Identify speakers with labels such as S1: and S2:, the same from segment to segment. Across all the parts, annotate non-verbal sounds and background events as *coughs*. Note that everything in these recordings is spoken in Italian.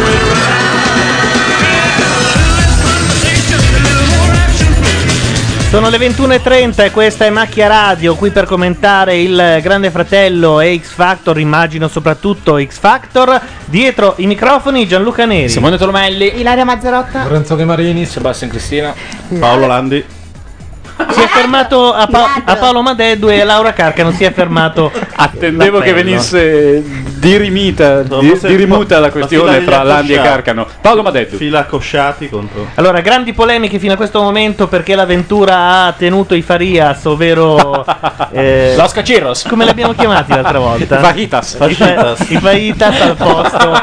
S1: Sono le 21.30 e questa è Macchia Radio, qui per commentare il Grande Fratello e X Factor, immagino soprattutto X Factor. Dietro i microfoni Gianluca Neri, Simone Tolomelli,
S2: Ilaria Mazzarotta.
S1: Lorenzo Marini, Sebastian Cristina, Paolo Landi. Si è fermato a, Pa- a Paolo Madeddu e a Laura Carca non si è *laughs* fermato.
S3: Attendevo che
S1: L'appello.
S3: venisse dirimita,
S1: No,
S3: di-
S1: forse-
S3: dirimuta la questione
S1: fila degli
S3: fra Landi e
S1: accosciati.
S3: Carcano. Paolo Madeddu.
S4: Fila cosciati contro.
S1: Allora, grandi polemiche fino a questo momento perché l'avventura ha tenuto i Farias, *laughs* ovvero eh,
S3: Los Cachiros.
S1: Come li abbiamo chiamati l'altra *laughs* volta?
S3: Fajitas.
S1: I fa- I Fajitas al posto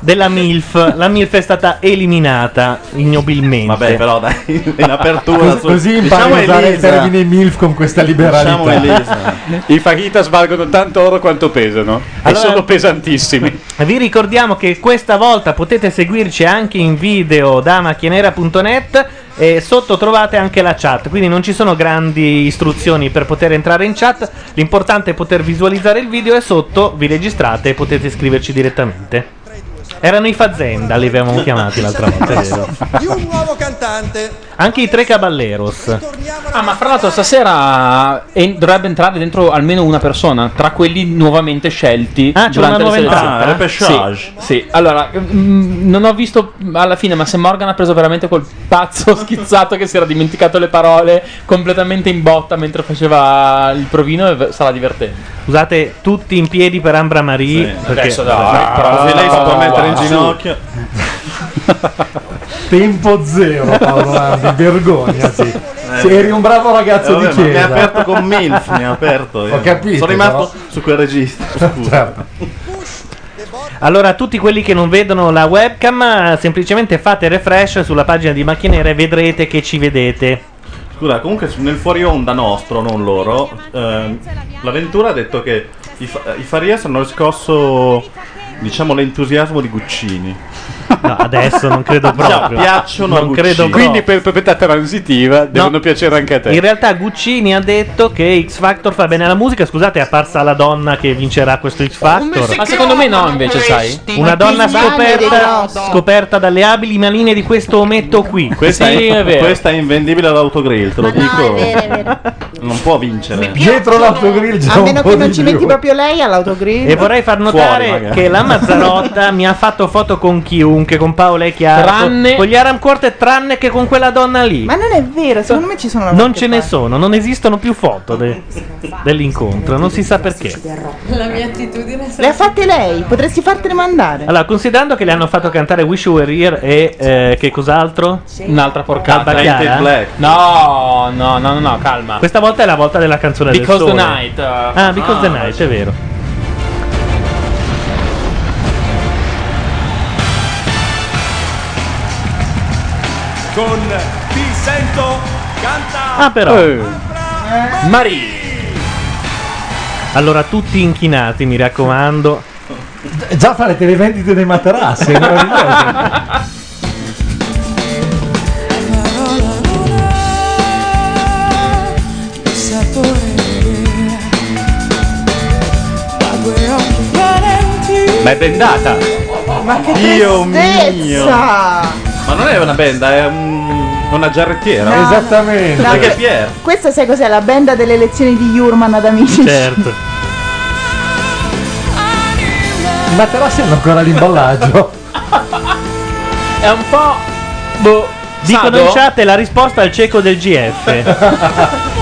S1: della MILF. La MILF è stata eliminata ignobilmente.
S4: Vabbè, però dai, in apertura diciamo
S5: Cos- così impari a usare il termine MILF con questa liberalità.
S3: *laughs* I fajitas valgono tanto oro quanto pesano.
S1: Allora-
S3: e sono pesantissimi.
S1: Vi ricordiamo che questa volta potete seguirci anche in video da macchianera.net e sotto trovate anche la chat, quindi non ci sono grandi istruzioni per poter entrare in chat, l'importante è poter visualizzare il video e sotto vi registrate e potete scriverci direttamente. Erano i Fazenda, li avevamo chiamati l'altra volta, è vero?
S6: di un nuovo cantante.
S1: Anche i tre Caballeros.
S7: Ah, ma fra l'altro stasera eh, en- dovrebbe entrare dentro almeno una persona tra quelli nuovamente scelti.
S1: Ah, c'è una
S7: durante
S1: nuova
S7: le
S1: entrata?
S7: selezioni.
S1: Ah, repêchage.
S7: Sì, sì. allora mm, non ho visto alla fine, ma se Morgan ha preso veramente quel pazzo *laughs* schizzato che si era dimenticato le parole completamente in botta mentre faceva il provino, e v- sarà divertente.
S1: Usate tutti in piedi per Ambra Marie. perché-
S7: adesso dai,
S1: vabbè.
S7: però-
S4: Così lei si può
S7: Ah,
S4: mettere in
S7: wow.
S4: ginocchio.
S5: *laughs* Tempo zero, Paolo Landi, vergognati. Se eri un bravo ragazzo
S4: Eh,
S5: di
S4: vabbè, ma
S5: chiesa.
S4: Mi ha aperto con MILF, mi ha aperto. io.
S5: Ho capito,
S4: Sono rimasto
S5: però.
S4: su quel registro. Scusa.
S1: Allora, tutti quelli che non vedono la webcam, eh, semplicemente fate refresh sulla pagina di Macchinera e vedrete che ci vedete.
S4: Scusa, comunque su- nel fuori onda nostro, non loro, ehm, l'avventura ha detto che i, fa- i Farias hanno riscosso, diciamo, l'entusiasmo di Guccini. Diciamo,
S1: No, adesso non
S4: *laughs*
S1: credo proprio.
S4: piacciono a
S1: Non credo
S4: Guccini.
S1: proprio.
S3: Quindi per proprietà transitiva devono piacere anche a te.
S1: In realtà Guccini ha detto che X Factor fa bene alla musica. Scusate, è apparsa la donna che vincerà questo X Factor.
S7: Ma secondo me no, invece, sai.
S1: Una donna
S7: Ti bagno
S1: scoperta,
S7: di rosso.
S1: scoperta dalle abili manine di questo ometto qui.
S4: Questa, è, questa è invendibile all'autogrill, te lo dico. Non può vincere.
S5: Dietro l'autogrill già
S2: A
S5: un
S2: meno
S5: po'
S2: che
S5: di
S2: non ci
S5: più.
S2: metti proprio lei all'autogrill.
S1: E vorrei far notare
S4: Fuori, magari.
S1: che
S7: *laughs*
S1: la Mazzarotta mi ha fatto foto con chiunque, con Paola e Chiara,
S2: Tranne-
S1: con gli Aram Quartet, tranne che con quella donna lì.
S2: Ma non è vero, secondo me ci sono la
S1: Non ce ne sono, non esistono più foto de- dell'incontro, non si sa perché.
S2: La mia attitudine Le ha fatte lei, potresti fartene mandare.
S1: Allora, considerando che le hanno fatto cantare Wish You Were Here e eh, che cos'altro?
S7: Un'altra porcata.
S1: Alba Chiara?
S7: eh? No, no, no, no, no, calma.
S1: Questa volta è la volta della canzone
S7: Because
S1: del
S7: the
S1: sole.
S7: night. uh,
S1: Ah, Because the Night, è vero.
S8: Con Ti sento canta
S1: Ah, però.
S5: Eh.
S7: Marie.
S1: Allora, tutti inchinati, mi raccomando.
S5: Già farete le vendite dei materassi, è meraviglioso.
S1: *laughs*
S3: Ma è bendata.
S2: Ma che
S4: Dio mio.
S2: tristezza!
S4: Ma non è una benda, è un- una giarrettiera.
S2: No,
S1: Eh,
S2: Esattamente. no.
S4: Perché
S2: No,
S4: Pier.
S2: Questa sai cos'è? La benda delle lezioni di Jurman ad amici. *laughs*
S1: Certo.
S5: I materassi hanno ancora l'imballaggio.
S7: È un po'. Boh.
S1: Dicono
S7: sado.
S1: in chat è la risposta al cieco del GF.
S4: *laughs*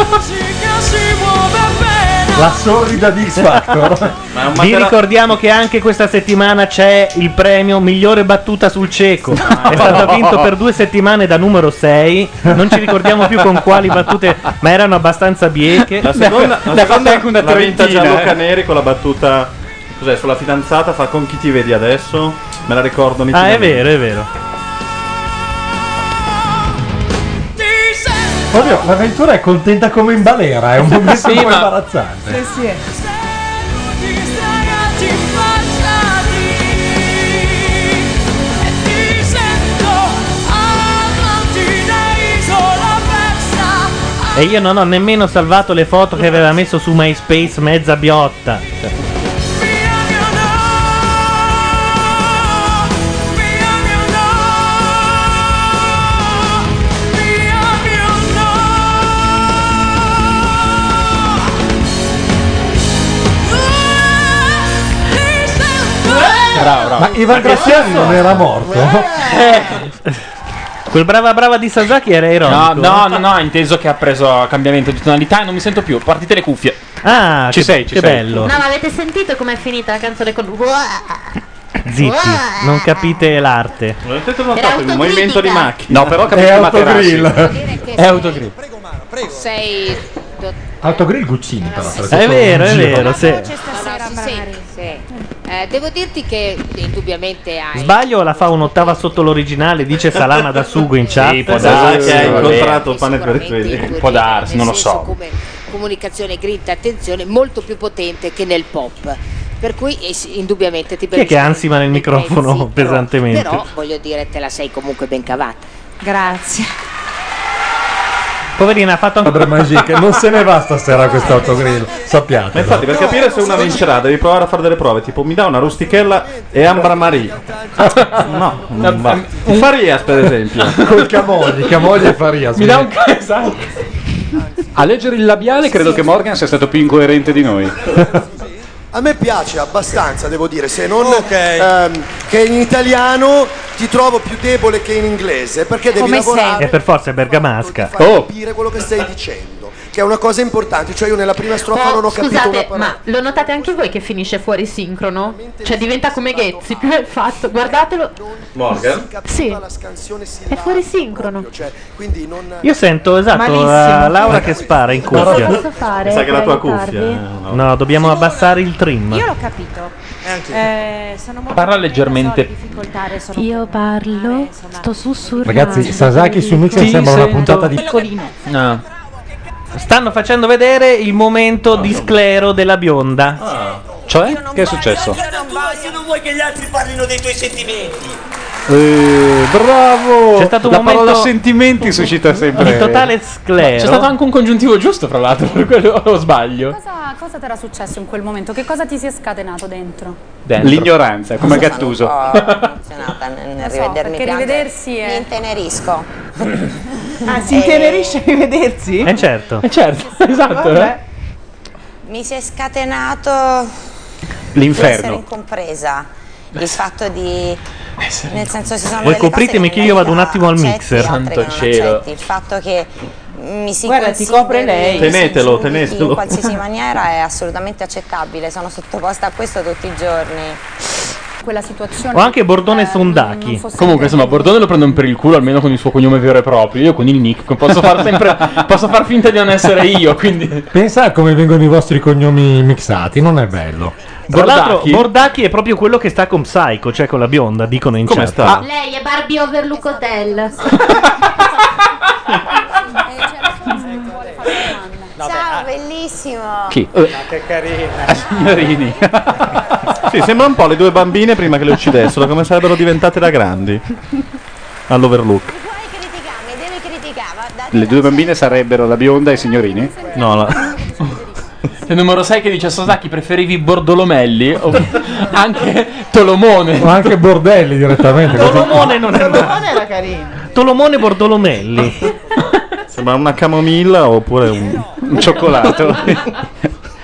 S5: La sorrida di X
S4: *laughs*
S5: Factor.
S1: Vi ricordiamo che anche questa settimana c'è il premio migliore battuta sul cieco. È stato vinto per due settimane da numero 6. Non ci ricordiamo più con quali battute, ma erano abbastanza bieche. *laughs*
S4: La seconda, la
S3: ne ha fatta
S4: seconda
S3: anche una
S4: l'ha vinta
S3: trentina,
S4: Gianluca
S3: eh.
S4: Neri con la battuta cos'è, sulla fidanzata fa con chi ti vedi adesso? Me la ricordo
S1: Ah, è
S4: nitidamente.
S1: vero, è vero.
S8: Ti sento
S5: Proprio l'avventura è contenta come in balera, è un momento
S9: Sì,
S5: un po'
S9: ma-
S5: imbarazzante.
S1: E io non ho nemmeno salvato le foto che aveva messo su MySpace mezza biotta. Cioè,
S2: Eh!
S5: Ma Ivan Graziani non era morto?
S1: Eh. Quel brava brava di Sasaki era
S7: No,
S1: ironico.
S7: no, no, no, ha inteso che ha preso cambiamento di tonalità e non mi sento più. Partite le cuffie.
S1: Ah,
S7: ci
S1: che-
S7: sei, ci
S1: che
S7: sei.
S1: bello.
S10: No, ma avete sentito com'è finita la canzone con.
S1: Zitti, non capite l'arte.
S4: un movimento di macchina.
S1: No, però capite
S5: è
S1: Materazzi.
S5: autogrill.
S1: È autogrill.
S11: Sei
S5: Autogrill Guccini, però. perché
S1: È
S5: sono
S1: vero,
S5: in
S1: è
S5: giro.
S1: vero, sì.
S11: stasera brava. Eh, devo dirti che indubbiamente hai
S1: Sbaglio o la fa un'ottava sotto l'originale? Dice salama da sugo in chat.
S4: Sì, può darsi che hai incontrato pane per quelli.
S1: Può darsi, non lo so.
S11: come comunicazione grinta, attenzione, molto più potente che nel pop. Per cui eh, sì, indubbiamente ti
S1: Chi è che ansima nel microfono pesantemente?
S11: Però voglio dire, te la sei comunque ben cavata. Grazie.
S1: Poverina, ha fatto
S5: Padre Magic, non se ne va stasera questo autogrill,
S4: Ma
S5: sappiate.
S4: infatti, per capire se una vincerà, devi provare a fare delle prove. Tipo, mi dà una rustichella e Ambra Maria. No, non va. Farias, per
S12: *laughs*
S4: esempio.
S5: Col Camogli, Camogli e Farias.
S4: Mi dà un
S12: A leggere il labiale credo che Morgan sia stato più incoerente di noi.
S6: A me piace abbastanza, devo dire, se non ehm, che in italiano ti trovo più debole che in inglese, perché devi lavorare Oh,
S1: E per forza è bergamasca.
S6: per capire quello che stai dicendo, che è una cosa importante, cioè io nella prima strofa non ho capito una
S10: Scusate,
S6: parola.
S10: ma lo notate anche voi che finisce fuori sincrono? Cioè diventa come Ghezzi, più è fatto. Guardatelo.
S4: Morgan?
S10: Sì. È fuori sincrono.
S6: Cioè,
S1: Io sento, esatto,
S10: Malissimo.
S1: la Laura che spara in
S10: Cosa
S1: cuffia.
S10: posso fare?
S1: Sai
S10: Aiutarvi?
S1: eh, No, dobbiamo abbassare il trim.
S13: Io l'ho capito. Eh, sono molto
S1: Parla leggermente.
S13: difficoltare, sono
S10: Io parlo, sto sussurrando.
S5: Ragazzi, Sasaki su Mixer
S1: Ti
S5: sembra una
S1: sento-
S5: puntata di...
S1: Stanno facendo vedere il momento di sclero della bionda. Cioè? Che è successo?
S14: se non vuoi che gli altri parlino dei tuoi sentimenti.
S1: Eh,
S12: bravo!
S7: C'è stato un
S12: La
S7: momento-
S12: parola sentimenti suscita sempre.
S7: In totale
S1: sclero.
S7: C'è stato anche un congiuntivo giusto, fra l'altro, *laughs* per quello lo sbaglio.
S15: Cosa, cosa ti era successo in quel momento? Che cosa ti si è scatenato dentro?
S12: L'ignoranza, come Gattuso.
S15: Non so,
S16: rivedermi
S15: perché
S16: piangere.
S15: rivedersi
S10: eh.
S15: è... Mi intenerisco.
S16: Ah, si intenerisce a rivedersi?
S1: Eh certo. *laughs*
S16: Eh, certo, esatto,
S1: Vabbè.
S16: Mi si è scatenato
S1: L'inferno.
S16: di essere incompresa. Il fatto di nel senso ci sono
S1: Voi
S16: delle
S1: copritemi
S16: cose
S1: che io vado un attimo al mixer.
S16: che altre che non accetti. Il fatto che mi si
S17: Guarda, ti
S16: consideri
S17: copre lei.
S4: Tenetelo,
S16: insulti
S4: tenetelo.
S16: In qualsiasi maniera è assolutamente accettabile. Sono sottoposta a questo tutti i giorni.
S15: Quella situazione...
S1: Ho anche Bordone Sondaki.
S7: Comunque, insomma, Bordone lo prendono per il culo, almeno con il suo cognome vero e proprio. Io con il nick posso far sempre. posso far finta di non essere io, quindi.
S5: Pensa a come vengono i vostri cognomi mixati, non è bello.
S1: Tra l'altro, Bordacchi è proprio quello che sta con Psycho, cioè con la bionda, dicono in certo.
S5: Come
S1: chat.
S5: sta?
S16: Ah.
S10: Lei è Barbie Overlook Hotel.
S16: Ciao, bellissimo.
S4: Chi?
S7: Eh.
S16: Ma che
S7: Ah,
S16: carina.
S4: Signorini. *laughs* sì, sembra un po' le due bambine prima che le uccidessero, come sarebbero diventate da grandi. All'overlook.
S12: Le due bambine sarebbero la bionda e i signorini?
S4: No, la...
S7: Il numero 6 che dice Sasaki preferivi Bordolomelli o *laughs* anche Tolomone.
S5: O anche Bordelli direttamente.
S1: Tolomone non è
S16: Non era carina.
S4: *laughs*
S1: Tolomone Bordolomelli.
S4: Sembra una camomilla oppure un, un cioccolato.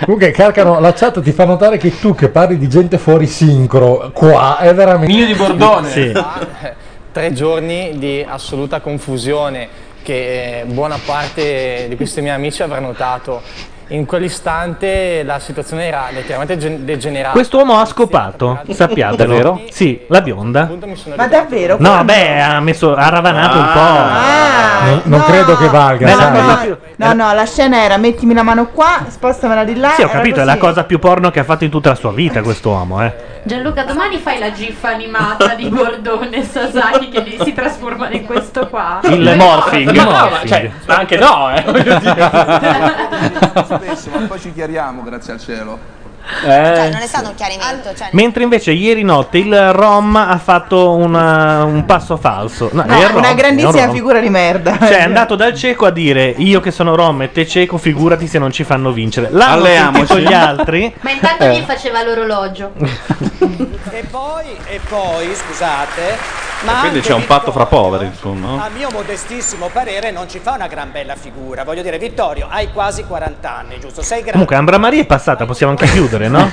S5: Comunque, Calcano, la chat ti fa notare che tu che parli di gente fuori sincro, qua è veramente.
S7: Mio di Bordone. Ah.
S18: Tre giorni di assoluta confusione che eh, buona parte di questi miei amici avrà notato.
S19: in quell'istante la situazione era letteralmente gen- degenerata.
S1: Quest'uomo ha scopato, sappiatelo.
S19: Davvero?
S1: Sì, la bionda.
S2: Ma davvero?
S1: No, beh, ha, messo, ha ravanato un po'.
S5: non credo che valga.
S1: Beh, la cosa più-
S2: No, no, la scena era mettimi la mano qua, spostamela di là.
S1: sì, ho
S2: era
S1: capito, è la
S2: così.
S1: cosa più porno che ha fatto in tutta la sua vita quest'uomo, eh.
S20: Gianluca, domani fai la gif animata di Gordone e Sasaki che li- si trasformano in questo qua.
S7: Il morphing.
S1: Il
S7: No, ma-
S1: morphing.
S7: cioè, ma anche no, eh, voglio
S14: *laughs*
S7: dire.
S14: Spesso, ma poi ci chiariamo, grazie al cielo.
S21: Cioè, non
S1: Eh.
S21: è stato un chiarimento. Cioè,
S1: Mentre invece ieri notte il Rom ha fatto una- un passo falso. No,
S2: No,
S1: è il Rom, è
S2: una
S1: un
S2: grandissima
S1: Rom.
S2: figura di merda. *laughs*
S1: Cioè, è andato dal cieco a dire: Io che sono rom e te cieco, figurati se non ci fanno vincere. L'hanno
S16: Alleamoci.
S1: sentito gli altri.
S16: Ma intanto
S1: Eh.
S16: gli faceva l'orologio.
S18: E poi, e poi, scusate, ma
S4: Quindi
S18: anche
S4: c'è un
S18: Vittorio,
S4: patto fra poveri, insomma.
S18: a mio modestissimo parere non ci fa una gran bella figura. Voglio dire, Vittorio, hai quasi 40 anni, giusto? Sei grande.
S1: Comunque, Ambra Maria è passata, possiamo anche chiudere, no?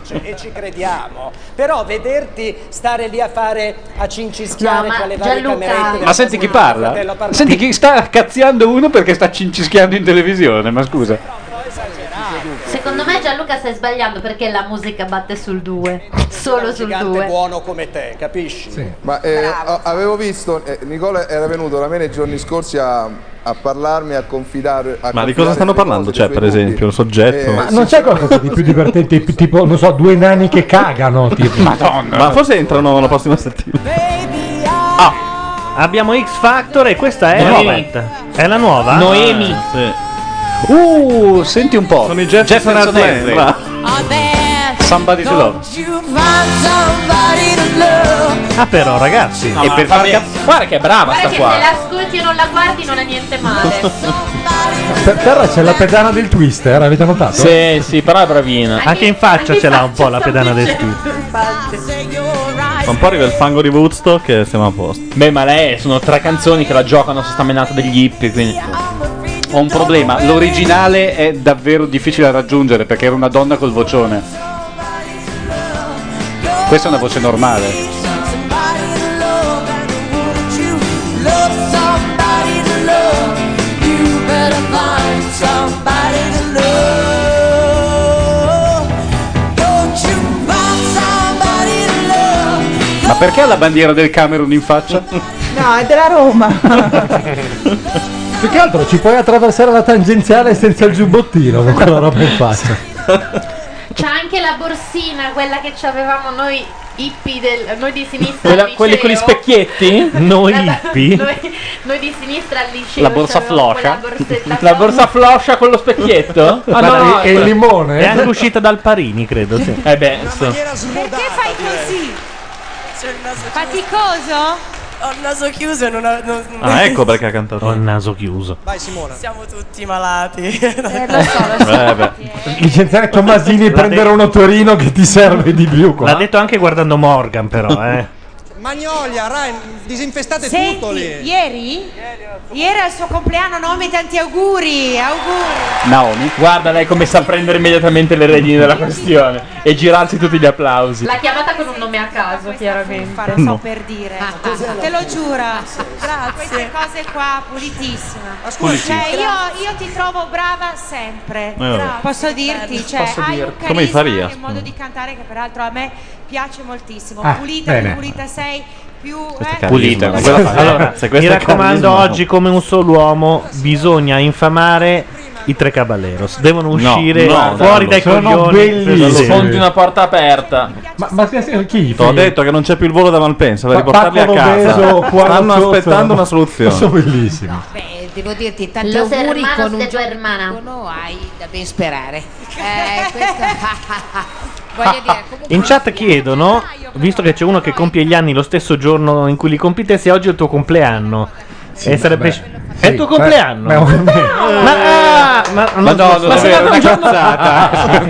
S18: dice, e ci crediamo. Però vederti stare lì a fare a cincischiare
S16: No, ma
S18: con le varie
S16: Gianluca-
S18: camerette della
S12: Ma senti chi parla?
S18: fratello, parla-
S12: Senti chi sta cazziando uno perché sta cincischiando in televisione, ma scusa.
S16: Secondo me Gianluca stai sbagliando perché la musica batte sul 2. Solo sul 2.
S18: buono come te, capisci?
S14: Ma eh, a- avevo visto, eh, Nicola era venuto da me nei giorni scorsi a, a parlarmi, a confidare. a
S4: Ma
S14: confidare
S4: di cosa stanno
S14: delle
S4: parlando?
S14: cose,
S4: Cioè,
S14: dei suoi
S4: per
S14: dubbi.
S4: esempio, un soggetto.
S14: Eh,
S5: Ma non c'è qualcosa di più divertente, p- tipo, non so, due nani che cagano. Tipo.
S4: Ma forse entrano la prossima settimana.
S1: Abbiamo X Factor e questa è
S12: Noemi.
S1: Robert. È la nuova?
S12: Noemi. Uh, senti un po'. Sono i Jefferson
S1: Airplane,
S18: Oh,
S12: Somebody to love.
S1: Ah, però, ragazzi.
S7: E per far cap- guarda che è
S16: Guarda
S7: brava Ah, sta
S16: che
S7: qua.
S16: se l'ascolti e non la guardi non è niente
S7: *laughs*
S16: male.
S5: Per terra c'è la pedana del twister, avete notato?
S7: Sì, sì, però è bravina.
S1: Anche in
S16: Anche
S1: faccia Cioè, ce l'ha
S16: in
S1: un po' la
S16: faccia
S1: pedana
S16: sto
S1: del
S16: dicendo,
S1: tipo.
S16: infatti.
S4: Tra un po' arriva il fango di Woodstock e siamo a posto.
S7: Beh, ma lei sono tre canzoni che la giocano su sta menata degli hippie, quindi
S12: Ho un problema. L'originale è davvero difficile da raggiungere perché era una donna col vocione. Questa è una voce normale. Ma perché ha la bandiera del Camerun in faccia?
S2: No, è della Roma.
S5: Più che altro ci puoi attraversare la tangenziale senza il giubbottino con quella roba in faccia.
S16: C'ha anche la borsina, quella che avevamo noi hippie del, noi di sinistra al
S7: Quella-
S16: liceo.
S7: quelli con gli specchietti?
S1: Noi
S16: *laughs* Noi, noi di sinistra al liceo.
S7: La borsa
S16: c'avevamo
S7: floscia.
S16: quella
S7: *laughs*
S16: borsetta
S7: La borsa floscia con lo specchietto? Ah
S1: Guarda,
S7: no,
S1: è- è il
S7: limone.
S1: È anche uscita dal Parini, credo. Sì.
S7: Eh beh, insomma.
S11: Perché fai così? Faticoso? Ho il naso chiuso e non. ho- non-
S4: Ah, ecco perché ha cantato. Ho
S1: il naso chiuso.
S11: Vai, Simona. Siamo tutti malati. *laughs*
S5: Licenziare Tommasini e
S1: L'ha
S5: prendere uno Torino che ti serve di più. Qua.
S1: L'ha detto anche guardando Morgan, però,
S4: *laughs*
S1: eh.
S11: Magnolia, Ryan, disinfestate
S22: Senti,
S11: tutto lì.
S22: Ieri? Ieri al suo compleanno, Nomi, tanti auguri, auguri.
S7: Naomi. Guarda lei come sa prendere immediatamente le redini della questione e girarsi tutti gli applausi.
S16: L'ha chiamata con un nome a caso, chiaramente. Ah,
S7: lo so No.
S22: Per dire, te lo giura, Grazie. queste cose qua pulitissima. Ma
S16: scusi, Pulitissima.
S22: cioè, io, io ti trovo brava sempre.
S4: Eh, vabbè.
S22: Posso dirti, cioè,
S4: Posso
S22: hai
S4: dirti.
S22: un
S4: Come i
S22: carisma
S4: Faria,
S22: e un modo di cantare che peraltro a me piace moltissimo.
S1: Ah,
S22: pulita,
S1: bene.
S22: più pulita sei, più eh,
S1: Pulita,
S4: carisma,
S1: quella
S4: quella fa-
S1: allora,
S4: *laughs* se
S1: mi
S4: questo è
S1: raccomando,
S4: carisma, no.
S1: oggi come un solo uomo bisogna infamare i tre caballeros. Devono uscire
S7: no,
S1: fuori
S7: no,
S1: dai
S7: sono
S1: coglioni.
S7: bellissimi.
S1: Sì.
S7: Fondi una porta aperta.
S5: Ma, ma chi?
S4: Ti ho detto che non c'è più il volo da Malpensa, per
S5: Pa-
S4: riportarli a
S5: Paolo
S4: casa.
S5: Veso, Cuarón
S4: Stanno
S5: Zozzo,
S4: aspettando
S5: no?
S4: una soluzione.
S5: Sono bellissimi.
S11: Beh, eh, devo dirti, tanti
S16: Los
S11: auguri
S16: hermanos
S11: con un
S16: de
S11: gioco
S16: Germana.
S11: hai da ben sperare. Eh, questo...
S22: *laughs*
S11: *laughs* Voglio dire, comunque...
S1: In chat chiedono, visto che c'è uno che compie gli anni lo stesso giorno in cui li compie te, se oggi è il tuo compleanno.
S5: Sì,
S1: E sarebbe-
S5: beh,
S1: è il tuo
S5: sì,
S1: compleanno.
S5: beh,
S1: *laughs*
S5: beh,
S1: ma, ah, ma,
S5: Ma no, non
S1: ma
S5: è
S1: sei
S5: vero,
S1: nato il
S5: è una
S1: giorno-
S14: eh,
S1: Ah,
S14: *laughs*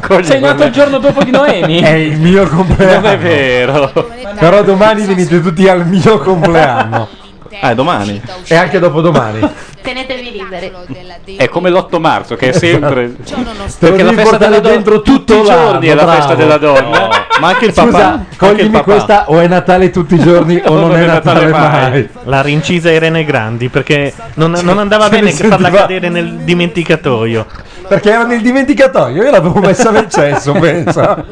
S5: cazzata.
S7: Sei nato il giorno dopo di Noemi?
S5: È il mio compleanno. Non è
S7: vero.
S5: Però domani venite tutti al mio compleanno.
S4: Eh, domani.
S5: E anche dopodomani.
S16: Tenetevi liberi.
S12: È come l'8 marzo, che è sempre.
S5: Te lo
S12: Perché la
S5: devi
S12: festa
S5: portare
S12: della donna
S5: dentro tutto
S12: tutti i
S5: l'anno,
S12: giorni è la
S5: bravo.
S12: festa della
S5: Eh,
S12: donna.
S4: Ma anche il
S5: Scusa,
S4: papà. anche il
S5: coglimi
S4: papà.
S5: questa o è Natale tutti i
S4: *laughs*
S5: giorni o non è Natale, mai.
S1: L'ha rincisa Irene Grandi perché non, non andava
S5: Se ne
S1: bene che farla
S5: sentiva-
S1: cadere nel dimenticatoio.
S5: Perché era nel dimenticatoio, io l'avevo messa nel cesso, pensa.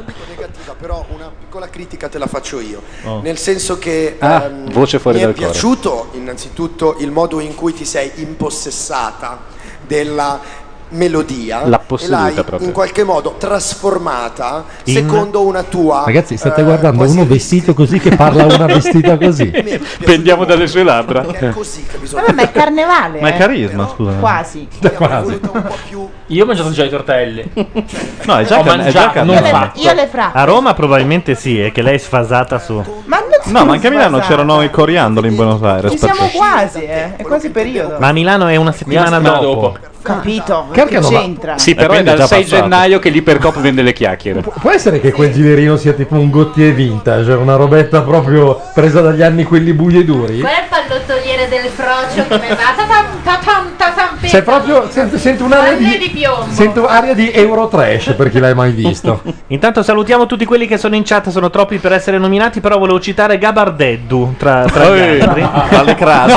S6: Piccola critica te la faccio io, nel senso che
S3: Ah,
S6: ehm,
S3: voce fuori
S6: mi è
S3: dal cuore.
S6: piaciuto innanzitutto il modo in cui ti sei impossessata della melodia
S3: L'ha posseduta
S6: e l'hai
S3: proprio.
S6: in qualche modo trasformata
S5: In-
S6: secondo una tua eh,
S5: Ragazzi, state guardando uno vestito così che parla a una
S6: *laughs*
S5: vestita *laughs* così.
S3: Pendiamo dalle sue labbra.
S2: Vabbè, ma è carnevale.
S3: Ma è
S2: eh.
S3: carisma, scusa.
S2: *laughs* Quasi.
S7: Io ho mangiato già i tortelli.
S1: No,
S7: è già Ho can- è mangiato, già can- non
S2: Io le- Io le frappe.
S1: A Roma probabilmente sì, è che lei è sfasata su.
S2: Ma non sono
S1: No, ma anche a Milano
S2: sbasata.
S1: c'erano i coriandoli in Buenos Aires.
S2: Ci siamo quasi, eh. È quasi periodo.
S1: Ma a Milano è una settimana
S3: Milano
S1: dopo.
S2: Capito? Che
S3: Carcano, ma-
S2: c'entra?
S3: Sì, però è
S1: Quindi è
S3: dal 6
S1: già passato.
S3: gennaio che l'Ipercop vende le chiacchiere.
S5: Può essere che quel girino sia tipo un Gottier vintage, cioè una robetta proprio presa dagli anni quelli bui e duri?
S16: Qual è il pallottoliere del frocio come va? Tatam, tatam, tatam,
S5: C'è proprio, sento, sento un'aria
S16: Palle
S5: di...
S16: di piombo.
S5: Sento aria di Eurotrash per chi l'hai mai visto.
S1: *laughs* Intanto salutiamo tutti quelli che sono in chat, sono troppi per essere nominati, però volevo citare Gabardeddu tra, tra gli
S3: Ehi,
S1: altri.
S3: tra le crasi.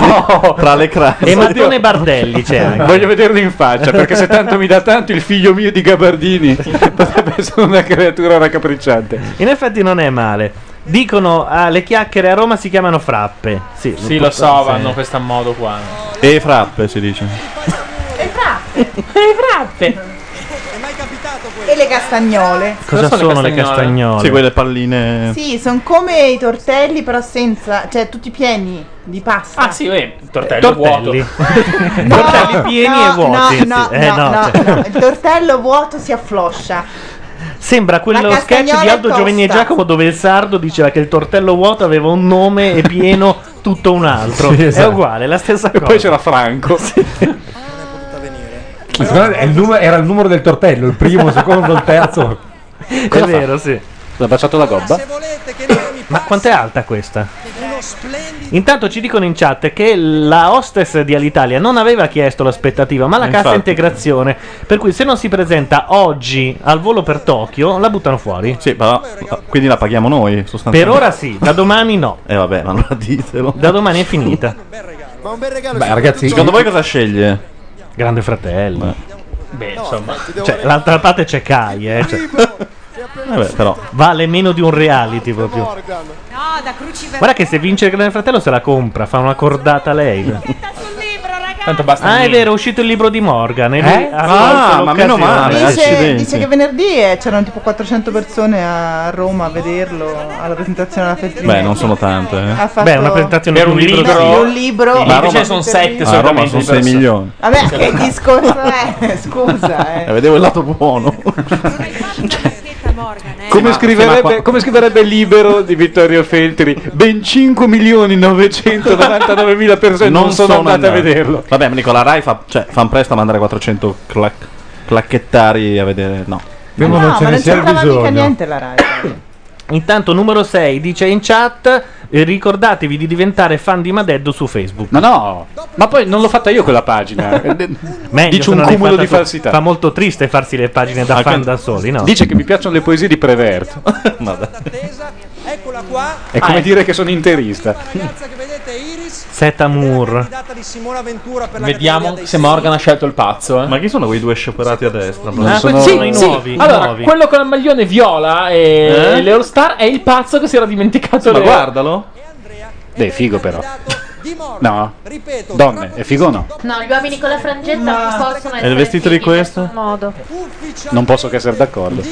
S1: tra le crasi. E Mattone Bardelli
S4: Eh,
S1: c'è anche.
S3: Voglio vederlo in *laughs* faccia perché se tanto mi dà tanto il figlio mio di
S1: *laughs*
S3: Gabardini potrebbe essere una creatura raccapricciante.
S1: In effetti non è male. Dicono ah, le chiacchiere a Roma si chiamano frappe. Sì,
S7: Sì, lo so, vanno questo a modo qua.
S1: E frappe si dice.
S2: E le castagnole.
S1: Cosa
S4: Cosa
S1: sono
S4: sono
S1: le
S4: le
S1: castagnole?
S4: Sì, quelle palline.
S2: Sì, sono come i tortelli, però senza. cioè tutti pieni di pasta.
S7: Ah, sì, eh, il tortello
S1: Tortelli.
S7: *laughs*
S1: Tortelli pieni
S2: no,
S1: e vuoti.
S2: No,
S1: sì.
S2: no,
S1: Eh,
S2: no,
S1: no,
S2: no,
S1: cioè,
S2: no. il tortello vuoto si affloscia.
S1: Sembra quello
S2: La
S1: sketch di
S2: castagnola
S1: Aldo
S2: tosta.
S1: Giovanni e Giacomo dove il sardo diceva che il tortello vuoto aveva un nome e pieno tutto un altro.
S5: Sì, esatto.
S1: È uguale, è la stessa cosa.
S3: poi c'era Franco.
S5: Secondo me è il numero- era il numero del tortello, il primo, il secondo, il terzo.
S1: È vero, sì.
S3: L'ha baciato la gobba?
S1: Ma quanto è alta questa?
S8: Uno splendido
S1: Intanto ci dicono in chat che la hostess di Alitalia non aveva chiesto l'aspettativa, ma la
S3: Eh,
S1: cassa
S3: infatti.
S1: integrazione. Per cui se non si presenta oggi al volo per Tokyo, la buttano fuori.
S4: Sì, ma quindi la paghiamo noi sostanzialmente.
S1: Per ora sì, da domani no.
S4: E vabbè, ma allora ditelo.
S1: Da domani è finita.
S4: Beh,
S1: ragazzi,
S4: secondo voi cosa sceglie?
S1: Grande fratello.
S7: Beh, insomma.
S1: Cioè, l'altra parte c'è Kai, eh. cioè.
S4: Vabbè, però.
S1: Vale meno di un reality proprio.
S23: No, da cruci
S1: Guarda che se vince il Grande Fratello se la compra, fa una cordata lei.
S7: Tanto basta
S1: Ah, è
S7: niente.
S1: vero, è uscito il libro di Morgan. e
S7: Eh?
S1: lui ha
S7: Ah,
S1: colto
S7: ma meno
S1: l'occasione.
S7: male,
S2: Dice, dice che venerdì eh, c'erano tipo 400 persone a Roma a vederlo alla presentazione alla Feltrinelli.
S4: Beh, non sono tante. eh.
S2: Ha fatto- Beh, una presentazione
S1: Per di un un libro libro.
S2: di un libro.
S4: Ma
S2: Sì,
S4: a
S2: ce
S4: Roma
S2: ne sono sette
S4: A Roma
S7: solamente
S4: sono
S7: di
S4: 6
S7: persone.
S4: milioni.
S2: Vabbè, che discorso è? Scusa, eh.
S4: Eh, vedevo il lato buono.
S3: Come
S4: ma-
S3: scriverebbe,
S4: ma qua-
S3: come scriverebbe libero di Vittorio Feltri? Ben 5 milioni 999 mila persone non, sono, andate a vederlo.
S4: Vabbè, ma dico, la Rai fa, cioè, fan presto a mandare 400 clac- clacchettari a vedere. No.
S5: No,
S2: No, ma non c'entrava mica niente la Rai.
S1: Intanto numero 6 dice in chat eh, ricordatevi di diventare fan di Madeddo su Facebook.
S3: Ma no, ma poi non l'ho fatta io quella
S1: *laughs*
S3: pagina. Eh,
S1: Meglio
S3: Dice
S1: se
S3: un
S1: non l'hai
S3: cumulo
S1: fatta
S3: di
S1: tu.
S3: falsità.
S1: Fa molto triste farsi le pagine da
S3: Ah,
S1: fan
S3: quindi-
S1: da soli, no?
S3: Dice che mi piacciono le poesie di Preverto.
S8: Eccola qua,
S3: È come dire che sono interista.
S8: ragazza che vedete Iris,
S1: Setamur.
S8: data di Simona Ventura per la
S7: Vediamo se Morgan ha scelto il pazzo. eh.
S4: Ma chi sono quei due sciaperati a destra?
S7: Ah, que- sì, sì. Allora, quello con il maglione viola e
S4: Eh?
S7: le All Star è il pazzo che si era dimenticato.
S4: Ma
S7: le-
S4: guardalo.
S3: Beh, è figo però. No. Donne, è figo o no?
S16: No, gli uomini con la frangetta non possono
S3: il
S16: essere
S3: vestito di
S16: fighi in
S3: questo?
S16: nessun modo.
S3: Non posso che essere d'accordo.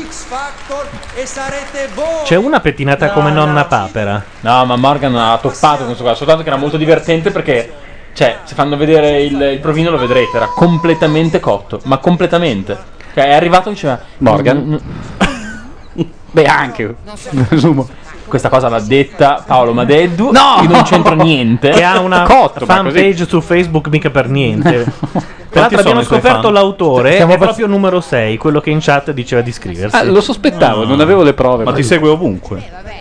S1: C'è una pettinata come nonna papera.
S7: No, ma Morgan ha toppato questo qua. Soltanto che era molto divertente perché. Cioè, se fanno vedere il, il provino lo vedrete. Era completamente cotto. Ma completamente. Cioè, è arrivato e diceva.
S3: Morgan? Beh, anche. Presumo.
S7: Questa cosa l'ha detta Paolo Madeddu. No! Che non c'entra niente.
S1: Che ha
S3: *laughs*
S1: una
S7: Cotto, ma
S1: fan
S7: così.
S1: page su Facebook mica per niente. Peraltro
S7: sono
S1: abbiamo
S7: i suoi
S1: scoperto
S7: fan?
S1: l'autore,
S7: Stiamo
S1: è
S7: pass-
S1: proprio numero 6, quello che in chat diceva di scriversi.
S3: Ah, lo sospettavo, non avevo le prove.
S4: Ma ti segue ovunque.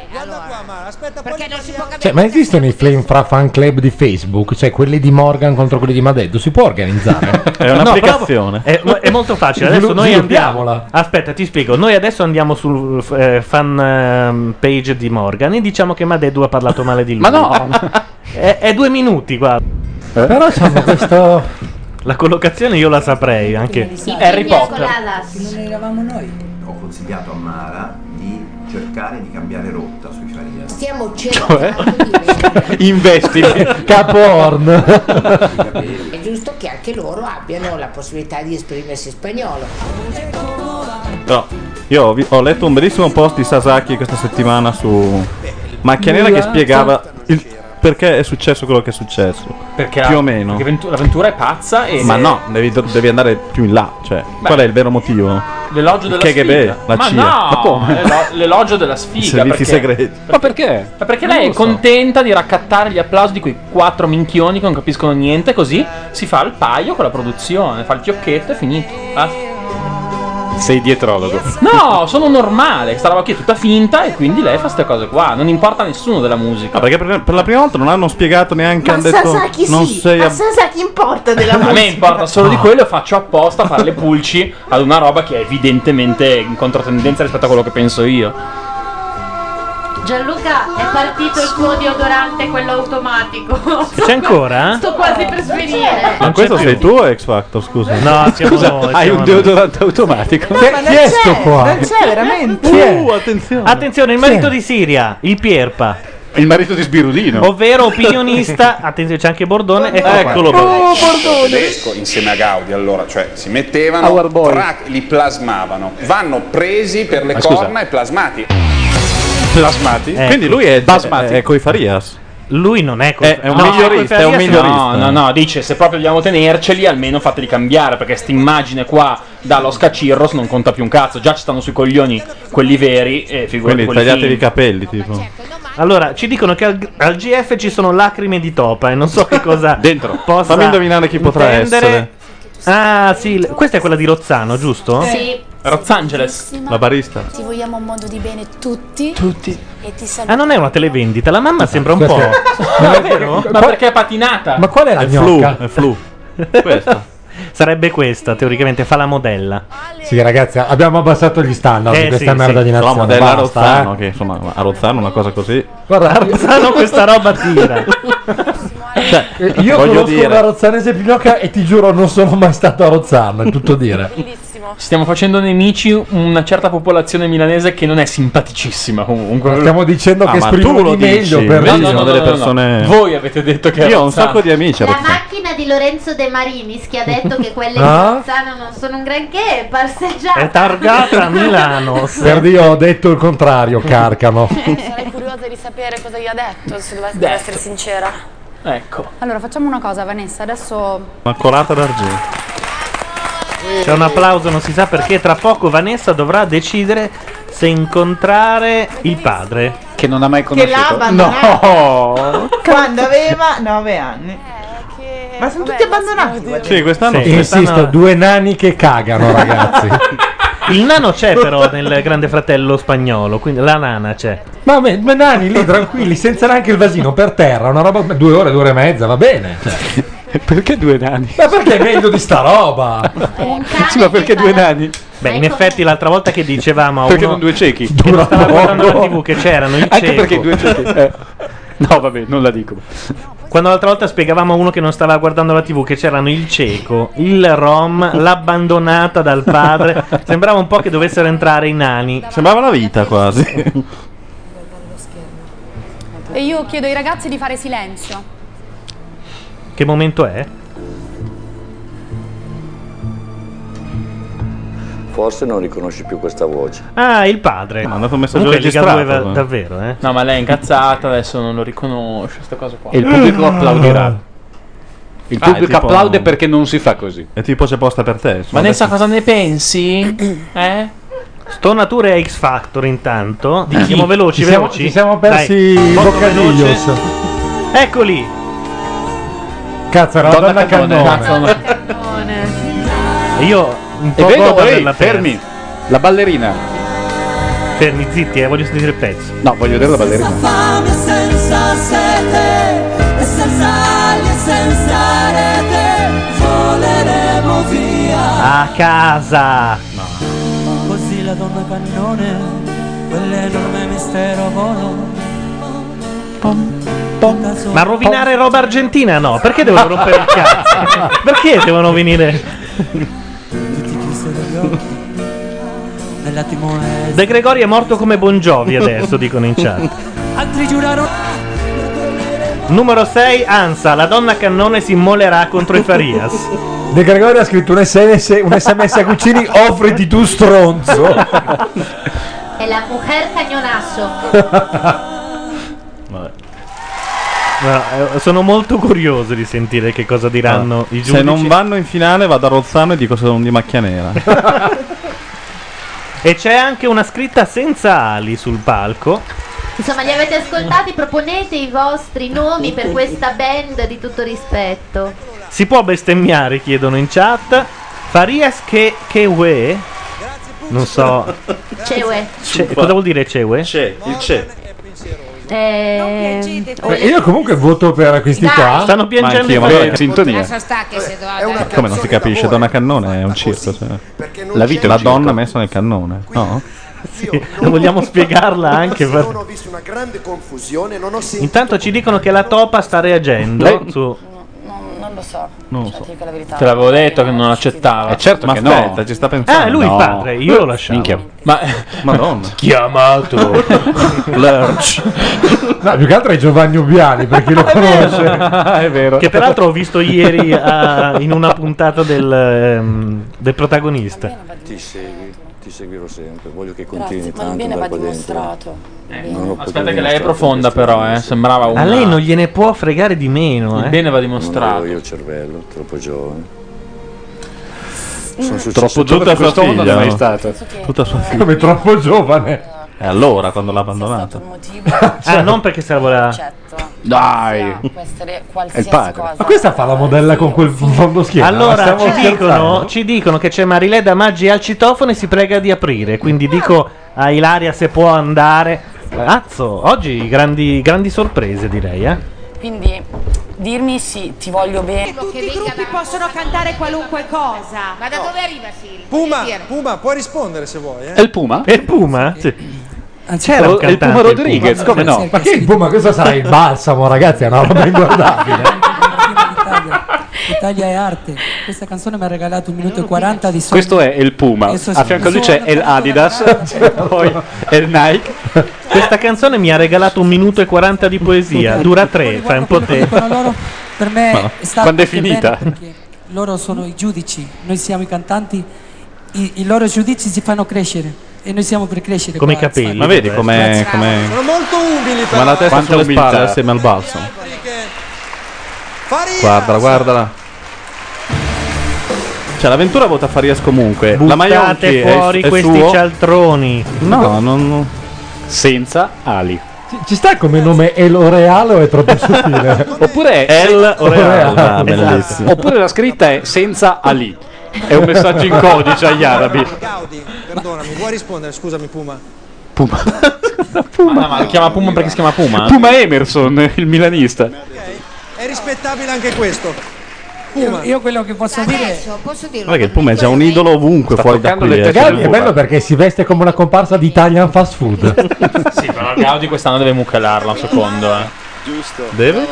S24: Perché non si può capire.
S5: Cioè, ma esistono i flame fra fan club di Facebook? Cioè, quelli di Morgan contro quelli di Madeddu? Si può organizzare?
S4: *laughs* È un'applicazione.
S1: È, è molto facile. Adesso noi andiamo. Aspetta, ti spiego. Noi adesso andiamo sul eh, fan ehm, page di Morgan e diciamo che Madeddu ha parlato male di lui.
S3: Ma no!
S4: Eh?
S1: è, è due minuti, guarda.
S4: *laughs*
S5: Però c'hanno questo.
S1: La collocazione io la saprei anche.
S25: Non eravamo noi. Ho consigliato a Mara di cercare di cambiare rotta sui Faria.
S24: Stiamo
S4: *laughs*
S3: Investi capo horn.
S11: *laughs*
S24: È giusto che anche loro abbiano la possibilità di esprimersi in spagnolo.
S4: No, io ho, vi- ho letto un bellissimo post di Sasaki questa settimana su Macchia Nera che
S7: Nulla,
S4: spiegava il- perché è successo quello che è successo.
S7: Perché
S4: più
S7: la-
S4: o meno.
S7: perché Ventu- la Ventura è pazza e.
S4: Ma no, devi, devi andare più in là. Cioè, qual è il vero motivo?
S7: L'elogio della
S4: KGB,
S7: sfiga.
S4: la
S7: ma
S4: CIA.
S7: no,
S4: Ma come?
S7: l'elo- l'elogio della
S4: I
S7: sfiga.
S4: servizi
S7: perché-
S4: segreti.
S7: Ma perché? Ma perché
S4: Non
S7: lei
S4: lo
S7: è
S4: so.
S7: contenta di raccattare gli applausi di quei quattro minchioni che non capiscono niente, così si fa il paio con la produzione, fa il fiocchetto e è finito. Ah.
S12: Sei dietrologo.
S4: *laughs*
S7: No, sono normale, questa roba qui è tutta finta e quindi lei fa queste cose qua, non importa a nessuno della musica.
S4: No, Ah, perché per, per la prima volta non hanno spiegato neanche.
S7: Ma
S4: hanno detto,
S7: Sasaki
S4: non
S7: sì,
S4: sei
S7: ma
S4: ab-
S24: Sasaki importa
S7: *laughs*
S24: della
S7: A me
S24: musica.
S7: importa solo di quello e faccio apposta a fare le pulci ad una roba che è evidentemente in controtendenza rispetto a quello che penso io.
S16: Gianluca è partito il tuo deodorante, quello automatico.
S1: c'è ancora?
S16: *laughs* Sto quasi per svenire.
S4: Ma questo sei tu o X Factor? Scusa.
S1: No, siamo
S4: Scusa,
S1: noi,
S4: hai
S1: siamo
S4: un
S1: noi.
S4: deodorante automatico.
S1: No, ma non c'è, non
S2: c'è veramente.
S4: Uh, attenzione.
S1: Attenzione, il marito di Siria, il Pierpa.
S4: Il marito di Sbirudino.
S1: Ovvero
S4: *laughs*
S1: opinionista. Attenzione, c'è anche Bordone. Eccolo,
S26: Eccolo
S1: Ecco
S4: Oh,
S1: qua. Oh,
S26: tedesco insieme a Gaudi allora cioè si mettevano
S1: Our boy.
S26: tra- li plasmavano vanno presi per le
S4: Ma scusa.
S26: corna e plasmati
S4: Plasmati.
S26: Ecco.
S4: Quindi lui è,
S26: Basmati.
S4: è, è Eh, coi Farias. Eh,
S1: Lui non è
S4: È, è un migliorista, è un migliorista.
S7: No, no, no, dice se proprio dobbiamo tenerceli almeno fateli cambiare perché sta immagine qua dallo scacirros non conta più un cazzo, già ci stanno sui coglioni quelli veri
S1: Eh,
S7: e figurati
S4: Quindi
S7: quelli
S4: tagliatevi i
S7: finti.
S4: capelli, tipo.
S1: Allora, ci dicono che al, al GF ci sono lacrime di topa e non so che
S4: *laughs*
S1: cosa Dentro. possa
S4: Fammi indovinare chi potrà
S1: intendere.
S4: essere.
S1: Ah, sì, l- questa è quella di Rozzano, giusto?
S27: Sì.
S7: Los Angeles.
S1: La barista.
S27: Ti vogliamo un mondo di bene tutti.
S1: Tutti.
S27: E ti
S1: Ah,
S27: salutiamo.
S1: non è una televendita, la mamma sembra un po'.
S5: Questa-
S1: *laughs* Non è vero?
S7: Ma perché è patinata?
S5: Ma qual è la
S1: È flu,
S5: gnocca?
S1: è flu. *laughs* Sarebbe questa, teoricamente, fa la modella.
S5: Sì, ragazzi, abbiamo abbassato gli standard
S1: Eh,
S5: di questa
S1: sì,
S5: merda
S1: sì.
S5: di
S4: La
S5: nazione.
S4: modella
S5: basta,
S4: Rozzano,
S5: eh.
S4: che insomma a Rozzano una cosa così.
S5: Guarda,
S4: *laughs*
S1: Rozzano questa roba tira.
S5: Eh, Io
S4: Voglio
S5: conosco
S4: dire.
S5: una rozzanese pinocca e ti giuro non sono mai stato a Rozzano, è tutto dire.
S7: Stiamo facendo nemici una certa popolazione milanese che non è simpaticissima comunque.
S5: Stiamo dicendo che esprimono di meglio per
S4: no, no, no, no, no, no.
S7: Voi avete detto che
S4: Io ho un sacco di amici. a
S16: La
S4: Rozzano.
S16: macchina di Lorenzo De Marinis che ha detto che quelle
S5: Ah?
S16: di Rozzano non sono un granché, è passeggiata.
S1: targata a
S5: *laughs*
S1: Milano.
S5: Per Dio, ho detto il contrario, Carcano.
S28: sarei curiosa di sapere cosa gli ha detto, se dovessi
S5: Detto.
S28: essere sincera.
S5: eh.
S7: Ecco.
S15: Allora, facciamo una cosa, Vanessa. Adesso
S1: Ma colata d'argento. C'è un applauso, non si sa perché. Tra poco Vanessa dovrà decidere se incontrare il padre.
S12: Che non ha mai
S2: Che l'ha abbandonato.
S1: No!
S2: Quando aveva 9 anni.
S29: Eh,
S2: Ma sono tutti abbandonati. guarda.
S4: Sì, quest'anno
S5: Sì, Insisto, due nani che cagano, ragazzi.
S1: *laughs* Il nano c'è però nel Grande Fratello spagnolo, quindi la nana c'è.
S5: Ma me- me nani lì tranquilli, senza neanche il vasino per terra, una roba due ore, due ore e mezza, va bene. cioè.
S4: perché due nani?
S5: Ma perché è meglio di sta roba?
S2: Eh,
S4: Sì, ma perché due nani?
S1: Beh, in effetti l'altra volta che dicevamo a
S4: Perché
S1: uno
S4: non due ciechi?
S1: che non stava guardando la TV che c'erano il
S12: Anche
S1: cieco.
S12: perché i due ciechi. *laughs* eh. No, vabbè, non la dico.
S1: Quando l'altra volta spiegavamo a uno che non stava guardando la TV che c'erano il cieco, il rom, l'abbandonata dal padre. Sembrava un po' che dovessero entrare i nani.
S4: Sembrava la vita quasi.
S15: e io chiedo ai ragazzi di fare silenzio.
S1: Che momento è?
S30: Forse non riconosci più questa voce.
S1: Ah, il padre.
S4: Ha mandato un
S1: messaggio Comunque, Liga registrato, due va- poi. davvero, eh?
S7: No, ma lei è incazzata, adesso non lo riconosce, queste cose qua.
S12: E il pubblico
S1: Ah.
S12: applaudirà. Il
S4: Ah, è
S12: pubblico
S4: tipo-
S12: applaude perché non si fa così.
S4: È tipo c'è posta per te. insomma.
S7: Vanessa, cosa ne pensi? Eh?
S1: Stonature e X Factor intanto. Siamo veloci,
S5: Ci siamo-
S1: veloci.
S5: ci siamo persi
S1: Dai.
S5: i
S1: Molto
S5: Bocadillos.
S1: veloce. Ecco Eccoli.
S5: Cazzo, era la donna, cannone.
S1: Io un
S12: E
S1: po'
S12: vedo,
S1: godo
S12: ehi,
S1: della
S12: fermi.
S1: persa.
S12: La ballerina.
S1: Fermi, zitti, eh, voglio sentire il pezzo.
S12: No, voglio vedere la ballerina.
S31: fame senza sete e senza aria e senza rete voleremo via
S1: A casa.
S31: così la donna cannone quell'enorme mistero volo
S1: Ma rovinare roba argentina no, perché devono rompere
S8: *laughs*
S1: il cazzo? perché devono venire?
S31: Nell'attimo è
S1: De Gregori è morto come Bongiovi adesso, dicono in chat.
S31: Altri giurano
S1: Numero 6, Ansa, la donna cannone si immolerà contro i Farias.
S5: De Gregorio ha scritto un SMS, un SMS a Cuccini, offriti tu stronzo.
S16: *laughs* È la mujer
S3: *laughs*
S16: cañonasso.
S1: Ma, eh, sono molto curioso di sentire che cosa diranno i giudici.
S4: Ah, Se non vanno in finale vado a Rozzano e dico sono di macchia nera.
S1: E c'è anche una scritta senza ali sul palco.
S16: Insomma, li avete ascoltati, proponete i vostri nomi per questa band di tutto rispetto.
S1: Si può bestemmiare, chiedono in chat. Farias che, che ue? Non so.
S16: Cewe.
S1: Ce- cosa vuol dire cewe? C'è,
S4: il c'è.
S16: Eh,
S5: Beh, io comunque voto per questi qua.
S1: Stanno piangendo
S4: anch'io, ma
S1: i
S4: allora
S1: fari.
S4: in sintonia.
S24: Adesso sta che se doveva dare-
S4: Come non si capisce? Donna cannone è un circo. cioè.
S1: non
S4: La
S1: c'è
S4: vita,
S1: un
S4: la
S1: circo.
S4: donna messa nel cannone. No?
S1: *laughs* Sì, vogliamo spiegarla anche. per-
S6: Non ho visto una grande confusione, non ho sentito.
S1: Intanto ci dicono che la topa sta reagendo.
S6: Lei-
S1: Su.
S28: Non lo so.
S1: Non
S28: Cioè, ti dico la verità.
S7: Te l'avevo detto che non accettava.
S4: Eh, certo
S7: ma
S4: che no.
S7: aspetta,
S4: ci sta pensando.
S1: Ah, è lui il padre, io lo lasciavo.
S7: Ma
S4: *laughs* Madonna.
S7: *laughs* Chiamato.
S5: *laughs* No, più che altro è Giovanni Ubbiani, per *laughs* chi lo conosce.
S4: è vero.
S1: Che peraltro ho visto
S5: *laughs*
S1: ieri a- in una puntata del, ehm, del protagonista.
S30: Ti segui, ti seguirò sempre, voglio che
S28: Grazie,
S30: continui
S28: ma il
S30: tanto
S28: bene
S30: da
S28: va
S30: qua dentro.
S28: dimostrato.
S30: Non lo potevo
S7: Aspetta che lei è
S30: dimostrare
S12: certo,
S7: profonda però, eh. Sembrava una...
S1: A lei non gliene può fregare di meno.
S7: Il
S1: eh.
S7: bene va
S30: Non
S7: dimostrato.
S30: avevo io il cervello, troppo giovane.
S28: Mm.
S30: Sono successo
S4: Troppo giovane
S30: tutta
S4: per
S30: sua
S4: quest'onda
S30: figlia,
S4: non è
S30: no?
S4: stata. Tutta sua figlia.
S5: Come troppo giovane.
S4: E allora quando l'ha abbandonata?
S1: Ah, non perché se la voleva.
S4: Dai.
S28: Può essere qualsiasi cosa.
S5: Ma questa fa la modella con quel fondo schiena.
S1: Allora
S5: Ma stiamo
S1: ci
S5: scherzando?
S1: dicono, ci dicono che c'è Marileda Maggi al citofono e si prega di aprire. Quindi dico a Ilaria se può andare. Azzo, oggi grandi, grandi sorprese direi. Eh?
S28: Quindi dirmi sì, ti voglio bene.
S23: Tutti i gruppi possono cantare qualunque cosa.
S24: Ma da dove arriva Siri?
S23: Puma,
S8: Puma, puoi rispondere se
S18: eh?
S8: vuoi.
S30: È il Puma?
S1: È il Puma? Sì.
S5: Ah,
S1: C'era un
S5: È il Puma
S1: cantante, il Puma.
S5: Rodriguez, come no? Ma che il Puma, cosa sai? Il balsamo, ragazzi, è una roba inguardabile.
S8: Italia è arte. Questa canzone mi ha regalato un minuto e 40 di sogno.
S12: Questo è il Puma.
S8: Questo sì.
S12: A fianco a lui c'è el *laughs* Adidas. poi el Nike.
S1: Questa canzone mi ha regalato un minuto e 40 di poesia. Dura tre, fa un po' te.
S8: Per me
S1: Ma
S8: è stato
S1: quando è
S8: anche
S1: finita?
S8: bene perché loro sono i giudici, noi siamo i cantanti, i, i loro giudici ci fanno crescere e noi siamo per crescere.
S1: Come i
S8: qua,
S1: capelli.
S8: sai.
S4: Ma vedi com'è. com'è-
S8: Sono molto umili
S4: Ma
S8: però.
S4: la testa
S8: Quanta
S4: sulle
S8: umiltà.
S4: spalle assieme al balsamo. Guardala, guardala. Cioè, l'avventura vota Farias comunque. la Maionchi
S1: Buttate
S4: è-
S1: fuori
S4: è
S1: questi
S4: suo.
S1: cialtroni.
S4: No, non.
S12: Senza ali.
S5: Ci sta come nome El Oreale o è *laughs* troppo sottile?
S12: Oppure è Esatto.
S1: El
S5: Oreal. Ah, bellissimo.
S12: Oppure la scritta è senza Ali. È un messaggio in codice agli arabi.
S8: Gaudi, perdonami, vuoi rispondere? Scusami Puma.
S12: Puma.
S7: Ma, ma lo chiama Puma perché si chiama Puma?
S12: Puma Emerson, il milanista.
S8: È rispettabile anche questo. Io, io quello che posso dire...
S24: Posso dirlo?
S4: Guarda che il Puma è già un idolo ovunque fuori da qui. eh,
S5: Gaudi è
S4: cioè-
S5: bello perché si veste come una comparsa di Italian fast *laughs* food.
S7: Sì, però Gaudi quest'anno deve mucchelarla un secondo, eh.
S30: Giusto.
S7: Deve?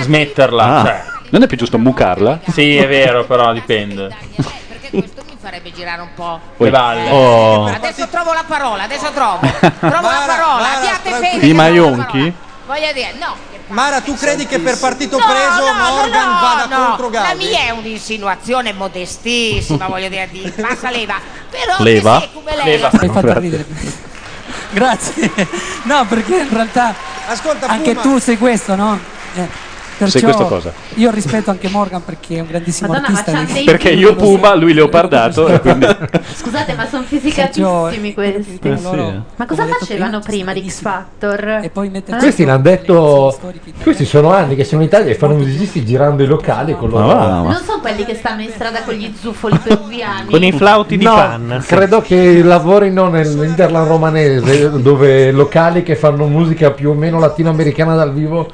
S7: Smetterla,
S12: Ah,
S7: cioè.
S12: Non è più giusto mucarla?
S7: Sì, è vero, però dipende.
S24: Questo mi farebbe girare un po'.
S12: Oi.
S7: Le balle.
S12: Oh.
S24: Adesso trovo la parola, adesso
S12: *laughs*
S24: trovo. Trovo la parola, abbiate fede.
S4: I
S24: che
S4: Maionchi?
S24: trovo- Voglio dire, no.
S8: Mara, tu credi che per partito
S24: No,
S8: preso
S24: no, no,
S8: Morgan
S24: no,
S8: vada
S24: no.
S8: contro
S24: La
S8: Gaudi?
S24: mia è un'insinuazione
S12: *laughs*
S24: modestissima, voglio dire, di bassa leva. Però che
S8: Leva?
S24: sei come lei.
S8: Leva. Hai fatto ridere. Grazie. No, perché in realtà anche tu sei questo, no? Eh,
S12: Sei questo cosa?
S8: Io rispetto anche Morgan perché è un grandissimo
S16: Madonna, ma
S8: artista.
S16: c'ha
S8: di-
S16: dei
S12: Perché io Puma, lui Leopardato. E quindi...
S16: Scusate, ma sono fisicatissimi questi. Ma cosa facevano prima di Eh? X Factor? E
S8: poi
S5: Questi l'hanno detto. Questi sono anni che sono in Italia e fanno musicisti girando i locali con loro.
S16: Non sono quelli che stanno in strada con gli zufoli peruviani.
S5: No,
S16: panna
S5: Credo che lavorino nell'Interland romanese, dove locali che fanno musica più o meno latinoamericana dal vivo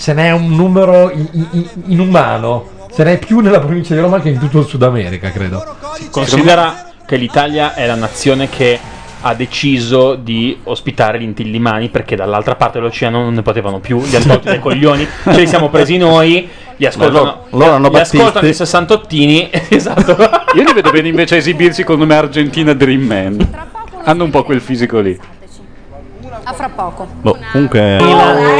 S5: ce n'è un numero i- i- i- inumano. Ce n'è più nella provincia di Roma che in tutto il Sud America, credo.
S7: Considera che l'Italia è la nazione che ha deciso di ospitare gli intillimani perché dall'altra parte dell'oceano non ne potevano più, li hanno tolti dai coglioni, ce li siamo presi noi, li ascoltano,
S12: Loro- loro hanno
S7: li ascoltano
S12: Battisti.
S7: i
S12: *laughs*
S7: sessantottini, esatto.
S12: Io li vedo bene invece a esibirsi con me Argentina Dream Man. Hanno un po' quel fisico lì.
S15: A fra poco.
S12: Boh, comunque.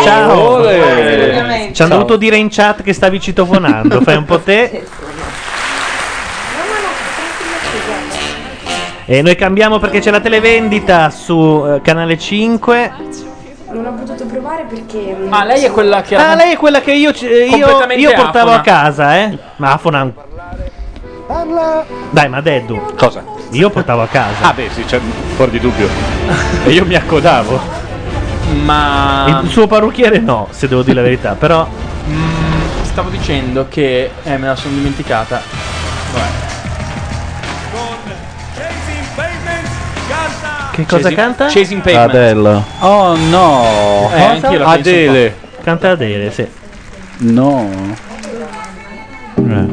S1: Ciao.
S12: Ole.
S1: Ci hanno
S12: Ciao.
S1: dovuto dire in chat che stavi citofonando. Fai un po' te. E noi cambiamo perché c'è la televendita su eh, Canale 5.
S32: Non ho potuto provare perché.
S7: Ah, lei è quella che
S1: Ah, lei è quella che io, ci- eh, io,
S7: Completamente
S1: io portavo
S7: afona.
S1: a casa, eh. Ma afona. Dai, ma Deddu.
S12: Cosa?
S1: Io portavo a casa.
S12: Ah, beh, sì, c'è fuori di dubbio. E io mi accodavo.
S7: Ma
S1: Il suo parrucchiere no, se devo dire la verità, però
S7: Mm, stavo dicendo che eh, me la sono dimenticata.
S1: che cosa
S7: Chasing-
S1: canta?
S7: Chasing Pavement.
S12: Adele.
S1: Oh no.
S12: Eh, anch'io la penso
S1: Adele. Canta Adele, sì.
S12: No. Eh,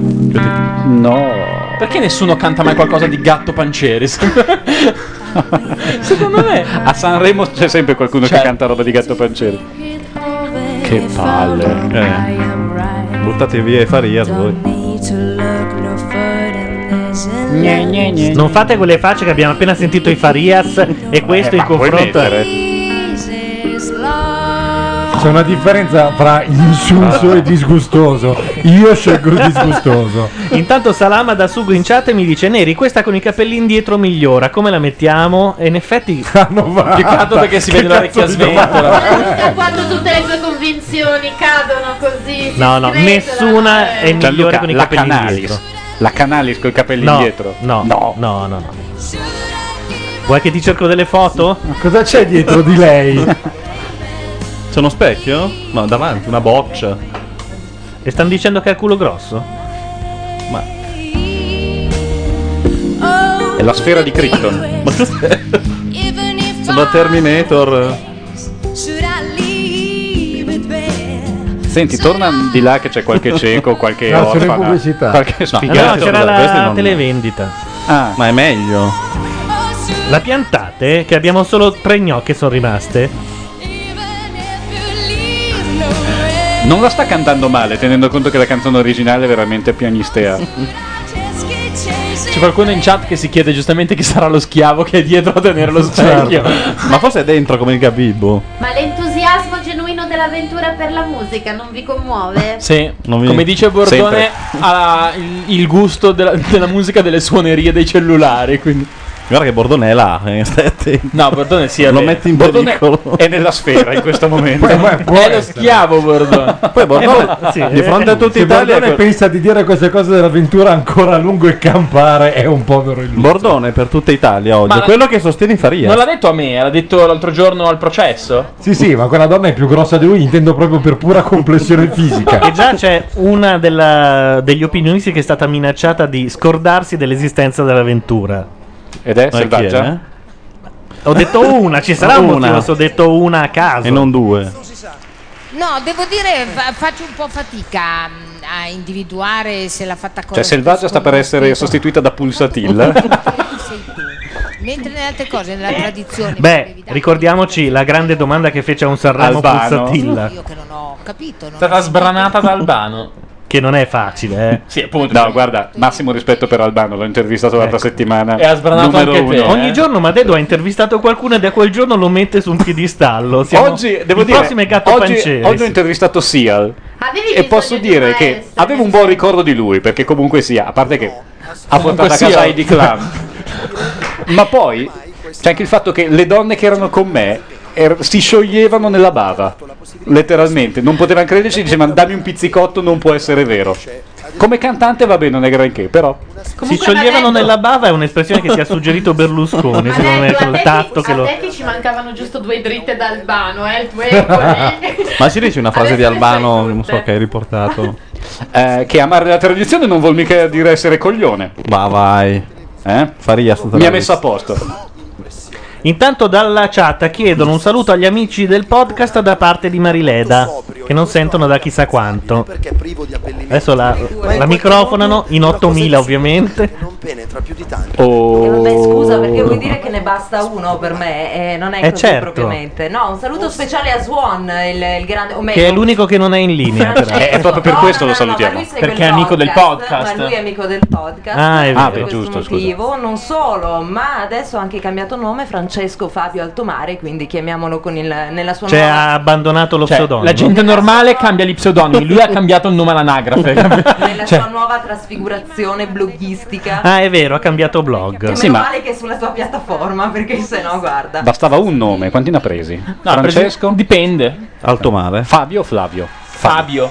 S12: No.
S7: Perché nessuno canta mai qualcosa di gatto pancieri? *laughs* Secondo me.
S12: A Sanremo c'è sempre qualcuno che canta roba di gatto pancieri. Cioè- Che palle. Eh.
S4: Buttate via Faria voi.
S1: Eh, Non fate quelle facce che abbiamo appena sentito i Farias e questo
S5: Eh,
S1: in
S5: ma puoi
S1: confronto
S5: mettere. C'è una differenza tra insulso e disgustoso. Io scelgo il disgustoso.
S1: Intanto Salama da Sugo in chat mi dice Neri, questa con i capellini dietro migliora, come la mettiamo? E in effetti...
S7: Peccato perché si vede l'orecchia sventola.
S16: Quando tutte le sue convinzioni cadono così.
S1: No, no, nessuna è
S12: Gianluca,
S1: migliore con i
S12: la
S1: capelli
S12: Canalis.
S1: indietro.
S12: La Canalis con i capelli
S1: No,
S12: indietro.
S1: No, no, no, no. Vuoi che ti cerco delle foto? Ma
S5: cosa c'è dietro di
S1: *laughs*
S5: lei?
S4: C'è uno specchio? No, davanti, una boccia.
S1: E stanno dicendo che ha il culo grosso?
S4: Ma.
S12: È la sfera di Krypton.
S4: Ma cos'è? Sembra Terminator.
S12: Senti, torna di là che c'è qualche cieco,
S1: *laughs*
S12: qualche
S5: No, sono in
S12: orfana,
S5: pubblicità.
S12: Qualche sfigato.
S1: No, c'era la
S12: Questi non-
S1: televendita.
S12: Ah.
S1: Ma è meglio. La piantate, che abbiamo solo tre gnocche sono rimaste.
S12: Non la sta cantando male, tenendo conto che la canzone originale è veramente pianistea.
S7: C'è qualcuno in chat che si chiede giustamente chi sarà lo schiavo che è dietro a tenere lo specchio.
S4: Certo. Ma forse è dentro come il Gabibbo.
S16: Ma l'entusiasmo genuino dell'avventura per la musica non vi commuove?
S7: Sì,
S4: Non mi-
S7: come dice Bordone,
S4: Sempre.
S7: ha il, il gusto della, della musica delle suonerie dei cellulari. Quindi.
S4: Guarda che Bordone è là, eh, *laughs* stai attento.
S7: No, Bordone si
S4: Lo metti in
S7: Bordone
S4: pericolo.
S12: È nella sfera in questo
S5: *laughs*
S12: momento.
S7: è lo schiavo Bordone.
S4: Poi
S7: Bordone,
S4: di fronte a tutta
S5: Eh, Se
S4: Italia
S5: Bordone
S4: quel-
S5: pensa di dire queste cose dell'avventura ancora a lungo e campare è un povero illuso.
S4: Bordone per tutta Italia oggi.
S7: Ma la-
S4: Quello che sostiene Faria.
S7: Non l'ha detto a me, l'ha detto l'altro giorno al processo.
S5: Sì, sì, ma quella donna è più grossa di lui, intendo proprio per pura complessione fisica.
S1: E già c'è una della- degli opinionisti che è stata minacciata di scordarsi dell'esistenza dell'avventura.
S12: Ed è
S1: Ma chi
S12: selvaggia?
S1: è? eh? Ho detto una, ci sarà un
S4: Una.
S1: motivo se ho detto una a caso.
S4: E non due.
S24: No, devo dire, fa- faccio un po' fatica mh, a individuare se l'ha fatta con
S12: Cioè, selvaggia sta per essere sostituita da pulsatilla.
S24: Mentre nelle altre cose,
S12: *laughs*
S24: nella tradizione,
S1: Beh, ricordiamoci la grande domanda che fece a un Sanremo
S7: Albano.
S1: Puzzatilla.
S24: ho capito.
S7: È stata sbranata da Albano.
S1: Che non è facile, eh.
S12: Sì, appunto. No, guarda, massimo rispetto per Albano, l'ho intervistato l'altra
S1: Ecco.
S12: settimana. numero uno.
S1: eh.
S12: eh?
S1: Ogni giorno Madedo ha intervistato qualcuno e da quel giorno lo mette su un piedistallo. Siamo
S12: oggi, devo
S1: il
S12: dire,
S1: prossimo è Gatto
S12: oggi,
S1: Pancieri.
S12: oggi ho intervistato Seal
S16: Avevi
S12: e
S16: bisogno
S12: posso
S16: di
S12: dire
S16: una
S12: che avevo un buon ricordo di lui, perché comunque sia, a parte che
S1: Ah,
S12: ha portato a Comunque casa sia. di Clan, *laughs* ma poi c'è anche il fatto che le donne che erano con me er- si scioglievano nella bava, letteralmente, non potevano crederci, dicevano dammi un pizzicotto, non può essere vero. Come cantante va bene, non è granché, però...
S1: Si scioglievano nella bava è un'espressione che ti ha suggerito Berlusconi, secondo me, col tatto che
S16: a
S1: lo...
S16: te che ci mancavano giusto due dritte d'Albano, eh, il tuo
S1: *laughs*
S16: Eboli.
S4: Ma ci dici una frase di Albano, non so che hai riportato.
S12: Eh, che amare la tradizione non vuol mica dire essere coglione.
S4: Ma vai. Faria
S12: Mi ha messo a posto.
S1: Intanto dalla chat chiedono un saluto agli amici del podcast da parte di Marileda, che non sentono da chissà quanto. Adesso la, la microfonano, in 8000 ovviamente.
S33: penetra più
S14: *laughs*
S33: di tanto.
S1: Oh.
S16: Beh, scusa, perché vuol dire che ne basta uno per me? Eh, non è
S1: Eh,
S16: così
S1: certo.
S16: propriamente. No, un saluto speciale a Swan, il, il grande. O meglio,
S1: Che è l'unico che non è in linea. però.
S16: Francesco, È proprio per no, questo
S1: lo
S16: ma
S1: salutiamo.
S16: lui segue il Ma lui è amico del podcast.
S1: Ah, è
S16: per
S1: vero.
S16: questo
S1: Giusto, scusa.
S16: motivo. Non solo, ma adesso ha anche cambiato nome, Francesco Fabio Altomare, quindi chiamiamolo con il, nella sua
S1: Cioè,
S16: nuova-
S1: ha abbandonato
S7: Cioè,
S1: lo pseudonimo.
S34: La gente normale cambia gli pseudonimi, lui ha cambiato il nome
S1: *laughs*
S34: all'anagrafe.
S16: nella
S1: cioè-
S16: sua nuova trasfigurazione bloghistica.
S1: Ah, è vero, ha cambiato blog.
S16: Che meno male che è sulla sua piattaforma, perché se no, guarda.
S12: Bastava un nome, quanti ne ha presi? Francesco?
S34: Dipende.
S12: Altomare. Fabio o Flavio?
S34: Fabio.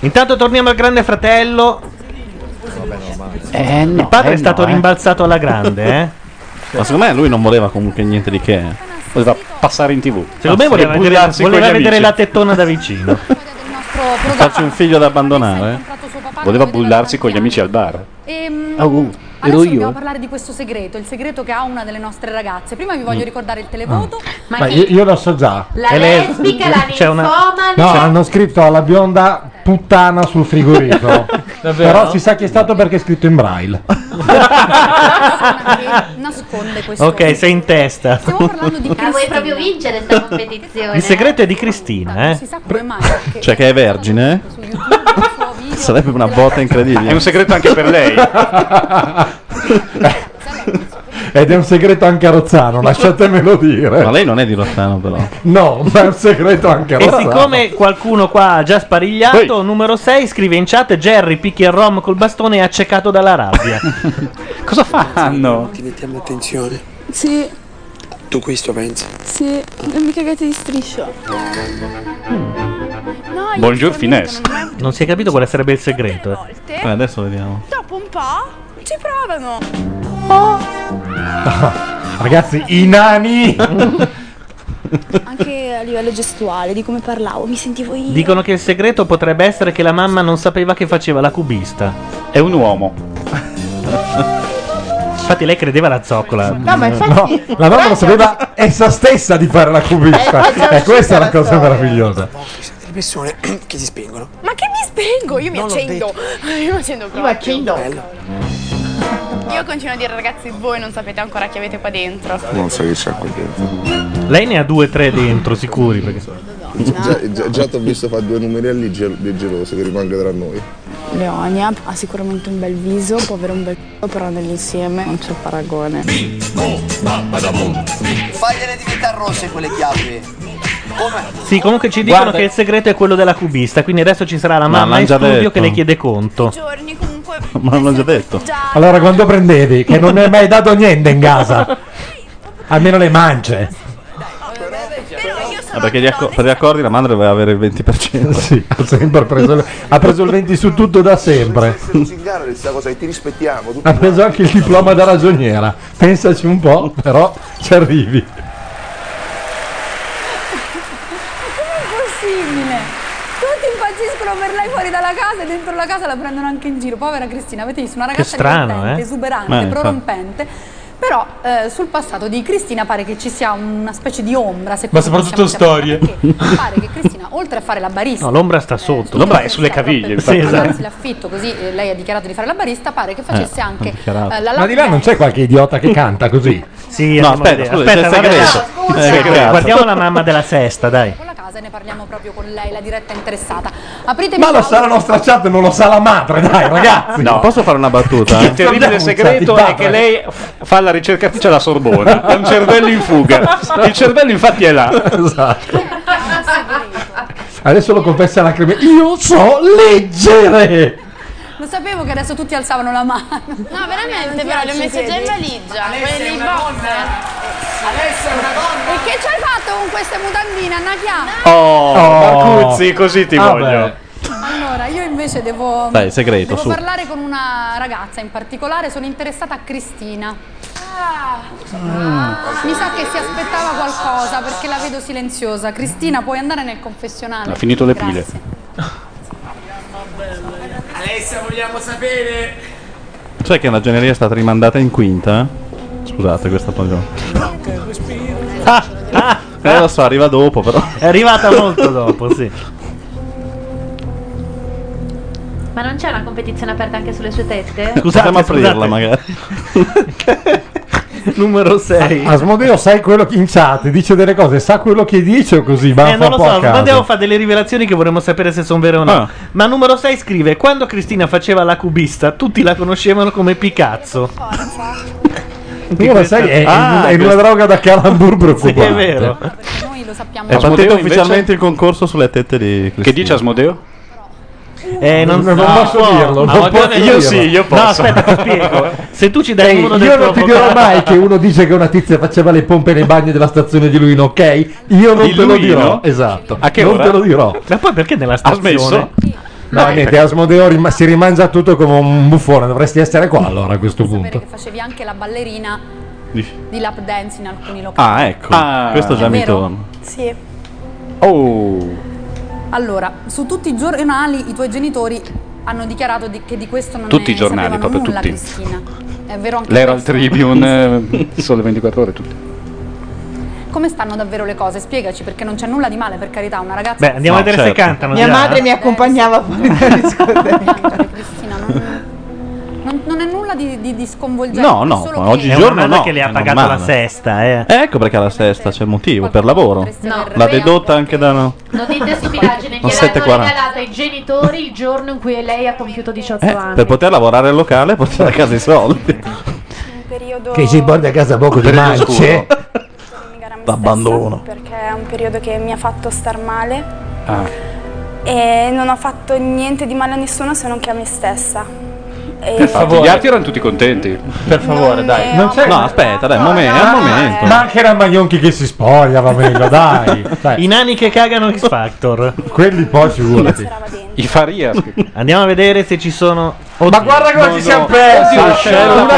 S1: Intanto torniamo al Grande Fratello. Il padre
S4: eh
S1: è stato
S4: no, eh.
S1: rimbalzato alla grande,
S16: *laughs*
S1: eh.
S4: Ma secondo me lui non voleva comunque niente di che. Ah,
S12: Voleva passare in tv.
S1: Secondo me voleva vedere, voleva vedere la tettona da vicino.
S4: Farci un figlio da abbandonare.
S12: Voleva bullarsi con gli amici al bar.
S15: Ehm,
S12: Ah, uh, ero
S15: Adesso dobbiamo
S12: io.
S15: parlare di questo segreto, il segreto che ha una delle nostre ragazze. Prima vi voglio
S5: Mm.
S15: ricordare il televoto.
S5: Ma io, io lo so già.
S15: La
S5: È le-
S15: lesbica, la
S5: c'è una-
S15: ninfomane.
S5: No, hanno scritto alla bionda puttana sul frigorifero. Però si sa chi è stato perché è scritto in braille.
S15: Nasconde questo.
S1: ok, sei in testa. *laughs*
S35: Ma vuoi proprio vincere sta competizione?
S1: Il segreto è di Cristina, eh.
S4: Cioè che è vergine? eh? Sarebbe una botta incredibile.
S12: È un segreto anche per lei.
S5: Ed è un segreto anche a Rozzano, lasciatemelo dire.
S4: Ma lei *laughs* non è di Rossano però.
S5: No, ma è un segreto anche a
S1: E
S5: Rozzano.
S1: siccome qualcuno qua ha già sparigliato, numero 6 scrive in chat: Jerry picchia il rom col bastone e è accecato dalla
S5: *laughs*
S1: rabbia.
S12: Cosa
S14: Ah,
S12: fanno?
S6: Ti mettiamo attenzione.
S36: Sì,
S6: Tu questo pensi?
S36: sì, non mi cagate di striscio. No, io
S1: Buongiorno Finesse. Non si è capito quale sarebbe il segreto.
S4: Eh, adesso vediamo.
S36: dopo un po' ci provano.
S5: *laughs*
S36: Oh,
S5: Ragazzi, i nani.
S36: Anche a livello gestuale, di come parlavo, mi sentivo io.
S1: *laughs* Dicono che il segreto potrebbe essere che la mamma non sapeva che faceva la cubista.
S12: È un uomo.
S1: Infatti lei credeva la zoccola.
S37: No, ma infatti-
S5: No, la mamma lo sapeva essa stessa di fare la cubista. E questa è la cosa meravigliosa.
S6: Delle persone che si spengono.
S36: Ma che mi spengo? Io mi
S6: Non l'ho
S36: accendo. *laughs* Io mi accendo proprio.
S6: Bello.
S36: Io continuo a dire ragazzi, voi non sapete ancora chi avete qua dentro.
S1: Non so che c'è qui dentro. Lei ne ha due o tre dentro, sicuri. Perché...
S14: Già, già, già ti ho visto fare due numerelli gel- di geloso che rimangono tra noi.
S36: Leonia ha sicuramente un bel viso, può avere un bel c***o, però nell'insieme non c'è paragone.
S6: Fagliele diventare rosse quelle chiavi. Come?
S1: Sì, comunque ci dicono
S6: Guarda-
S1: che il segreto è quello della cubista. Quindi adesso ci sarà la
S4: Ma
S1: mamma
S4: l'han
S1: in
S4: già
S1: studio
S4: detto.
S1: che le chiede conto.
S5: *laughs*
S4: Ma l'ho già
S15: esatto,
S4: detto.
S5: Allora, quando prendevi, che non ne hai mai dato niente in casa,
S15: *laughs*
S5: almeno le mance.
S4: Ah, perché gli acco- per gli accordi la madre doveva avere il 20%.
S5: *laughs* Sì, ha sempre preso il, ha preso il 20 su tutto da sempre.
S14: Lusingare questa cosa, ti rispettiamo.
S5: Ha preso anche il diploma da ragioniera. Pensaci un po', però ci arrivi.
S15: possibile? Tutti impazziscono per lei fuori dalla casa e dentro la casa la prendono anche in giro. Povera Cristina, avete visto una ragazza
S1: strano,
S15: divertente,
S1: eh?
S15: esuberante,
S1: Ma, infatti.
S15: prorompente. Però eh, sul passato di Cristina pare che ci sia una specie di ombra, se
S1: Ma
S15: così
S1: soprattutto
S15: possiamo
S1: storie.
S15: chiamarla, perché pare che Cristina, oltre a fare la barista,
S1: No, l'ombra sta sotto.
S15: L'ombra è
S1: sulle caviglie. Sì,
S15: pagarsi
S1: esatto.
S15: l'affitto, così eh, lei ha dichiarato di fare la barista, pare che facesse
S5: Eh,
S15: anche eh, la
S5: Ma di là non c'è qualche idiota che canta così?
S1: Sì, abbiamo idea. aspetta, guardiamo- Guardiamo, guardiamo la mamma della sesta, dai.
S15: casa e ne parliamo proprio con lei, la diretta interessata. Apritemi
S5: Ma lo
S15: l'audio.
S5: sa la nostra chat, non lo sa la madre,
S1: *laughs*
S5: dai ragazzi.
S4: No, posso fare una battuta?
S12: Il terribile segreto è che lei f- fa la ricercatrice alla Sorbona. Ha un cervello in fuga. Il cervello, infatti, è là.
S5: *laughs*
S4: Esatto.
S5: Adesso lo confessa la crema. Io so leggere.
S15: Lo sapevo che adesso tutti alzavano la mano.
S36: No, veramente, però le ho messo già in valigia.
S6: Alessia
S36: quelle
S6: è
S36: in
S6: una
S36: box.
S6: Alessia è una donna.
S15: E che ci hai fatto con queste mutandine, Nakia?
S12: Oh,
S4: Oh.
S12: Marcuzzi, così ti
S4: Ah,
S12: voglio.
S4: beh.
S15: Allora, io invece devo.
S4: Dai, segreto,
S15: devo
S4: su.
S15: parlare con una ragazza in particolare, sono interessata a Cristina. Mi sa che si aspettava qualcosa perché la vedo silenziosa. Cristina, puoi andare nel confessionale?
S12: Ha finito le
S15: Grazie.
S12: pile.
S6: Alessia, vogliamo sapere.
S4: Sai Cioè che la generica è stata rimandata in quinta? Scusate questa cosa.
S5: *laughs*
S4: Eh, lo so, arriva dopo *laughs* però.
S1: È arrivata molto dopo, sì.
S16: *laughs* Ma non c'è una competizione aperta anche sulle sue tette?
S4: Potremmo aprirla
S1: *laughs*
S4: magari.
S1: Numero 6.
S5: Asmodeo sai quello che in chat dice delle cose, sa quello che dice o così, ma
S1: Eh,
S5: fa
S1: non
S5: un
S1: lo
S5: po'
S1: so,
S5: a caso. Ah.
S1: Matteo fa delle rivelazioni che vorremmo sapere se sono vere o no. Ma numero 6 scrive: Quando Cristina faceva la cubista, tutti la conoscevano come Picazzo.
S5: Io lo sai, è, è una- Ah, è una droga da calambur
S1: Sì,
S5: preoccupante.
S1: è vero.
S15: Noi lo sappiamo.
S38: È partito
S4: Asmodeo,
S38: ufficialmente
S4: invece?
S38: il concorso sulle tette di Cristina.
S4: Che dice
S38: Asmodeo?
S1: Eh, non,
S38: Ah, Non
S1: so.
S38: posso dirlo, non
S1: Asmodeo
S38: posso
S1: deve
S38: dirlo.
S1: No, aspetta, ti spiego. *laughs* Se tu ci dai
S5: Ehi,
S1: uno del
S5: io
S1: tuo
S5: non
S1: *laughs*
S5: ti dirò
S1: avvocato-
S5: mai che uno dice che una tizia faceva le pompe nei bagni della stazione di Luino, ok? Io non
S1: Di
S5: te lo
S1: Luino?
S5: dirò. Esatto.
S1: A che
S5: non
S1: ora?
S5: te lo dirò.
S1: Ma poi perché nella stazione?
S5: smesso? No, niente, Asmodeo rima- si rimangia tutto come un buffone, dovresti essere qua allora a questo punto.
S15: Perché facevi anche la ballerina di lap dance in alcuni
S4: Ah,
S15: locali.
S4: ecco.
S15: Ah.
S4: Questo già mi
S15: Vero?
S4: torna.
S15: Sì.
S4: Oh.
S15: Allora, su tutti i giornali i tuoi genitori hanno dichiarato di- che di questo non
S12: Tutti
S15: ne
S12: i giornali,
S15: sapevano
S12: proprio
S15: nulla,
S12: tutti.
S15: Cristina. È vero anche
S12: L'Herald
S15: questo?
S12: Tribune, eh, sole 24 ore, tutti.
S15: Come stanno davvero le cose? Spiegaci, perché non c'è nulla di male, per carità, una ragazza... Eh,
S1: Beh, andiamo
S12: No,
S1: a vedere
S12: certo.
S1: se cantano.
S39: Mia
S1: già. eh.
S39: madre mi accompagnava fuori
S15: *laughs*
S39: dalla discoteca.
S15: Non, non è nulla di, di, di sconvolgente.
S4: No,
S15: è
S4: no,
S15: Cioè, solo
S4: ma
S15: che-
S4: oggigiorno no.
S1: che le ha
S4: è
S1: pagato
S4: normale.
S1: la sesta, eh.
S4: Ecco perché la sesta c'è il motivo, per lavoro.
S16: No.
S4: L'ha dedotta anche da no.
S16: Non dite stupidaggini,
S4: Un
S16: gliel'hanno
S4: 7,40.
S16: regalato ai genitori il giorno in cui lei ha compiuto 18 anni.
S4: Per poter lavorare al locale *laughs* e portare a casa i soldi.
S5: Che si porta a casa poco di
S4: Periodo
S5: mance.
S4: L'abbandono.
S40: perché è un periodo che mi ha fatto star male
S4: Ah.
S40: e non ho fatto niente di male a nessuno se non che a me stessa. E-
S12: Per favore. Gli altri erano tutti contenti. Per favore, dai.
S5: Non c'è-
S4: No, aspetta, dai, un momento, un momento.
S5: Ma anche Ramagnonchi che si spoglia, va
S1: *laughs*
S5: meglio, dai. dai.
S1: I nani che cagano X Factor.
S5: Quelli poi figurati.
S1: I Faria. Andiamo a vedere se ci sono.
S5: Ma guarda cosa ci siamo persi! Una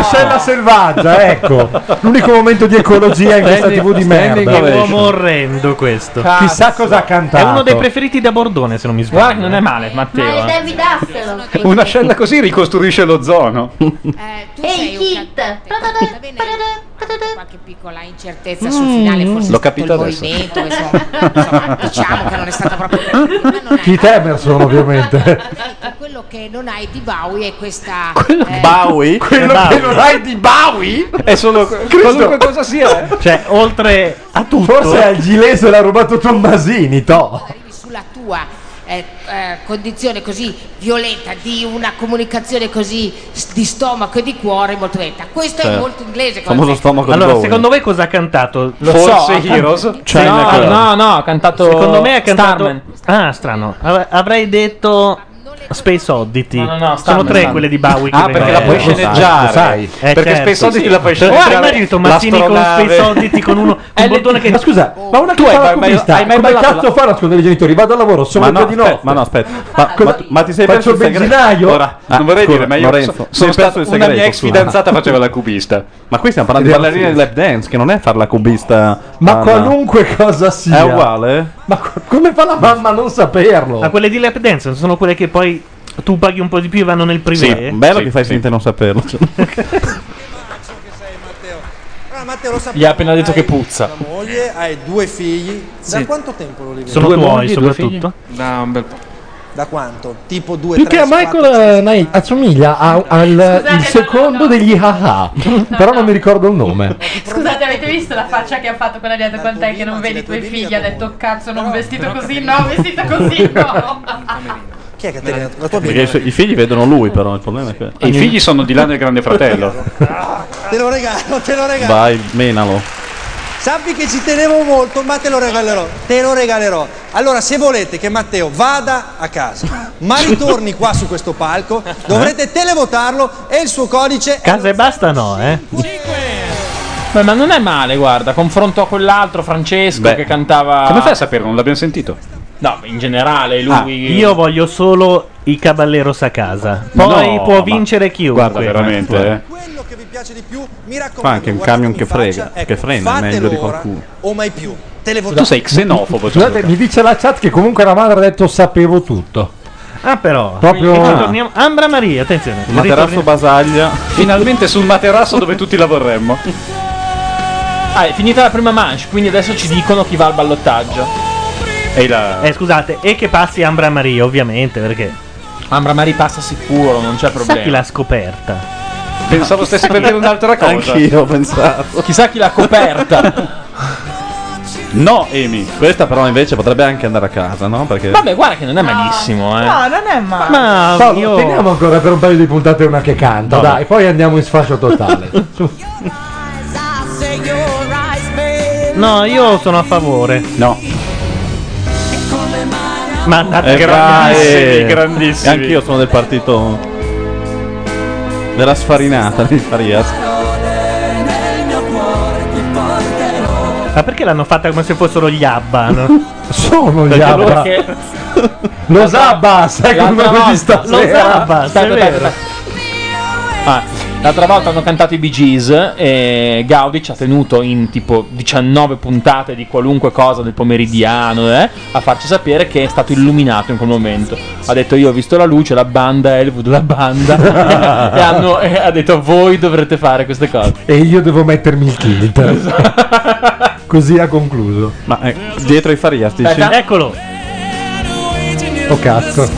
S5: scella, selvaggia, ecco. L'unico momento di ecologia in questa TV di merda.
S1: Che uomo orrendo questo.
S5: Cazzo. Chissà cosa ha cantato.
S1: È uno dei preferiti da Bordone, se non mi sbaglio. eh. non è male,
S16: Ma le devi darselo.
S12: Una scella così ricostruisce l'ozono.
S16: Eh.
S11: eh,
S16: Ehi,
S11: certo
S16: kit.
S11: Qualche piccola incertezza
S41: Mm.
S11: sul finale, forse
S12: L'ho
S11: è stato
S12: capito
S11: il
S12: adesso.
S11: movimento. insomma, insomma, diciamo che non è stato proprio
S5: Ah, Keith Emerson, ovviamente.
S11: Ecco, quello che non hai di Bowie è questa eh,
S1: Bowie?
S12: Quello che non hai
S1: di Bowie?
S12: È solo. Qualunque cosa sia. eh.
S1: Cioè, oltre a tutto.
S5: Forse al Gilese l'ha rubato Tommasini, to.
S11: sulla tua eh, eh, condizione così violenta di una comunicazione così s- di stomaco e di cuore molto lenta. Questo è
S1: Certo.
S11: molto inglese. come
S1: Famoso
S11: detto.
S1: stomaco allora, secondo voi cosa ha cantato?
S7: Lo Forse so, ha- Heroes? Cioè, no,
S1: China Girl.
S7: no, no, ha cantato
S1: Secondo me ha cantato
S7: Starman.
S1: Ah, strano. Av- avrei detto Space Oddity.
S7: No, no, no,
S1: Sono
S7: Starman,
S1: tre
S7: Starman.
S1: quelle di Bowie che
S7: Ah, perché la puoi
S1: vengono-
S7: sceneggiare. Eh, certo.
S1: Lo sai. Eh,
S7: Perché Space Oddity la puoi
S1: Guarda,
S7: sceneggiare.
S1: Eh, immagini Tomassini con
S7: L'astronave.
S1: Space Oddity con uno un bottone che
S5: Ma scusa, ma una
S1: Tu
S5: che
S1: hai
S5: fa la
S1: mai-
S5: cubista,
S1: hai mai
S5: come
S1: ballato
S5: cazzo fa a nascondere i genitori? Vado al lavoro, sono
S4: Ma
S5: le
S4: no,
S5: due di notte.
S12: eh,
S4: aspetta, ma no, aspetta. Ma, ma tu- ma ti sei
S5: Faccio
S4: perso il
S5: il
S4: segreto?
S5: benzinaio?
S4: Ora,
S12: non vorrei
S4: scusa,
S12: dire, ma io
S4: Lorenzo,
S12: so-
S4: ti
S12: sono
S4: sei perso
S12: stato
S4: il
S12: una
S4: segreto,
S12: mia ex
S4: scusa.
S12: fidanzata faceva la cubista.
S4: Ma qui stiamo parlando di ballerina di lap dance, che non è far la cubista.
S5: Ma
S4: alla-
S5: qualunque cosa sia.
S4: È uguale?
S5: Ma co- come fa la mamma a non saperlo?
S1: Ma quelle di lap dance non sono quelle che poi tu paghi un po' di più e vanno nel privé.
S4: Sì, bello che fai finta di non *laughs* saperlo. cioè.
S7: Gli ha appena detto che puzza.
S18: moglie, hai due figli.
S7: Sì.
S18: Da quanto tempo lo vivi?
S7: Sono Due tuoi, mogli, due soprattutto?
S18: Da un bel po'. Da quanto? Tipo due,
S5: Più che
S18: tre,
S5: a Michael Knight assomiglia a- al il secondo degli haha, però non mi ricordo il nome.
S41: *laughs* Scusate, avete visto la faccia che ha fatto quella dietro con te che non vedi i tuoi figli? Ha detto cazzo, non vestito così, no, vestito così, *laughs* no.
S18: Chi è che te La tua
S4: Perché i
S18: bimba?
S4: su- i figli vedono lui, però il problema è che.
S12: I figli sono di là nel grande fratello.
S18: Te lo regalo, te lo regalo.
S4: Vai, menalo.
S18: Sappi che ci tenevo molto, ma te lo regalerò. Te lo regalerò. Allora, se volete che Matteo vada a casa, ma ritorni qua su questo palco,
S12: Eh?
S18: dovrete televotarlo e il suo codice
S1: Casa e basta no, eh.
S7: Beh, ma non è male, guarda, confronto a quell'altro Francesco che
S12: Ah.
S7: cantava
S1: Come fai a
S7: sapere? Non l'abbiamo sentito. No, in generale lui
S1: Ah, io voglio solo i Caballeros a casa. Poi
S4: No,
S1: può
S4: ma-
S1: vincere chiunque.
S4: Guarda, veramente, eh. Qua anche un camion che frega, che frena, è meglio di qualcuno.
S18: o mai più. Televotato.
S12: Tu sei xenofobo. cioè.
S5: Scusate, mi dice la chat che comunque la madre ha detto sapevo tutto.
S1: Ah, però.
S5: Proprio-
S1: Quindi ritorniamo- Ambra Maria, attenzione. Ritorniamo-
S4: basaglia.
S12: Finalmente sul materasso dove tutti la vorremmo.
S7: Ah, è finita la prima manche, quindi adesso ci dicono chi va al ballottaggio.
S1: Eh, scusate, e che passi Ambra Maria, ovviamente, perché.
S7: Ambra Mari passa sicuro, non c'è problema.
S1: Sa chi l'ha scoperta?
S7: Pensavo stessi per dire
S4: *laughs*
S7: un'altra cosa.
S1: Anch'io
S7: ho pensato. Chissà chi l'ha
S1: *laughs*
S7: coperta.
S4: No, Amy, questa però invece potrebbe anche andare a casa, no? Perché
S7: Vabbè, guarda che non è malissimo, eh.
S2: No, non è male.
S5: Paolo, teniamo ancora per un paio di puntate una che canta,
S4: Vabbè.
S5: dai, poi andiamo in sfascio totale.
S4: *laughs*
S1: No, io sono a favore.
S4: No. Eh,
S1: Ma andate grandissimi, grandissimi.
S4: Anch'io sono del partito della sfarinata di Farias.
S1: Ma perché l'hanno fatta come se fossero gli Abba?
S4: *laughs*
S1: No?
S5: Sono gli
S1: Perché loro
S5: Abba.
S1: che-
S5: Lo
S1: Ah,
S5: Zabba, sai come
S7: L'altra
S5: mi
S7: volta-
S5: stasera.
S7: l'altra volta- aspetta, aspetta, aspetta. Ah, l'altra volta hanno cantato i Bee Gees e Gaudi ci ha tenuto in tipo 19 puntate di qualunque cosa del pomeridiano eh, a farci sapere che è stato illuminato in quel momento. Ha detto io ho visto la luce, la banda, Elwood la
S4: *laughs*
S7: banda e, hanno- e ha detto voi dovrete fare queste cose.
S5: E io devo mettermi il kilt. *laughs* Così ha concluso.
S4: Esatto. Ma eh, dietro i Ecco. Farias dici?
S5: Aspetta.
S1: Eccolo.
S5: Oh cazzo.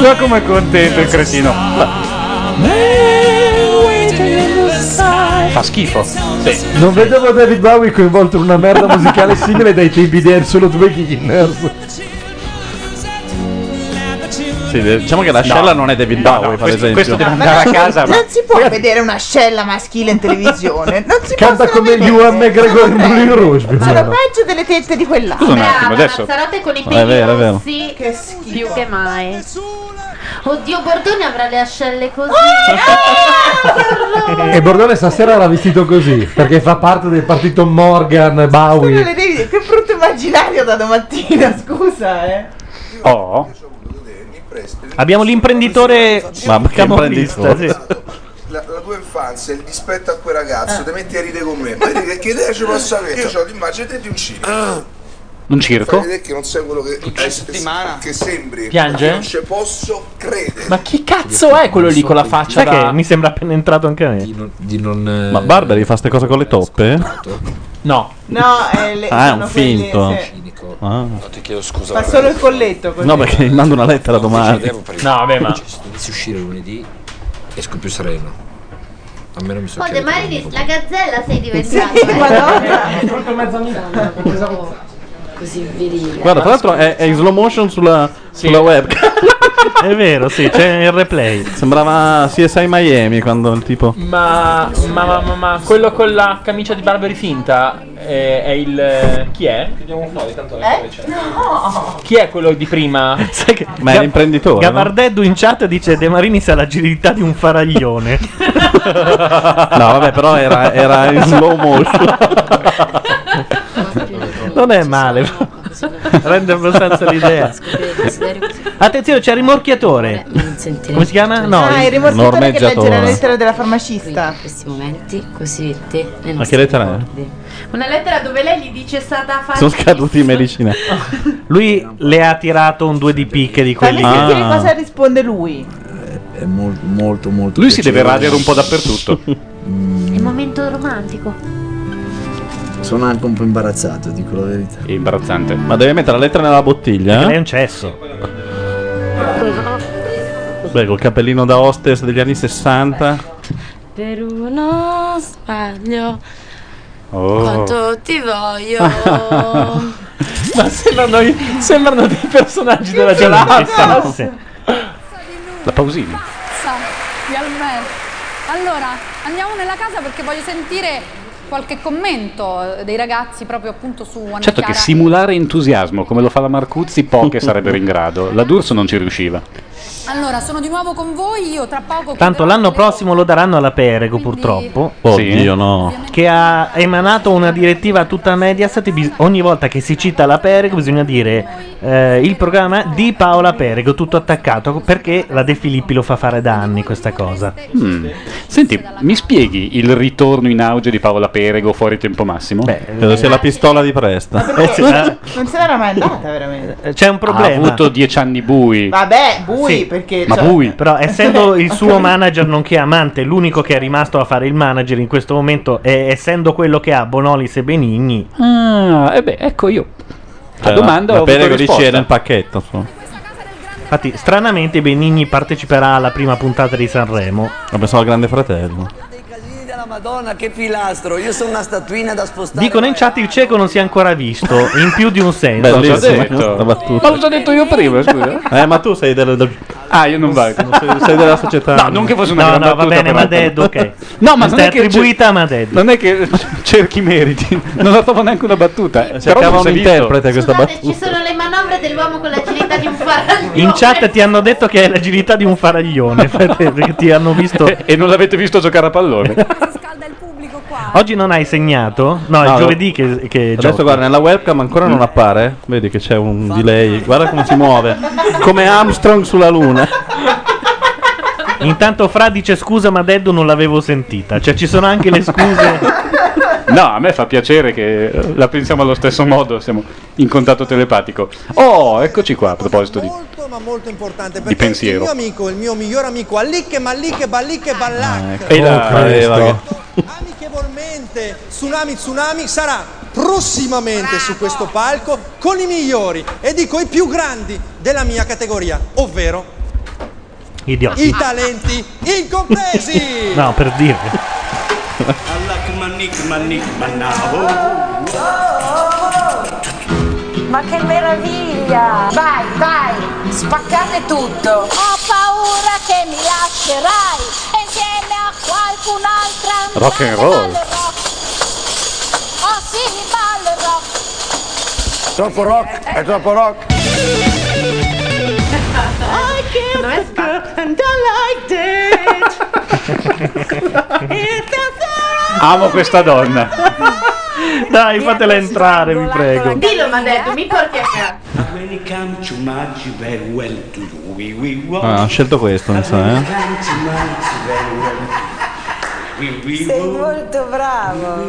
S12: Ma com'è contento il cretino.
S7: Fa schifo.
S5: Non vedevo David Bowie coinvolto in una merda musicale simile dai tempi di solo due beginners.
S4: Sì, de- diciamo che la scella non è David Bowie, per
S12: questo-
S4: esempio.
S12: questo
S2: Ah,
S12: deve
S4: andare a casa,
S2: Non si può vedere una scella maschile in televisione. Non si
S5: Canta
S2: possono
S5: come
S2: vedere.
S5: Ewan McGregor in Blue Rouge. più o
S2: Sono
S5: meno.
S2: peggio delle tette di quell'altro.
S5: Scusa un attimo,
S4: adesso-
S16: Mazzarotte con i
S5: È
S16: peli
S5: vero, è vero.
S16: rossi più che mai. Oddio, Bordone avrà le ascelle così.
S5: E Bordone stasera era vestito così perché fa parte del partito Morgan
S2: Scusa,
S5: Bowie.
S2: le devi dire, che brutto immaginario da domattina, *laughs* scusa, eh.
S1: Oh. Abbiamo l'imprenditore
S4: Ma che
S1: camorrista, sì.
S4: imprenditore?
S42: La, la tua infanzia, il dispetto a quel ragazzo, ti metti a ridere con me. Ma vedi che, che idea ci posso avere? Io ho l'immagine te di un circo.
S12: Un
S42: Fai
S12: circo?
S42: vedere che non sei quello che, eh, che sembri.
S7: Piange?
S42: Non ci posso credere.
S7: Ma chi cazzo è quello lì con la faccia
S1: Sai
S7: da...
S1: che mi sembra appena entrato anche a me.
S4: Ma Barberi fa ste cose con le toppe? eh?
S7: No.
S2: No, eh, le-
S4: Ah, è
S2: sono
S4: un
S2: quelli-
S4: finto.
S2: sì.
S4: Ah.
S23: Ti chiedo scusa.
S2: Fa solo il colletto così.
S4: No, perché gli mando una lettera domani.
S23: Vedevo per il-
S7: No, vabbè, ma-
S23: Cioè, se dovessi uscire lunedì, esco più sereno. A me non mi sono
S16: Poi De Marini, la gazzella sei *laughs* diventata.
S23: Sì,
S16: eh.
S29: Così virile.
S4: Guarda, tra l'altro è, è in slow motion sulla, sulla webcam.
S1: *laughs* è vero, sì, c'è il replay.
S4: Sembrava CSI Miami quando il tipo.
S7: Ma, ma, ma, ma, ma quello con la camicia di Barberi finta eh, è il. eh, chi è?
S14: Eh?
S7: Chi è quello di prima?
S1: Sai che
S4: Ma è
S1: Ga-
S4: l'imprenditore, no?
S12: *laughs*
S1: Gabardeddu in chat dice De Marini sa l'agilità di
S4: *laughs*
S1: un faraglione.
S4: No, vabbè, però era, Ah, era
S1: *laughs*
S4: in slow motion.
S1: Non è male. Rende abbastanza l'idea. Attenzione, c'è il rimorchiatore. Come si chiama? No,
S2: ah, il rimorchiatore che legge la lettera della farmacista.
S29: questi momenti, cosiddette le
S4: Ma che lettera è?
S29: Una lettera dove lei gli dice è stata fatta.
S4: Sono scaduti i medicinali.
S1: Lui le ha tirato un due di picche di quelli.
S2: Fammi sentire cosa risponde lui.
S23: Eh, È mol- molto, molto.
S1: Lui si
S23: piacevole.
S1: deve radere un po'
S4: dappertutto.
S16: È un momento romantico.
S23: Sono anche un po' imbarazzato, dico la verità.
S4: È imbarazzante. Ma deve mettere la lettera nella bottiglia. eh?
S1: Lei è un cesso.
S4: Beh, col cappellino da hostess degli anni 60.
S29: Per uno sbaglio,
S4: Oh.
S29: quanto ti
S5: *laughs*
S29: voglio.
S7: Ma sembrano, i- sembrano dei personaggi della gelata.
S1: Sì,
S12: *laughs*
S1: sì.
S12: La Pausini.
S15: Sa, di Albert. Allora, andiamo nella casa perché voglio sentire qualche commento eh, dei ragazzi proprio appunto su Anna
S12: Certo che
S15: Chiara.
S12: simulare entusiasmo come lo fa la Marcuzzi poche sarebbero in grado. La D'Urso non ci riusciva.
S15: Allora, sono di nuovo con voi, io tra poco
S1: *laughs* Tanto l'anno prossimo lo daranno alla Perego, purtroppo.
S4: Oddio, no.
S1: Che ha emanato una direttiva a tutta Mediaset. e bis- Ogni volta che si cita la Perego, bisogna dire eh, il programma di Paola Perego, tutto attaccato. Perché la De Filippi lo fa fare da anni questa cosa.
S12: Mm. Senti, mi spieghi il ritorno in auge di Paola Perego fuori tempo massimo? Beh,
S4: credo sia la pistola di Presta.
S1: Eh,
S4: *laughs*
S1: Ah,
S12: eh.
S2: Non se n'era mai andata veramente.
S1: C'è un
S12: Ha
S1: problema.
S12: avuto dieci anni bui.
S2: Vabbè, bui
S1: Sì.
S2: perché
S12: Ma
S2: cioè,
S12: bui.
S1: Però *laughs* essendo il suo manager nonché amante, l'unico che è rimasto a fare il manager in questo momento, e essendo quello che ha Bonolis e Benigni,
S12: Ah, e beh, ecco io.
S4: Eh,
S1: La domanda ho
S4: va bene
S1: avuto
S4: che dici è
S1: risposta.
S4: nel pacchetto. insomma.
S1: Infatti, stranamente Benigni parteciperà alla prima puntata di Sanremo.
S4: Ho pensato al Grande Fratello.
S43: La Madonna, che pilastro! Io sono una statuina da spostare.
S1: Dicono in chat il cieco non si è ancora visto, in più di un senso.
S4: Bellissima
S1: Cioè,
S4: questa battuta.
S1: Ma lo so-
S12: detto io prima, scusa.
S4: Eh, ma tu sei del, del-
S12: Ah, io non valgo.
S4: sei, sei della società.
S12: No, non che fosse una
S1: No,
S12: gran
S1: no, va
S12: battuta,
S1: bene, ma
S12: peraltro.
S1: Dead, ok.
S12: No, ma
S1: Ti
S12: non
S1: è
S12: è che cer-
S1: attribuita a Maded.
S12: Non è che *laughs* cerchi meriti. Non ho trovato neanche una battuta. eh.
S4: Cercava
S12: Però non
S4: un
S12: si è visto.
S4: interprete questa
S16: Scusate, ci sono le manovre dell'uomo con l'agilità di un faraglione.
S1: In chat ti hanno detto che è l'agilità di
S12: *laughs*
S1: un faraglione, frate, perché ti hanno visto...
S12: e non l'avete visto giocare a pallone.
S1: *laughs* Oggi non hai segnato? No, è
S4: No,
S1: giovedì che, che
S4: *laughs* Adesso
S1: giochi.
S4: guarda, nella webcam ancora non appare. Vedi che c'è un delay. Guarda come si muove. Come Armstrong sulla luna.
S1: *laughs* Intanto Fra dice scusa ma Deddo non l'avevo sentita. Cioè ci sono anche
S12: *laughs*
S1: le scuse.
S12: No, a me fa piacere che eh, la pensiamo allo stesso modo, siamo in contatto telepatico. Oh, eccoci qua a proposito di,
S18: ma molto importante
S12: di
S18: perché il mio
S12: pensiero. Ah,
S18: amico, il mio miglior amico, Allicche Mallicche Ballicche Ballac,
S12: E la-
S4: Oh, Cristo.
S12: eh, vabbè.
S18: amichevolmente, Tsunami Tsunami sarà prossimamente su questo palco con i migliori e dico i più grandi della mia categoria, ovvero
S1: Idioti.
S18: i
S12: *laughs*
S18: talenti incompresi.
S1: No, per dire.
S8: Ma che meraviglia! Vai, vai, spaccate tutto! Ho paura che mi lascerai insieme a qualcun'altra.
S12: Rock and roll.
S8: Oh sì, ballerò!
S43: Troppo rock, è troppo rock.
S8: I can't and I liked it!
S12: *laughs* Amo questa donna.
S1: Dai, fatela entrare, vi prego.
S25: Dillo, ma detto, mi porti a casa.
S4: Ah, ho scelto questo, mi sa, eh.
S8: Sei molto bravo!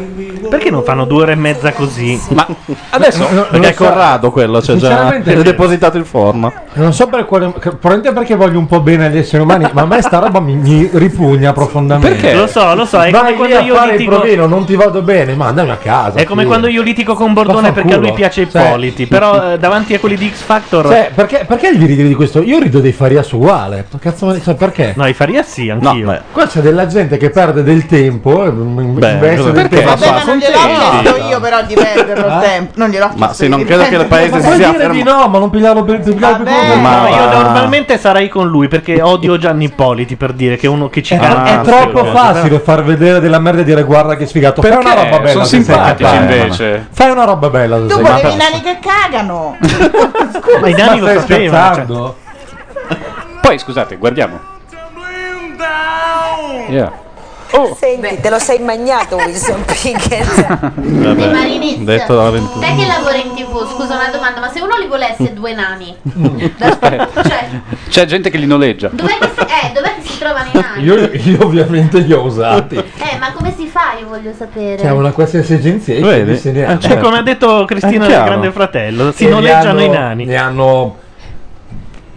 S1: Perché non fanno due ore e mezza così? *laughs*
S12: Ma
S4: Adesso perché è Corrado quello, c'è già
S5: Sinceramente-
S4: è depositato il forno.
S5: Non so per quale. che- Probabilmente perché voglio un po' bene agli esseri umani, ma a me sta roba mi, mi ripugna profondamente.
S1: Perché? Lo so, lo so, è
S5: Vai
S1: come quando
S5: lì a
S1: io
S5: fare
S1: litigo-
S5: il provino, non ti vado bene, ma andami a casa.
S1: È come
S5: figlio.
S1: quando io litigo con Bordone perché a lui
S5: Vaffanculo.
S1: piace
S5: Cioè-
S1: Ippoliti. Però eh, davanti a quelli di X Factor.
S5: Cioè, perché, perché gli ridi di questo? Io rido dei Farias uguale. Cazzo, ma cioè, perché?
S1: No, i Faria sì, anch'io.
S5: Qua c'è della gente che perde del tempo. eh, m- investe del tempo.
S2: Vabbè, ma non gliel'ho
S5: Contenti.
S2: chiesto io però di perderlo il
S5: Eh?
S2: tempo. Non gliel'ho chiesto.
S4: Ma se non
S2: di
S4: credo che il
S2: perderlo.
S4: paese
S5: Ma
S4: si
S5: puoi
S4: sia
S5: dire di
S4: fermato.
S5: no, ma non pigliarlo per il
S1: Ma eh, io
S4: va.
S1: normalmente sarei con lui perché odio Gianni Ippoliti per dire che è uno che ci
S5: È- è troppo facile far vedere della merda e dire guarda che sfigato. Fai una
S1: cioè. Perché?
S5: roba bella.
S1: Sono
S5: se sei
S1: simpatici,
S5: capace.
S1: invece.
S5: Fai una roba bella. se
S2: Tu
S5: sei
S2: volevi i
S5: capace.
S2: nani che *laughs* cagano.
S1: Ma i nani lo
S5: stai
S1: sapevano, cioè.
S5: scherzando?
S12: Poi scusate, guardiamo. Yeah.
S4: Oh.
S8: Senti, te lo sei magnato Wilson Pickett.
S4: *laughs* Vabbè,
S16: Dei marinizia.
S4: detto dalla ventura.
S16: Te che lavora in tv, scusa una domanda, ma se uno li volesse due nani,
S12: C'è gente che li noleggia.
S16: dov'è che si, eh, dov'è che si trovano i nani?
S5: Io, io ovviamente li ho usati.
S16: Eh, ma come si fa? Io voglio sapere.
S5: C'è una qualsiasi agenzia che
S1: Vedi?
S5: disse neanche.
S1: Eh,
S12: Ah,
S1: cioè, come ha detto Cristina
S5: È
S1: del
S5: chiaro.
S1: Grande Fratello, si
S5: Che
S1: noleggiano
S5: ne
S1: i
S5: hanno-
S1: nani.
S5: Ne hanno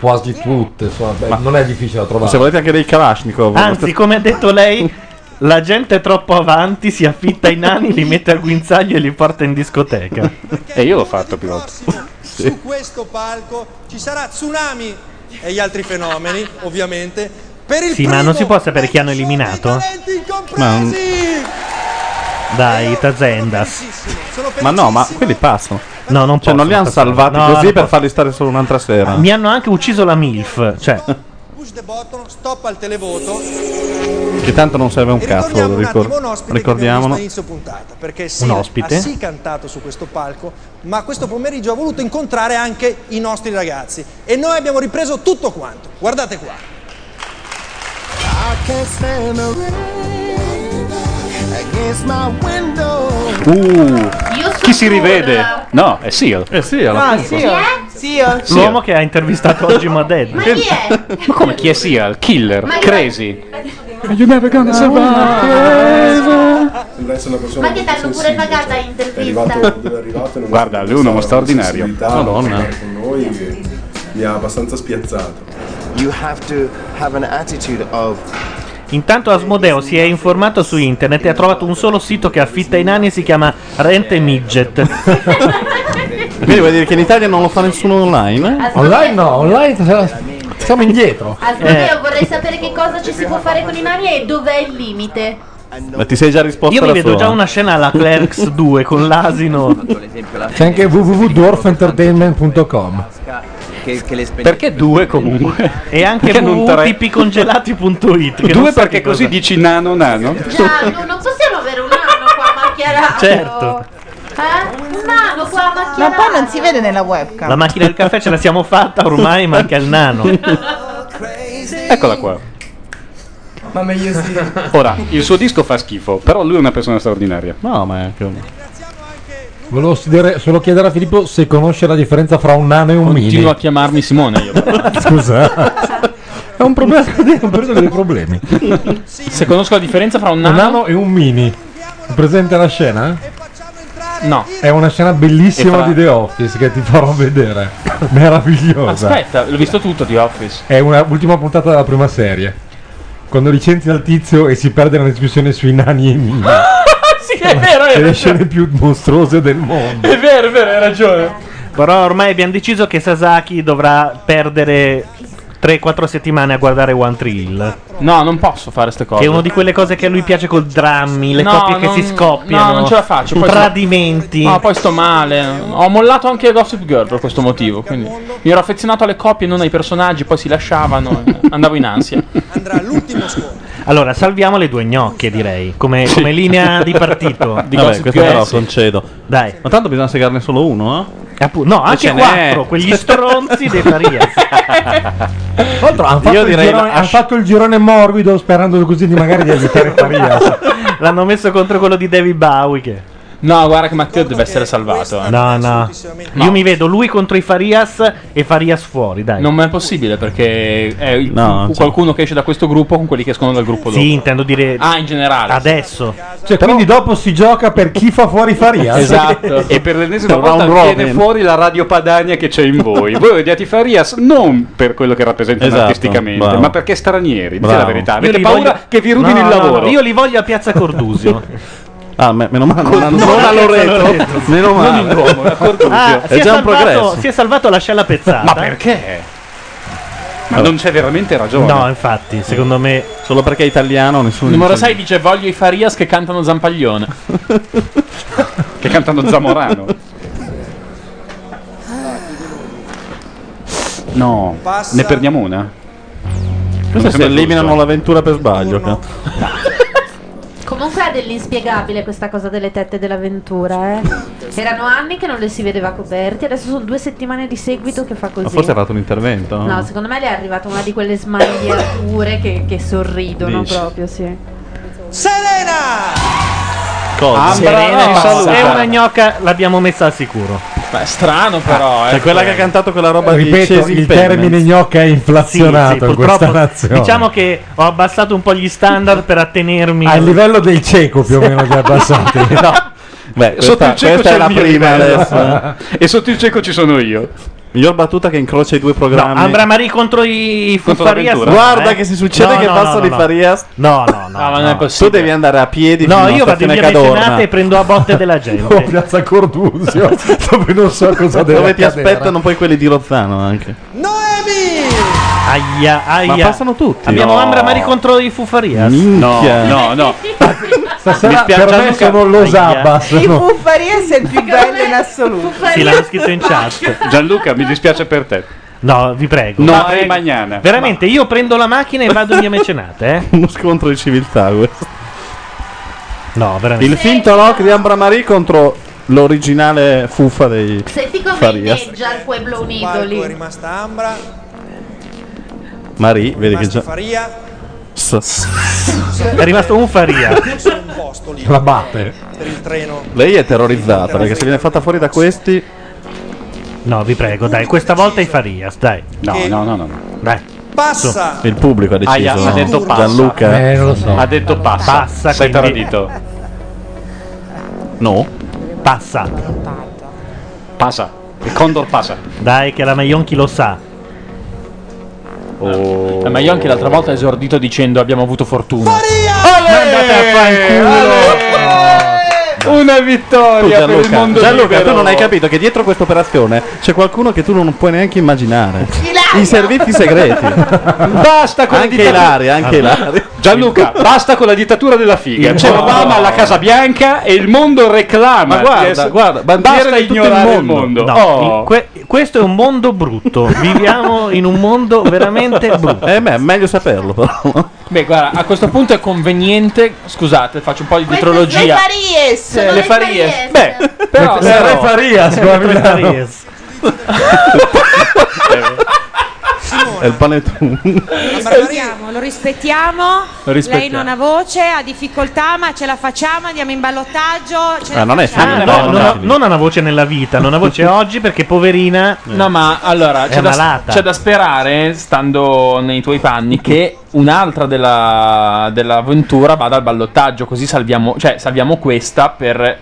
S5: quasi tutte, insomma, beh, non è difficile da trovare.
S4: Se volete anche dei Kalashnikov.
S1: Anzi, come ha detto lei, la gente è troppo avanti, si affitta i nani, li mette a guinzaglio e li porta in discoteca.
S12: E io l'ho fatto più volte.
S18: Su questo palco ci sarà Tsunami e gli altri fenomeni, ovviamente, per il
S1: Sì,
S18: primo
S1: ma non si può sapere chi hanno eliminato? Dai, Tazendas.
S4: Ma no, ma quelli passano.
S1: No, non
S4: Cioè, non li
S1: possono
S4: hanno salvati
S1: passare. No,
S4: così per
S1: non possono.
S4: farli stare solo un'altra sera.
S1: Mi hanno anche ucciso la MILF. Cioè,
S18: stop al televoto.
S4: Che tanto non serve un cazzo,
S18: Ricordiamo un
S4: ricor-
S18: attimo un ospite
S4: ricordiamolo.
S18: che abbiamo visto all'inizio puntata, perché
S4: Un
S18: sì,
S4: ospite?
S18: ha sì cantato su questo palco, ma questo pomeriggio ha voluto incontrare anche i nostri ragazzi e noi abbiamo ripreso tutto quanto. Guardate qua.
S43: Against my window.
S12: Uh, chi si rivede? No, è Seal.
S4: Eh sì, alla
S2: Ah, sì, io.
S16: eh.
S2: Sì, io.
S1: l'uomo che ha intervistato oggi Maded.
S12: Ma chi è? Ma come chi è Seal? Killer,
S16: Ma-
S12: Crazy.
S42: Sembra essere una persona
S16: Ma che t'hanno pure pagata intervista?
S42: dove è arrivato non
S12: Guarda, lui è un uomo straordinario. Madonna.
S42: con noi che mi ha abbastanza spiazzato.
S43: You have to have an attitude of
S1: Intanto Asmodeo si è informato su internet e ha trovato un solo sito che affitta i nani e si chiama Rent a Midget.
S4: *laughs* Quindi vuol dire che in Italia non lo fa nessuno online? eh?
S5: Online no, online siamo indietro.
S16: Ascolta, io vorrei sapere che cosa ci si può fare con i nani e dov'è il limite.
S4: Ma ti sei già risposto
S1: Io mi
S4: da
S1: vedo
S4: sola.
S1: già una scena
S4: *laughs*
S1: alla Clerks 2 con l'asino.
S5: C'è anche www.dwarfentertainment.com.
S1: Che, le
S12: Perché due comunque?
S1: E anche
S12: Perché non tre?
S1: www.tipicongelati.it che non
S12: Due
S1: so
S12: perché
S1: che cosa-
S12: così dici nano nano?
S16: Già, Ah, no, non possiamo avere un nano qua macchierato.
S1: Certo.
S16: Eh? Un nano qua macchierato.
S2: Ma poi non si vede nella webcam.
S1: La macchina del caffè ce la siamo fatta ormai, manca
S4: *laughs*
S1: il nano.
S12: Eccola qua.
S2: Ma meglio sì.
S12: Ora, il suo disco fa schifo, però lui è una persona straordinaria.
S4: No, ma è anche un...
S5: Volevo dire- solo chiedere a Filippo se conosce la differenza fra un nano e un
S12: Continuo a
S5: mini.
S12: chiamarmi Simone io.
S5: *laughs* Scusa. È un problema, è un periodo dei problemi.
S12: Se conosco la
S5: *laughs*
S12: differenza fra un
S5: Un
S12: nano...
S5: nano e un mini. È Presente la scena?
S12: No.
S5: È una scena bellissima
S12: E fra-
S5: di The Office che ti farò *coughs* vedere. Meravigliosa.
S12: Aspetta, l'ho visto tutto di
S5: *laughs*
S12: Office.
S5: È una ultima puntata della prima serie. Quando licenziano il tizio e si perde la discussione sui nani e i mini.
S12: sì, è vero,
S5: È
S12: è
S5: le
S12: vero.
S5: scene più mostruose del
S12: *laughs*
S5: mondo.
S12: È vero, è vero, hai ragione.
S1: Però ormai abbiamo deciso che Sasaki dovrà perdere 3-4 settimane a guardare One Tree Hill.
S12: No, non posso fare queste cose.
S1: Che è una di quelle cose che a lui piace col drammi, le
S12: No,
S1: coppie Ah, che
S12: non-
S1: si scoppiano.
S12: no, non ce la faccio, poi-
S1: Tradimenti.
S12: No, poi sto male. Ho mollato anche Gossip Girl per questo motivo. Quindi mi ero affezionato alle coppie, non ai personaggi. Poi si lasciavano. e andavo in ansia.
S1: Allora, salviamo le due gnocche, direi, come, come linea
S12: *laughs*
S1: di partito.
S4: Di Vabbè, questo però
S12: eh,
S4: concedo.
S1: Dai.
S4: Ma tanto bisogna segarne solo uno, eh?
S1: no, anche quattro, quegli stronzi
S12: *laughs*
S1: dei Farias.
S5: Tra l'altro hanno fatto,
S1: Io
S5: il
S1: direi
S5: girone-
S1: la-
S5: hanno fatto il girone morbido sperando così di magari di *laughs* evitare Farias.
S1: L'hanno messo contro quello di David Bowie. Che...
S12: No, guarda che Matteo deve essere salvato. eh.
S1: No, no. Io mi vedo lui contro i Farias e Farias fuori, dai.
S12: Non è possibile perché è il-
S1: No, cioè-
S12: qualcuno che esce da questo gruppo con quelli che escono dal gruppo dopo.
S1: Sì, intendo dire.
S12: Ah, in generale.
S1: Adesso.
S5: Cioè, quindi dopo si gioca per chi fa fuori
S4: *laughs*
S5: Farias.
S12: Esatto. e per l'ennesima
S5: Round
S12: volta viene
S5: robin.
S12: fuori la radio padania che c'è in voi. Voi odiate Farias non per quello che rappresentano
S4: Esatto,
S12: artisticamente,
S4: bravo.
S12: ma perché stranieri. Dite
S4: Bravo.
S12: la verità.
S4: Io
S12: Avete
S4: li
S12: paura
S4: voglio-
S12: che vi rubino
S4: No,
S12: il
S4: no,
S12: lavoro.
S4: no,
S1: Io li voglio a
S12: *laughs*
S1: Piazza Cordusio.
S4: Ah, me- meno male. Non, non a Loreto. Meno male.
S1: Ah, si
S4: è già un
S1: salvato-
S4: progresso.
S1: Si è salvato la scella pezzata.
S12: Ma perché? Ma non c'è veramente ragione.
S1: No, infatti, secondo me.
S4: Solo perché è italiano, nessuno.
S12: Numero 6 dice voglio i Farias che cantano Zampaglione. che cantano Zamorano. No,
S4: Passa-
S12: ne perdiamo una.
S4: Questo
S12: Mi
S4: se
S12: sembra
S4: eliminano
S12: giusto.
S4: l'avventura per sbaglio. cazzo.
S16: Comunque è dell'inspiegabile questa cosa delle tette dell'avventura, eh. Erano anni che non le si vedeva coperti, adesso sono due settimane di seguito che fa così.
S4: Ma forse ha fatto un intervento.
S16: No, secondo me le è arrivata una di quelle smagliature che, che sorridono
S4: Dici?
S16: proprio, sì.
S4: Cosa?
S1: Serena,
S4: Ambra, no,
S1: no,
S4: saluta.
S1: è una gnocca, l'abbiamo messa al sicuro. Ah,
S12: Ma è strano, però. eh.
S4: Cioè, quella che ha cantato quella roba di
S5: Ripeto,
S4: Chasing
S5: il
S4: Pavements.
S5: termine gnocca è inflazionato in questa nazione.
S1: diciamo che ho abbassato un po' gli standard per attenermi
S5: Al livello del cieco più o meno che *laughs* abbassate.
S4: Beh,
S12: Sotto il
S4: questa,
S12: cieco
S4: questa
S12: c'è
S4: è la
S12: il mio
S4: prima
S12: livello.
S4: adesso.
S12: *laughs* e sotto il cieco ci sono io.
S4: Miglior battuta che incrocia i due programmi.
S1: Ambra Marie contro i
S4: Contro
S1: Farias. eh.
S4: l'avventura. Guarda che si succede che passano i Farias.
S1: No, no, no.
S4: no. Tu devi andare a piedi. fino
S1: No,
S4: alla
S1: io vado in
S4: stazione
S1: via
S4: Cadorna.
S1: mecenate e prendo a botte
S4: *laughs*
S1: della gente. *laughs*
S5: Oh, piazza Cordusio, dove non so cosa deve
S4: Dove ti
S5: accadere.
S4: aspettano poi quelli di Rozzano anche.
S1: Aia, aia.
S4: Ma passano tutti.
S1: Abbiamo
S4: No.
S1: Ambra Marie contro i Fufarias.
S4: Minchia.
S12: No, no.
S5: Stasera per me sono Los Abbas.
S2: I
S5: no?
S2: Fufarias è il più bello in assoluto.
S12: Sì,
S1: l'hanno scritto in chat.
S12: Gianluca, mi dispiace per te.
S1: No, vi prego.
S12: No,
S1: Ma- eh,
S12: è Magnana.
S1: Veramente, io prendo la macchina e vado
S12: *laughs*
S1: in via mecenate, eh.
S4: *laughs* Uno scontro di civiltà questo.
S1: No, veramente.
S4: Il finto rock di Ambra Marie contro l'originale fuffa dei
S16: Senti come
S4: Farias.
S16: inneggia il Pueblo Unido lì.
S18: È rimasta Ambra.
S4: Marie, vedi che già.
S18: Faria. *laughs*
S4: S-
S1: È rimasto un Faria.
S5: La batte.
S18: Per il treno.
S4: Lei è terrorizzata perché se viene fatta fuori da questi.
S1: No, vi prego, dai, questa volta i Farias, dai.
S12: No, no, no, no.
S1: Dai.
S18: Passa.
S4: Il pubblico ha deciso.
S12: Aia, ha detto passa.
S4: Gianluca.
S12: Eh, non
S5: lo so.
S12: Ha detto passa.
S1: Passa,
S12: Sei
S1: quindi-
S12: tradito.
S4: No.
S1: Passa.
S12: Passa. Il Condor passa.
S1: Dai, che la Maionchi lo sa.
S12: Eh, Ma io anche l'altra volta ho esordito dicendo abbiamo avuto fortuna.
S1: Mandate a fanculo.
S7: Una vittoria
S4: Gianluca,
S7: per il mondo
S4: Gianluca,
S7: libero.
S4: tu non hai capito che dietro questa operazione c'è qualcuno che tu non puoi neanche immaginare. I servizi segreti.
S12: Basta con
S4: Anche
S12: la dittatura.
S4: Ilaria, anche Ilaria.
S12: Gianluca, basta con la dittatura della figa. C'è
S4: No.
S12: Obama alla Casa Bianca e il mondo reclama.
S4: Ma guarda,
S12: di essere-
S4: guarda, bandiere
S12: basta
S4: di tutto il
S12: ignorare
S4: mondo.
S1: No,
S12: Oh.
S1: il- que- questo è un mondo brutto. Viviamo in un mondo veramente brutto.
S4: Eh beh, meglio saperlo però.
S7: Beh, guarda, a questo punto è conveniente. Scusate, faccio un po' di
S25: Queste-
S7: dietrologia.
S25: Le Faries!
S7: Le
S25: sono
S7: Faries. Beh, però.
S25: Le
S7: però-
S5: Farias, qua a
S7: Le
S5: Milano.
S7: Faries.
S4: *laughs* È il panettone.
S32: Rispettiamo, lo rispettiamo.
S4: Lo rispettiamo.
S32: Lei non ha voce, ha difficoltà, ma ce la facciamo, andiamo in ballottaggio. ce la
S1: Ah,
S7: Ah,
S1: non è
S32: facciamo.
S1: no, non, ha- non ha una voce nella vita, non ha voce oggi perché poverina.
S7: Eh. No, ma allora
S1: È
S7: c'è da,
S1: malata.
S7: c'è da sperare, stando nei tuoi panni, che un'altra della, dell'avventura vada al ballottaggio. Così salviamo, cioè, salviamo questa per.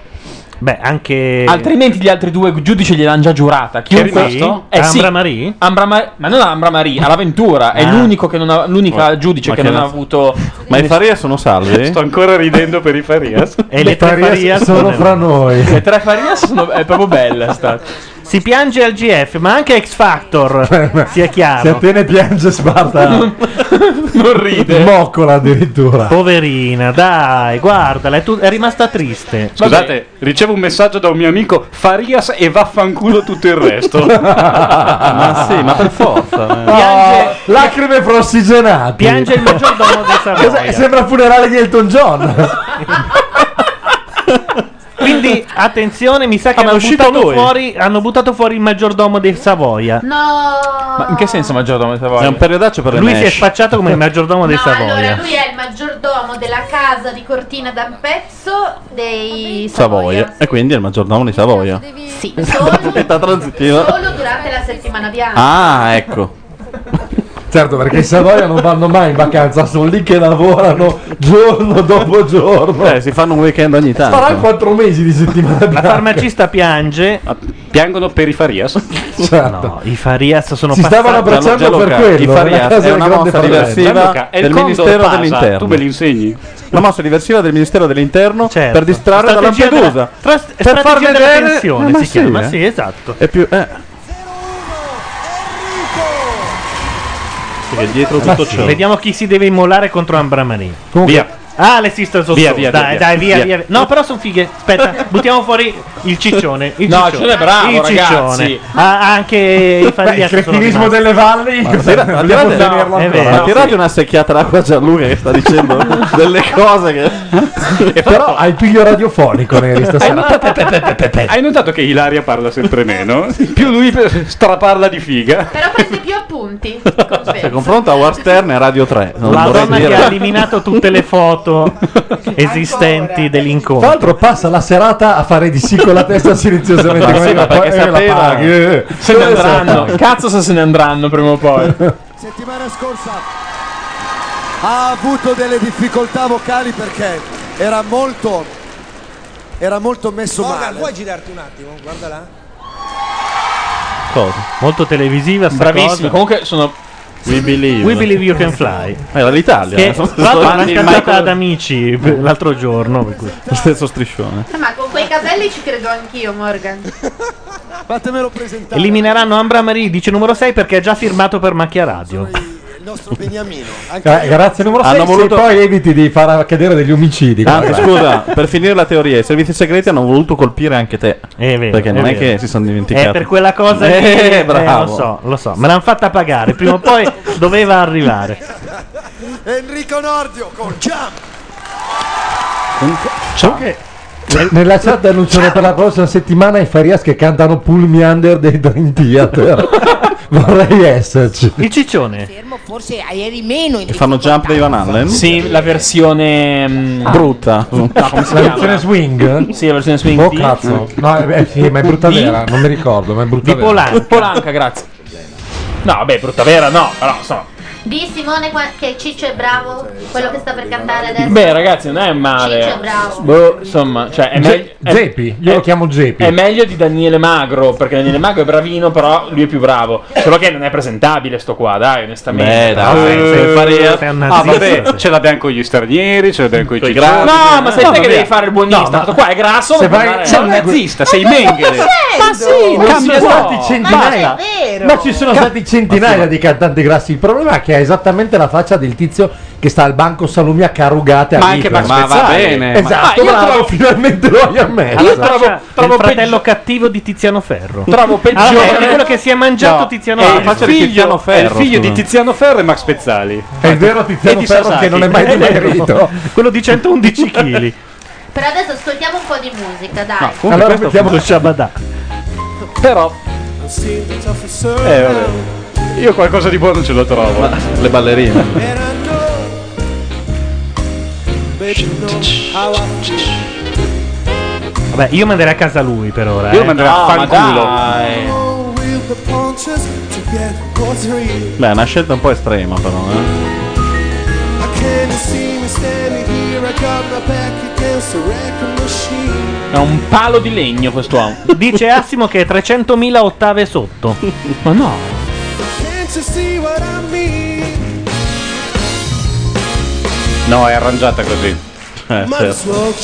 S1: Beh, anche.
S7: Altrimenti gli altri due giudici gliel'hanno già giurata. Chi
S1: Sì?
S7: Eh, sì.
S1: Ambra Marie?
S7: Ambra Ma- ma non Ambra Marie, all'avventura. È
S4: Ah.
S7: l'unico che non ha, l'unica
S4: Ma-
S7: giudice
S4: ma
S7: che,
S4: che
S7: non ha
S4: razza-
S7: avuto.
S4: Ma i Faria sono salvi?
S7: Sto
S12: ancora ridendo per
S4: *laughs*
S12: i Farias.
S1: E le tre Farias
S5: sono fra noi.
S7: Le tre Farias sono. È proprio bella sta.
S1: Si piange al GF, ma anche
S7: *laughs*
S1: X Factor. sia
S5: Se
S1: chiaro.
S5: appena piange Sparta
S7: non ride.
S5: Moccola addirittura.
S1: Poverina, dai, guardala, è, tu- è rimasta triste.
S12: Scusate, ricevo un messaggio da un mio amico Farias e vaffanculo tutto il *laughs* resto.
S4: ma sì, ma per forza.
S5: Oh, lacrime prossigenate.
S1: Piange
S7: *laughs*
S1: il maggiordomo di Savoia.
S5: Cos'è? Sembra funerale di Elton John.
S1: Quindi *laughs* attenzione, mi sa che
S7: ma è
S1: hanno,
S7: uscito
S1: buttato
S7: lui?
S1: fuori, hanno buttato fuori il maggiordomo di Savoia.
S16: No!
S7: Ma in che senso maggiordomo di Savoia?
S4: È un periodaccio per le
S1: Lui si è
S4: mesh.
S1: spacciato come il maggiordomo di
S16: No,
S1: Savoia.
S16: allora lui è il maggiordomo della casa di Cortina d'Ampezzo dei
S4: Savoia. E quindi è il maggiordomo di Savoia.
S16: Sì,
S4: *laughs* Aspetta, transitiva.
S16: solo durante la settimana bianca.
S4: Ah, ecco.
S5: Certo, perché i Savoia non vanno mai in vacanza, sono lì che lavorano giorno dopo giorno.
S4: Eh, si fanno un weekend ogni tanto.
S5: Faranno 4 mesi di settimana bianca.
S1: La farmacista piange.
S12: Piangono per i Farias. *laughs*
S1: No, i Farias sono
S5: Si
S1: passati.
S5: stavano abbracciando Gianluca, per quello, i Farias è una cosa è una grande mossa problema. diversiva
S4: Gianluca, è il del Condor Ministero Pasa, dell'Interno.
S12: Tu me li insegni.
S4: La mossa diversiva del Ministero dell'Interno
S5: Certo.
S4: per distrarre la
S1: Strategia della-
S4: Lampedusa.
S1: tra-
S4: per
S1: strategia
S4: far
S1: della
S4: vedere
S1: tensione
S4: Eh, ma
S1: si chiama,
S4: eh.
S1: sì, esatto.
S4: È più eh. Perché dietro tutto ciò.
S1: Vediamo chi si deve immolare contro Ambramani.
S12: Via.
S1: Ah, le sister sono
S12: Via,
S1: solo.
S12: via,
S1: dai,
S12: via,
S1: dai,
S12: via.
S1: via, via, via. No, però sono fighe. Aspetta, buttiamo fuori il ciccione. Il
S7: No,
S1: ciccione.
S7: ce l'è bravo,
S1: il
S7: ragazzi.
S1: ciccione. Ah, anche i
S5: Beh, il
S1: Farias sono
S5: cretinismo
S1: rimasti.
S5: delle valli.
S4: Ma tira- ma
S5: Dobbiamo
S4: tirate-
S5: tenerlo
S4: è
S5: ancora.
S4: vero. Ma tirate una secchiata d'acqua a Gianluca che sta dicendo
S5: *laughs*
S4: delle cose che...
S5: Però hai il piglio *laughs* radiofonico Neri stasera.
S12: Hai notato che Ilaria parla sempre meno? *laughs* Più lui pe- straparla di figa.
S16: Però prende più appunti.
S4: Se confronta War Stern e Radio 3. *laughs* Non
S1: La
S4: dovrei
S1: donna
S4: dire.
S1: che ha eliminato tutte le foto esistenti
S5: Tra
S1: dell'incontro.
S5: l'altro passa la serata a fare di sì con la testa silenziosamente.
S7: Ma *laughs*
S5: come
S7: sì, ma
S5: la-
S7: perché
S5: eh, la
S7: sapeva.
S5: paghi, eh.
S7: Se ne
S5: Eh, se la
S7: andranno.
S5: paghi.
S7: Cazzo se se ne andranno prima o poi.
S6: Settimana scorsa ha avuto delle difficoltà vocali perché era molto era molto messo
S18: Morgan,
S6: male.
S18: puoi girarti un attimo? Guarda là.
S1: Molto televisiva, sta
S7: Bravissimi,
S1: cosa.
S7: comunque sono.
S4: We believe.
S1: We believe you can fly.
S4: Era l'Italia.
S1: Che
S4: eh.
S1: tra l'altro l'hanno
S4: Michael-
S1: cantata ad amici per- l'altro giorno. per cui-
S4: Lo stesso striscione.
S16: Ma con quei capelli ci credo anch'io, Morgan.
S6: Fatemelo presentare.
S1: Elimineranno Ambra Marie, dice numero 6 perché ha già firmato per Macchia Radio.
S6: il nostro Beniamino.
S5: Eh, grazie numero
S4: Hanno
S5: 6
S4: voluto-
S5: poi eviti di far cadere degli omicidi.
S7: Ah,
S4: Anzi,
S5: guarda.
S4: scusa, per finire la teoria, i servizi segreti hanno voluto colpire anche te. perché non
S1: è
S4: è,
S1: vero.
S4: che si sono dimenticati.
S1: È per quella cosa lì,
S4: Eh,
S1: eh,
S4: bravo.
S1: lo so, lo so, me l'hanno fatta pagare, prima o poi doveva arrivare.
S6: Enrico Nordio con Jump.
S5: Comunque, nel- Nella chat annunciano per la prossima settimana i Farias che cantano Pull Me Under dei
S7: *laughs*
S5: Dream Theater. Vorrei esserci.
S1: Il ciccione.
S24: Fermo, forse a ieri meno. in-
S4: Che *laughs* fanno jump da Ivan Allen?
S7: Sì, la versione. mm,
S4: Brutta. Boh,
S7: No, come si
S5: La
S7: chiama?
S5: versione swing?
S7: Sì, la versione swing.
S5: Oh
S7: di-
S5: cazzo. No, eh, eh, sì, ma è brutta
S7: Di-
S5: vera, non mi ricordo, ma è brutta
S7: Di
S5: vera.
S7: Polanca. Polanca, grazie. No, vabbè, brutta vera, no, però insomma.
S16: Di Simone qua- che Ciccio è bravo, quello che sta per cantare adesso.
S7: Beh, ragazzi, non è
S16: Ciccio è
S7: male.
S16: bravo.
S7: Boh, insomma, cioè, è
S5: Ge-
S7: meglio.
S5: Zepi, io lo chiamo Zepi.
S7: È meglio di Daniele Magro, perché Daniele Magro è bravino, però lui è più bravo. Solo che non è presentabile sto qua, dai, onestamente.
S12: Beh, dai,
S7: Eh,
S12: se Faria-
S7: sei un
S12: Ah,
S7: nazista,
S12: vabbè, ce l'abbiamo con gli stranieri, ce l'abbiamo con i
S7: sei
S12: cittadini.
S7: grasso. No, ma sei te che
S12: vabbè.
S7: devi fare il buonista. Questo qua è grasso,
S12: Se
S7: non può
S12: vai-
S7: fare-
S12: eh. sei un nazista, sei Mengele.
S7: Ma sì, non si
S5: Cambia
S7: può.
S5: stati centinaia. Ma ci sono
S12: Ca-
S5: stati centinaia di cantanti grassi. Il problema è che ha esattamente la faccia del tizio che sta al banco salumi a carugate.
S12: Ma anche Max Ma va Pezzali. bene, ma-
S5: Esatto,
S12: ma io
S5: bravo,
S12: trovo-
S5: finalmente lo hai ammesso.
S1: Io
S5: Faccia-
S1: trovo,
S5: trovo
S1: il fratello cattivo di Tiziano Ferro.
S5: Trovo
S1: Alla
S5: peggiore-
S1: fine è quello che si è mangiato
S12: No,
S1: Tiziano
S12: è
S1: Ferro.
S12: il faccia di Tiziano Ferro, è il figlio di Tiziano Ferro e Max Pezzali.
S5: È il vero Tiziano
S12: E di
S5: Ferro
S12: Sasaki.
S5: che non è mai
S12: È vero.
S5: dimagrito.
S1: Quello di 111
S5: *laughs*
S1: kg.
S16: Però adesso ascoltiamo un po' di musica, dai.
S1: allora mettiamo lo Shabada.
S12: Però. Eh, vabbè. Io qualcosa di buono ce lo trovo. le ballerine.
S1: Vabbè, io manderei a casa lui per ora.
S12: Io
S1: eh.
S12: manderei a No, ma fanculo. dai.
S4: Beh, è una scelta un po' estrema, però. Eh.
S7: È un palo di legno quest'uomo.
S1: *laughs* Dice Assimo che è 300.000
S12: *laughs*
S1: ottave sotto.
S7: Ma no.
S12: No, è arrangiata così.
S4: Eh,
S5: certo.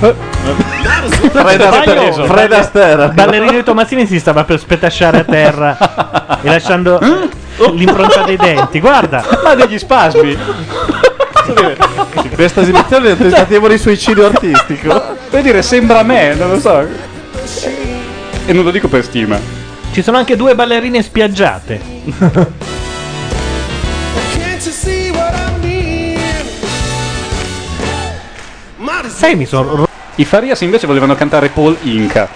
S5: Eh. *laughs*
S12: Fred Astaire. Fred Astaire.
S1: Il ballerino oh. di Tomassini si stava per spetasciare a terra e lasciando
S5: Eh?
S1: *laughs* l'impronta dei denti. Guarda,
S12: ma degli spasmi. Cioè,
S4: Questa esibizione è un tentativo di suicidio artistico.
S12: Per dire, sembra a me, non lo so. E non lo dico per stima.
S1: Ci sono anche due ballerine spiaggiate.
S12: Sai, mi sono. I Farias invece volevano cantare Paul Inca.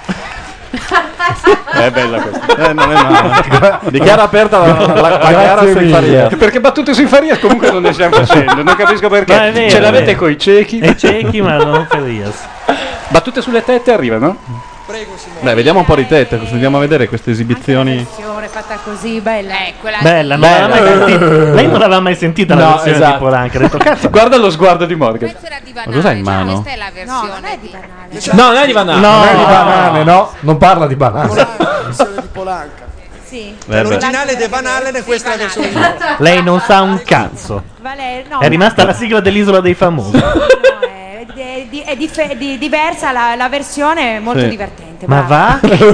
S12: è bella questa.
S4: Eh, non è male. Dichiara aperta la, la, la
S12: Grazie
S4: gara sui
S12: mille.
S4: Faria.
S12: Perché battute sui Farias comunque non ne stiamo facendo. Non capisco perché.
S1: Ma è vero,
S12: Ce
S1: è
S12: l'avete
S1: vero.
S12: coi ciechi.
S1: E ciechi, ma non Farias.
S12: *laughs* Battute sulle tette arrivano?
S4: Beh, vediamo un po' di tette, andiamo a vedere queste esibizioni.
S44: Signore, fatta così, bella. Eh, quella
S1: Bella, non l'aveva mai
S4: *laughs*
S1: sentita. Lei non l'aveva mai sentita la
S12: No,
S1: versione
S12: esatto.
S1: di Polanco. Ha detto, cazzo.
S12: Guarda lo sguardo di Morgan.
S1: Ma cos'hai in mano?
S44: è la versione. No, non è di
S12: No, non è di
S5: No, non è di banane, no, non parla
S1: *laughs*
S5: di banane.
S44: Sì.
S1: Eh, beh.
S18: L'originale De Van Allen è questa la versione di Morgan.
S1: Lei non sa un cazzo. È rimasta la sigla dell'isola dei famosi.
S32: È, eh, di- è dif- di- diversa la, la versione, è molto
S7: Sì.
S32: divertente.
S1: Ma
S32: bravo.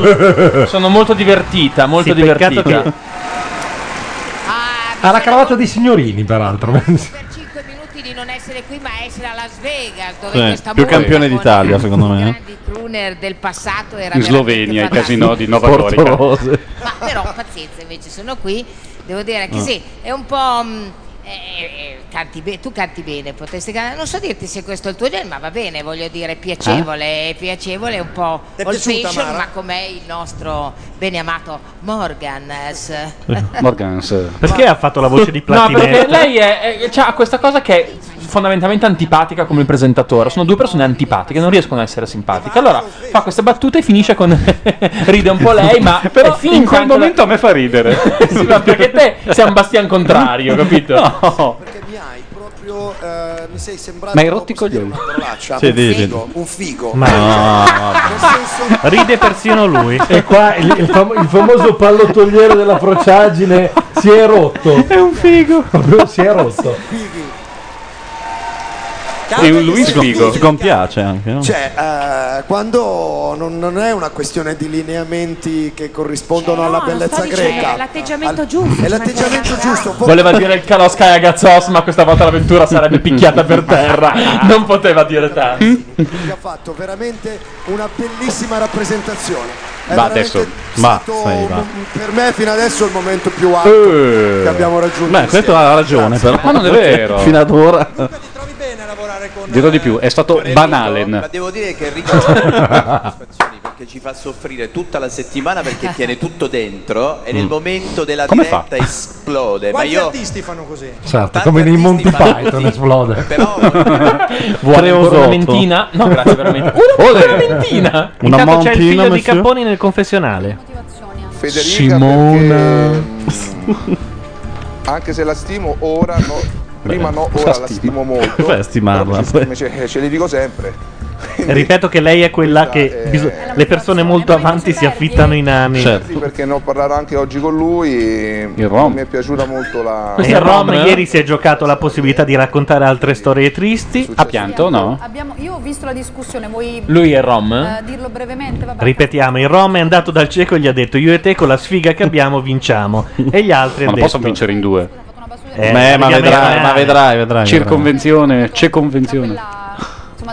S1: va?
S7: Sono molto divertita, molto
S5: Sì, peccato
S7: divertita.
S5: Ha la cravatta dei signorini, peraltro.
S11: di non essere qui ma essere a Las Vegas dove
S4: Sì,
S11: questa
S4: più
S11: musica
S4: campione
S11: con
S4: d'Italia, secondo me.
S11: i crooner del passato era
S12: In Slovenia, i casinò di Nova Gorica. *laughs*
S4: Portorose.
S11: ma però pazienza invece sono qui devo dire che
S4: Ah.
S11: sì è un po' mh, eh, eh, canti be- tu canti bene potresti cantare non so dirti se questo è il tuo genere ma va bene voglio dire piacevole piacevole un po'
S32: T'è
S11: old
S32: piaciuta,
S11: fashion
S32: Mara?
S11: ma com'è il nostro bene amato Morgans
S12: Morgans.
S1: Perché ha fatto la voce di
S7: No,
S1: Platinetto?
S7: perché lei è, è- ha questa cosa che è fondamentalmente antipatica come il presentatore. Sono due persone antipatiche, non riescono a essere simpatiche. Allora fa queste battute e finisce con. *laughs* ride
S12: *laughs*
S7: un po' lei, ma.
S12: Però
S7: è finta
S12: in quel
S7: anche la-
S12: momento a me fa ridere.
S7: *laughs* Sì, ma perché te sei un bastian
S12: *laughs*
S7: contrario, capito?
S12: No.
S6: Proprio, eh, mi sei sembrato
S12: Ma hai rotto i coglioni.
S6: parolaccia,
S12: Sì,
S6: un
S12: dillo.
S6: figo, un figo.
S12: Ma no,
S1: Ride persino lui.
S5: E qua il, il fam-
S1: *laughs*
S5: il famoso pallottoliere della Prociagine si è rotto. È
S12: un figo.
S5: Proprio si è rotto.
S4: E un Luis Figo. Ti compiace anche, no?
S6: Cioè, eh, quando non, non è una questione di lineamenti che corrispondono alla bellezza
S32: Sto dicendo,
S6: greca,
S32: È l'atteggiamento giusto.
S6: è l'atteggiamento giusto. po-
S7: Voleva dire il Kaloskai Gazzos, ma questa volta l'avventura sarebbe picchiata per terra. Non poteva dire tanto.
S12: Hm?
S6: che ha fatto veramente una bellissima rappresentazione. È
S12: Va
S6: veramente
S12: adesso.
S4: Ma, sei, va.
S6: per me fino adesso è il momento più alto
S4: Eh.
S6: che abbiamo raggiunto.
S4: Beh, questo
S6: insieme.
S4: ha ragione,
S6: Grazie.
S4: però.
S12: Ma
S4: *laughs*
S12: non è vero.
S4: Fino ad ora.
S12: Dirò di più, è stato Van Halen.
S14: Devo *laughs* dire che
S12: *laughs*
S5: *laughs*
S14: Enrico ha soddisfazioni perché ci fa soffrire tutta la settimana perché tiene tutto dentro e nel
S5: Mm.
S14: momento della
S5: Come fa?
S14: diretta esplode.
S18: Quanti
S14: ma io
S18: artisti fanno così?
S5: Certo, come nei Monty
S42: *laughs*
S5: Python esplode. *laughs*
S7: Vuole ancora una mentina? No, grazie, veramente. Una,
S1: Olè.
S7: una mentina!
S1: Intanto c'è il
S7: mentina,
S1: figlio di
S7: monsieur.
S1: Capponi nel confessionale.
S42: Federica
S3: Simona.
S42: perché, mm, anche se la stimo ora no, prima no,
S1: la
S42: ora la
S1: stima.
S42: stimo molto.
S1: *laughs* Come fai a stimarla,
S42: Però
S1: poi?
S42: Ce, ce- ce le dico sempre.
S1: Ripeto che lei è quella che biso- le persone molto avanti si affittano i nani.
S42: Certo. Sì, perché ne ho parlato anche oggi con lui. e
S1: Rom.
S42: Mi è piaciuta molto la.
S1: E il Rom ieri si è giocato la possibilità di raccontare altre storie tristi. Ha pianto,
S15: Abbiamo- io ho visto la discussione, vuoi
S1: Lui è Rom?
S15: eh, dirlo brevemente? Vabbè.
S1: Ripetiamo, il Rom è andato dal cieco e gli ha detto io e te con la sfiga che abbiamo vinciamo. E gli altri
S12: Ma
S1: hanno
S12: non
S1: detto...
S12: possono vincere in due.
S1: Eh, ma arriviamo in vedrai, finale. ma vedrai, vedrai,
S12: Circonvenzione, c'è convenzione.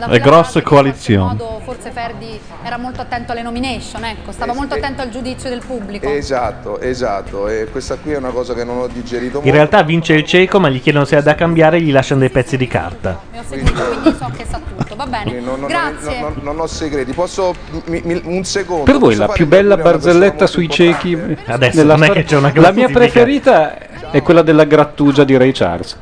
S15: Le
S12: grosse
S4: oh.
S12: coalizioni.
S15: modo forse Ferdi era molto attento alle nomination, ecco, stava molto attento al giudizio del pubblico.
S14: Eh,
S42: Esatto, esatto. E questa qui è una cosa che non ho digerito
S1: In
S42: molto.
S1: realtà vince il cieco ma gli chiedono se ha da cambiare e gli lasciano dei pezzi di carta.
S15: Mi ho seguito, quindi so che sa tutto. Va bene.
S42: Non, non-
S15: Grazie.
S42: non- non ho segreti. Posso. mi- mi- un secondo.
S12: Per voi
S42: posso
S12: la
S42: fare
S12: più
S42: il gioco
S12: bella
S42: di una persona
S12: barzelletta
S42: molto
S12: sui
S42: importante?
S12: ciechi
S1: Adesso,
S12: nella
S1: non è
S12: storia-
S1: che c'è una
S12: La mia
S1: classifica.
S12: preferita è quella della grattugia di Ray Charles.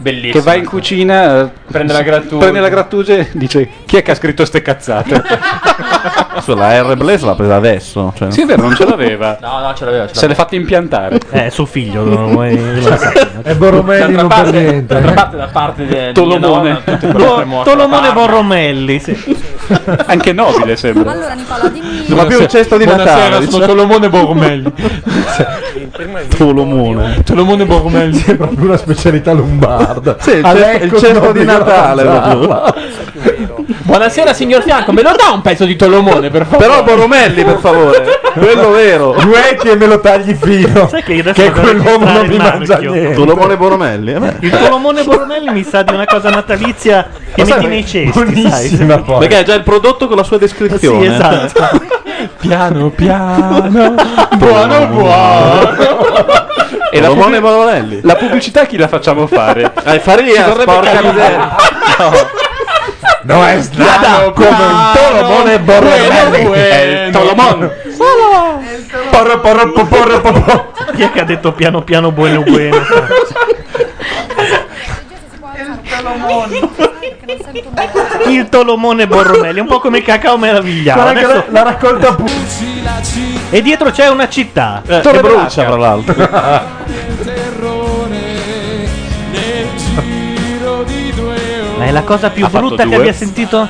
S7: Bellissima.
S12: Che va in cucina, eh,
S7: Prende la grattugia.
S12: prende la grattugia e dice chi è che ha scritto ste cazzate?
S4: la R Blaze l'ha presa adesso. Cioè.
S12: sì, è vero, non ce l'aveva.
S7: No, no, ce l'aveva.
S12: Se l'è fatta impiantare.
S1: Eh, suo
S4: *laughs*
S1: figlio,
S7: *laughs*
S1: non vuoi- non lo sai.
S12: È Borromelli
S7: D'altra parte, d'altra parte da parte
S1: Eh,
S7: de- di mia
S12: Tolomone.
S7: nonna, tutte quelle
S1: Tol-
S7: tre morte.
S1: Tolomone
S4: *laughs*
S1: Borromelli, sì.
S12: Anche nobile sembra.
S15: Allora Nicola, dimmi
S12: Ma più un cesto di
S7: Buonasera,
S12: Natale,
S7: sono
S12: dice.
S7: Tolomone Borromelli.
S12: Tolomone.
S7: Tolomone Borromelli.
S5: È proprio una specialità lombarda. Ah, ecco,
S7: Sì, il
S5: A
S7: cesto-
S5: Lecco
S7: il cesto di
S5: non
S7: Natale,
S5: la mangiava. Esatto.
S7: *laughs* Buonasera signor Fianco, me lo dà un pezzo di Tolomone per favore?
S5: Però
S7: Borromelli per favore,
S5: quello vero. *laughs* Guetti e me lo tagli
S1: Eh.
S5: fino. che quell'uomo non mi mangia niente.
S4: Tolomone Boromelli. eh beh.
S1: Il Tolomone Borromelli mi sa di una cosa natalizia che
S4: Lo sai,
S1: metti nei cesti,
S4: buonissima
S1: sai.
S4: poi. Perché è già il prodotto con la sua descrizione. *laughs*
S1: Sì, esatto.
S14: *laughs*
S7: piano piano, buono buono.
S12: E la,
S4: Tolomone
S12: pubblic- la pubblicità chi la facciamo
S1: *laughs*
S12: fare?
S4: Ai farina, porca miseria.
S5: No, è strano come un tolomone borromelli. È il tolomon. Porro, porro, po- porro, po- po-
S1: Chi è che ha detto piano piano buono buono? Il Tolomone Borromelli, un po' come il cacao meravigliano.
S5: Guarda che
S1: Adesso-
S5: la, la raccolta pu-
S1: E dietro c'è una città.
S5: Eh, che brucia,
S1: tra l'altro. Ma è la cosa più
S4: Ha fatto
S1: brutta che
S4: due.
S1: abbia sentito?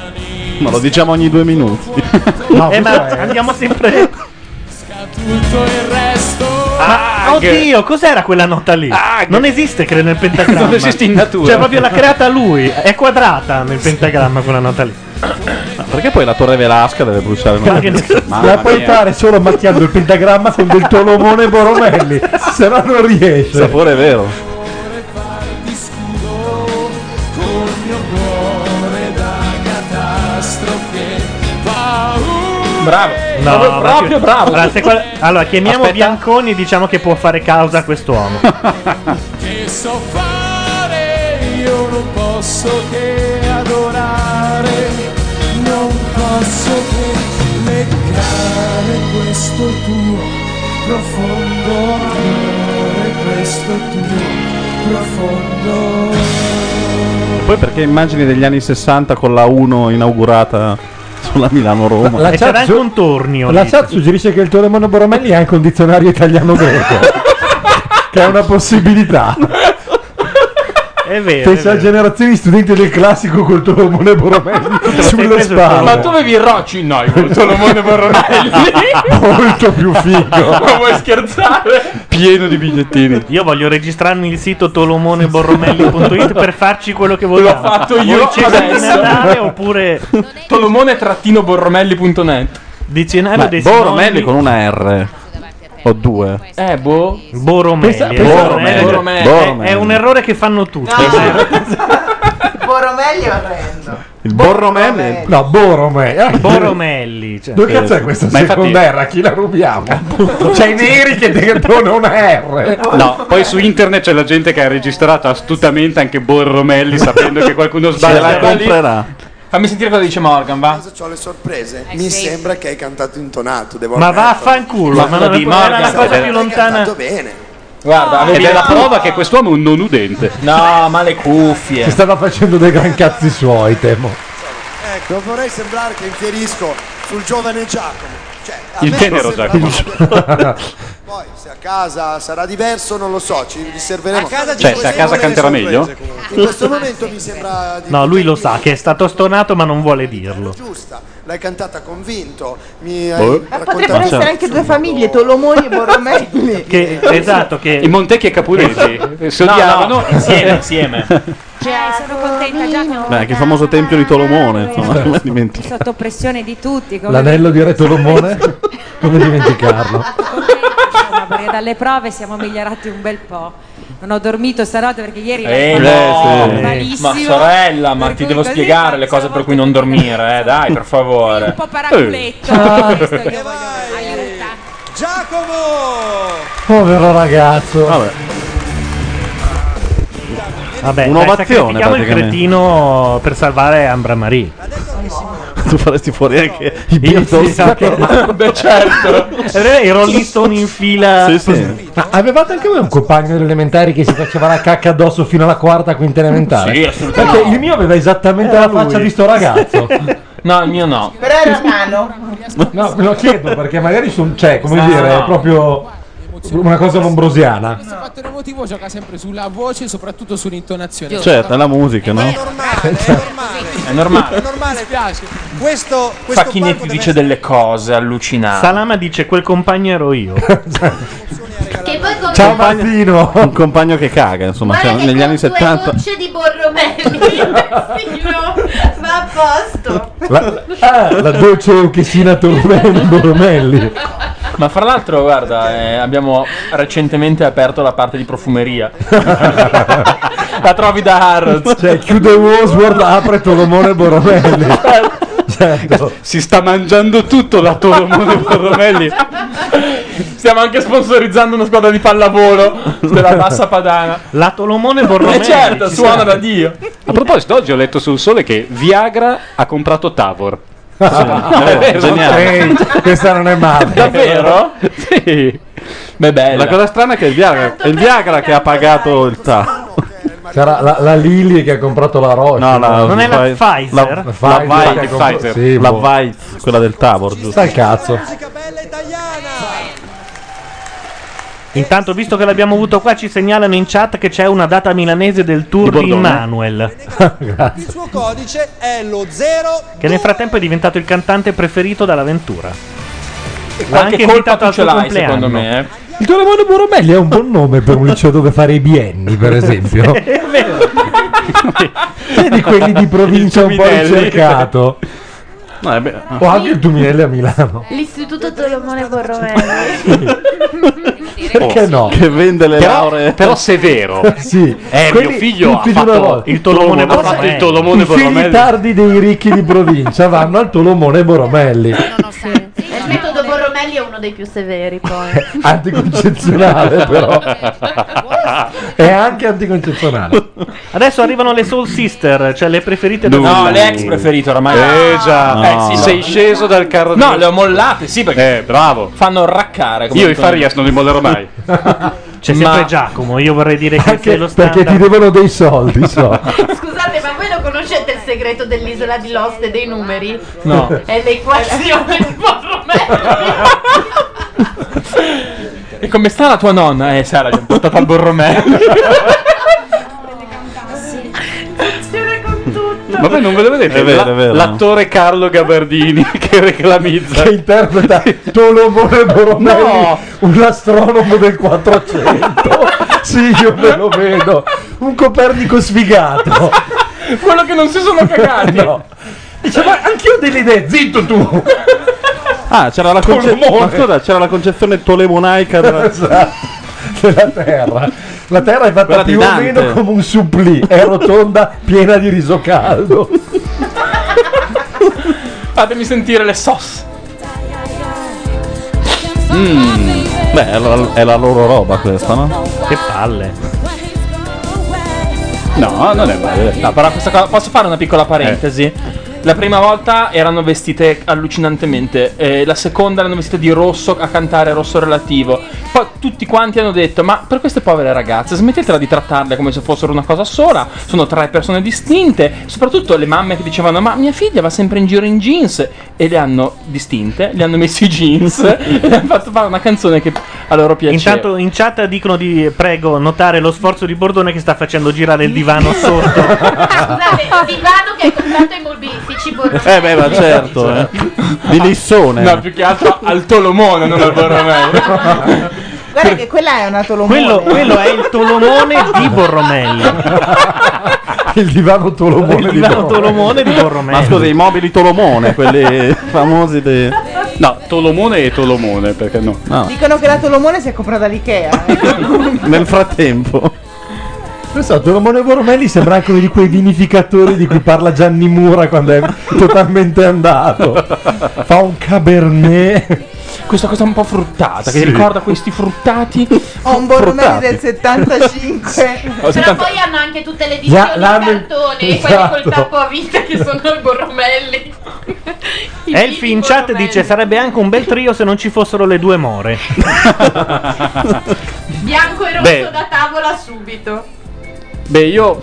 S4: Ma lo diciamo ogni due
S1: *laughs*
S4: minuti.
S1: eh, ma andiamo sempre.
S14: Tutto il resto.
S1: Ma oddio, cos'era quella nota lì? Non esiste, credo, nel pentagramma.
S12: Non esiste in natura.
S1: Cioè, proprio l'ha creata lui. È quadrata nel pentagramma quella nota lì.
S4: Ma perché poi la torre Velasca deve bruciare? Mamma
S5: La puoi
S4: mia.
S5: fare solo macchiando il pentagramma con del tolomone boromelli. se no non
S4: Il
S5: riesce.
S4: sapore è vero.
S14: col mio cuore da catastrofe. Paura.
S1: Bravo. No,
S14: Proprio-
S1: ma
S14: proprio
S1: che-
S14: bravo.
S1: Allora, se qual- allora, chiamiamo
S14: Aspetta.
S1: Bianconi e diciamo che può fare causa a
S14: *laughs*
S1: quest'uomo.
S14: Che so fare, io non posso che adorare, non posso che leccare questo tuo profondo amore, questo tuo profondo
S4: E poi perché immagini degli anni 60 con la 1 inaugurata sulla Milano-Roma?
S5: La chat su- La chat suggerisce che il tolomone boromelli è anche un dizionario italiano-greco. che è una possibilità.
S1: È vero.
S5: Pensa a generazioni di studenti del classico col tolomone boromelli sulle
S7: Ma
S5: spalle.
S7: tu avevi Rocci? No, io col Tolomone
S1: *laughs*
S7: Borromelli.
S5: Molto più figo.
S7: *laughs* Ma vuoi scherzare?
S1: Pieno di bigliettini. Io voglio registrarmi il sito tolomoneborromelli.it per farci quello che vogliamo.
S7: L'ho fatto io
S1: Vuoi cena di
S7: adesso.
S1: Natale
S7: *laughs*
S1: oppure
S7: Tolomone-borromelli.net
S1: dizionario
S4: Ma
S1: dei
S4: Boromelli
S1: sinonimi.
S4: con una R. O due.
S7: Eh, boh.
S1: Boromelli.
S4: Pensa-
S1: eh,
S4: pensa-
S1: Boromelli.
S4: Boromelli.
S1: È- È,
S4: Boromelli.
S1: un errore che fanno tutti. eh.
S26: Boromelli è orrendo.
S4: Il Borromelli.
S5: No, Borromelli.
S1: Boromelli. cioè.
S5: Dove cazzo è questa
S12: Ma infatti-
S5: seconda R? A chi la rubiamo? Cioè, C'è i neri che devono una R.
S12: No, poi su internet c'è la gente che ha registrato astutamente anche Borromelli sapendo che qualcuno sbaglia.
S7: Fammi sentire cosa dice Morgan, va.
S6: Ho cioè, le sorprese. Mi sembra che hai cantato intonato. Devo
S7: Ma
S6: ammetterlo.
S7: vaffanculo, Ma ma non di è- era la Morgan, cosa
S12: cioè,
S7: più
S1: lontana.
S6: Hai cantato bene.
S7: Guarda,
S12: Ed
S7: avevi
S12: è la prova che quest'uomo è un non udente.
S7: Ah, No, ma le cuffie.
S5: Ci stava facendo dei gran cazzi suoi, temo.
S6: Ecco, vorrei sembrare che infierisco sul giovane Giacomo. Cioè, a
S12: Il
S6: me
S12: tenero
S6: sembra-
S12: Giacomo.
S6: Poi se a casa sarà diverso non lo so, ci riserveremo.
S43: A casa
S1: Cioè, se a casa canterà meglio?
S6: In questo momento mi sembra di
S1: No, lui lo sa che è stato stonato ma non vuole dirlo.
S6: giusta. L'hai cantata convinto. Mi
S1: Boh.
S6: hai
S1: Ma
S6: raccontato
S2: Potrebbero essere anche due famiglie, Tolomoni e Borromelli.
S1: Che, esatto, che...
S12: I Montecchi e Capuletti si odiavano
S1: insieme,
S7: insieme.
S32: Cioè, sono contenta Giacomo.
S4: Beh, anche il famoso tempio di Tolomone, insomma, non dimentico.
S32: Sotto pressione di tutti, come
S5: L'anello di Re Tolomone? *laughs* Come dimenticarlo?
S32: insomma, perché dalle prove siamo migliorati un bel po'. Non ho dormito stanotte perché ieri
S7: Eh,
S32: la-
S7: no.
S32: malissimo.
S7: Ma sorella, ma ti devo spiegare le cose per cui non dormire, eh, dai, per favore. Eh. Un
S32: po'
S7: paraculetto.
S18: Giacomo!
S5: Povero ragazzo.
S1: Vabbè, dai,
S4: Un'ovazione,
S1: sacrifichiamo il
S4: praticamente.
S1: cretino per salvare Ambra Marie.
S4: Tu faresti fuori anche i *laughs*
S1: Beatles.
S4: Beh, certo.
S1: Eh, I Rolling Stone in fila.
S5: Ma avevate anche voi un compagno delle elementari che si faceva la cacca addosso fino alla quarta, quinta elementare?
S7: Sì, assolutamente.
S5: Perché il mio aveva esattamente
S7: Era
S5: la faccia
S7: lui.
S5: di
S7: *laughs*
S5: sto ragazzo.
S7: No, il mio no.
S2: Però è romano.
S5: No, me lo chiedo perché magari sono, cioè, come
S7: No,
S5: dire,
S7: no.
S5: è proprio una cosa lombrosiana.
S3: Questo fattore emotivo gioca sempre sulla voce, soprattutto sull'intonazione.
S4: Certo, è la musica, no? Certo.
S7: È normale.
S3: È normale, piace.
S18: Questo, questo
S7: Facchini ti dice delle cose allucinanti.
S1: Salama dice quel compagno ero
S4: *laughs*
S1: io.
S11: Che poi come
S4: Un compagno- Un compagno che caga, insomma,
S11: Guarda
S4: cioè,
S11: che
S4: negli
S11: con
S4: anni
S11: due
S4: 70.
S11: gocce di Borromelli *laughs* il vestito va a posto.
S5: La, ah, la dolce Euchesina Torben- Borromelli.
S7: Ma fra l'altro, guarda, eh, abbiamo recentemente aperto la parte di
S5: *laughs*
S7: profumeria. la trovi da Harrods.
S5: Cioè, chiude Wosworth, apre Tolomone Borromelli.
S7: *laughs*
S5: Certo.
S12: Si sta mangiando tutto la Tolomone Borromelli.
S7: Stiamo anche sponsorizzando una squadra di pallavolo della bassa padana.
S1: La Tolomone Borromelli.
S7: Eh certo,
S12: ci
S7: suona
S12: sta.
S7: da Dio.
S12: A proposito, oggi ho letto sul sole che Viagra ha comprato Tavor. *laughs*
S5: No, Ehi, Ah, questa non è male.
S4: Davvero?
S12: sì. Beh, bella.
S4: La cosa strana è che è il Viagra, è il Viagra che ha pagato il TAC.
S5: Sarà la, la Lily che ha comprato la Roche.
S4: No, no, Pfizer. La, la,
S5: La Pfizer che ha
S4: Vice,
S5: comprato- Sì,
S4: la
S5: boh.
S4: Vice, quella del Tavor, giusto?
S5: Sta il cazzo.
S1: Intanto, visto che l'abbiamo avuto qua, ci segnalano in chat che c'è una data milanese del tour
S5: Di
S1: di
S5: Bordone.
S1: Manuel.
S18: Il suo codice è lo 0.
S1: Che nel frattempo è diventato il cantante preferito dall'avventura. L'ha
S7: Qualche
S1: anche
S7: colpa
S1: invitato
S7: tu
S1: al
S7: ce
S1: suo
S7: l'hai,
S1: compleanno.
S7: secondo me. eh.
S5: Il Tolomone Borromelli è un buon nome per un liceo dove fare i bienni, per
S4: *laughs*
S5: esempio.
S1: È vero.
S5: È di quelli di provincia un po'
S4: Tuminelli.
S5: ricercato.
S4: No, è be-
S5: O anche il Tuminelli
S16: *laughs*
S5: a Milano.
S11: *laughs* L'istituto Tolomone Borromelli.
S5: Perché no?
S4: Che vende le
S5: Però-
S4: lauree.
S5: però
S12: se è vero.
S5: *laughs* Sì.
S12: Eh,
S5: Quelli
S12: mio figlio ha
S5: tutti di una
S12: fatto
S5: volta.
S12: il Tolomone Borromelli. Il Tolomone
S5: I figli
S12: Borromelli.
S5: tardi dei ricchi di provincia vanno al Tolomone Borromelli.
S11: E il metodo Borromelli è uno dei più severi poi.
S5: Anticoncezionale però.
S7: *laughs*
S5: È
S4: *laughs*
S5: anche anticoncezionale.
S1: Adesso arrivano le Soul Sister, cioè le preferite da
S7: No,
S1: tutti.
S7: le ex preferite ormai.
S1: Eh, già.
S7: sì,
S1: No.
S7: sei
S12: sceso dal carro
S7: No, le ho mollate, sì, perché
S12: Eh, bravo.
S7: fanno raccare. come
S12: Io i
S7: dicono.
S12: Farias non li mollerò mai.
S1: C'è sempre Giacomo, io vorrei dire che
S5: Perché,
S1: se lo
S5: perché ti
S1: standard.
S5: devono dei soldi, so.
S11: Scusate, ma voi lo conoscete il segreto dell'isola di Lost e dei numeri?
S5: No.
S11: È l'equazione di Borromelli.
S7: *laughs* E come sta la tua nonna? Eh, Sara, gli ho portato al Borromello.
S11: Funziona
S14: *laughs*
S11: con tutto.
S12: Ma voi non ve lo vedete?
S4: È vero,
S12: La-
S4: è vero.
S12: L'attore Carlo Gabardini *laughs* che reclamizza. *laughs*
S5: Che Cioè, interpreta Tolomone Borromelli, un astronomo del
S4: *laughs*
S5: 400. sì, io me lo vedo. Un Copernico
S4: *laughs*
S5: sfigato.
S7: *laughs* Quello che non si sono cagati.
S5: No. Dice, ma anch'io ho delle idee, zitto tu!
S4: Ah, c'era la, conce-
S5: Tolomone.
S4: ma scusa, c'era la concezione tolemonaica della...
S5: Esatto. della Terra. La Terra è fatta
S4: Quella di
S5: più o
S4: Dante. *laughs*
S5: meno come un supplì, è rotonda, piena di riso caldo.
S7: *laughs* Fatemi sentire le sos.
S4: Mm. Beh, è la, è la loro roba questa, no?
S1: Che palle.
S12: No, non è male.
S1: Eh.
S7: No, però questa cosa, posso fare una piccola parentesi? La prima volta erano vestite allucinantemente, eh, la seconda erano vestite di rosso a cantare rosso relativo. Poi tutti quanti hanno detto: Ma per queste povere ragazze, smettetela di trattarle come se fossero una cosa sola. Sono tre persone distinte. Soprattutto le mamme che dicevano: Ma mia figlia va sempre in giro in jeans. E le hanno distinte, le hanno messi i jeans *laughs* e le hanno fatto fare una canzone che a loro piaceva.
S1: Intanto in chat dicono di *laughs* prego notare lo sforzo di Bordone che sta facendo girare il divano sotto.
S7: *laughs*
S16: Scusate, il divano che hai comprato ai mobilistici Borromeo.
S1: Eh beh, ma certo, eh. Di Lissone.
S7: No, più che altro al Tolomone, non al Borromeo.
S2: Guarda che quella è una tolomone.
S1: Quello, quello è
S2: *laughs*
S1: il Tolomone di Borromello.
S5: il divano Tolomone
S1: Il divano Tolomone di Borromello.
S4: Ma scusa, i mobili Tolomone, *laughs* quelli famosi dei... No, Tolomone e Tolomone, perché no? no.
S2: Dicono che la Tolomone si è comprata all'Ikea. eh.
S4: Nel frattempo.
S5: Non so, Tolomone Borromelli sembra anche uno di quei vinificatori di cui parla Gianni Mura quando è totalmente andato. Fa un cabernet.
S7: Questa cosa un po' fruttata, che
S5: Sì.
S7: ricorda questi fruttati.
S2: Ho un Borromelli del
S7: Eh,
S2: 75.
S7: Ho
S16: Però
S7: 70
S16: poi hanno anche tutte le edizioni
S1: Ja-
S16: in
S1: l'hanno-
S16: cartone, quelle
S1: Esatto.
S16: col tappo a vite che sono il Borromelli.
S1: Elfi in chat dice sarebbe anche un bel trio se non ci fossero le due more.
S16: Bianco e rosso
S1: Beh.
S16: da tavola subito.
S4: Beh, io.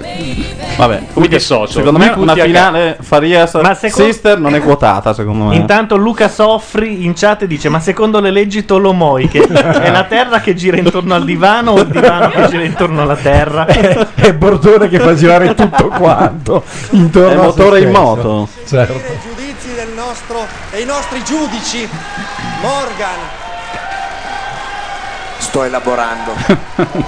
S4: Vabbè, mi dissocio. Secondo me
S1: Mi
S4: una
S1: putti a
S4: finale Farias
S1: Ma secondo-
S4: Sister non è quotata, secondo me.
S1: Intanto Luca Soffri in chat dice ma secondo le leggi tolomoiche è la terra che gira intorno al divano o il divano che gira intorno alla terra?
S5: È Bordone che fa girare tutto quanto. Intorno
S4: È
S5: a se
S4: motore in
S5: stesso.
S4: moto.
S5: Certo.
S45: I giudizi del nostro, dei nostri giudici. Morgan,
S6: Sto elaborando.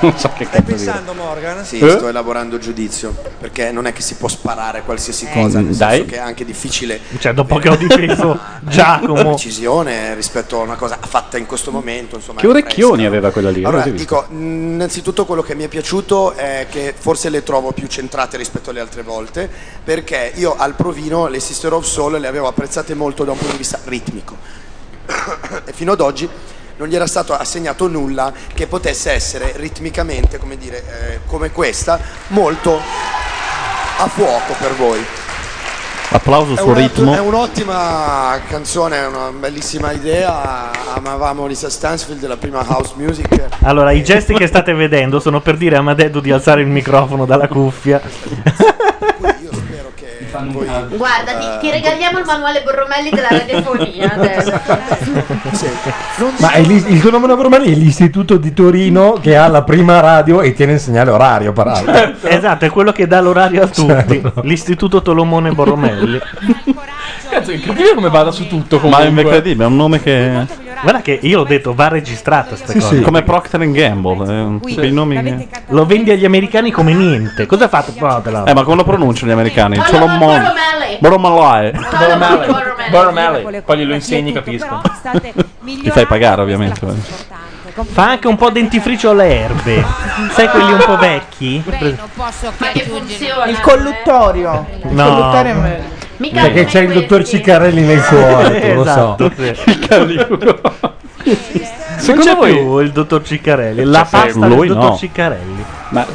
S4: non so che
S6: Stai
S45: pensando, Morgan?
S6: Sì,
S45: Eh?
S6: sto elaborando il giudizio. Perché non è che si può sparare qualsiasi cosa. Nel
S1: Dai.
S6: senso che è anche difficile.
S1: Cioè dopo che ho difeso
S6: *laughs* Una
S1: Giacomo.
S6: decisione rispetto a una cosa fatta in questo momento. Insomma,
S4: Che orecchioni aveva quella lì?
S6: Allora,
S4: Non si è visto.
S6: dico, mh, innanzitutto quello che mi è piaciuto è che forse le trovo più centrate rispetto alle altre volte, perché io al provino le Sister of Soul le avevo apprezzate molto da un punto di vista ritmico. *coughs* e fino ad oggi non gli era stato assegnato nulla che potesse essere ritmicamente, come dire, eh, come questa, molto a fuoco per voi.
S4: Applauso
S6: È
S4: sul
S6: una-
S4: ritmo.
S6: È un'ottima canzone, è una bellissima idea. Amavamo Lisa Stansfield della prima house music.
S1: Allora i gesti che state vedendo sono per dire a Madeddu di alzare il microfono dalla cuffia.
S46: Guarda, ti, ti regaliamo il manuale Borromelli della radiofonia adesso.
S5: Ma è l'is- il fenomeno Borromelli è l'istituto di Torino che ha la prima radio e tiene il segnale orario, peraltro.
S7: Certo.
S4: Certo.
S1: Esatto, è quello che dà l'orario a tutti. L'istituto Tolomone Borromelli.
S7: Cazzo, è incredibile come vada su tutto
S4: Ma è
S7: comunque.
S4: incredibile, è un nome che.
S1: Guarda che io ho detto va registrata sta
S4: Sì,
S1: cosa.
S4: sì. Come Procter Gamble. eh,
S1: Sì.
S4: quei nomi che-
S1: Lo vendi agli americani come niente. Cosa fate? Provatela.
S4: Eh, ma come lo pronunciano gli americani?
S1: Allora,
S4: Solomon.
S1: Borromelli.
S4: Borromelai.
S7: Borromelli. Borromelli. Poi glielo insegni, capisco.
S4: Ti fai pagare, ovviamente.
S1: Fa anche un po' dentifricio alle erbe. Sai quelli un po' vecchi?
S47: Posso che funziona.
S2: Il colluttorio. Il
S1: No.
S2: colluttorio è meglio.
S5: Perché c'è il dottor Ciccarelli nel cuore, tu lo so.
S1: Esatto, Secondo
S5: c'è
S1: c'è più il dottor Ciccarelli, la
S5: Cioè,
S1: pasta
S5: lui
S1: del dottor
S5: no.
S1: Ciccarelli.
S48: Ma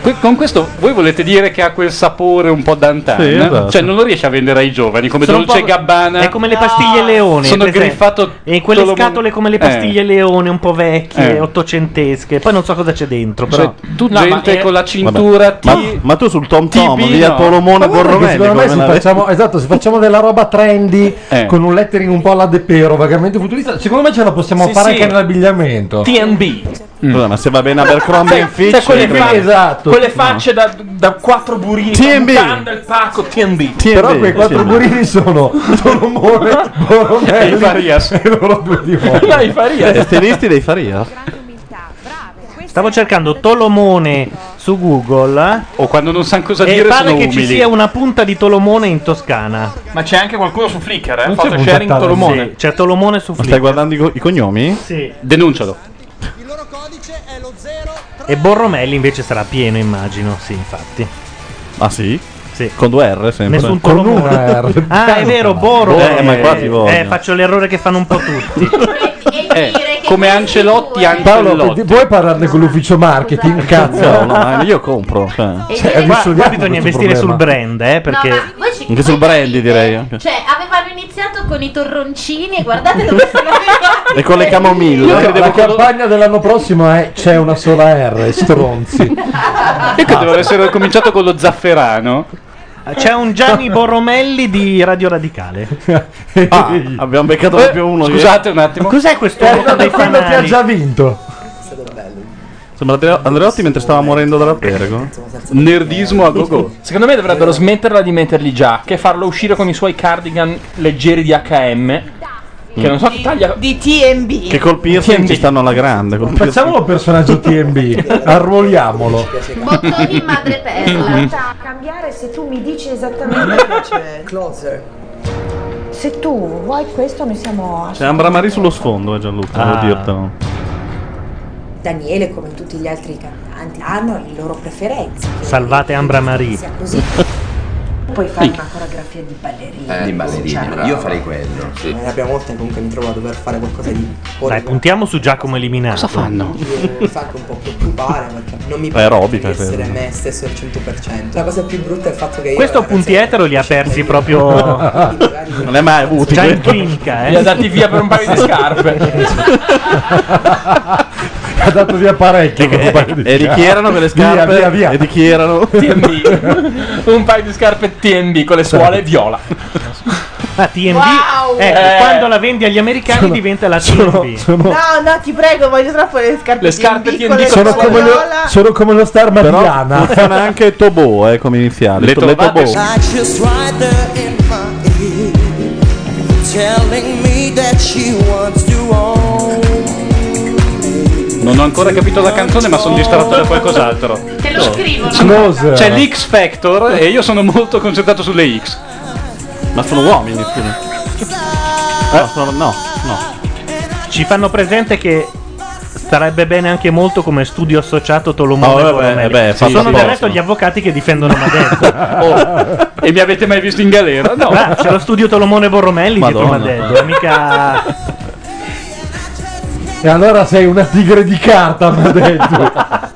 S12: Que- con questo voi volete dire che ha quel sapore un po' d'antan?
S1: Sì, esatto.
S12: Cioè non lo riesce a vendere ai giovani come
S1: Sono un
S12: Dolce
S1: po'
S12: Gabbana.
S1: È come le pastiglie leone.
S12: Sono
S1: per esempio.
S12: griffato
S1: E quelle
S12: Tolomone-
S1: scatole come le pastiglie leone, un po' vecchie,
S12: Eh.
S1: ottocentesche. Poi non so cosa c'è dentro. Però.
S12: Cioè, tu gente con la cintura
S4: Vabbè. Ma, ma tu sul Tom Tom,
S1: TB,
S4: via
S1: no.
S4: Tolomone
S5: Ma guarda che
S4: Borromelli.
S5: secondo me
S4: come
S5: se
S4: la-
S5: facciamo, esatto, se facciamo della roba trendy
S4: Eh.
S5: con un lettering un po' alla De Pero, vagamente futurista, secondo me ce la possiamo
S4: Sì,
S5: fare
S4: sì.
S5: anche nell'abbigliamento.
S7: TNB.
S4: Scusa, Mm. ma se va bene Abercrombie and Fitch. eh,
S7: Sai, Cioè, quelle, fa-
S5: Esatto.
S7: quelle facce da, da quattro burini
S4: TNB.
S7: buttando il pacco TNB.
S5: Però quei quattro
S4: *laughs*
S5: burini sono Solomone, Borromelli
S4: E i Farias.
S5: e loro due di fuori.
S7: Dai, Farias.
S4: Eh, Stilisti dei Farias.
S1: Stavo cercando Tolomone su Google. eh.
S12: O quando non sanno cosa
S1: e
S12: dire
S1: pare
S12: sono
S1: che ci
S12: umili.
S1: sia una punta di Tolomone in Toscana.
S7: Ma c'è anche qualcuno su Flickr, eh?
S1: Non c'è
S7: Foto
S1: un
S7: sharing
S1: dettaglio,
S7: Tolomone.
S1: C'è cioè, Tolomone su
S4: Cioè, Ma stai guardando i, co- i cognomi?
S1: Sì.
S12: Denuncialo.
S1: E Borromelli invece sarà pieno, immagino. Sì, infatti.
S4: Ah sì?
S1: Sì.
S4: Con due R sempre.
S1: Nessun Tolomone. *laughs* Ah, è vero, Boro.
S4: Eh, ma qua ti voglio.
S1: Eh, faccio l'errore che fanno un
S4: *laughs*
S1: po' tutti.
S12: come Ancelotti anche
S5: Paolo, ti- vuoi parlarne con l'ufficio marketing? Cazzo,
S4: No, no, ma io compro. cioè.
S5: Cioè,
S1: qua, qua
S5: risolviamo
S1: Eh, bisogna
S5: questo
S1: investire
S5: problema.
S1: sul brand, eh, perché
S46: Voi
S49: conosci?
S4: Anche sul brandy direi. anche.
S49: Cioè, avevano iniziato con i torroncini e guardate dove sono arrivati.
S4: E con le camomille.
S5: Io credevo la campagna dell'anno prossimo è c'è una sola
S1: *laughs*
S5: R, stronzi.
S12: Eh. Io credevo di essere cominciato con lo zafferano.
S1: C'è un
S4: *laughs*
S1: Gianni Borromelli di Radio Radicale.
S4: Ah, abbiamo beccato proprio uno. Eh,
S1: scusate un attimo. Ma cos'è questo
S5: È
S1: uomo dei
S5: quello che ha
S1: fanali?
S5: già vinto.
S4: Sembra Andrea- Andreotti mentre stava morendo dall'apergo.
S12: Nerdismo a
S4: go-go.
S7: Secondo me dovrebbero smetterla di metterli già, che farlo uscire con i suoi cardigan leggeri di HM. Che non so che taglia.
S50: Di TMB.
S4: mm. Che col piercing ci stanno alla grande. col piercing.
S5: Facciamolo personaggio TMB, arruoliamolo.
S49: Bottoni
S4: Mm-hmm.
S49: madreperla.
S16: a cambiare se tu mi dici esattamente che c'è. Closer. Se tu vuoi questo noi siamo a
S4: C'è Ambra Marie sullo sfondo, eh, Gianluca.
S1: Ah.
S4: Devo dirtelo.
S16: Daniele come tutti gli altri cantanti hanno le loro preferenze.
S1: Salvate Ambra Marie.
S16: Sia così. Puoi fare una coreografia di ballerini.
S1: Eh, di ballerini,
S16: cioè,
S1: brava. Io farei
S18: quello.
S16: Ne abbiamo volte comunque mi trovo a dover fare qualcosa di
S1: Dai, puntiamo su Giacomo Eliminato. Cosa fanno?
S16: un sacco un po' preoccupare perché non mi
S1: È
S4: Eh,
S1: aerobica, credo.
S16: stesso al 100%. La cosa più brutta è il fatto che
S1: Questo punti etero li ha persi proprio.
S4: *laughs* Non è mai utile.
S1: Già in quinca, eh.
S7: Li ha dati via per un paio di scarpe.
S5: Ha dato via parecchio. per un paio
S4: *laughs*
S5: di
S4: E di chi erano quelle
S5: Via,
S4: scarpe?
S5: via, via.
S4: E di chi erano?
S7: *laughs* un paio di scarpe TMB con le suole viola.
S1: Ma TMB.
S50: Wow!
S1: ecco,
S7: Eh.
S1: quando la vendi agli americani diventa la TMB.
S50: No, no, ti prego, voglio troppo le scarpe.
S7: Le scarpe
S50: TNB
S7: TNB
S50: con le
S5: Sono come, lo,
S50: suola.
S5: sono come lo star
S4: Però
S5: Mariana.
S4: funziona anche Tobo, eh, come iniziale.
S12: Le trovate
S4: Tobo.
S12: su-
S14: Like she's right there in my ear, telling me that she wants to own.
S12: Non ho ancora capito la canzone, ma sono distratto da qualcos'altro.
S14: Te lo scrivono.
S12: Close.
S4: eh.
S1: Cioè,
S12: C'è l'X Factor e io sono molto concentrato sulle X.
S4: Ma sono uomini, scusa. No, Eh, sono- no,
S1: Ci fanno presente che starebbe bene anche molto come studio associato Tolomone.
S4: Oh, vabbè,
S1: e Borromelli.
S4: eh beh, fa
S1: Sono del
S4: apposta.
S1: resto gli avvocati che difendono
S4: *laughs*
S1: Madeddu.
S12: Oh, e mi avete mai visto in galera? No.
S1: Ah, c'è lo studio Tolomone e Borromelli
S4: cioè, Madonna.
S1: dietro Madeddu, è mica
S5: E allora sei una tigre di carta, mi ha detto.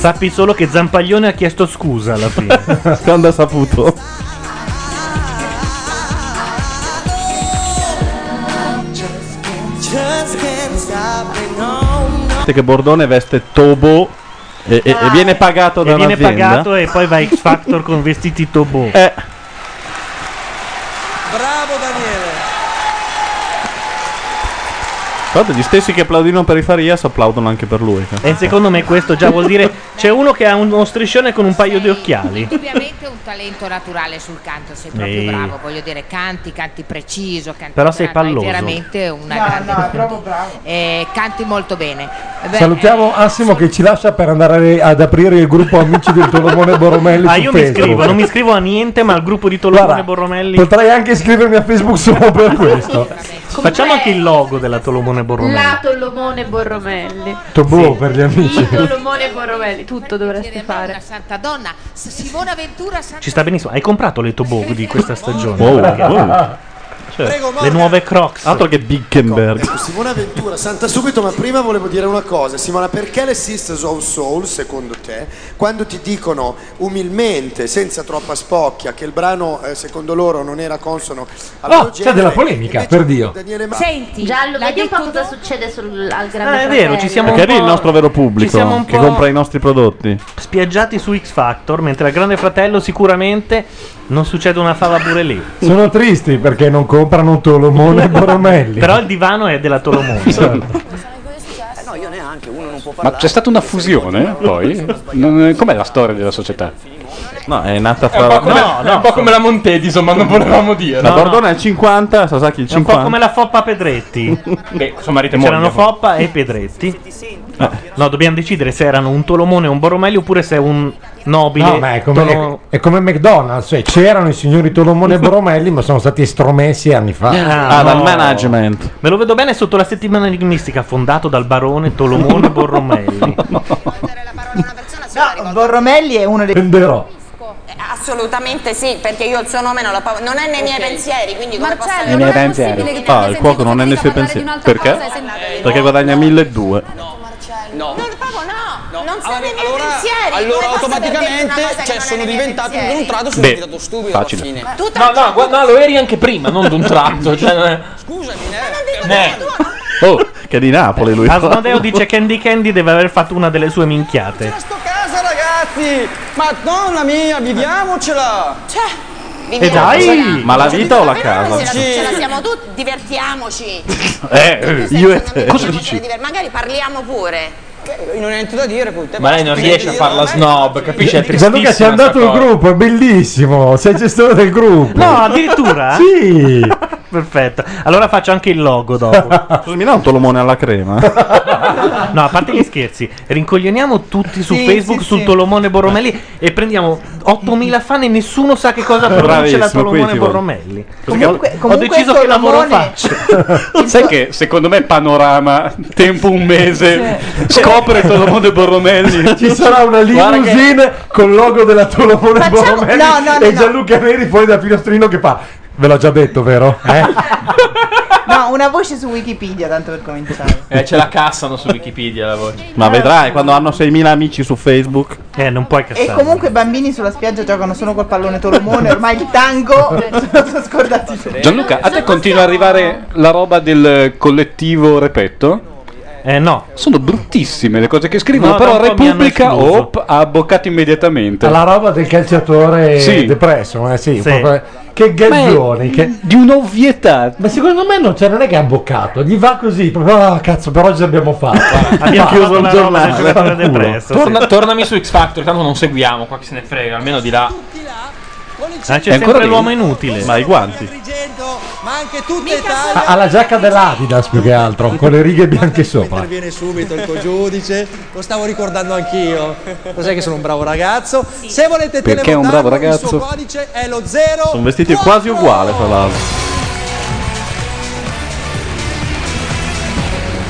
S1: sappi solo che Zampaglione ha chiesto scusa alla
S4: *laughs*
S1: fine.
S4: no. Quando ha saputo.
S14: Just can't stop me, no, no.
S4: Che Bordone veste Tobo e, e- e viene pagato da
S1: e viene
S4: un'azienda.
S1: pagato e poi va a X Factor con vestiti Tobò.
S4: *laughs* Eh.
S14: Bravo Daniele.
S4: Guarda, gli stessi che applaudirono per i Farias applaudono anche per lui.
S1: E secondo me questo già vuol dire c'è uno che ha uno striscione con un paio di occhiali.
S11: Indubbiamente un talento naturale sul canto, sei proprio
S1: Ehi.
S11: bravo, voglio dire, canti, canti preciso, canti
S1: Però sei
S11: bravo, hai
S1: palloso.
S11: veramente una
S50: No,
S11: grande
S50: no, è
S11: proprio bravo. canti molto bene. Eh beh,
S5: Salutiamo Assimo che ci lascia per andare ad aprire il gruppo Amici del Tolomone Borromelli
S1: Ah,
S5: su
S1: io mi
S5: Facebook.
S1: iscrivo, non mi iscrivo a niente, ma al gruppo di Tolomone
S5: Guarda,
S1: e Borromelli.
S5: Potrei anche iscrivermi a Facebook solo per questo.
S1: Facciamo anche il logo della Tolomone e Borromelli.
S51: La Tolomone Borromelli.
S5: Tobò per gli
S51: Il
S5: amici.
S51: Tolomone Borromelli. Tutto dovresti fare.
S11: Santa Donna, S- Simona Ventura, Santa
S1: Ci sta benissimo. Hai comprato le Tobò di questa stagione?
S4: Wow,
S1: Perché?
S4: wow.
S1: Cioè, le nuove Crocs.
S4: Altro che Bickenberg.
S6: Ecco, Simona Ventura, santa subito, ma prima volevo dire una cosa. Simona, perché le Sisters of Soul, secondo te, quando ti dicono umilmente, senza troppa spocchia, che il brano, eh, secondo loro, non era consono alla
S5: Oh,
S6: loro
S5: c'è
S6: genere,
S5: della polemica, per Dio.
S6: Daniele Ma-
S49: Senti, Giallo,
S51: l'hai
S49: vedi un po' cosa succede sul, al grande
S52: Eh,
S1: Ah, è
S49: Fratello.
S1: vero, ci siamo
S4: Perché
S1: un
S4: lì il
S1: po'
S4: nostro vero pubblico
S1: ci siamo un
S4: che
S1: po'
S4: compra i nostri prodotti.
S1: spiaggiati su X Factor, mentre al Grande Fratello sicuramente non succede una fava pure lì.
S5: Sono tristi perché non comprano Tolomone e Borromelli.
S1: Però il divano è della Tolomone.
S53: no, io neanche, uno non può
S12: Ma c'è stata una fusione poi? Non- eh, com'è la storia della società?
S4: No, è nata
S12: È un
S4: fra.
S12: po' Eh, come, è un po' come la Montedi, insomma, non volevamo dire.
S4: La Bordone è il 50, Sasaki il
S1: È un po'
S4: 50.
S1: come la Foppa Pedretti.
S12: Beh, insomma, rete
S1: C'erano
S12: moglie.
S1: Foppa e Pedretti. Eh, No, dobbiamo decidere se erano un Tolomone e un Borromelli oppure se è un nobile.
S5: No, ma è come,
S1: Tolo- Ecco.
S5: è- è come McDonald's, cioè c'erano i signori Tolomone e Borromelli, ma sono stati estromessi anni fa.
S1: Ah, Ah, dal no.
S4: management.
S1: Me lo vedo bene sotto la settimana enigmistica fondato dal barone Tolomone Borromelli.
S2: No, Borromelli è uno dei.
S5: Prenderò.
S52: Eh, Assolutamente sì, perché io il suo nome non, lo po- non è nei miei pensieri, quindi come posso
S4: Nei miei pensieri. Ah, il cuoco non è nei suoi pensieri. Perché? Perché guadagna 1200.
S52: No, Paolo, no!
S29: non sono i miei
S15: allora-
S29: pensieri.
S15: allora
S29: Come posso aver detto una
S15: automaticamente
S29: cosa
S15: cioè,
S29: che
S15: sono diventato
S29: pensieri?
S15: d'un tratto sono
S7: Beh,
S15: diventato stupido
S7: facile.
S15: alla fine.
S29: Tu
S7: No, no, gua- no, lo eri anche prima, non d'un tratto. Cioè, non è-
S1: Eh.
S4: Oh, *laughs* che è di Napoli lui.
S1: Asmodeo dice Candy Candy deve aver fatto una delle sue minchiate.
S15: Casa ragazzi, madonna mia, viviamocela! Cioè,
S1: E dai!
S4: Ma la vita o la
S29: Se la,
S4: casa?
S29: ce la siamo tutti, divertiamoci.
S4: Eh, io e te.
S29: Cosa dici? Magari parliamo pure.
S15: Non hai niente da dire poi te.
S7: Ma lei non riesce a farla snob, capisci? È
S5: Gianluca ci
S7: tristissima
S5: è andato
S7: sta
S5: il
S7: cosa.
S5: gruppo, è bellissimo. Sei gestore del gruppo.
S1: No, addirittura?
S5: Sì.
S1: Perfetto. Allora faccio anche il logo dopo.
S4: Mi dà un tolomone alla crema?
S1: No, a parte gli scherzi, rincoglioniamo tutti su
S4: Sì,
S1: Facebook
S4: sì,
S1: sul
S4: sì.
S1: Tolomone Borromelli e prendiamo 8000 fan e nessuno sa che cosa pronuncia
S23: Bravissimo,
S1: la Tolomone
S23: quindi ti vuole.
S1: Borromelli.
S23: Comunque-
S1: Perché ho-
S23: comunque
S1: ho deciso che lavoro
S23: Tolomone-
S1: faccio.
S23: Sai che secondo me panorama tempo un mese scopre Tolomondo Borromelli.
S5: Ci sarà una limousine con il logo della Tolomone
S23: Facciamo-
S5: Borromelli
S23: no, no, no,
S5: e
S23: no.
S5: Gianluca Neri fuori dal finestrino che fa. Ve l'ho già detto, vero? Eh?
S2: No, una voce su Wikipedia, tanto per cominciare.
S7: Eh, ce la cassano su Wikipedia la voce.
S4: Ma vedrai quando hanno 6.000 amici su Facebook.
S1: Eh, non puoi
S2: E comunque i bambini sulla spiaggia giocano solo col pallone Tolomone, ormai il tango *laughs* sono scordati tutti.
S12: Gianluca, a te continua ad arrivare la roba del collettivo Repetto?
S1: Eh no.
S12: Sono bruttissime le cose che scrivono,
S5: No, da
S12: però
S5: un po' mi hanno
S12: Repubblica
S5: escluso.
S12: op, ha abboccato immediatamente.
S5: Alla roba del calciatore
S12: Sì.
S5: depresso, eh sì,
S12: Sì.
S5: proprio- che gaglioni,
S12: Ma è
S5: che-
S12: di un'ovvietà.
S5: Ma secondo me non, cioè, non è che ha boccato, gli va così, proprio ah, cazzo, per oggi *laughs* abbiamo fatto.
S1: Abbiamo chiuso il giornale.
S5: Fanculo.
S1: depresso,
S7: Torna- tornami su X Factor, tanto non seguiamo, qua chi se ne frega, almeno di là.
S1: Ah,
S7: È
S1: c'è
S7: ancora
S1: sempre
S7: lì?
S1: l'uomo inutile.
S7: Ma i
S1: guanti.
S18: Ma anche tutta Italia
S5: Ha- Ha la giacca dell'Adidas più che altro, con le righe bianche sopra.
S18: interviene subito il cogiudice, lo stavo ricordando anch'io. Lo sai che sono un bravo ragazzo. Se volete
S4: Perché è un bravo
S18: televotarlo, il suo
S4: ragazzo?
S18: codice è lo 0
S4: Sono vestiti quasi uguali, fra l'altro.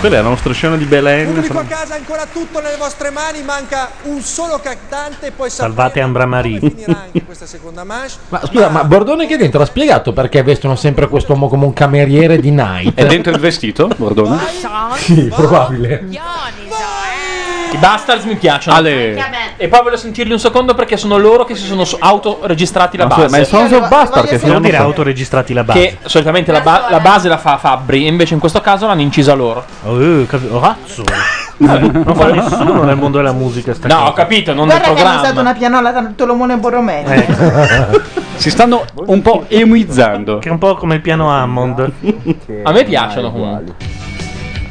S4: Quello era uno striscione di Belen.
S18: Pubblico a casa ancora tutto nelle vostre mani, manca un solo cantante e poi sapremo
S1: Salvate Ambra Marie.
S18: anche questa seconda manche.
S5: Ma scusa, ma Bordone che dentro ha spiegato perché vestono sempre quest'uomo come un cameriere di night?
S12: È dentro il vestito, Bordone?
S5: Sì, probabile.
S7: I Bastards mi piacciono. E poi voglio sentirli un secondo perché sono loro che si sono so- autoregistrati la
S1: Ma
S7: base.
S1: scusa, ma i Sons of Bastard che sono-
S7: non
S1: dire autoregistrati la base.
S7: Che solitamente la, ba- la base la fa Fabbri, e invece in questo caso l'hanno incisa loro.
S1: Oh, *laughs* cazzo. Non fa nessuno nel mondo della musica sta
S7: No,
S1: cosa.
S7: ho capito, non
S2: Guarda che hanno usato una pianola da Tolomone e Borromelli.
S7: Eh.
S12: Eh. Si stanno un po' emuizzando.
S1: Che è un po' come il piano Hammond.
S7: A me piacciono comunque.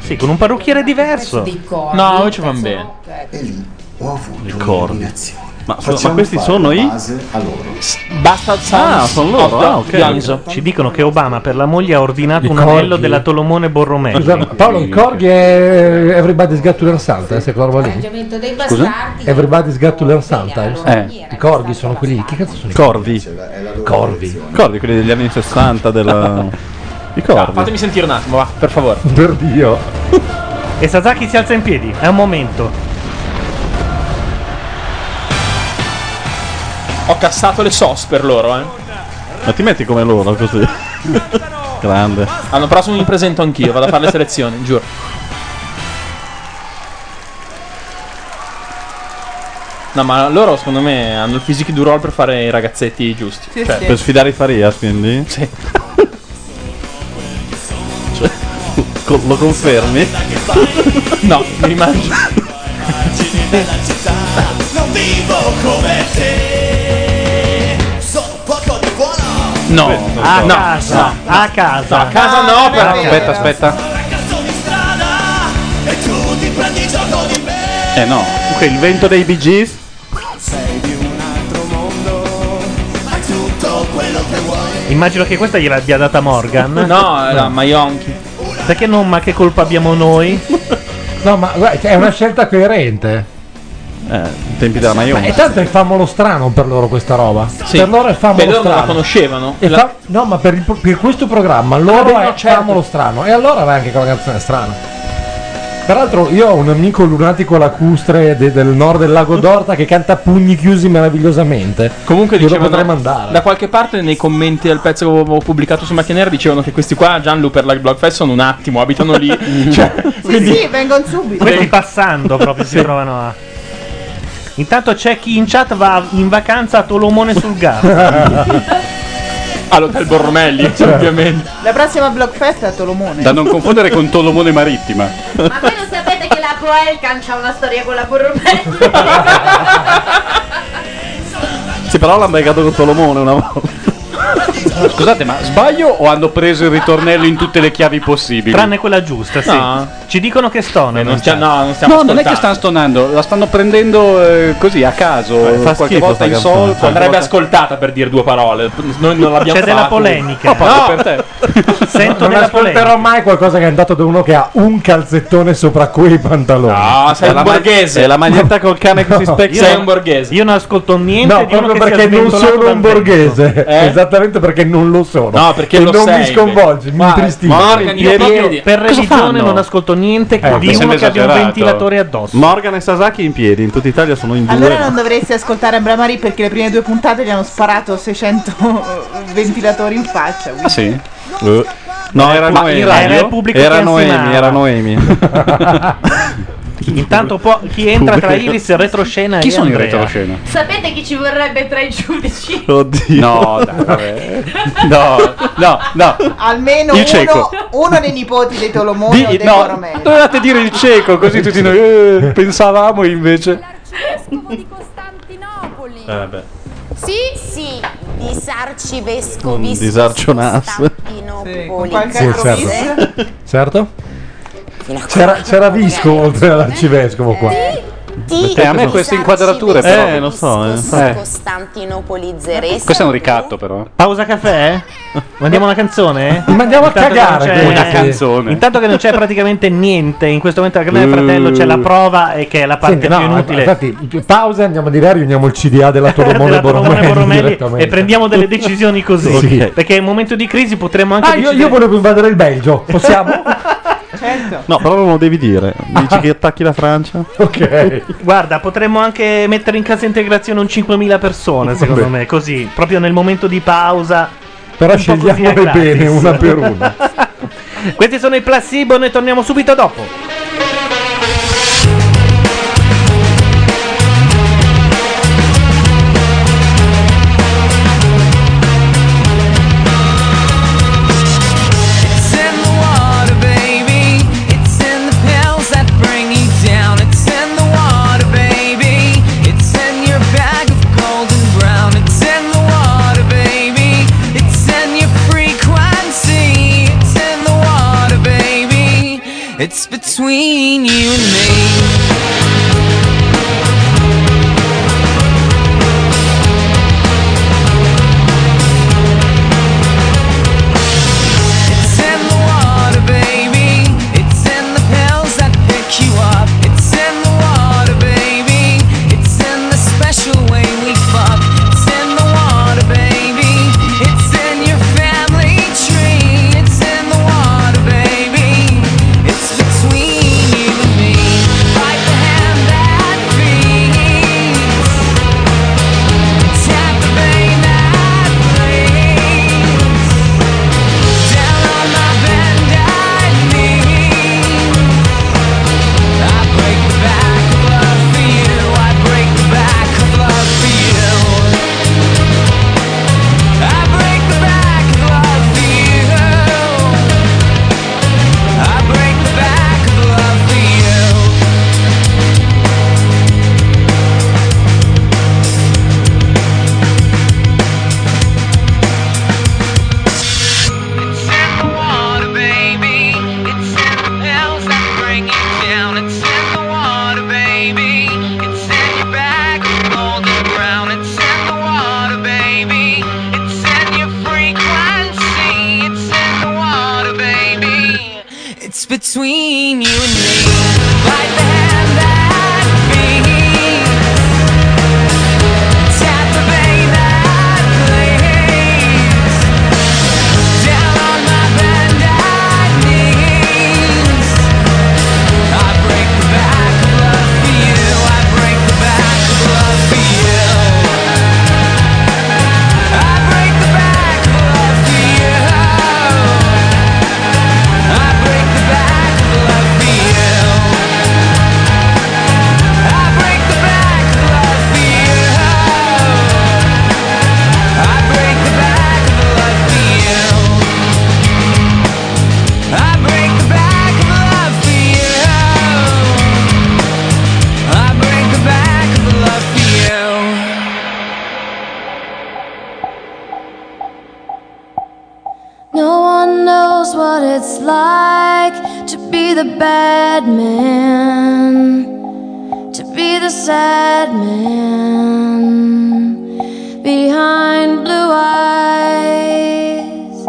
S1: Sì, con un parrucchiere diverso.
S7: No, a me ci vanno bene.
S42: E lì ho avuto
S1: Il corno.
S4: Ma, ma
S1: Facciamo
S4: questi
S1: fare
S4: sono
S1: la
S4: i.
S7: Bastard
S1: Ah,
S7: Sons
S1: sono
S7: of
S1: loro. Ah,
S7: the- Dioniso.
S1: ok. Ci dicono che Obama per la moglie ha ordinato
S5: I
S1: un
S5: corgi.
S1: anello della Tolomone
S4: Eh,
S1: Borromelli.
S5: Scusa, Esatto. Paolo, il corgi è Everybody's Got to Learn Salta, eh, se quella roba lì.
S24: Atteggiamento dei
S5: Scusa?
S24: bastardi.
S5: Everybody's Got to Learn Salta.
S4: Eh.
S5: I corgi sono quelli, che cazzo sono? i
S4: Corvi.
S5: Corvi.
S4: Corvi, quelli degli anni 60
S5: *laughs*
S4: della. I
S7: Ah,
S4: corvi.
S7: fatemi sentire un attimo, va, per favore.
S5: Per Dio.
S1: E Sasaki si alza in piedi. È un momento.
S7: Ho cassato le SOS per loro, eh.
S4: Ma ti metti come loro
S7: *laughs*
S4: così. Grande.
S7: L'anno prossimo mi presento anch'io, vado a fare le selezioni, giuro. No, ma loro secondo me hanno il physique du roll per fare i ragazzetti giusti.
S4: Cioè, Per sfidare i Farias, quindi?
S7: Sì.
S4: Cioè, lo confermi?
S7: no, mi rimangio.
S14: Non vivo come te. Sono poco di buono.
S7: No,
S1: a
S7: no,
S1: casa.
S7: no.
S1: A casa.
S7: A casa no, però.
S12: Aspetta, aspetta.
S14: E tu ti prendi gioco di me.
S4: Eh no. Comunque il vento dei Bee Gees.
S14: Sei di un altro mondo. Hai tutto quello che vuoi.
S1: Immagino che questa gliela abbia data Morgan.
S7: *laughs* No, era Maionchi.
S1: Perché non? Ma che colpa abbiamo noi?
S7: *laughs*
S5: No, ma guarda, è una scelta coerente.
S4: Eh, i tempi della
S5: Ma, e
S4: Maionchi.
S5: tanto è famolo strano per loro questa roba.
S7: Sì.
S5: Per loro è famolo
S7: Beh, loro non
S5: strano.
S7: la conoscevano.
S5: E
S7: La-
S5: fa- No, ma per, il pro- per questo programma loro
S7: Ah, beh,
S5: è
S7: no, certo.
S5: famolo strano. E allora va anche con la canzone strana. Peraltro io ho un amico lunatico lacustre de- del nord del lago d'Orta che canta a pugni chiusi meravigliosamente.
S7: Comunque
S5: Glielo
S7: dicevano
S5: potrei mandare.
S7: da qualche parte nei commenti al pezzo che avevo pubblicato su Macchia Nera dicevano che questi qua Gianlu per la Blockfest sono un attimo, abitano lì. cioè,
S2: Sì, sì, vengono subito.
S1: Quelli passando proprio si trovano a. Intanto c'è chi in chat va in vacanza a Tolomone sul
S7: *laughs*
S1: Garda.
S12: All'hotel Borromelli, Eh, ovviamente.
S2: La prossima Blockfest è a Tolomone.
S12: Da non confondere con Tolomone Marittima.
S11: Ma voi non sapete che la Poelcan c'ha una storia con la Borromelli?
S4: Sì, però l'hanno beccato con Tolomone una volta.
S12: Scusate, ma sbaglio o hanno preso il ritornello in tutte le chiavi possibili?
S1: Tranne quella giusta, sì. Ci dicono che stonano.
S12: non no, non è che stanno stonando, la stanno prendendo eh, così a caso.
S1: fa
S12: qualche
S1: schifo
S12: volta
S1: sta
S12: in
S1: canzone.
S12: sol,
S1: Qualche
S7: Andrebbe
S12: volta-
S7: ascoltata per dire due parole. Noi non l'abbiamo
S1: C'è della
S7: fatto.
S1: polemica.
S7: Ho fatto
S1: No.
S7: per te.
S1: Sento
S5: non
S1: della
S5: ascolterò mai qualcosa che è andato da uno che ha un calzettone sopra quei pantaloni.
S7: Ah, sei
S5: È
S7: un
S5: la ma-
S7: borghese.
S5: è la *laughs* maglietta
S1: col cane che si
S5: specchia.
S7: Sei un borghese.
S1: Io non ascolto niente
S5: No,
S1: di uno
S5: proprio
S1: che sia
S5: perché non
S1: sventolato
S5: sono
S1: dal
S5: un
S1: vento.
S5: borghese.
S1: Eh?
S5: Esattamente perché non lo sono.
S1: No, perché
S5: e
S1: lo
S5: non mi
S1: sei,
S5: sconvolge, mi intristisce.
S1: io proprio per religione
S4: fanno?
S1: non ascolto niente
S4: Eh,
S1: di
S4: questo
S1: uno
S4: è
S1: Ecco, che abbia un
S4: esagerato.
S1: ventilatore
S5: *laughs*
S1: addosso.
S4: Morgan e Sasaki in piedi, in tutta Italia sono in due.
S2: Allora non dovresti ascoltare Bramari perché le prime due puntate gli hanno sparato 600 *laughs* ventilatori in faccia.
S4: Ah sì? No, era
S1: Ma in
S4: Noemi.
S1: radio? Era il pubblico
S4: Era
S1: che
S4: Noemi,
S1: ansimava.
S4: era Noemi.
S1: Intanto po- chi entra tra Iris e retroscena
S12: Chi
S1: è
S12: sono in
S1: Andrea.
S12: retroscena?
S11: Sapete chi ci vorrebbe tra i giudici?
S4: Oddio.
S12: No, dai, vabbè. No, no, no.
S2: Almeno
S12: Il
S2: uno,
S12: cieco.
S2: uno dei nipoti dei Tolomone o
S12: Di-
S2: dei
S12: no,
S2: Borromei.
S12: dovevate dire il cieco, così tutti noi eh, pensavamo invece.
S4: Eh beh,
S29: Sì? Sì, disarcivescovo
S4: un disarcionasse.
S5: Sì, certo. certo. C'era, c'era Visco oltre all'arcivescovo qua.
S16: Eh.
S29: Ti
S12: a me queste inquadrature però.
S4: Eh, lo so, eh.
S12: Eh,
S29: Costantinopolizzeresti.
S12: Questo è un ricatto però.
S1: Pausa caffè? Mandiamo una
S5: *laughs*
S1: canzone?
S5: Mandiamo
S1: a
S12: cagare, una canzone.
S1: Intanto che non c'è praticamente niente in questo momento al Grande
S5: Eh.
S1: Fratello c'è la prova e che è la parte
S5: Senti,
S1: più
S5: no,
S1: inutile.
S5: infatti, pausa, andiamo di là, riuniamo il
S1: *laughs*
S5: CDA della Tolomone
S1: Della Tolomone
S5: Borromelli.
S1: Borromelli
S5: direttamente.
S1: e prendiamo delle decisioni così.
S5: Sì.
S1: Perché in momento di crisi potremmo anche
S5: Ah, io, io volevo invadere il Belgio. Possiamo?
S4: No, però non lo devi dire. Dici che attacchi la Francia?
S1: *laughs*
S5: Ok.
S1: Guarda, potremmo anche mettere in cassa integrazione un 5.000 persone, secondo
S5: Vabbè.
S1: me, così, proprio nel momento di pausa.
S5: Però
S1: Un po' così
S5: scegliamole
S1: a gratis.
S5: bene, una per una.
S1: *laughs* Questi sono i placebo, noi torniamo subito dopo.
S14: It's in the water, baby. It's in the pills that bring you down. It's in the water, baby. It's in your bag of golden brown. It's in the water, baby. It's in your frequency. It's in the water, baby. It's between you and me. It's in the water, baby. It's in the pills that pick you up. It's in the water, baby. It's in the special way we fuck. It's in the water, baby. It's in your family tree. It's in the water, baby. It's between you and me. Bite the hand that feeds. Tap the vein that bleeds. Down on my bended knee, I break the back of love for you. I break the back of love for you. I break the back of love for you. I break the back of love for you. It's in the water, baby. It's in the pills that bring you down. It's in the water, baby. It's in your bag of golden brown. It's in the water, baby. It's in your frequency. It's in the water, baby. It's between you and me. Bite the hand that feeds. Tap the vein that bleeds. Down on my bended knees, I break the back of love for you. I break the back of love for you. I break the back of love for you. I break the back of love for you.
S32: knows what it's like to be the bad man, to be the sad man behind blue eyes.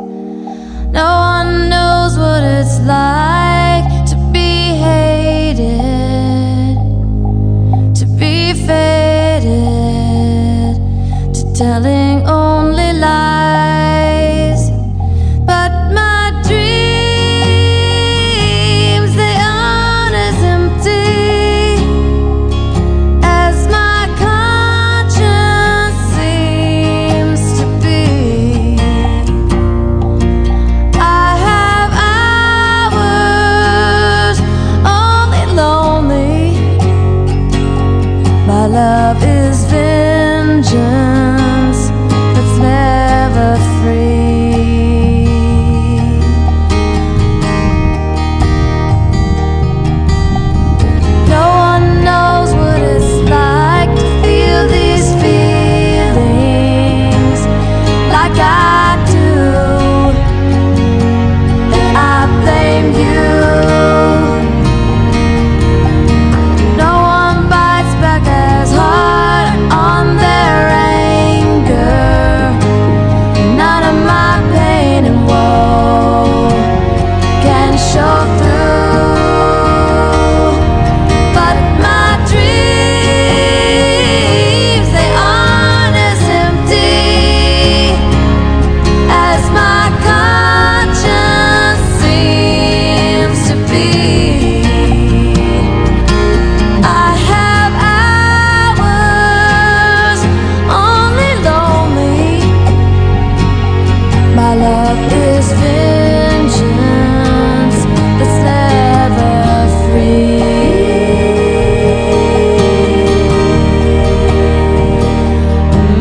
S32: No one knows what it's like to be hated, to be faded, to telling only lies. But my dreams, they aren't as empty as my conscience seems to be. I have hours only lonely. My love is vengeance that's never free. No one knows what it's like to feel these feelings like I do. And I blame you. No one bites back as hard on their anger. None of my pain and woe can show through. But my dreams, they aren't as empty as my conscience seems to be. I have hours only lonely. My love is vengeance that's never free. Mm.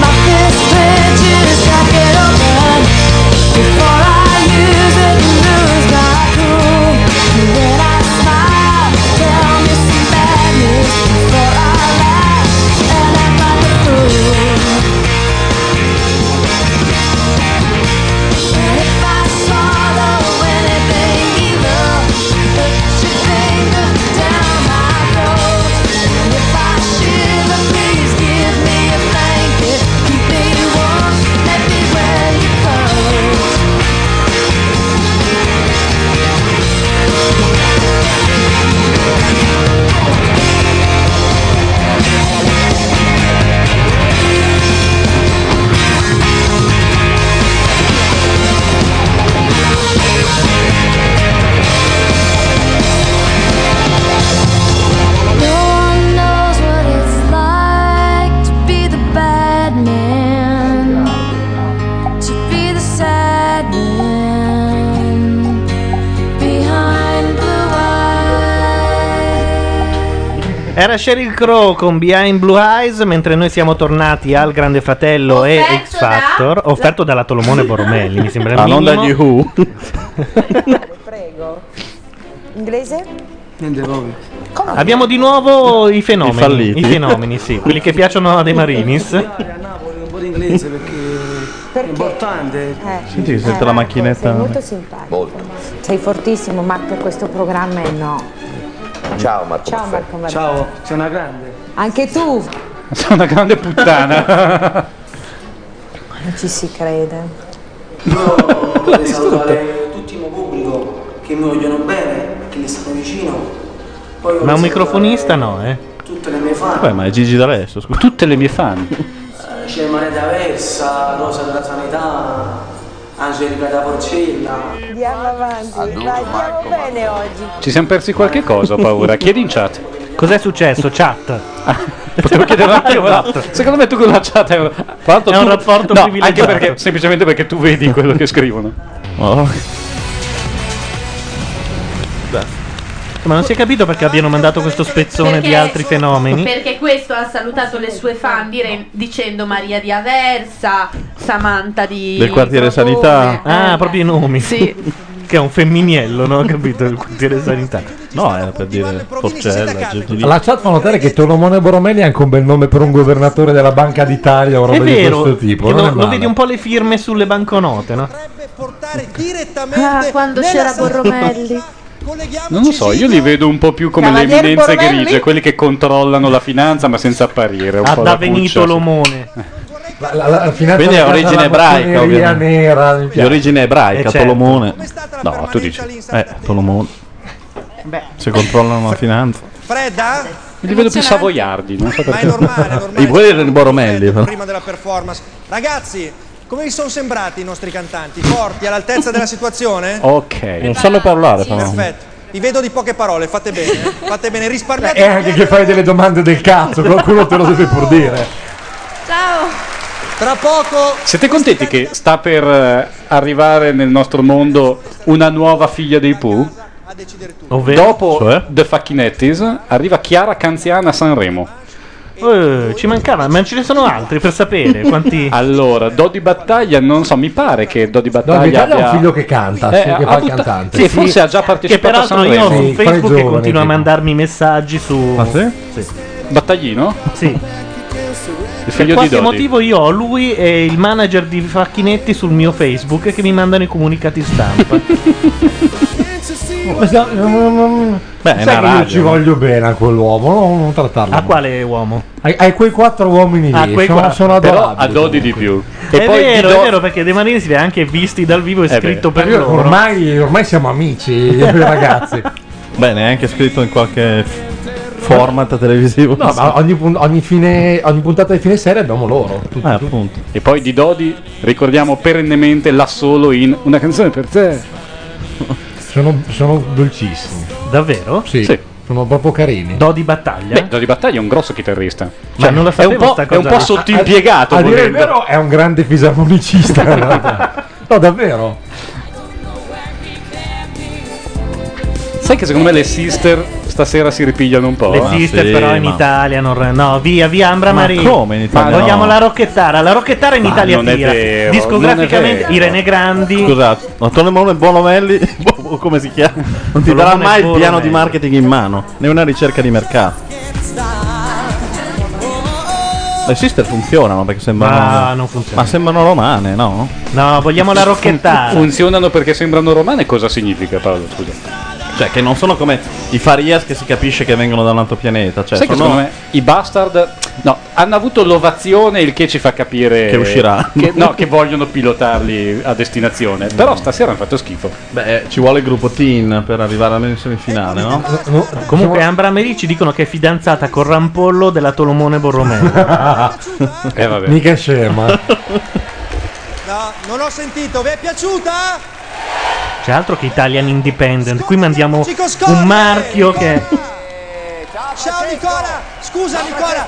S32: My fist clenches, I get open before I use it and lose my cool. When I smile, tell me some bad news before I laugh and act like a fool. And if I swallow anything evil, it should finger down my throat. And if I shiver, please give me a blanket. Keep me warm, let me wear your coat. No one knows what it's like to be the bad man, to be the sad man behind blue eyes.
S1: Era Sheryl Crow con Behind Blue Eyes, mentre noi siamo tornati al Grande Fratello e X Factor, offerto dalla Tolomone Boromelli, mi sembra il
S12: Ah, non
S1: minimo.
S12: dagli Who.
S1: *laughs*
S11: Prego. Inglese?
S1: Abbiamo di nuovo i
S12: I
S1: fenomeni,
S12: falliti.
S1: i fenomeni, sì, quelli che piacciono a De Marinis.
S14: un po' di inglese perché, è importante.
S11: Eh.
S6: Senti, si sente la macchinetta.
S11: Sei molto simpatico. Sei fortissimo, ma per questo programma è no.
S6: Ciao Marco.
S11: Ciao Marco Marco.
S14: Ciao, sei una grande.
S11: Anche tu.
S12: Sei una grande
S14: *laughs*
S12: puttana.
S11: Non ci si crede.
S14: Io
S5: *laughs*
S14: vorrei salutare tutto il mio pubblico che mi vogliono bene, che mi stanno vicino. Poi vorrei
S1: Ma un
S14: salutare
S1: microfonista no, eh.
S14: Tutte le mie fan.
S12: Vabbè, ma è Gigi D'Alessio, scusa. Tutte le mie fan.
S14: Eh, C'è Manetta Versa, Rosa della Sanità, Angelica da Porcella.
S11: Andiamo avanti. Dai, andiamo bene oggi.
S12: Ci siamo persi qualche cosa, ho
S1: *laughs*
S12: paura. Chiedi in chat. Ah,
S1: Cos'è successo, chat?
S12: Potevo chiederlo anche a
S1: Esatto.
S12: Secondo me tu con la chat hai un, tra l'altro
S1: È un
S12: tu-
S1: rapporto
S12: no,
S1: privilegiato.
S12: Anche perché, semplicemente perché tu vedi quello che scrivono.
S4: Oh.
S1: Ma non si è capito perché abbiano mandato questo spezzone di altri fenomeni.
S16: Perché questo ha salutato le sue fan dire- dicendo Maria di Aversa, Samantha di
S1: Del quartiere
S16: Savona.
S1: *laughs* sanità? Ah, proprio i nomi. Sì. che è un femminiello, no? Ho capito, il quartiere sanità.
S4: No, era per dire Porcella, Gesù.
S5: La chat fa notare che Tolomone Boromelli è anche un bel nome per un governatore della Banca d'Italia o roba
S1: È
S5: di
S1: vero,
S5: questo tipo.
S1: che
S5: Non
S1: lo,
S5: è
S1: lo
S5: male.
S1: vedi un po' le firme sulle banconote, no?
S16: Ah, quando c'era Borromelli.
S12: Non lo so, io li vedo un po' più come le
S16: Cavaliere
S12: eminenze
S16: Borrelli?
S12: grigie, quelli che controllano la finanza ma senza apparire. Un
S1: Ad
S12: po' la
S1: Avenito
S12: puccia, sì.
S1: Lomone.
S5: La, la, la finanza
S12: Quindi è
S5: legata
S12: origine
S5: alla
S12: ebraica,
S5: massoneria
S12: ovviamente.
S5: nera, mi
S4: Di
S5: piace.
S4: origine ebraica,
S5: Eh, certo.
S4: Tolomone. No, tu dici. Eh, Tolomone.
S2: Beh.
S4: Se controllano la finanza.
S18: Fredda?
S12: Li vedo più savoiardi, non so perché.
S4: *laughs* I quelli erano i Boromelli, però.
S18: prima della performance. Ragazzi, come vi sono sembrati i nostri cantanti? Forti, all'altezza della situazione?
S4: Ok. Non sanno parlare, però.
S18: Perfetto. Vi vedo di poche parole, fate bene, eh. fate bene, risparmiate.
S5: E anche che fai delle domande del cazzo, qualcuno te lo deve pur dire.
S18: Ciao. Tra poco
S12: Siete contenti che sta per eh, arrivare nel nostro mondo una nuova figlia dei Pooh? Dopo
S5: Cioè?
S12: The Fucking Etties arriva Chiara Canziana a Sanremo.
S1: Eh, ci mancava, ma ce ne sono altri per sapere quanti.
S12: allora, Dodi Battaglia, non so, mi pare che Dodi Battaglia,
S5: No, in Italia
S12: abbia
S5: ha un figlio che canta,
S12: Eh,
S5: sì, che
S12: ha
S5: fa il
S12: butta-
S5: cantante.
S12: sì, forse ha già
S1: Che
S12: partecipato a
S1: peraltro io
S12: Sanremo.
S1: ho su Facebook che continua a mandarmi messaggi su.
S12: Ah, sì? Battaglino?
S1: Sì.
S12: Il
S1: Per
S12: figlio di
S1: qualche
S12: Dodi.
S1: motivo io ho lui e il manager di Facchinetti sul mio Facebook che mi mandano i comunicati stampa.
S5: Beh,
S1: è
S5: Sai
S1: una
S5: che io
S1: radio.
S5: ci voglio bene a quell'uomo, no, non trattarlo.
S1: A quale uomo?
S5: *laughs* Ai, ai quei quattro uomini
S1: A
S5: lì,
S1: Ah, quei
S5: sono,
S1: quattro.
S5: sono
S1: Però
S5: adorabili.
S12: A Dodi di più.
S1: è
S5: poi
S1: vero,
S5: Didò-
S1: è vero, perché De Marini si vede anche visti dal vivo e
S5: Eh,
S1: scritto
S5: beh,
S1: per
S5: io-
S1: loro.
S5: ormai, ormai siamo amici, *laughs* io e i ragazzi.
S4: Beh, neanche scritto in qualche f- format televisivo.
S5: No, ma
S4: *laughs*
S5: ogni, pun- ogni fine- ogni puntata di fine serie abbiamo loro. tutti,
S1: Ah,
S5: tutti.
S12: E poi di Dodi ricordiamo perennemente la solo in Una canzone per te.
S5: Sono, sono dolcissimi.
S1: Davvero?
S5: Sì.
S12: Sì.
S5: Sono proprio carini.
S1: Do di battaglia?
S12: Beh, Dodi Battaglia è un grosso chitarrista. Cioè,
S5: Ma non la sapevo
S12: è un po',
S5: sta
S12: è un
S5: cosa
S12: po'
S5: lì.
S12: sottoimpiegato.
S5: A, a dire il
S12: volendo.
S5: vero, è un
S1: *laughs*
S5: grande fisarmonicista. in realtà. no, davvero.
S12: Sai che secondo me le sister stasera si ripigliano un po'. eh?
S1: Le sister però in Italia non re- No, via, via Ambra Maria. Vogliamo la rocchettara. La rocchettara in
S4: Ma
S1: Italia
S4: non è
S1: tira.
S4: vero, non è
S1: Discograficamente
S4: vero.
S1: Irene Grandi.
S4: Scusate, ma Tolomone Bonomelli, *laughs* boh, come si chiama? Non ti darà
S1: Tolomone
S4: mai il piano
S1: Bonomelli.
S4: di marketing in mano, né una ricerca di mercato. Le Eh, sister funzionano perché sembrano.
S1: Ma non funzionano.
S4: Ma sembrano romane, no?
S1: No,
S12: *laughs*
S1: vogliamo la rocchettara.
S12: Funzionano perché sembrano romane, cosa significa Paolo? Scusa.
S4: Cioè, che non sono come i Farias che si capisce che vengono da un altro pianeta. Cioè,
S12: Sai che
S4: sono-
S12: secondo me i Bastard no, hanno avuto l'ovazione, il che ci fa capire
S4: Che uscirà.
S12: che- no, che vogliono pilotarli a destinazione. Però stasera hanno fatto schifo.
S4: Beh, ci vuole il gruppo Teen per arrivare almeno in semifinale,
S12: *laughs*
S4: no?
S1: Comunque Ambra Maria ci dicono che è fidanzata con Rampollo della
S4: *laughs*
S1: Tolomone Borromeo.
S12: eh vabbè.
S5: Mica scema.
S18: No, non ho sentito, vi è piaciuta?
S1: C'è altro che Italian Independent. Qui mandiamo
S18: Cico Scorri!
S1: un marchio che
S18: Ciao Nicola, scusa Nicola,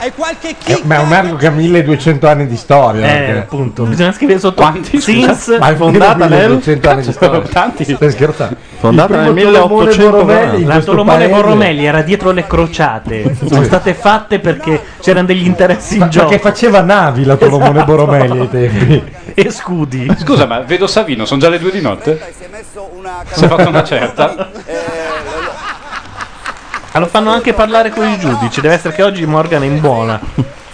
S18: hai qualche
S5: Eh,
S18: kick?
S5: ma è un marco che ha 1200 anni di storia.
S1: Eh, appunto. Bisogna scrivere sotto
S5: Quanti?
S1: Sins.
S5: Ma è fondata nel 1200 anni di storia.
S12: *laughs* Tanti.
S5: Stai scherzando?
S4: Fondata
S5: Il primo
S4: nel
S5: Tolomone
S4: 1840.
S5: Boromelli in
S1: La
S5: questo
S1: Tolomone
S5: paese.
S1: Borromelli era dietro le crociate. Sono state fatte perché c'erano degli interessi in
S5: Ma
S1: gioco.
S5: perché faceva navi la Tolomone Boromelli ai tempi.
S1: E scudi.
S12: Scusa, ma vedo Savino, sono già le due di notte? Si è fatto una certa.
S1: Ah, lo fanno anche parlare con i giudici. Deve essere che oggi Morgan è in buona.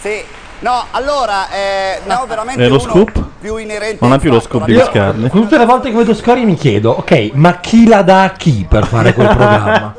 S43: Sì. No, allora, eh, no, veramente
S1: Eh, lo
S43: uno
S1: scoop?
S43: più inerente.
S4: Non ha più lo scopo di
S5: Io,
S4: Biscardi.
S5: Tutte le volte che vedo Scoria mi chiedo, ok, ma chi la dà a chi per fare quel
S4: *laughs*
S5: programma?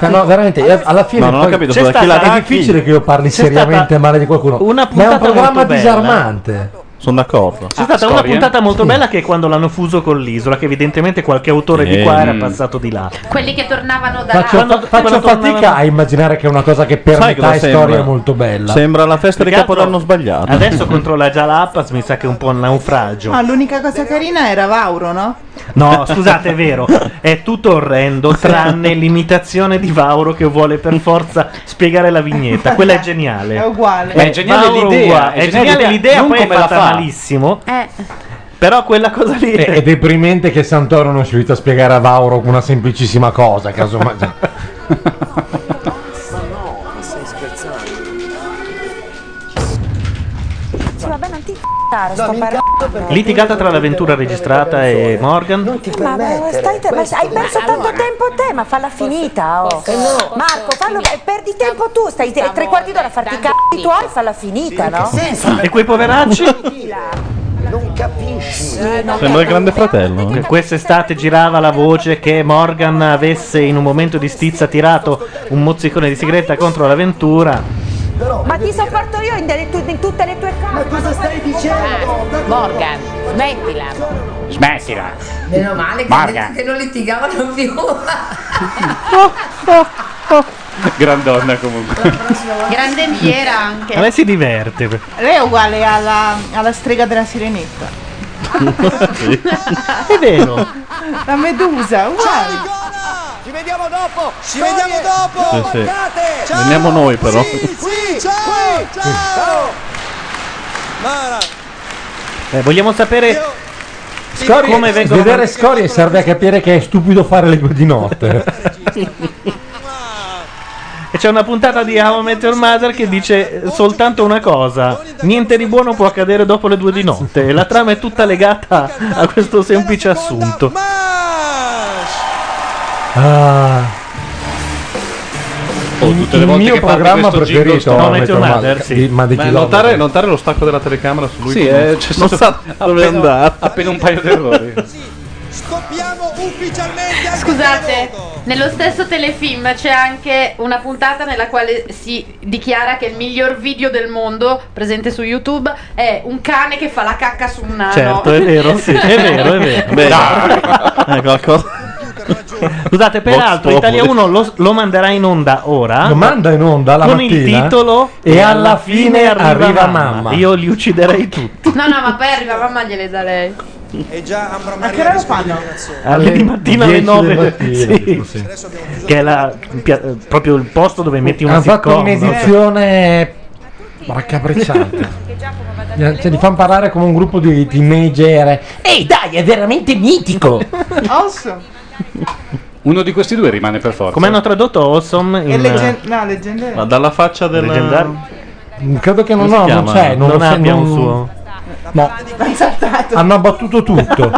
S5: Cioè, no, veramente, eh, alla fine
S4: No, non ho
S5: poi-
S4: capito,
S5: c'è
S4: scusa, chi
S5: stata-
S4: la dà
S5: è
S4: a
S5: difficile
S4: chi?
S5: che io parli
S4: C'è
S5: seriamente
S4: stata
S5: male di qualcuno.
S1: una
S5: ma è un
S1: puntata
S5: programma
S1: molto bella.
S5: disarmante.
S4: Sono d'accordo.
S1: C'è stata una puntata molto bella che è quando l'hanno fuso con l'isola, che evidentemente qualche autore di qua
S4: Ehm.
S1: era passato di là.
S16: Quelli che tornavano da
S5: Faccio,
S16: là.
S5: fa- faccio fatica a immaginare che è una cosa che per
S4: Sai
S5: metà
S4: cosa
S5: è
S4: sembra?
S5: storia molto bella.
S4: Sembra la festa di
S1: Perché altro-
S4: Capodanno sbagliata.
S1: Adesso contro la Jalapas mi sa che è un po' un naufragio.
S2: Ah, l'unica cosa carina era Vauro, no?
S1: No, scusate, è vero. È tutto orrendo, tranne l'imitazione di Vauro che vuole per forza spiegare la vignetta. Quella è geniale.
S2: È uguale.
S1: Ma è geniale
S2: Vauro
S1: l'idea,
S2: uguale.
S1: è geniale l'idea,
S2: non
S1: poi è
S2: come la
S1: fatta
S2: fa.
S1: malissimo.
S2: Eh.
S1: Però quella cosa lì
S5: Eh, È, è deprimente che Santoro non sia riuscito a spiegare a Vauro una semplicissima
S1: *laughs*
S5: cosa. Casomai.
S32: no, ma stai scherzando.
S8: Sì, vabbè, non ti Taro, sto parlando. perché-
S1: Litigata tra l'avventura registrata e Morgan.
S8: Ma ma stai te- ma hai perso tanto tempo te, ma falla finita. oh.
S1: forse- no.
S8: Marco, fallo, eh, perdi tempo tu, stai te- tre quarti d'ora a farti i cazzi tuoi, falla finita, no?
S1: E quei poveracci?
S8: Non capisci.
S1: Sembra il Grande Fratello. Quest'estate girava la voce che Morgan avesse in un momento di stizza tirato un mozzicone di sigaretta contro l'avventura.
S8: Ma ti sopporto io in, delle tu- in tutte le tue cose. Ma cosa stai dicendo?
S11: Ah, Morgan, smettila.
S12: Smettila.
S11: Meno male
S12: Morgan.
S11: che, che non litigavano più. *laughs*
S12: Grandonna comunque.
S25: Grande Miera anche.
S1: A lei si diverte.
S2: Lei è uguale alla, alla strega della sirenetta.
S1: È *laughs* vero.
S2: La medusa, uguale.
S43: Ci vediamo dopo!
S18: Ci vediamo dopo!
S4: Sì, sì. Veniamo noi però.
S18: Sì, ciao! Ciao! Mara!
S1: Eh, vogliamo sapere
S5: Scorie-
S1: come vengono.
S5: vedere scorie serve a capire che è stupido fare le due di notte.
S1: *laughs* E c'è una puntata di How I Met Your Mother che dice eh, soltanto una cosa: niente di buono può accadere dopo le due di notte. E la trama è tutta legata a questo semplice assunto.
S5: Ah.
S4: tutte le
S5: il
S4: volte
S5: mio
S4: che parte
S5: programma
S4: questo jingle
S5: preferito
S4: sto-
S5: è
S4: No,
S5: Met
S4: Meteor
S5: Your
S4: Mother,
S5: Mother,
S4: sì.
S5: di- ma di
S4: Beh,
S5: chilometri.
S4: notare, notare lo stacco della telecamera su lui.
S12: Sì,
S4: che
S12: eh,
S4: non-
S12: c'è
S4: non
S12: stato
S4: sa-
S12: appena-
S4: andare.
S12: appena un paio di errori.
S25: Scusate, nello stesso telefilm c'è anche una puntata nella quale si dichiara che il miglior video del mondo presente su YouTube è un cane che fa la cacca su un nano.
S1: Certo, è vero, sì, è vero, è vero.
S4: Beh,
S1: Eh, qualcosa- Scusate, peraltro,
S5: Vox
S1: Italia
S5: Populi.
S1: 1 lo, lo manderà in onda ora.
S5: Lo manda in onda la
S1: con il
S5: mattina
S1: titolo
S5: e alla fine arriva mamma.
S1: Io li ucciderei tutti.
S25: No, no, ma poi arriva mamma e gliele dà lei.
S18: E già Ambra Maria
S2: che ora lo
S18: rischia
S2: fanno?
S18: l'eliminazione.
S1: Alle di mattina alle
S5: 10
S1: 9.
S5: del mattino,
S1: sì. Che è la- pia- eh, proprio il posto dove metti una
S5: Hanno fatto
S1: sitcom.
S5: un'edizione raccapricciante. Cioè, li fanno parlare come un gruppo di teenager. Ehi dai, è veramente mitico!
S2: Awesome.
S12: Uno di questi due rimane per forza.
S1: Come hanno tradotto Awesome
S2: È
S1: in eh,
S2: leggen- no, leggendario.
S12: dalla faccia
S1: del- Leggendario?
S5: Credo che non,
S1: Come
S5: no,
S1: si
S5: non
S1: chiama?
S5: c'è, non,
S1: Non
S5: lo so,
S1: abbia un
S5: non-
S1: suo?
S5: No, hanno abbattuto tutto.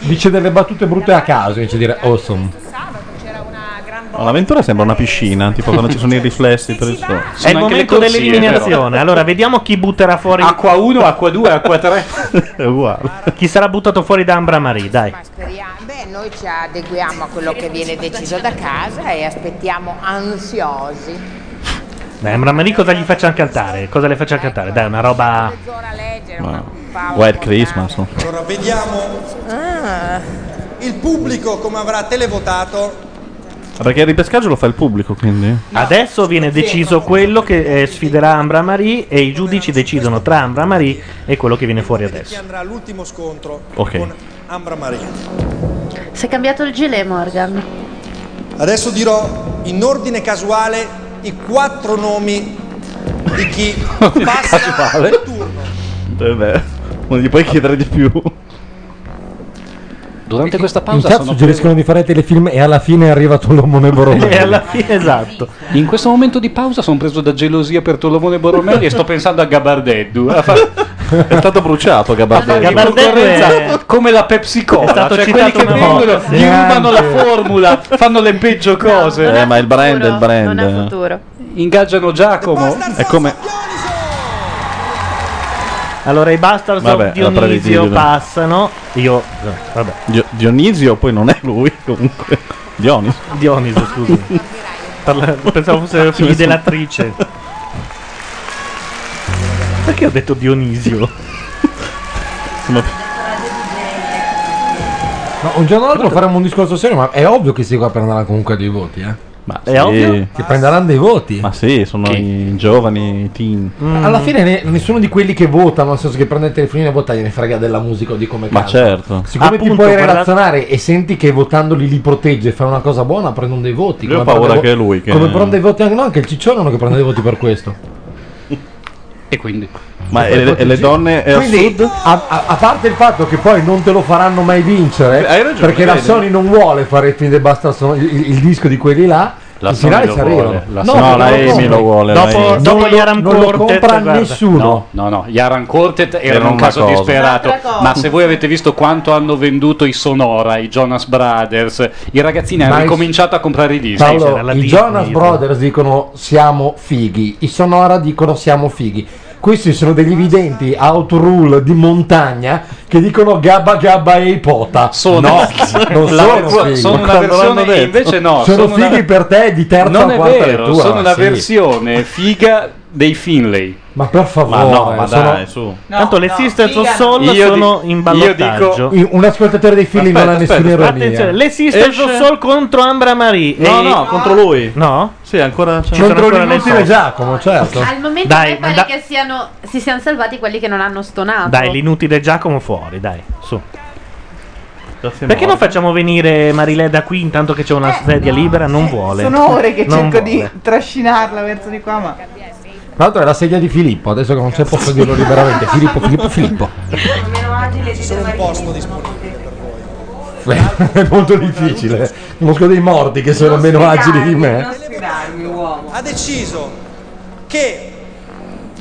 S5: Dice delle battute brutte a caso, invece di dire awesome.
S4: No, l'avventura sembra una piscina, tipo quando ci sono i riflessi per il sole.
S1: È il momento dell'eliminazione. Allora, vediamo chi butterà fuori. Acqua 1, acqua 2, acqua 3. *laughs* È uguale. Chi sarà buttato fuori da Ambra Marie, dai.
S11: Beh, noi ci adeguiamo a quello che viene deciso da casa e aspettiamo ansiosi.
S1: Dai, Ambra Marie cosa gli faccia cantare? Cosa le faccia cantare? Dai, una roba.
S4: White Christmas. no?
S18: Allora, vediamo il pubblico come avrà televotato.
S4: Ah, Perché il ripescaggio lo fa il pubblico, quindi.
S1: Adesso viene deciso quello che eh, sfiderà Ambra Marie e i giudici decidono tra Ambra Marie e quello che viene fuori
S18: Chi
S1: adesso.
S18: andrà all'ultimo scontro
S1: Ok.
S18: con Ambra Maria.
S16: Si è cambiato il gilet, Morgan.
S18: Adesso dirò in ordine casuale i quattro nomi di
S5: *laughs*
S18: chi passa
S4: Casuale?
S18: il turno.
S4: Eh beh, non gli puoi chiedere di più.
S12: Durante questa
S5: Intanto suggeriscono di fare telefilm e alla fine è
S4: *laughs*
S5: arrivato l'omone Borromeo.
S1: fine, esatto.
S12: In questo momento di pausa sono preso da gelosia per Tolomone Borromelli e sto pensando a Gabardeddu. A fa-
S4: È stato bruciato Gabardella.
S12: Gabardella è- come la Pepsi Cola,
S4: È stato
S12: cioè quelli
S4: citato
S12: che
S4: una
S12: vengono,
S4: volta, sì.
S12: gli rubano la
S4: Neanche.
S12: formula, fanno le peggio cose.
S4: Eh, ma il brand è il brand.
S12: Ingaggiano Giacomo.
S4: È come.
S1: Allora i Bastards
S4: Vabbè,
S1: of
S4: era
S1: Dionisio
S4: prevedibile.
S1: passano. Io. Vabbè.
S4: Dio- Dionisio poi non è lui, comunque. Dionisio.
S1: Dioniso, scusi. Parla- pensavo
S4: Ci
S1: fosse
S4: ho messo-
S1: figli dell'attrice. Perché ho detto Dionisio?
S5: Ma un giorno o l'altro faremo un discorso serio, ma è ovvio che questi qua prenderanno comunque dei voti, eh.
S4: Ma
S5: È ovvio?
S4: Che
S5: prenderanno dei voti.
S4: Ma sì, sono i giovani, i teen.
S1: Mm.
S5: Alla fine ne- nessuno di quelli che votano, nel senso che prende il telefonino e vota, gliene frega della musica o di come
S4: Ma
S5: canta.
S4: certo.
S5: Siccome
S4: Appunto,
S5: ti puoi
S4: guarda-
S5: relazionare e senti che votandoli li protegge e fai una cosa buona, prendono dei voti.
S4: Io ho
S5: Come
S4: paura
S5: prende
S4: che è lui che-
S5: Come prende i voti anche, no, anche il ciccione è uno che prende dei voti per questo.
S12: E quindi?
S4: Ma e le, e le donne è
S5: Quindi, a, a- a parte il fatto che poi non te lo faranno mai vincere,
S4: Hai ragione,
S5: perché la
S4: vedi.
S5: Sony non vuole fare il film dei Basta il, il disco di quelli là, La I
S12: Sony
S5: finali
S12: lo
S5: ci arrivano.
S12: vuole, la Sony- No, la Emi lo vuole, la Emi. Dopo
S5: non lo-
S12: Yaram
S5: non lo
S12: Quartet,
S5: compra
S12: cioè, guarda.
S5: nessuno.
S12: No, no, Yaran Quartet era,
S4: Era
S12: un
S4: una
S12: caso
S4: cosa.
S12: disperato.
S5: Un'altra cosa.
S12: Ma se voi avete visto quanto hanno venduto i Sonora, i Jonas Brothers, i ragazzini hanno
S5: Ma i-
S12: ricominciato a comprare i dischi.
S5: Paolo, i Jonas Brothers dicono siamo fighi, i Sonora dicono siamo fighi. Questi sono degli videnti outrule di montagna che dicono gabba gabba e ipota. no, non
S12: *laughs* la-
S5: sono fighi.
S12: sono una
S5: Quando l'hanno
S12: versione
S5: detto.
S12: invece no,
S5: Sono,
S12: sono una-
S5: fighi per te di terza
S12: Non
S5: o
S12: è
S5: quarta
S12: vero,
S5: lettura.
S12: sono una
S5: sì.
S12: versione figa dei Finlay.
S5: Ma per favore,
S12: Ma no, ma
S5: sono-
S12: dai, su.
S1: Tanto le Sisters of Soul
S12: Io
S1: sono
S12: di-
S1: in
S12: io
S1: ballottaggio.
S5: I- un ascoltatore dei film non ha nessuna
S1: Attenzione,
S5: ironia.
S1: le Sisters of
S5: Esce-
S1: Soul contro Ambra Marie.
S5: No, no,
S1: contro lui. No? Sì, ancora c'è
S5: Contro l'inutile Giacomo, certo.
S16: Al momento
S1: Dai,
S16: a me pare
S1: manda-
S16: che siano, si siano salvati quelli che non hanno stonato.
S2: Esatto.
S1: Dai, l'inutile Giacomo fuori, dai, su. Perché non facciamo venire Marileda qui intanto che c'è una sedia libera? Non vuole.
S2: Eh, Sono ore che
S1: Non
S2: cerco
S1: vuole.
S2: di trascinarla verso di qua, ma.
S5: Tra l'altro è la sedia di Filippo, adesso che non c'è posso dirlo liberamente. Filippo, Filippo, Filippo. *laughs*
S18: Solo un posto disponibile per voi.
S5: Beh, è molto difficile. Conosco dei morti che sono meno agili di me.
S18: sfidarmi, uomo. Ha deciso che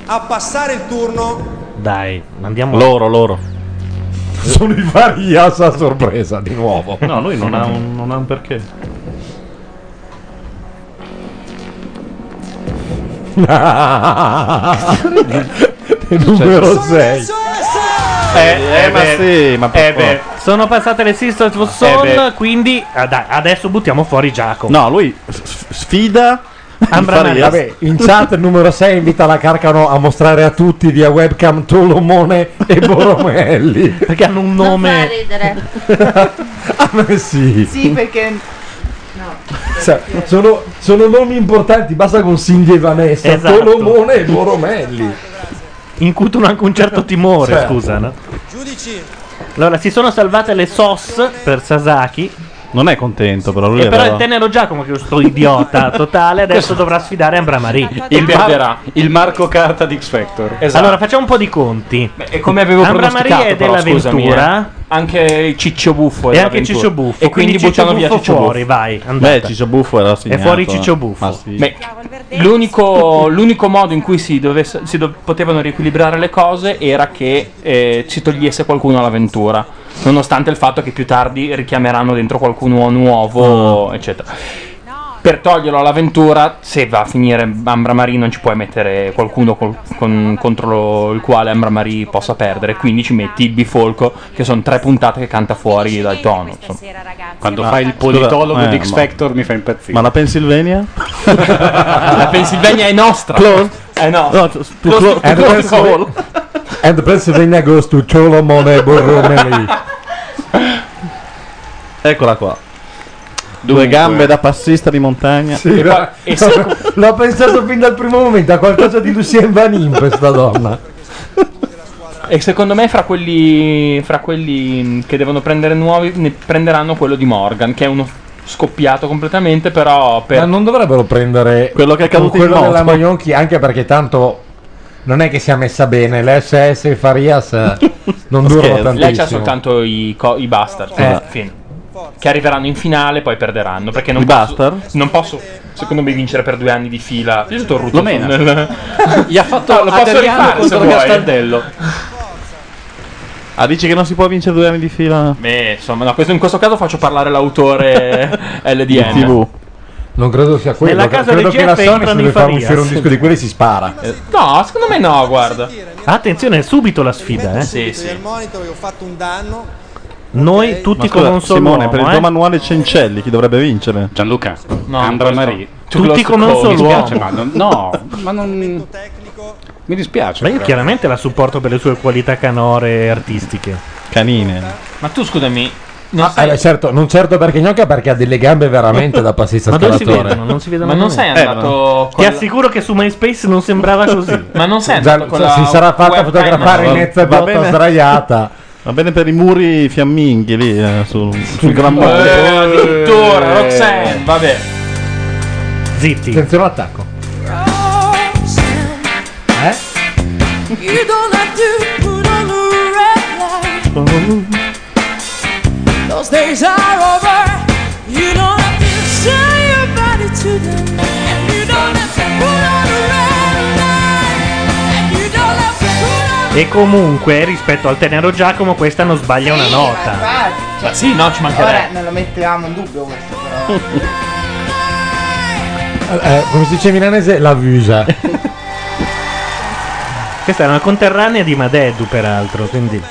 S18: a passare il turno
S1: Dai, andiamo.
S4: Loro, loro.
S5: *laughs* Sono i Farias a sorpresa di nuovo.
S4: No, lui non ha
S5: *laughs*
S4: un, non ha un perché.
S5: numero 6.
S1: Eh,
S4: eh, ma sì, ma per
S1: beh. Sono passate le Sisters of Soul,
S4: Eh, beh.
S1: quindi ah, dai, adesso buttiamo fuori Giacomo.
S4: No, lui s- s- sfida.
S1: Ambra
S4: Farias.
S1: Maria.
S5: Vabbè, in chat il numero 6 invita la Carcano a mostrare a tutti via webcam Tolomone e Boromelli.
S1: Perché hanno un
S16: Non fa ridere.
S5: *laughs* Ah, beh, sì.
S2: Sì, perché.
S5: Sa- sono, sono nomi importanti, basta con Cindy e Vanessa,
S1: Esatto.
S5: Tolomone e Boromelli.
S1: Incutono anche un certo timore,
S5: Certo.
S1: scusa. no?
S18: giudici
S1: Allora, si sono salvate le SOS per Sasaki.
S4: Non è contento, però lui
S1: E Eh, però
S4: aveva-
S1: il tenero Giacomo, che è sto idiota totale, adesso dovrà sfidare Ambra Marie.
S12: Il, Esatto.
S1: Ma-
S12: Mar- il Marco Carta di X Factor.
S1: Allora, facciamo un po' di conti.
S12: E come avevo
S1: Ambra
S12: pronosticato,
S1: Maria è
S12: però,
S1: dell'avventura.
S12: scusami, eh. Anche il Ciccio Buffo è
S1: E anche
S12: dell'avventura.
S1: Ciccio Buffo.
S12: E quindi,
S1: Ciccio
S12: buttano via
S1: Buffo
S12: Ciccio
S1: fuori,
S12: Buffo.
S1: vai. andate.
S12: Beh,
S4: Ciccio Buffo era segnato.
S1: fuori Ciccio Buffo.
S4: Ma sì.
S12: Beh,
S7: L'unico, l'unico modo in cui si, dovesse- si do- potevano riequilibrare le cose era che eh, ci togliesse qualcuno all'avventura, nonostante il fatto che più tardi richiameranno dentro qualcuno nuovo,
S12: Ah.
S7: eccetera. Per toglierlo all'avventura, se va a finire Ambra Marie, non ci puoi mettere qualcuno col- con- contro lo- il quale Ambra Marie possa perdere. Quindi ci metti il bifolco, che sono tre puntate che canta fuori dal tono.
S12: Quando fai il politologo eh, di X Factor mi fa impazzire.
S4: eh, Ma la Pennsylvania?
S7: la Pennsylvania è nostra.
S4: Close?
S7: Eh no.
S4: No, to- to close- to
S5: and,
S4: close
S5: Pennsylvania, and Pennsylvania goes to Tolomone e Boromelli.
S7: *laughs*
S4: Eccola qua.
S12: Dunque.
S4: Due gambe da passista di montagna.
S5: Sì, no, no, *laughs* l'ho pensato fin dal primo momento a qualcosa di Lucien Vanin questa donna.
S7: E secondo me fra quelli, fra quelli che devono prendere nuovi ne prenderanno quello di Morgan, che è uno scoppiato completamente, però per...
S5: Ma non dovrebbero prendere quello
S7: che è caduto in
S5: quello
S7: moto.
S5: della Maionchi anche perché tanto non è che sia messa bene, l'SS e Farias eh,
S7: *laughs*
S5: non durano
S7: Scherzo. Lei c'ha
S5: tantissimo.
S7: soltanto i, co- i bastard,
S5: Eh.
S7: fine. che arriveranno in finale poi perderanno, perché non
S4: I
S7: posso, non posso, secondo me, vincere per due anni di fila. Io sono Ruto
S12: Lo mena.
S7: Gli ha fatto lo posso
S12: Adriano
S7: rifare se
S12: contro
S7: vuoi.
S12: Castaldello.
S4: Ah, dici che non si può vincere due anni di fila?
S7: Beh, insomma, no, questo- in questo caso faccio parlare l'autore LDN.
S4: In TV.
S5: Non credo sia quello.
S7: Nella casa
S5: credo
S7: del
S5: che la
S7: GF
S5: Sony se
S7: entrano
S5: deve
S7: i
S5: far
S7: Farias.
S5: uscire un disco di quelli si spara.
S7: No, secondo me no, guarda.
S1: Eh? Attenzione, è subito la sfida, eh.
S7: Sì,
S18: del monitor che ho fatto un danno
S1: Noi tutti
S4: Ma
S1: come
S4: scusa,
S1: un solo
S4: Simone,
S1: uomo,
S4: per il
S1: eh.
S4: tuo manuale Cencelli chi dovrebbe vincere?
S12: Gianluca, Andra
S4: questo-
S12: Marie.
S1: Tutti come un
S12: Mi
S1: solo
S12: dispiace,
S1: uomo.
S12: ma non- no, ma non... Mi dispiace.
S1: Ma io
S12: però.
S1: chiaramente la supporto per le sue qualità canore artistiche.
S4: Canine.
S7: Ma tu scusami,
S5: Eh, beh, certo, non certo perché gnocca perché ha delle gambe
S1: *laughs*
S5: veramente da passista
S1: Ma dove si
S5: scalatore.
S1: vedono? Non si vedono Eh,
S7: Ma non
S1: mai.
S7: sei
S5: Eh,
S7: andato
S1: Ti
S7: con la-
S1: assicuro che su MySpace non sembrava così.
S7: Ma non sei
S5: Già- si sarà fatta fotografare in mezza botta sdraiata.
S4: Va bene per i muri fiamminghi lì eh, sul, sul gran muro.
S7: Eh, addirittura, Roxanne, vabbè.
S1: Zitti.
S5: Attenzione all'attacco. Eh?
S32: You don't have to put on a red light. Those days are over. You don't have to show your body to
S1: E comunque, rispetto al tenero Giacomo, questa non sbaglia una nota.
S2: Ma
S7: sì, no, ci
S2: cioè, Ora non lo mettevamo in dubbio questo, però.
S5: Eh, come si dice in milanese, la vusa.
S1: *laughs* Questa era una conterranea di Madedu, peraltro, quindi...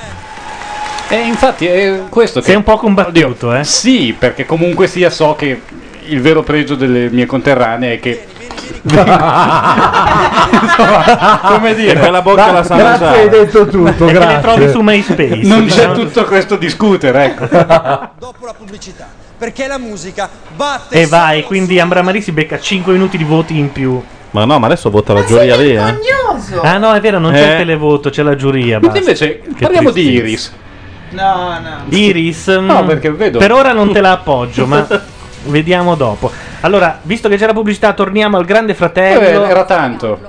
S12: E infatti è questo che... Sei un
S1: po' combattuto, eh?
S12: Sì, perché comunque sia so che il vero pregio delle mie conterranee è che... *laughs*
S4: Come dire, per la
S12: bocca
S4: bocca la sa
S12: grazie
S4: mangiare.
S12: hai detto
S1: *laughs*
S5: tutto,
S1: Perché le trovi su MySpace.
S12: non c'è
S1: diciamo.
S12: tutto questo discutere, ecco.
S18: Perché la musica batte
S1: E vai, quindi Ambramari si becca 5 minuti di voti in più.
S4: Ma no, ma adesso vota la giuria eh. vera.
S1: Ah no, è vero, non c'è
S4: Eh.
S1: il televoto, c'è la giuria. basta.
S12: Invece,
S1: Che
S12: parliamo di
S1: tristezza.
S12: Iris.
S2: No, no.
S1: Iris,
S12: No,
S1: mm,
S12: perché vedo-
S1: per ora non te la
S12: *laughs*
S1: appoggio, ma vediamo dopo. Allora, visto che c'è la pubblicità, torniamo al Grande Fratello.
S12: Eh, era tanto.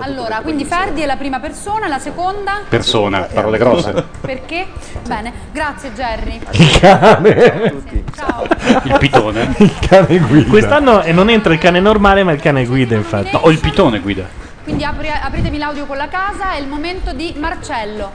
S15: Allora, quindi Ferdi è la prima persona, la seconda
S12: Persona, parole grosse.
S15: perché? Bene, grazie
S1: *laughs*
S15: Jerry.
S1: Ah,
S5: cane.
S12: Il pitone.
S1: *laughs*
S5: Il cane guida.
S1: Quest'anno eh, non entra il cane normale, ma il cane guida, infatti. No,
S12: o il pitone guida.
S15: Quindi apri- apritemi l'audio con la casa, è il momento di Marcello.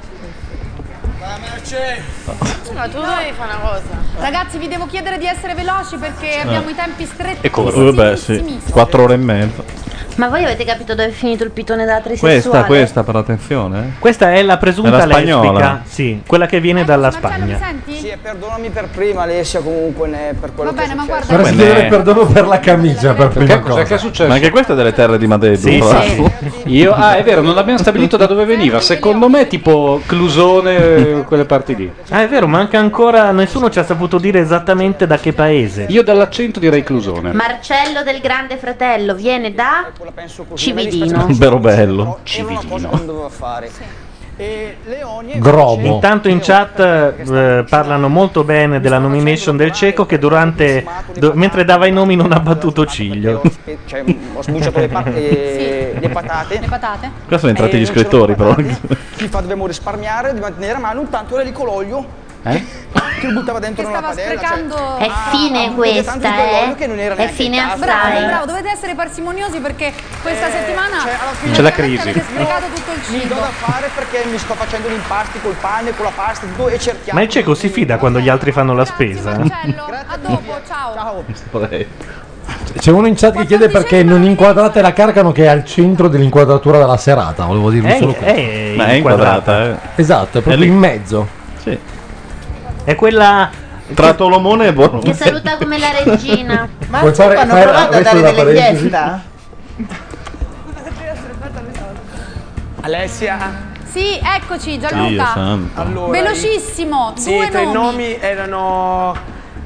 S54: Ma tu devi fare una cosa.
S15: Ragazzi, vi devo chiedere di essere veloci perché abbiamo i tempi stretti.
S1: Ecco,
S4: Eh, beh, sì, 4 ore e mezza.
S54: Ma voi avete capito dove è finito il pitone della
S4: Questa,
S54: trisessuale?
S4: questa, però attenzione. eh.
S1: Questa è la
S4: È
S1: presunta
S4: la spagnola.
S1: lesbica, sì, quella che viene dalla Spagna.
S15: senti?
S14: Sì, e perdonami per prima Alessia comunque ne- per quello che è successo.
S5: Ora si chiedere
S4: Beh.
S5: perdono per la camicia, per prima cosa.
S4: Ma anche questa Eh. è delle terre di Madedu. tra l'altro.
S12: Io, ah, è vero, non abbiamo stabilito da dove veniva. Secondo me, tipo Clusone, eh, quelle parti lì.
S1: Ah, è vero, manca ancora. Nessuno ci ha saputo dire esattamente da che paese.
S12: Io dall'accento direi Clusone.
S16: Marcello del Grande Fratello viene da *laughs* Cividino.
S4: Vero bello.
S14: doveva fare. E Leoni
S1: Grobo. Intanto in chat eh, parlano molto bene della nomination del cieco che durante do- mentre dava i nomi non ha battuto
S15: *laughs*
S1: ciglio.
S14: e- cioè, mh, ho sbucciato le, pa- e- le patate. Le
S15: patate?
S4: Qua sono entrati gli scrittori, però.
S14: FIFA dobbiamo risparmiare, di mantenere a mano, intanto era lì Cologlio
S4: Eh?
S14: che lo buttava dentro nella padella.
S15: sprecando-
S14: cioè,
S15: È
S14: ah,
S15: fine
S14: ha buttato
S15: questa,
S14: tanto di Cologlio
S15: eh.
S14: che non era
S15: È
S14: neanche
S15: fine
S14: in tasca.
S15: Bravo, bravo, dovete essere parsimoniosi perché questa
S14: Eh,
S15: settimana
S14: cioè,
S12: C'è la crisi.
S15: avete sprecato tutto il
S14: Mi do
S15: cibo.
S14: da fare perché mi sto facendo gli impasti col pane, con la pasta, tutto, e cerchiamo.
S1: Ma il cieco si fida quando gli altri fanno la spesa.
S15: A dopo, ciao.
S5: C'è uno in chat che chiede perché non inquadrate la Carcano che è al centro dell'inquadratura della serata, volevo dirvi
S1: Eh,
S5: solo questo.
S1: eh,
S4: Ma è inquadrata, eh.
S5: Esatto, è
S4: È
S5: proprio
S4: lì.
S5: in mezzo.
S4: Sì.
S1: È quella
S4: tra Tolomone e Bornone.
S16: Che saluta come la regina.
S2: Ma
S5: Vuoi fare-
S2: hanno
S5: fare-
S2: provato a
S5: questo
S2: dare
S5: da
S2: delle
S5: parentesi?
S2: fiesta?
S14: Alessia.
S15: Sì, eccoci, Gianluca.
S14: Allora,
S15: Velocissimo,
S6: Sì,
S15: due
S6: tra
S15: nomi.
S6: i nomi erano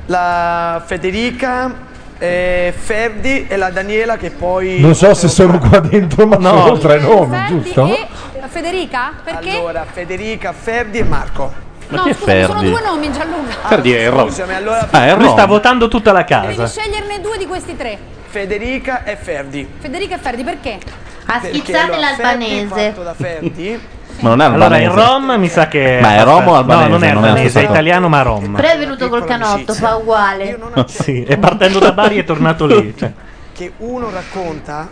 S6: la Federica, eh, Ferdi e la Daniela che poi...
S5: Non so se sono qua dentro, ma *laughs* sono tre nomi, giusto?
S15: E eh, Federica? Perché?
S6: Allora, Federica, Ferdi e Marco.
S15: no,
S1: chi è
S15: scusa, sono
S1: Ferdi?
S15: due nomi, Gianluca.
S1: Ferdi è il Rom.
S6: Scusami, allora
S1: Ah, Lui sta votando tutta la
S15: Devi
S1: casa.
S15: sceglierne due di questi tre.
S6: Federica e Ferdi.
S15: Federica e Ferdi, perché? Ah,
S16: Ha
S6: Perché
S16: schizzato
S6: allora,
S16: l'albanese.
S6: Ferdi fatto da Ferdi.
S4: Ma non è
S1: Allora
S4: albanese.
S1: il rom mi sa che
S4: Ma è rom o albanese?
S1: No, non è
S4: Non è
S1: albanese, è
S4: stato-
S1: italiano ma rom.
S16: Però è venuto col canotto, fa uguale.
S1: Sì, e partendo da Bari è tornato lì. cioè.
S6: che uno racconta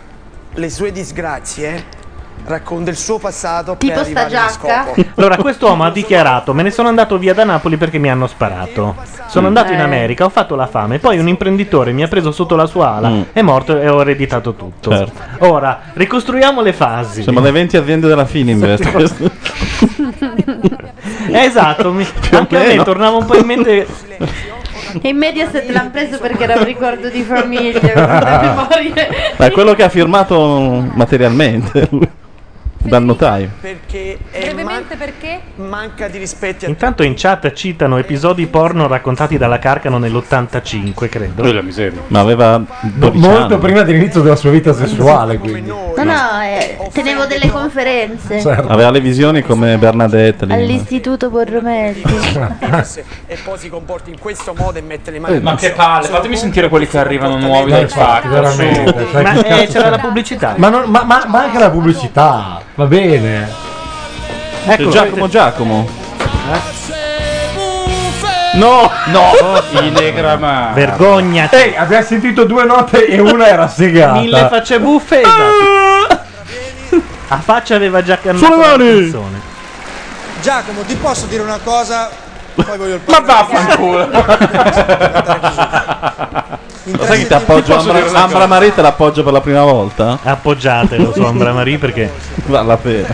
S6: le sue disgrazie, racconta il suo passato
S16: Tipo
S6: per
S16: sta
S6: arrivare allo
S16: giacca.
S6: scopo.
S1: Allora, quest'uomo ha dichiarato: Me ne sono andato via da Napoli perché mi hanno sparato. Sono andato in
S16: Eh.
S1: America, ho fatto la fame. Poi un imprenditore mi ha preso sotto la sua ala,
S4: Mm.
S1: è morto e ho ereditato tutto.
S4: Certo.
S1: Ora, ricostruiamo le fasi.
S4: Sembra le 20 aziende della Fininvest. questo.
S1: Eh, *laughs* esatto, mi-
S4: o
S1: anche a me
S4: meno.
S1: tornava un po' in mente.
S16: In Mediaset l'hanno preso perché era un ricordo di famiglia, *laughs*
S4: Ah.
S16: una
S1: *laughs*
S16: memoria.
S4: Ma è quello che ha firmato materialmente lui. dal notaio.
S6: Perché
S15: Brevemente perché?
S6: Manca di rispetti a
S1: Cioè, Intanto in chat citano episodi porno raccontati dalla Carcano nell'85, credo.
S4: Oh, la
S12: miseria.
S4: Ma aveva
S5: Molto prima dell'inizio della sua vita sessuale, quindi.
S16: No, no, eh, tenevo delle conferenze
S5: certo.
S4: Aveva le visioni come Bernadette lì.
S16: all'Istituto Borromelli.
S6: *laughs* e poi si comporti in questo modo e mette le mani
S7: Eh, ma che palle, fatemi sentire quelli che arrivano nuovi
S5: Ma
S7: dal
S5: Eh, infatti,
S7: pacco.
S5: veramente,
S7: su.
S5: cioè, chi cazzo-
S1: pubblicità.
S5: Ma, non- ma- ma- ma anche la pubblicità, va bene.
S4: C'è Giacomo Giacomo.
S5: Eh?
S12: No,
S42: *laughs*
S12: no,
S23: Inegrama.
S1: Vergogna.
S5: Ehi, abbiamo sentito due note e una era segata.
S1: Mille facce buffe.
S12: Ah!
S1: esatto. A faccia aveva già cantato
S5: Sulle
S1: la
S5: mani!
S1: canzone.
S18: Giacomo, ti posso dire una cosa? Poi voglio il
S23: Ma
S18: *laughs*
S23: vaffanculo.
S4: Lo sai che ti appoggio Ambra, Ambra Marie te l'appoggio per la prima volta?
S1: Appoggiatelo su Ambra Marie perché
S4: *laughs* vale la pena.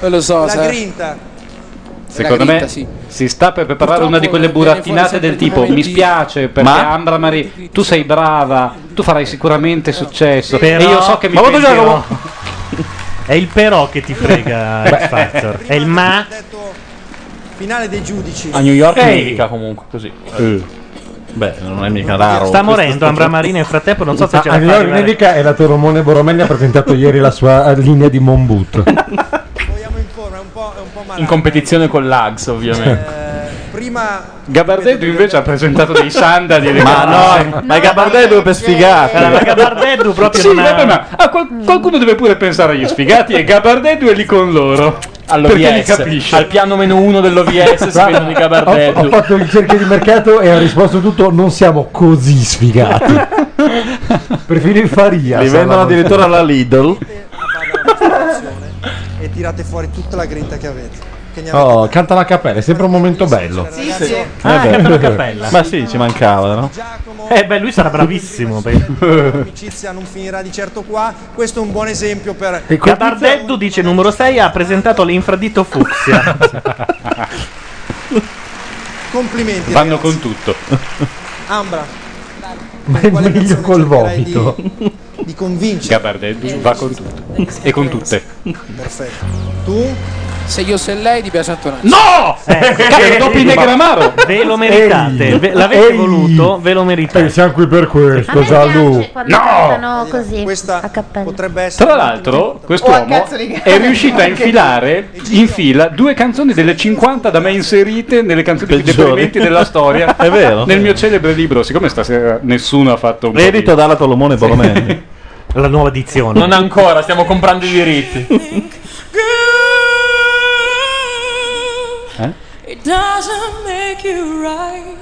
S42: lo so,
S18: La
S42: sai.
S18: grinta.
S12: Secondo
S42: La
S12: me
S42: grinta, sì.
S12: si sta per preparare
S42: Purtroppo
S12: una di quelle
S42: viene fuori
S12: burattinate
S42: sempre
S12: del
S42: quel
S12: tipo mi
S42: momento di-
S12: spiace perché
S42: Ma-
S12: Ambra Marie tu sei brava, tu farai sicuramente successo
S1: Però-
S12: e io so che mi
S1: Ma guarda
S12: pentirò. *laughs*
S1: Giacomo! *laughs* è il però che ti frega X Factor. È il ma.
S18: Finale dei giudici.
S1: A New York
S18: Ehi.
S1: nevica.
S7: Comunque, così.
S1: Eh.
S4: Beh, non è mica raro.
S1: Sta morendo Ambra Marie nel frattempo, non so se
S5: Ah,
S1: ce la fa
S5: Agnello
S1: arrivare.
S5: Rinedica e la Toromone Boromelli ha presentato ieri la sua linea
S1: *laughs*
S5: di Monboot.
S7: *laughs* In competizione con l'Ags, ovviamente.
S5: Eh,
S12: Gabardetto invece ha presentato
S5: *laughs*
S12: dei sandali e le
S4: Ma
S12: cose. Eh,
S4: no, ma i Gabardetto è per sfigati.
S1: Ma Gabardetto proprio
S12: Sì,
S1: non ha-
S12: vabbè, ma a
S4: Mm.
S12: qual- qualcuno deve pure pensare agli sfigati e Gabardetto è lì con loro. Perché li
S7: All'OVS.
S12: capisce.
S7: Al piano meno uno dell'OVS
S12: *laughs*
S7: si vedono i
S5: Ho, ho
S7: Gabardetto.
S5: fatto ricerche di mercato e ha risposto tutto: non siamo
S1: *laughs*
S5: così sfigati. Perfino in faria.
S4: Li
S5: sa,
S4: vendono
S5: la-
S4: addirittura alla Lidl.
S18: e tirate fuori tutta la grinta che avete. Che ne avete.
S5: Oh, canta la cappella, è sempre un momento bello.
S4: Eh beh.
S1: *laughs* canta la cappella.
S4: Ma sì, ci mancava, no?
S1: Eh beh, lui sarà bravissimo. *laughs*
S18: L'amicizia non finirà di certo qua. Questo è un buon esempio per.
S1: Gabardetto dice numero 6 ha presentato l'infradito *laughs* fucsia.
S18: Complimenti.
S12: Vanno con tutto.
S18: ragazzi. Ambra,
S5: Ma è meglio col vomito.
S18: di convincere.
S12: Gabardetto va con tutto. E con tutte.
S42: *laughs*
S18: Perfetto. Tu?
S42: Se io se lei di Biagio Antonacci.
S12: No!
S6: Eh.
S14: Eh,
S42: Cazzo, dopo i Negramaro!
S1: Ve lo meritate,
S5: *laughs* Ehi.
S1: Esatto, eh, ve- l'avete
S5: Ehi.
S1: voluto, ve lo meritate.
S5: Siamo qui per questo, Gianlu.
S28: Quando
S1: *laughs*
S28: cantano così a cappella.
S18: Potrebbe essere
S12: Tra l'altro, quest'uomo è riuscito a infilare in fila due canzoni delle 50 da me inserite nelle canzoni più
S4: Peggiori.
S12: deprimenti della storia.
S4: *laughs* È vero.
S12: Nel mio celebre libro, siccolomo stasera nessuno ha fatto un
S4: Edito dalla Tolomone Boromelli.
S1: La nuova edizione.
S7: Non ancora, stiamo comprando i diritti.
S32: It doesn't make you right.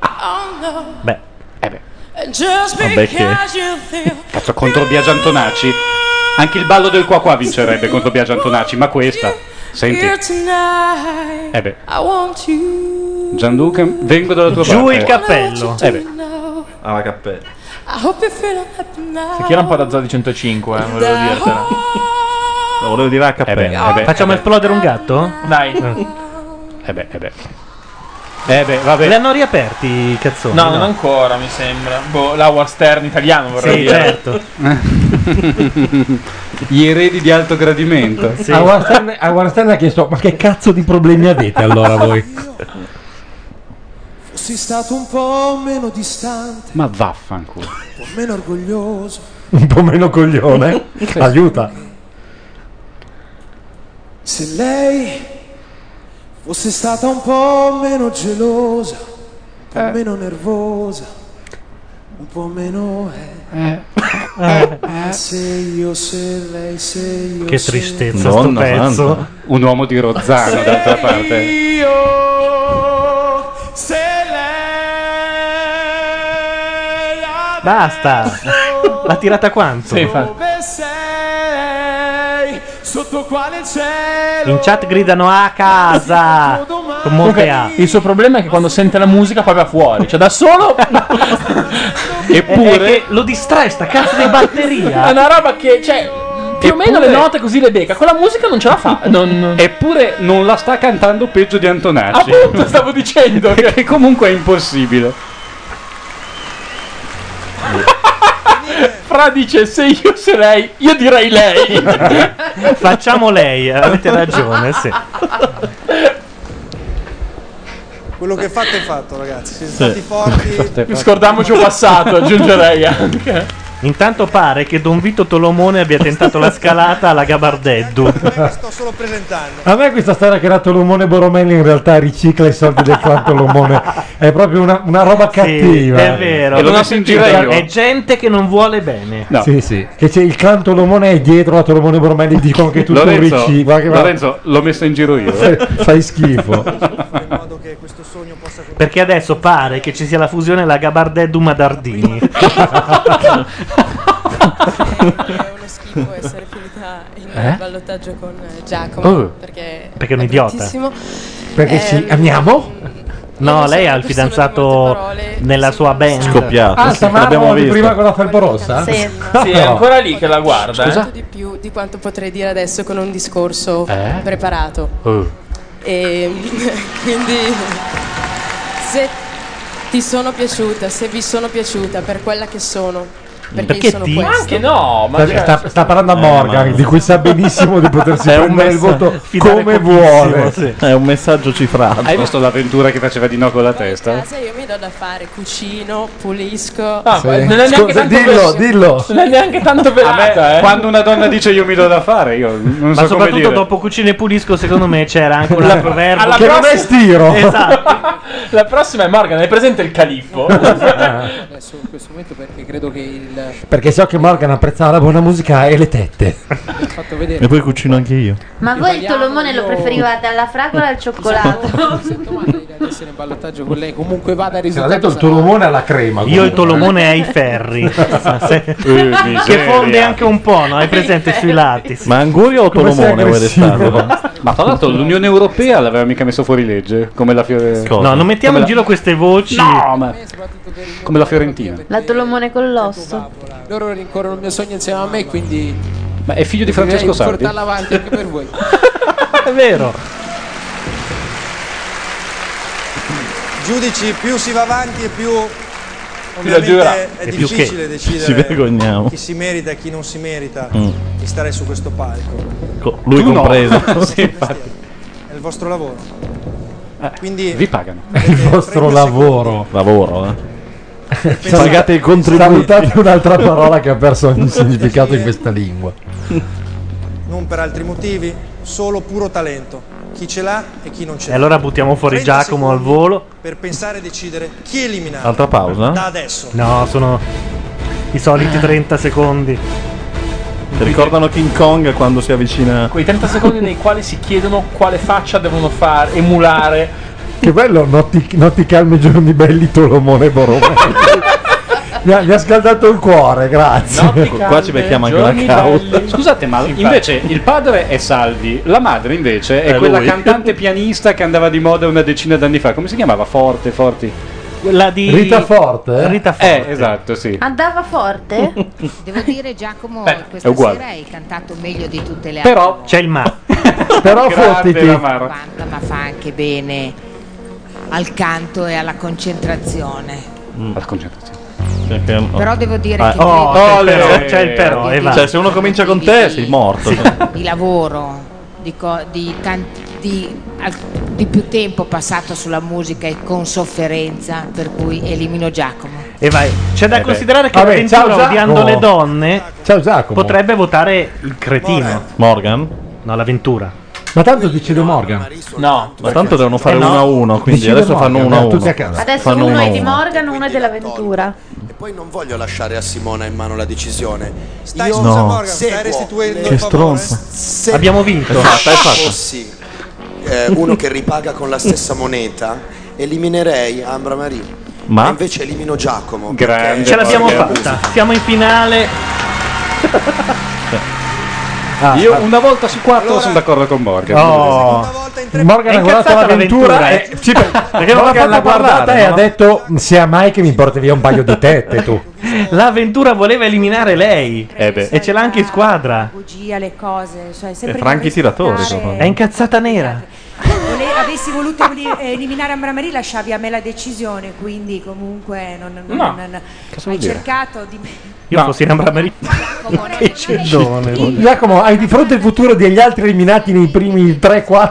S32: Oh no.
S1: Beh,
S12: eh *laughs* beh.
S32: And Just
S12: Vabbè che-
S32: because you feel
S12: Cazzo, contro Biagio Antonacci. Anche il ballo del qua qua vincerebbe contro Biagio Antonacci, ma questa. Senti,
S32: here tonight,
S12: eh beh,
S32: I want you
S12: Gianluca, vengo dalla tua
S32: Giù
S12: parte.
S32: il cappello.
S12: Eh beh,
S32: to know.
S7: Ah,
S12: alla cappella.
S32: I hope you feel happy now.
S7: Chi era un po' da zoo di 105, eh, volevo Eh dirtela.
S4: Lo volevo dire a cappella.
S1: Facciamo esplodere un gatto?
S7: Dai.
S12: Eh beh, eh beh. Eh beh, vabbè.
S1: Li hanno riaperti i cazzoni?
S7: No, non ancora, mi sembra. Boh, l'Howard Stern italiano vorrei
S1: Sì,
S7: dire.
S1: certo.
S12: *laughs* Gli eredi di alto gradimento.
S7: Ah,
S5: A Warstein- A Warstein ha chiesto: Ma che cazzo di problemi avete allora voi?
S42: Fossi stato un po' meno distante,
S12: Ma vaffanculo.
S42: un po' meno orgoglioso.
S5: *laughs* Un po' meno coglione. Aiuta.
S42: Se lei fosse stata un po' meno gelosa, un po' meno nervosa, un po' meno... Eh.
S32: Eh.
S42: Se io, se lei, se io...
S12: Che
S42: se-
S12: tristezza sto
S42: Madonna
S12: pezzo.
S42: santa.
S12: Un uomo di Rozzano, d'altra parte.
S42: Io, se
S1: Basta.
S7: *laughs*
S1: L'ha tirata quanto?
S42: dove sei, sotto quale cielo...
S1: In chat gridano a casa. Con molte A.
S7: Il suo problema è che quando sente la musica poi va fuori. Cioè, da
S1: *laughs*
S7: solo.
S1: Eppure. lo distrae sta cazzo di batteria.
S7: È una roba che, cioè, più o meno le note così le becca. Con la musica non ce la
S12: *laughs*
S7: fa.
S12: Eppure non la sta cantando peggio di Antonacci.
S7: Appunto, stavo dicendo
S12: *laughs* che... comunque è impossibile.
S7: Fra dice se io se lei, io direi lei.
S1: *laughs* Facciamo lei, avete ragione, sì.
S18: *laughs* Quello che è fatto è fatto, ragazzi. Siete stati
S5: *laughs*
S18: forti.
S7: Scordamoci un passato, aggiungerei anche.
S1: Intanto pare che Don Vito Tolomone abbia tentato la scalata alla Gabardeddu.
S18: Sto solo presentando.
S5: A me questa storia che la Tolomone Boromelli in realtà ricicla i soldi del clan Tolomone è proprio una, una roba cattiva.
S1: è vero,
S5: E lo
S1: non
S5: dico in
S1: si gioca-
S5: giro io.
S1: è gente che non vuole bene.
S5: Sì, sì. Che c'è il clan Tolomone è dietro la Tolomone Boromelli, dicono che tu tu
S12: Lorenzo,
S5: ricicli. Guarda che
S1: *laughs*
S12: Lorenzo, l'ho messa in giro io.
S5: Fai- fai schifo.
S18: questo sogno possa
S1: Perché adesso pare che ci sia la fusione la Gabardeddu
S14: *laughs*
S1: Madardini.
S14: È uno schifo essere finita in
S1: Eh?
S14: ballottaggio con eh, Giacomo
S1: Oh.
S14: perché,
S1: Perché è un
S14: è
S1: idiota.
S14: bruttissimo.
S1: Perché
S14: Ehm,
S1: ci amiamo? No,
S14: non so,
S1: lei ha
S14: persone
S1: il
S14: di
S1: fidanzato nella sua band.
S4: Scoppiato,
S5: Ah, stavamo di prima con la felpa rossa?
S14: Sì.
S7: Sì, è ancora lì che la guarda. eh.
S14: Molto di più di quanto potrei dire adesso con un discorso
S7: Eh?
S14: preparato.
S7: Oh.
S14: E *laughs* quindi se ti sono piaciuta, se vi sono piaciuta per quella che sono, perché,
S1: Perché
S14: sono
S1: ti?
S14: questo.
S7: Anche no, ma
S5: Sta, sta- sta parlando
S12: Eh,
S5: a Morgan, di cui sa benissimo
S12: *laughs*
S5: di potersi
S4: È un
S5: prendere il
S4: messa-
S5: voto
S4: fidare
S5: come
S4: pochissimo,
S5: vuole.
S4: sì. È un messaggio cifrato.
S12: Hai visto l'avventura che faceva di no con la testa?
S14: casa io mi do da fare, cucino, pulisco.
S7: Ah,
S12: Sì. non è neanche Scusa, tanto dillo, veloce. dillo.
S7: Non è neanche tanto velata, eh.
S12: Quando una donna dice io mi do da fare, io non
S1: Ma
S12: so come
S1: soprattutto
S12: dire.
S1: dopo Cucine e Pulisco, secondo me c'era anche un altro verbo
S7: alla
S1: che non
S7: prossima-
S1: è stiro. Esatto.
S7: La prossima è Morgan, hai presente il califfo?
S32: Adesso in questo momento perché credo che il
S5: Perché so che Morgan apprezzava la buona musica e le tette.
S32: fatto vedere
S4: E poi cucino anche io.
S15: Ma voi il Tolomone lo preferivate alla fragola o
S14: Esatto.
S15: al
S14: *laughs*
S15: cioccolato?
S32: ad essere in ballottaggio con lei comunque vada a
S5: Se l'ha
S32: risultato
S5: detto il tolomone alla crema.
S1: Io il
S5: comunque.
S1: tolomone ai
S5: *laughs*
S1: ferri. Se-
S5: miseria.
S1: che fonde anche un po', no? Hai presente sui lati.
S12: Ma
S4: Anguria o
S1: Come sei
S4: Tolomone vuoi
S1: aggressivo.
S5: *laughs*
S4: restarlo?
S12: Ma tra l'altro l'Unione Europea l'aveva mica messo fuori legge, come la Fiorentina.
S1: No, non mettiamo in giro queste voci.
S12: No, ma... Come la Fiorentina.
S15: La Tolomone con l'osso.
S32: loro rincorrono il mio sogno insieme a me quindi
S12: Ma è figlio di Francesco
S32: direi
S12: Sardi?
S32: portarla avanti anche per voi
S1: *laughs* È vero.
S18: Giudici, più si va avanti e più
S4: giura.
S18: ovviamente è
S4: E più
S18: difficile
S4: che
S18: decidere
S4: ci vergogniamo.
S18: chi si merita e chi non si merita
S4: Mm.
S18: di stare su questo palco.
S4: Co- lui
S18: Tu no.
S4: compreso.
S18: Sì, infatti. È il vostro lavoro. Quindi
S12: Vi pagano.
S5: *laughs*
S4: *laughs*
S5: Il vostro lavoro.
S4: Lavoro, eh.
S5: *laughs* Pagate
S4: i contributi.
S5: Salutate un'altra parola che ha perso ogni significato in questa lingua.
S18: non per altri motivi, solo puro talento. Chi ce l'ha e chi non ce
S1: E
S18: l'ha.
S1: allora buttiamo fuori
S18: 30
S1: Giacomo al
S18: secondi
S1: volo.
S18: Per pensare e decidere chi eliminare.
S1: Altra pausa?
S18: Da adesso.
S1: No, sono i soliti 30 secondi.
S4: Ti Ricordano King Kong quando si avvicina.
S7: Quei 30 secondi nei quali si chiedono quale faccia devono fare, emulare.
S5: Che bello, notti, notti calmi, giorni belli, Tolomone Borromeo. mi, ha, mi ha scaldato il cuore, grazie.
S12: Giorni belli. Scusate, ma invece il padre è Salvi, la madre invece è,
S5: È
S12: quella
S5: lui.
S12: cantante pianista che andava di moda una decina d'anni fa. Come si chiamava? Forte, Forti.
S1: Quella di
S5: Rita Forte? eh?
S12: Eh, esatto, sì.
S11: Ah.
S15: Andava forte?
S11: *laughs* Devo dire, Giacomo,
S12: è
S11: questa
S12: uguale.
S11: sera hai cantato meglio di tutte le altre.
S1: Però c'è il ma. Però
S11: Canta, ma fa anche bene al canto e alla concentrazione.
S12: Alla concentrazione.
S11: Però devo dire che
S4: oh,
S11: credo-
S4: c'è, il però,
S11: Eh,
S4: c'è il però, e va. Cioè, se uno comincia con te, sei morto.
S11: *laughs* di lavoro, di, co- di tanti- di al- di più tempo passato sulla musica e con sofferenza, per cui elimino Giacomo.
S1: E vai. C'è da
S11: Eh beh.
S1: considerare che
S11: Vabbè, ciao,
S1: Ventura
S11: Giacomo.
S1: odiando le donne potrebbe votare il cretino. Morgan? No, l'avventura.
S5: Ma tanto decide Morgan.
S1: No,
S4: Ma tanto devono fare
S1: Eh no.
S4: uno a uno, quindi
S5: Decide
S4: adesso
S5: Morgan,
S4: fanno uno a
S5: eh,
S4: uno.
S5: tutti a casa.
S15: Adesso
S4: Fanno
S15: uno
S4: uno a
S15: è di
S4: uno.
S15: Morgan, uno è dell'avventura.
S6: Poi non voglio lasciare a Simona in mano la decisione.
S18: Stai
S6: Io
S4: scusa, No. Morgan,
S18: stai
S6: seguo
S18: restituendo
S6: le-
S4: Che stronzo.
S6: Se
S1: Abbiamo vinto.
S4: Esatto, hai fatto.
S6: fossi eh, uno che ripaga con la stessa moneta, eliminerei Ambra Marie.
S1: Ma?
S6: E invece elimino Giacomo.
S1: Grande,
S6: perché-
S1: Ce l'abbiamo fatta. Siamo in finale.
S12: Io una volta su quattro sono d'accordo con Morgan.
S4: Oh.
S5: Morgan
S12: È
S5: ha guardato
S12: incazzato
S5: l'avventura
S12: l'avventura,
S5: e sì, per-
S1: perché non l'ha
S5: Morgan l'ha
S1: fatta
S5: guardata
S1: parlare,
S5: e
S1: no?
S5: ha detto sia mai che mi porti via un paio di tette tu.
S1: L'avventura voleva eliminare lei.
S15: Eh,
S1: E ce l'ha anche in squadra.
S16: bugia le cose, cioè sempre
S1: Franchi
S16: Tiratori.
S1: È incazzata nera.
S16: Vole- avessi voluto eli- eh, eliminare Ambra Marie lasciavi a me la decisione, quindi comunque non, non-
S1: No,
S16: non-
S1: cosa vuol
S16: hai
S1: dire?
S16: cercato di me.
S1: Io fossi in Ambra Maria.
S5: Che cedone. Giacomo, hai di fronte il futuro degli altri eliminati nei primi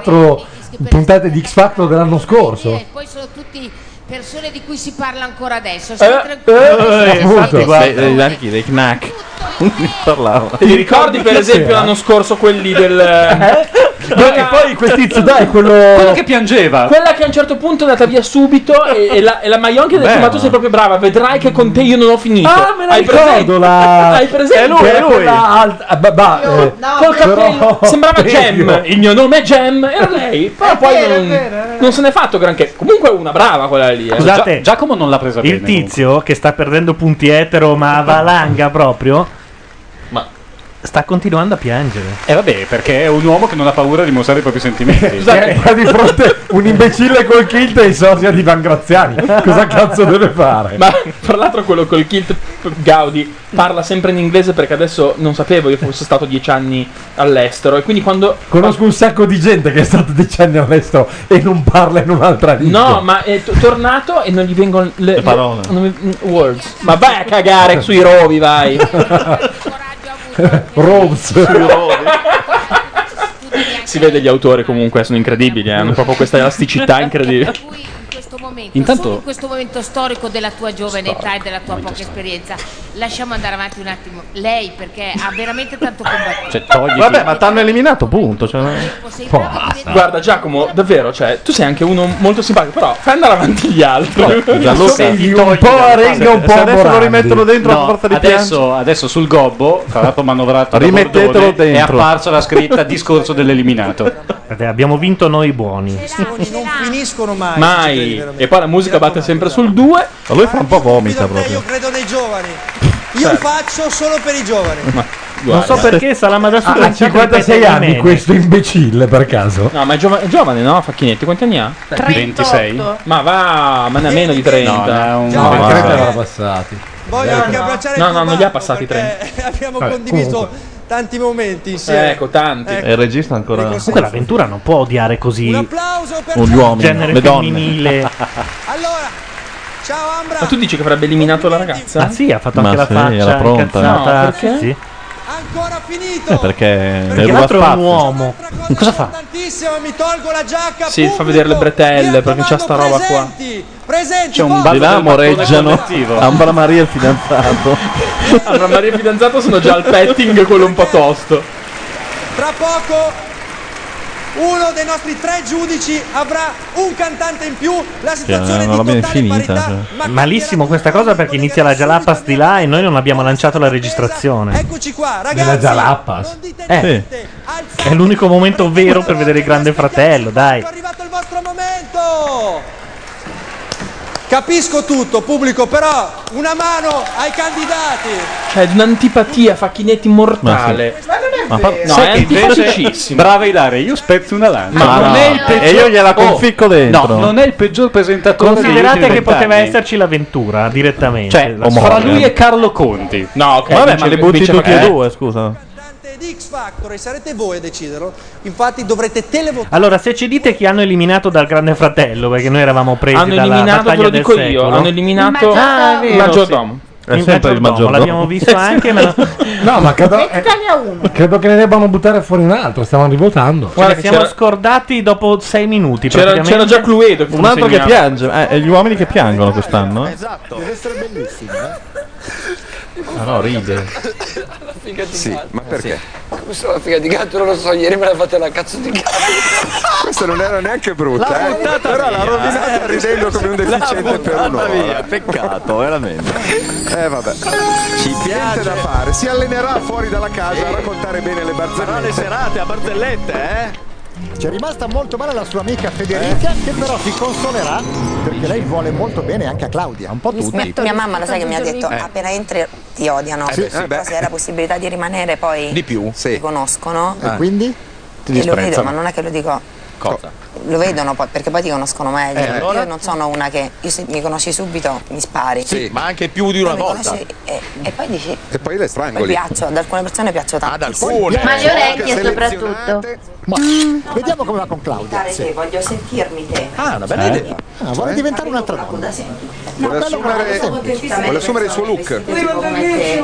S5: 3-4 puntate di X Factor dell'anno scorso.
S11: Poi sono tutti persone di cui si parla ancora adesso.
S5: Eh,
S11: Stai
S4: *laughs*
S11: tranquillo.
S5: eh,
S4: Infatti,
S5: appunto.
S4: guarda, eh, anche dei knack. *laughs* Parlava.
S7: eh, Ti ricordi per esempio l'anno scorso quelli del...
S5: Perché poi questi dai, quello.
S12: che piangeva.
S7: Quella che a un certo punto è andata via subito e, e la, e la Maionchi ha detto:
S5: Beh,
S7: Ma tu
S5: ma-
S7: sei proprio brava, vedrai che con te io non ho finito.
S5: Ah, me la
S7: Hai
S5: ricordo
S7: presente?
S5: la-
S7: *laughs* Hai presente?
S5: È lui, è lui. Quella alta- ah, bah, bah, eh,
S7: Col
S5: però-
S7: cappello
S5: *laughs*
S7: sembrava
S5: Vero.
S7: Gem. Il mio nome è Gem, era lei. Però poi
S5: vero, *laughs* è
S7: non,
S5: vero, era
S7: non se n'è fatto granché. Comunque è una brava quella lì. eh.
S1: *laughs* Scusate,
S12: Giacomo non l'ha presa
S1: Il tizio che sta perdendo punti etero, ma a valanga proprio,
S12: Ma-
S1: sta continuando a piangere.
S12: E Eh, vabbè, perché è un uomo che non ha paura di mostrare i propri
S7: *laughs*
S12: sentimenti.
S7: Esatto,
S5: Scusate,
S12: *laughs*
S5: qua Esatto, di fronte un imbecille col kilt e in sorgia di Van Graziani. Cosa cazzo deve fare?
S7: Ma *laughs* tra l'altro quello col kilt p- Gaudi parla sempre in inglese perché adesso non sapevo io fosse stato dieci anni all'estero e quindi quando...
S5: Conosco un sacco di gente che è stata decenni all'estero e non parla in un'altra lingua.
S7: No, ma è to- tornato e non gli vengono le,
S5: Le parole.
S7: non mi- mm, words. Ma vai a cagare sui rovi,
S5: *laughs*
S7: vai.
S5: Robs.
S7: *laughs* si vede gli autori comunque, sono incredibili, eh, hanno proprio questa *laughs* elasticità incredibile.
S11: in questo momento,
S7: eh. Intanto-
S11: solo in questo momento storico della tua giovane
S7: Storico,
S11: età e della tua poca esperienza, lasciamo andare avanti un attimo lei perché ha veramente tanto combattuto.
S7: Cioè,
S4: Vabbè, ma t'hanno eliminato, punto. Cioè...
S7: Guarda Giacomo, davvero, cioè, tu sei anche uno molto simpatico, però fai andare avanti gli altri. *laughs*
S12: Gianluca,
S7: Sì,
S12: togli
S7: a
S12: dalle
S7: Renga,
S12: palle.
S7: un po' a Morandi.
S12: No,
S7: No,
S12: adesso, adesso sul gobbo, tra l'altro manovrato da
S1: Rimettetelo
S12: Bordone, è
S1: dentro.
S12: apparsa
S7: *laughs*
S12: la scritta discorso dell'eliminato.
S1: Guardate, abbiamo vinto noi buoni.
S18: non finiscono mai.
S7: Mai. E poi la musica batte sempre sul 2.
S1: Ma lui fa un po' vomita
S7: proprio.
S18: Credo nei giovani. Io
S7: Certo.
S18: faccio solo per i giovani.
S1: Non so perché Salama da
S5: Ha 56 anni questo imbecille per caso.
S7: No, ma è, giova- è giovane, no? Facchinetti, quanti anni ha?
S12: 26.
S7: Ma va, ma ne ha meno di 30.
S12: No, ne ha un-
S7: No,
S12: Perché
S7: no,
S12: ne aveva
S5: passati.
S18: Voglio
S7: No,
S18: anche
S7: no.
S18: abbracciare
S7: No,
S18: il
S7: no, non
S18: tuo
S7: li ha passati 30.
S18: Abbiamo
S7: Vabbè,
S18: condiviso
S7: comunque.
S18: tanti momenti insieme.
S7: Ecco, tanti.
S18: Ecco.
S4: E il regista ancora.
S1: Comunque l'avventura non può odiare così
S4: gli uomini,
S1: genere
S4: le donne.
S1: *laughs* femminile.
S7: Ma tu dici che avrebbe eliminato la ragazza?
S1: Ah sì, ha fatto anche
S4: Ma
S1: la
S4: sì,
S1: faccia
S4: era pronta.
S1: incazzata.
S4: No,
S1: perché?
S4: perché?
S1: Sì.
S4: Eh, perché
S1: Perché l'altro è un uomo.
S4: Cosa fa?
S18: Tantissimo, mi tolgo la giacca.
S7: Sì, fa vedere le bretelle perché c'ha sta roba qua.
S18: Presenti.
S7: C'è un
S4: Di là moreggiano Ambra Maria e il fidanzato.
S7: Allora, Maria e fidanzato sono già al petting, quello un po' tosto.
S18: Tra poco uno dei nostri tre giudici avrà un cantante in più. La
S1: Cioè,
S18: situazione
S1: non l'abbiamo finita. Malissimo questa cosa perché inizia la Jalapas di là e noi non abbiamo lanciato la registrazione.
S18: Esatto, Eccoci qua,
S1: Nella
S18: ragazzi.
S1: Jalapas? Eh. È l'unico momento vero per vedere il Grande Fratello, dai.
S18: Capisco tutto, pubblico, però una mano ai candidati.
S7: Cioè, è un'antipatia, Facchinetti mortale.
S12: Ma
S7: fa- no, è antipaticissimo.
S12: Brava Ilaria, io spezzo una lancia.
S1: Ma no. E io gliela conficco dentro.
S12: Oh, No, non è il peggior presentatore
S1: Considerate che poteva
S12: essere
S1: esserci l'avventura direttamente.
S12: Cioè,
S1: Eh, La
S12: fra
S1: storia.
S12: lui e Carlo Conti.
S7: eh. No,
S1: Vabbè, ma le butti tutti e due, scusa.
S18: Di X Factor e sarete voi a deciderlo. Infatti dovrete televotare.
S1: Allora, se ci dite chi hanno eliminato dal Grande Fratello, perché noi eravamo presi
S7: Hanno
S1: dalla
S7: eliminato,
S1: battaglia
S7: ve lo
S1: del
S7: dico io,
S1: secolo.
S7: hanno eliminato
S1: Il maggiordomo. Ah, è
S7: il
S1: vero,
S7: maggiordomo.
S1: sì. È sempre il maggiordomo.
S7: *laughs*
S1: L'abbiamo visto anche, ma
S5: No, ma credo, eh, credo che ne debbano buttare fuori un altro. Stavano rivotando.
S1: Guarda,
S5: Cioè,
S1: siamo
S5: c'era-
S1: scordati dopo sei minuti.
S5: C'era-
S1: praticamente.
S5: c'era già Cluedo che fu
S4: Un altro che
S5: segnato.
S4: piange, eh, è gli uomini che piangono quest'anno. Eh?
S42: Esatto. Deve essere bellissimo, eh.
S4: Ah no, ride.
S42: Sì, ma perché?
S8: Questa è la figa di gatto, non lo so, ieri me l'ha fatta la cazzo di gatto.
S42: Questa non era neanche brutta, eh. Però l'ha rovinata ridendo come un deficiente per un'ora.
S4: Peccato, veramente.
S42: Eh vabbè. Ci piace da fare. Si allenerà fuori dalla casa a raccontare bene le barzellette. Farà le serate a barzellette, eh?
S14: C'è rimasta molto male la sua amica Federica, che però si consolerà perché lei vuole molto bene anche a Claudia. Un po'
S29: Mia mamma lo sai che mi ha detto "Ah, appena entri ti odiano.
S14: Eh beh, sì.
S29: Però
S14: Eh beh.
S29: Se hai la possibilità di rimanere poi
S14: Di più,
S29: ti conoscono.
S42: Eh.
S14: E quindi? Ti
S29: E lo vedo,
S14: disprezzano.
S29: ma non è che lo dico.
S14: Cosa?
S29: Lo vedono poi perché poi ti conoscono meglio.
S14: Eh, allora?
S29: Io non sono una che io se mi conosci subito mi spari.
S14: Sì, ma anche più di una
S29: Poi mi
S14: volta.
S29: conosci E, e poi dici
S14: E poi le
S29: poi
S14: strangoli.
S29: piaccio, ad alcune persone piaccio tanto. Ad
S14: alcune.
S29: Ma
S14: Ma
S29: le
S14: le
S29: orecchie
S14: orecchie
S29: soprattutto. Mm.
S14: Ma vediamo come va con Claudia. Sì.
S29: Voglio sentirmi te. Cioè,
S14: Ah, una
S42: Eh?
S14: bella idea. Ah, vuole
S16: Cioè,
S14: diventare un'altra donna.
S29: Vuole
S14: assumere il suo Eh. look.
S29: Come te.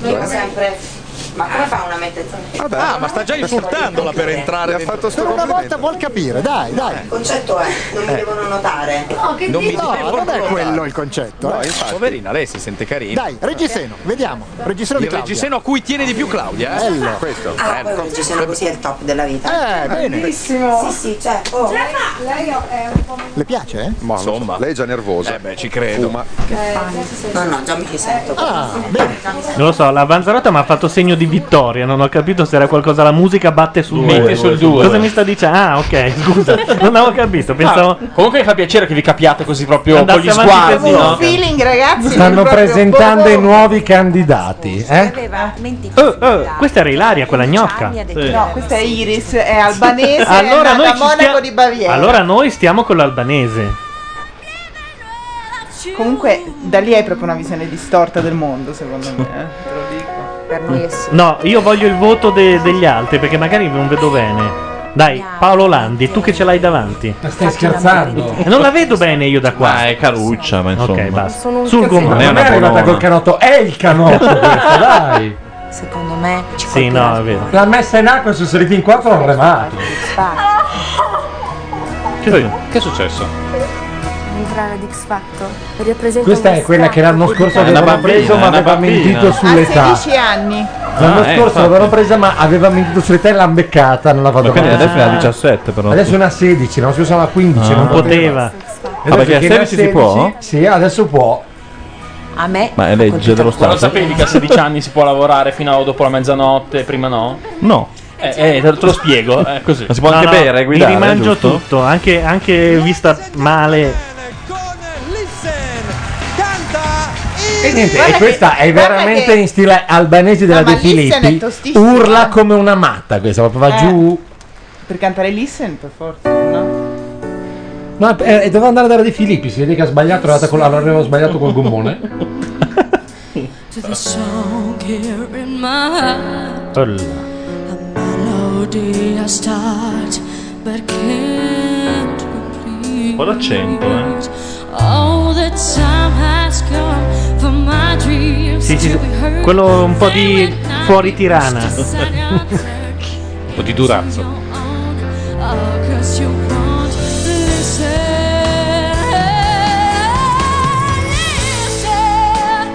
S29: Vengo Eh. sempre
S16: Ma come fa una mettezza?
S14: ah, ma sta già insultandola per entrare. Eh. Ha fatto
S6: Per una volta vuol capire, dai, dai.
S16: Il concetto è, non mi
S14: Eh.
S16: devono notare.
S6: No, che
S14: Non mi dico-
S6: no, non è
S14: no.
S6: quello il concetto.
S14: No,
S6: eh.
S14: infatti. Poverina, lei si sente carina.
S6: Dai, reggiseno, vediamo. Reggiseno di
S14: Il
S6: Claudia.
S14: reggiseno a cui tiene di più Claudia, eh?
S6: Bello.
S14: Questo.
S16: Ah,
S14: bello.
S16: poi il reggiseno così è il top della vita.
S6: Eh, bene.
S16: Sì, sì, cioè, oh.
S55: lei è un po'
S6: Le piace, eh?
S56: Ma insomma, lei è già nervosa. Eh
S14: beh, ci credo.
S56: Fuma.
S16: No, no, già mi sento.
S6: Ah,
S1: Non lo so, la Vanzarota mi ha fatto segno di vittoria. Non ho capito se era qualcosa. La musica batte sul
S7: Mette
S1: 2.
S7: sul due.
S1: Cosa mi sta dicendo? Ah, ok, *laughs* scusa, non avevo capito. Pensavo.
S7: Ah, comunque mi fa piacere che vi capiate così proprio con
S1: Andasse
S7: gli
S1: avanti
S7: sguardi,
S1: così,
S7: no?
S1: no?
S2: feeling, ragazzi.
S5: Stanno
S2: proprio
S5: presentando
S2: boh,
S5: i
S2: boh.
S5: nuovi candidati, eh?
S2: Aveva mentito.
S1: Oh, oh, questa era Ilaria, quella gnocca.
S2: No, questa è Iris, è albanese,
S1: Ah, Allora
S2: è
S1: noi
S2: nata a
S1: ci
S2: Monaco
S1: stia-
S2: di Baviera.
S1: Allora noi stiamo con l'albanese.
S2: Comunque, da lì hai proprio una visione distorta del mondo, secondo me. eh, Te lo dico. Permesso.
S1: No, io voglio il voto de- degli altri perché magari non vedo bene. Dai, Paolo Landi, tu che ce l'hai davanti. Ma
S5: stai scherzando?
S1: Non la vedo bene io da qua. Ma è
S4: caruccia, ma
S1: insomma. Ok,
S57: Sono
S1: basta.
S57: un
S1: Sul
S57: cazzino.
S1: gomma.
S5: Non è arrivata col canotto, è il
S29: *laughs*
S5: canotto questa, dai.
S57: Secondo me ci
S1: Sì, no, è vero.
S5: L'ha messa in acqua e sono saliti in quattro l'hanno remato.
S12: Che, è successo?
S58: Entrare di X Factor. Riappresenta
S5: Questa
S58: uno
S5: è quella che l'anno
S58: stacco di
S5: scorso
S58: vita.
S5: avevano preso ma aveva
S29: Eh,
S5: mentito
S2: A
S5: sull'età.
S2: 16 anni.
S5: L'anno
S4: Ah, eh,
S5: scorso
S4: infatti.
S5: l'avevano presa ma aveva mentito sull'età e l'ha beccata, non la vado
S4: Ma quindi
S5: avanti.
S4: adesso è a 17 però.
S5: Adesso è una 16, l'anno scorso era una 15,
S4: Ah.
S5: non
S4: Non
S5: poteva.
S4: Ah, perché a
S5: Adesso che ne ha
S4: 16 si può?
S5: Sì, adello può.
S57: A me
S4: Ma è legge dello
S7: Ma lo
S4: Stato?
S7: sapevi che a 16 anni si può lavorare fino a dopo la mezzanotte, prima no?
S4: No.
S7: Eh, eh, te lo spiego, è così.
S4: Ma si può anche
S1: No, no,
S4: bere e guidare,
S1: Mi rimangio
S4: giusto?
S1: tutto, anche, anche vista male.
S5: E niente,
S2: Guarda
S5: e
S2: che-
S5: questa è
S2: guarda
S5: veramente
S2: che-
S5: in stile albanese della
S2: No, ma
S5: De
S2: Lissen è
S5: Filippi.
S2: tostissima.
S5: Urla come una matta questa, proprio va
S2: Eh.
S5: giù.
S2: Per cantare Listen, per forza, no?
S5: No, eh, eh, doveva andare da De Filippi, si vede che ha sbagliato, è andata con- avevo sbagliato col gommone.
S32: to the song here in my melody I start but can't complete.
S4: po' d'accento, eh.
S32: Oh, the time has come for my dreams
S1: Sì, sì,
S32: to be heard.
S1: quello un po' di fuori tirana.
S12: Un po' di durazzo.
S32: Oh, 'cause you won't listen. Listen,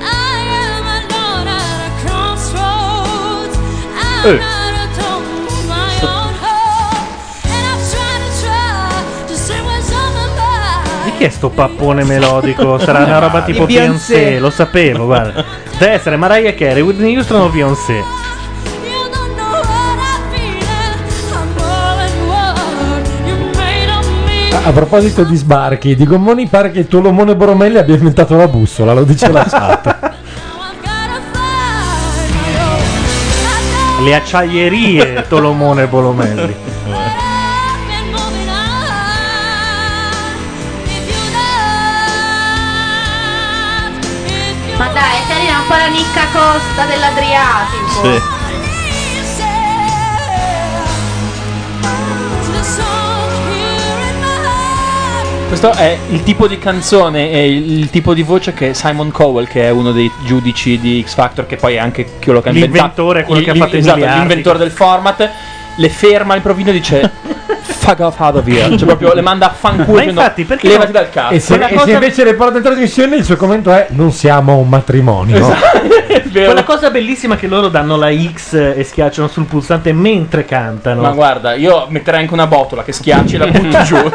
S32: I am alone at a crossroads. I'm
S59: Eh.
S32: not a dome of my own home. And I've tried and tried to say what's on my mind.
S1: Di chi è sto pappone melodico? Sarà una roba tipo
S32: Di Beyoncé.
S1: Beyoncé, lo sapevo, guarda. Deve essere Mariah Carey, Whitney Houston o Beyoncé.
S5: A, a proposito di sbarchi, di gommoni pare che il tuo Lomone Boromelli abbia inventato la bussola, lo dice la chat.
S1: Le *laughs* acciaierie Tolomone e Bolomelli.
S56: Ma dai, è carina un po' la nicca costa dell'Adriatico.
S4: Sì.
S7: Questo è il tipo di canzone e il il tipo di voce che Simon Cowell, che è uno dei giudici di X Factor, che poi è anche quello che ha inventato.
S1: L'inventore, quello che ha
S7: il-
S1: fatto i
S7: esatto,
S1: miliardi.
S7: l'inventore del format, le ferma all'improvviso e dice. Fuck off out of here. Cioè, proprio le manda a fanculo.
S5: Ma
S7: dicendo,
S5: infatti, perché
S7: Levati
S5: non-
S7: dal cazzo.
S5: E se,
S7: Quella
S5: e se
S7: cosa-
S5: invece le porta in trasmissione il suo commento è non siamo un matrimonio.
S1: Quella cosa bellissima che loro danno la X e schiacciano sul pulsante mentre cantano.
S7: Ma guarda, io metterei anche una botola che schiacci e la butti giù.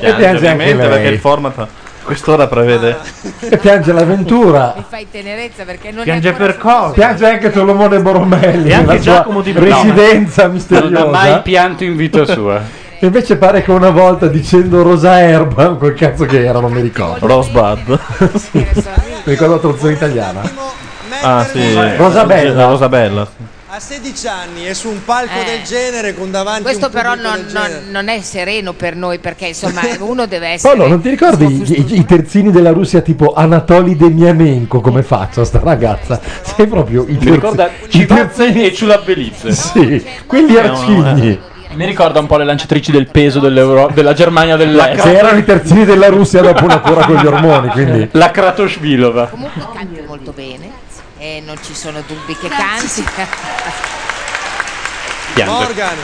S4: Piange,
S5: piange anche
S4: ovviamente,
S5: lei.
S4: perché il format a quest'ora prevede.
S5: E *laughs* piange l'avventura.
S57: mi fai tenerezza perché non
S1: Piange per
S5: cosa? Piange anche Tolomone Boromelli.
S12: E anche
S5: nella sua
S12: Giacomo Di Bellino.
S5: Residenza misteriosa.
S12: Non ha mai pianto in vita sua.
S5: E invece pare che una volta dicendo Rosa Erba, *laughs* quel cazzo che era, non mi ricordo.
S4: Rosebud.
S5: *laughs* mi ricordo la traduzione italiana.
S4: Ah, sì.
S5: Rosabella.
S4: Rosabella.
S11: A 16 anni e su un palco del genere con davanti
S57: Eh. Questo
S11: un
S57: però
S11: pubblico
S57: non,
S11: del
S57: non-
S11: genere.
S57: non è sereno per noi perché
S11: *laughs*
S57: insomma uno deve essere...
S5: Paolo, non ti ricordi i, i- i terzini della Russia tipo Anatoli Demianenko come faccia sta ragazza? Sei proprio i
S12: Mi ricorda
S5: terzini.
S12: Civazzini e Ciulabbelizze.
S5: Sì, quelli
S12: Eh, no,
S5: arcigni.
S7: Mi ricorda un po' le lanciatrici del peso dell'Euro- della Germania dell'Est.
S5: Che Eh, erano i terzini della Russia dopo una cura con gli ormoni, quindi...
S7: La
S57: *laughs*
S7: Kratoshvilova.
S11: Comunque canti molto bene e non ci sono dubbi che canti.
S43: Morgan.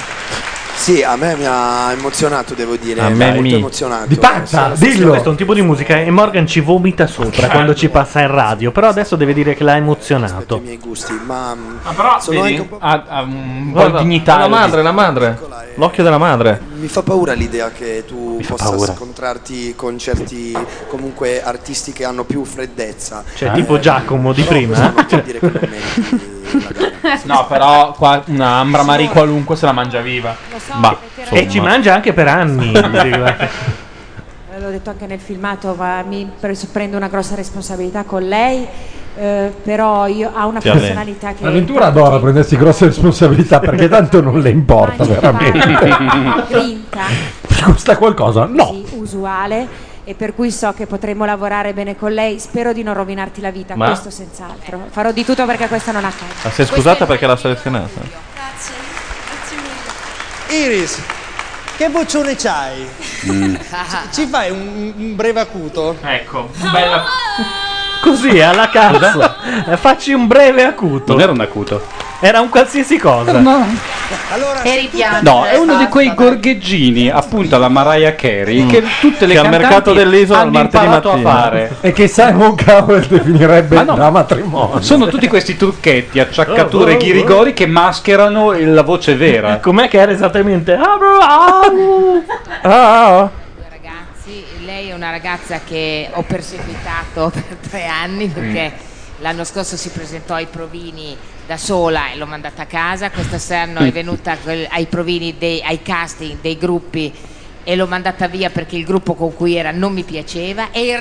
S43: Sì, a me mi ha emozionato, devo dire.
S1: A
S43: mi
S1: me
S43: ha molto
S1: mi-
S43: emozionato.
S1: Di
S43: pancia,
S1: cioè, Questo è un tipo di musica e Morgan ci vomita sopra quando ci passa in radio. Però adesso deve dire che l'ha emozionato.
S43: I miei gusti, ma mm,
S7: Ah,
S43: sono
S1: vedi?
S43: anche un po'...
S7: Ha, ha un po'
S43: Guarda,
S7: di dignità.
S43: la madre,
S7: la madre.
S4: L'occhio della madre.
S43: Mi fa paura l'idea che tu
S4: fa
S43: possa
S4: paura.
S43: scontrarti con certi comunque artisti che hanno più freddezza. Ah.
S1: Cioè, tipo Giacomo di prima.
S43: *laughs*
S1: eh.
S43: cioè,
S1: *laughs*
S7: No, però qua una Ambra Marie qualunque se la mangia viva.
S1: Ma, E ci mangia anche
S7: *laughs*
S1: per anni.
S26: Eh, L'ho detto anche nel filmato, va- mi pres- prendo una grossa responsabilità con lei, eh, però io, ha una
S5: Ti alleni.
S26: personalità che...
S5: L'avventura adora prendersi grosse responsabilità perché tanto non le importa veramente.
S26: grinta,
S5: Ti costa qualcosa? No.
S26: sì, usuale e per cui so che potremo lavorare bene con lei. Spero di non rovinarti la vita,
S4: Ma-
S26: questo senz'altro. Farò di tutto perché questa non accada.
S4: Ma si è scusata Ah, perché l'ha selezionata.
S18: Iris, che boccione c'hai? Ci- Ci fai un, un breve acuto?
S7: Ecco,
S1: Così, alla cazzo. Eh, Facci un breve acuto. Non
S4: era un acuto.
S1: Era un qualsiasi cosa.
S18: Allora,
S16: e ripiange.
S12: No, è uno di quei gorgheggini, appunto alla Mariah Carey, che tutte le
S4: Che al
S12: cantanti
S4: mercato dell'isola il
S12: hanno
S4: martedì
S12: imparato
S4: mattina.
S12: a
S5: *laughs*
S12: fare.
S5: E che Simon Cowell definirebbe
S12: Ma no.
S5: da matrimonio.
S12: Sono tutti questi trucchetti, acciaccature,
S5: Oh, oh, oh.
S12: ghirigori che mascherano il- la voce vera.
S1: Com'è che era esattamente?
S14: Ah,
S11: Ragazzi, lei è una ragazza che ho perseguitato *laughs* per tre anni perché l'anno scorso si presentò ai provini da sola e l'ho mandata a casa, questa sera è venuta a quel- ai provini, dei- ai casting dei gruppi e l'ho mandata via perché il gruppo con cui era non mi piaceva e è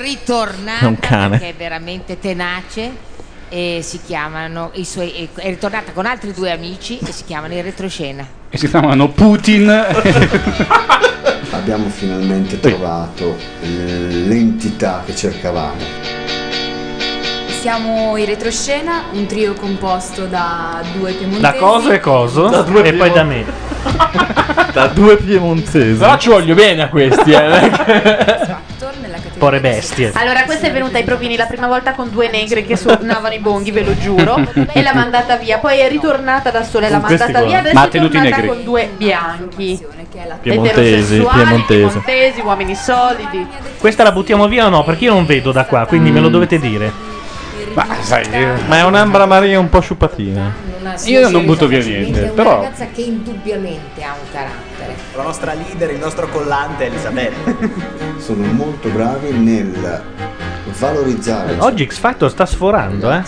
S4: È
S11: ritornata
S4: un cane.
S11: perché è veramente tenace e si chiamano i suoi, è ritornata con altri due amici e si chiamano in retroscena.
S12: E si chiamano Putin.
S3: *laughs* Abbiamo finalmente trovato eh, l'entità che cercavamo.
S6: Siamo in retroscena, un trio composto da due piemontesi.
S1: Da coso e coso.
S6: Da due
S1: e poi da me.
S4: da due piemontesi.
S7: Però ci voglio bene a questi, eh. *laughs*
S1: *laughs* Pore bestie.
S16: Allora, questa è venuta ai provini la prima volta con due negre che suonavano i bonghi, ve lo giuro, e l'ha mandata via. Poi è ritornata da sola e l'ha
S4: Con questi
S16: mandata via.
S4: qua.
S16: Adesso
S4: Ma ha
S16: è
S4: tenuto i
S16: tornata
S4: negri.
S16: con due bianchi.
S4: Piemontesi,
S16: Eterosessuali,
S4: piemontesi.
S16: piemontesi, uomini solidi.
S1: Questa la buttiamo via o no? Perché io non vedo da qua, quindi me lo dovete dire.
S4: Mm. Ma sai, ma è un'ambra Maria un po' sciupatina.
S6: Io non butto
S4: via
S6: È
S4: niente,
S6: una ragazza che indubbiamente ha un carattere.
S23: La nostra leader, il nostro collante è Elisabetta.
S3: Sono molto bravi nel valorizzare
S1: Oggi X Factor sta sforando, eh?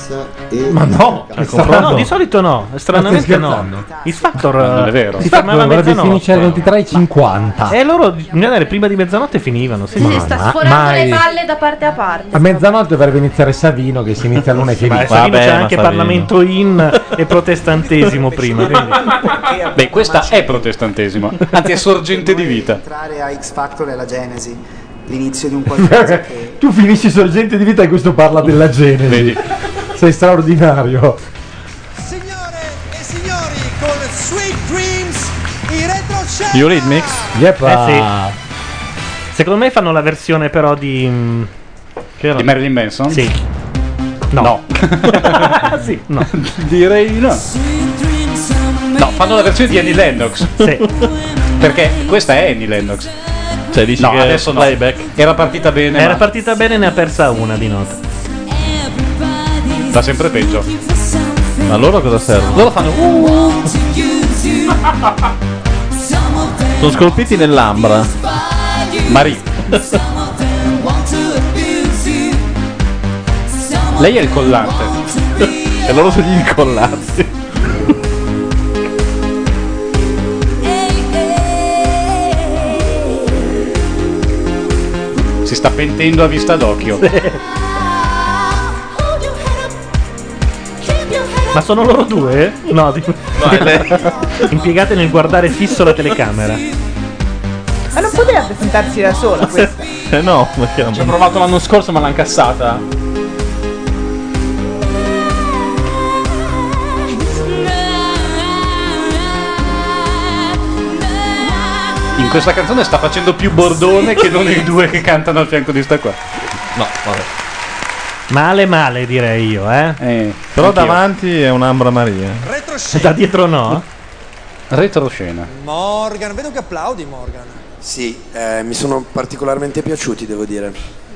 S3: e
S1: Ma no,
S3: Al
S1: no,
S3: confronto?
S1: di solito no, stranamente
S5: Ma stai
S1: no. X Factor
S5: Ma non è
S1: eh,
S5: vero.
S1: si fermava a
S5: Dovrebbe
S1: mezzanotte.
S5: finire alle 23.50.
S1: E loro in genere prima di mezzanotte finivano, sì.
S5: Sì, sì, sta Ma- sforando
S16: Le
S5: mai.
S16: palle da parte a parte.
S5: A mezzanotte dovrebbe iniziare Savino che si inizia l'una e
S1: Ma
S5: finisce.
S1: Savino c'è anche Parlamento in e protestantesimo prima.
S12: Beh, questa è protestantesimo, anzi è sorgente di vita.
S23: Entrare a X Factor è la genesi, l'inizio di un
S43: *laughs*
S5: *laughs*
S23: qualcosa che
S5: Tu finisci sorgente di vita e questo parla della genesi. Sei straordinario.
S18: Con Sweet Dreams in retroscena.
S1: Eurythmics?
S5: Yeppa.
S1: Eh sì. Secondo me fanno la versione però di mm,
S12: Di Marilyn Manson? *laughs*
S1: Sì. No. sì, no.
S12: Direi no. No, fanno la versione di Annie Lennox. Perché questa è Annie Lennox.
S4: Cioè, dici
S12: no,
S4: che
S12: adesso no.
S4: playback?
S12: Era partita bene.
S1: Era
S12: ma
S1: partita bene e ne ha persa una di nota.
S12: va sempre peggio.
S4: Ma loro cosa servono?
S12: Loro fanno
S4: *laughs* Sono scolpiti nell'ambra.
S14: *laughs*
S12: Marie. Lei è il collante.
S4: e loro sono gli incollati.
S12: Si sta pentendo a vista d'occhio.
S1: Ma sono loro due? No, di... *laughs* impiegate nel guardare fisso la telecamera.
S25: Ma non poteva presentarsi da sola questa.
S4: Eh no, perché non
S7: Ci ho provato l'anno scorso ma l'hanno cassata.
S12: in questa canzone sta facendo più bordone che non i due che cantano al fianco di sta qua. No, vabbè.
S1: Male male direi io, eh.
S4: Però davanti è un'ambra Maria.
S1: Da dietro no.
S12: Retroscena.
S18: Morgan, vedo che applaudi Morgan. Sì, eh, mi sono particolarmente piaciuti, devo dire.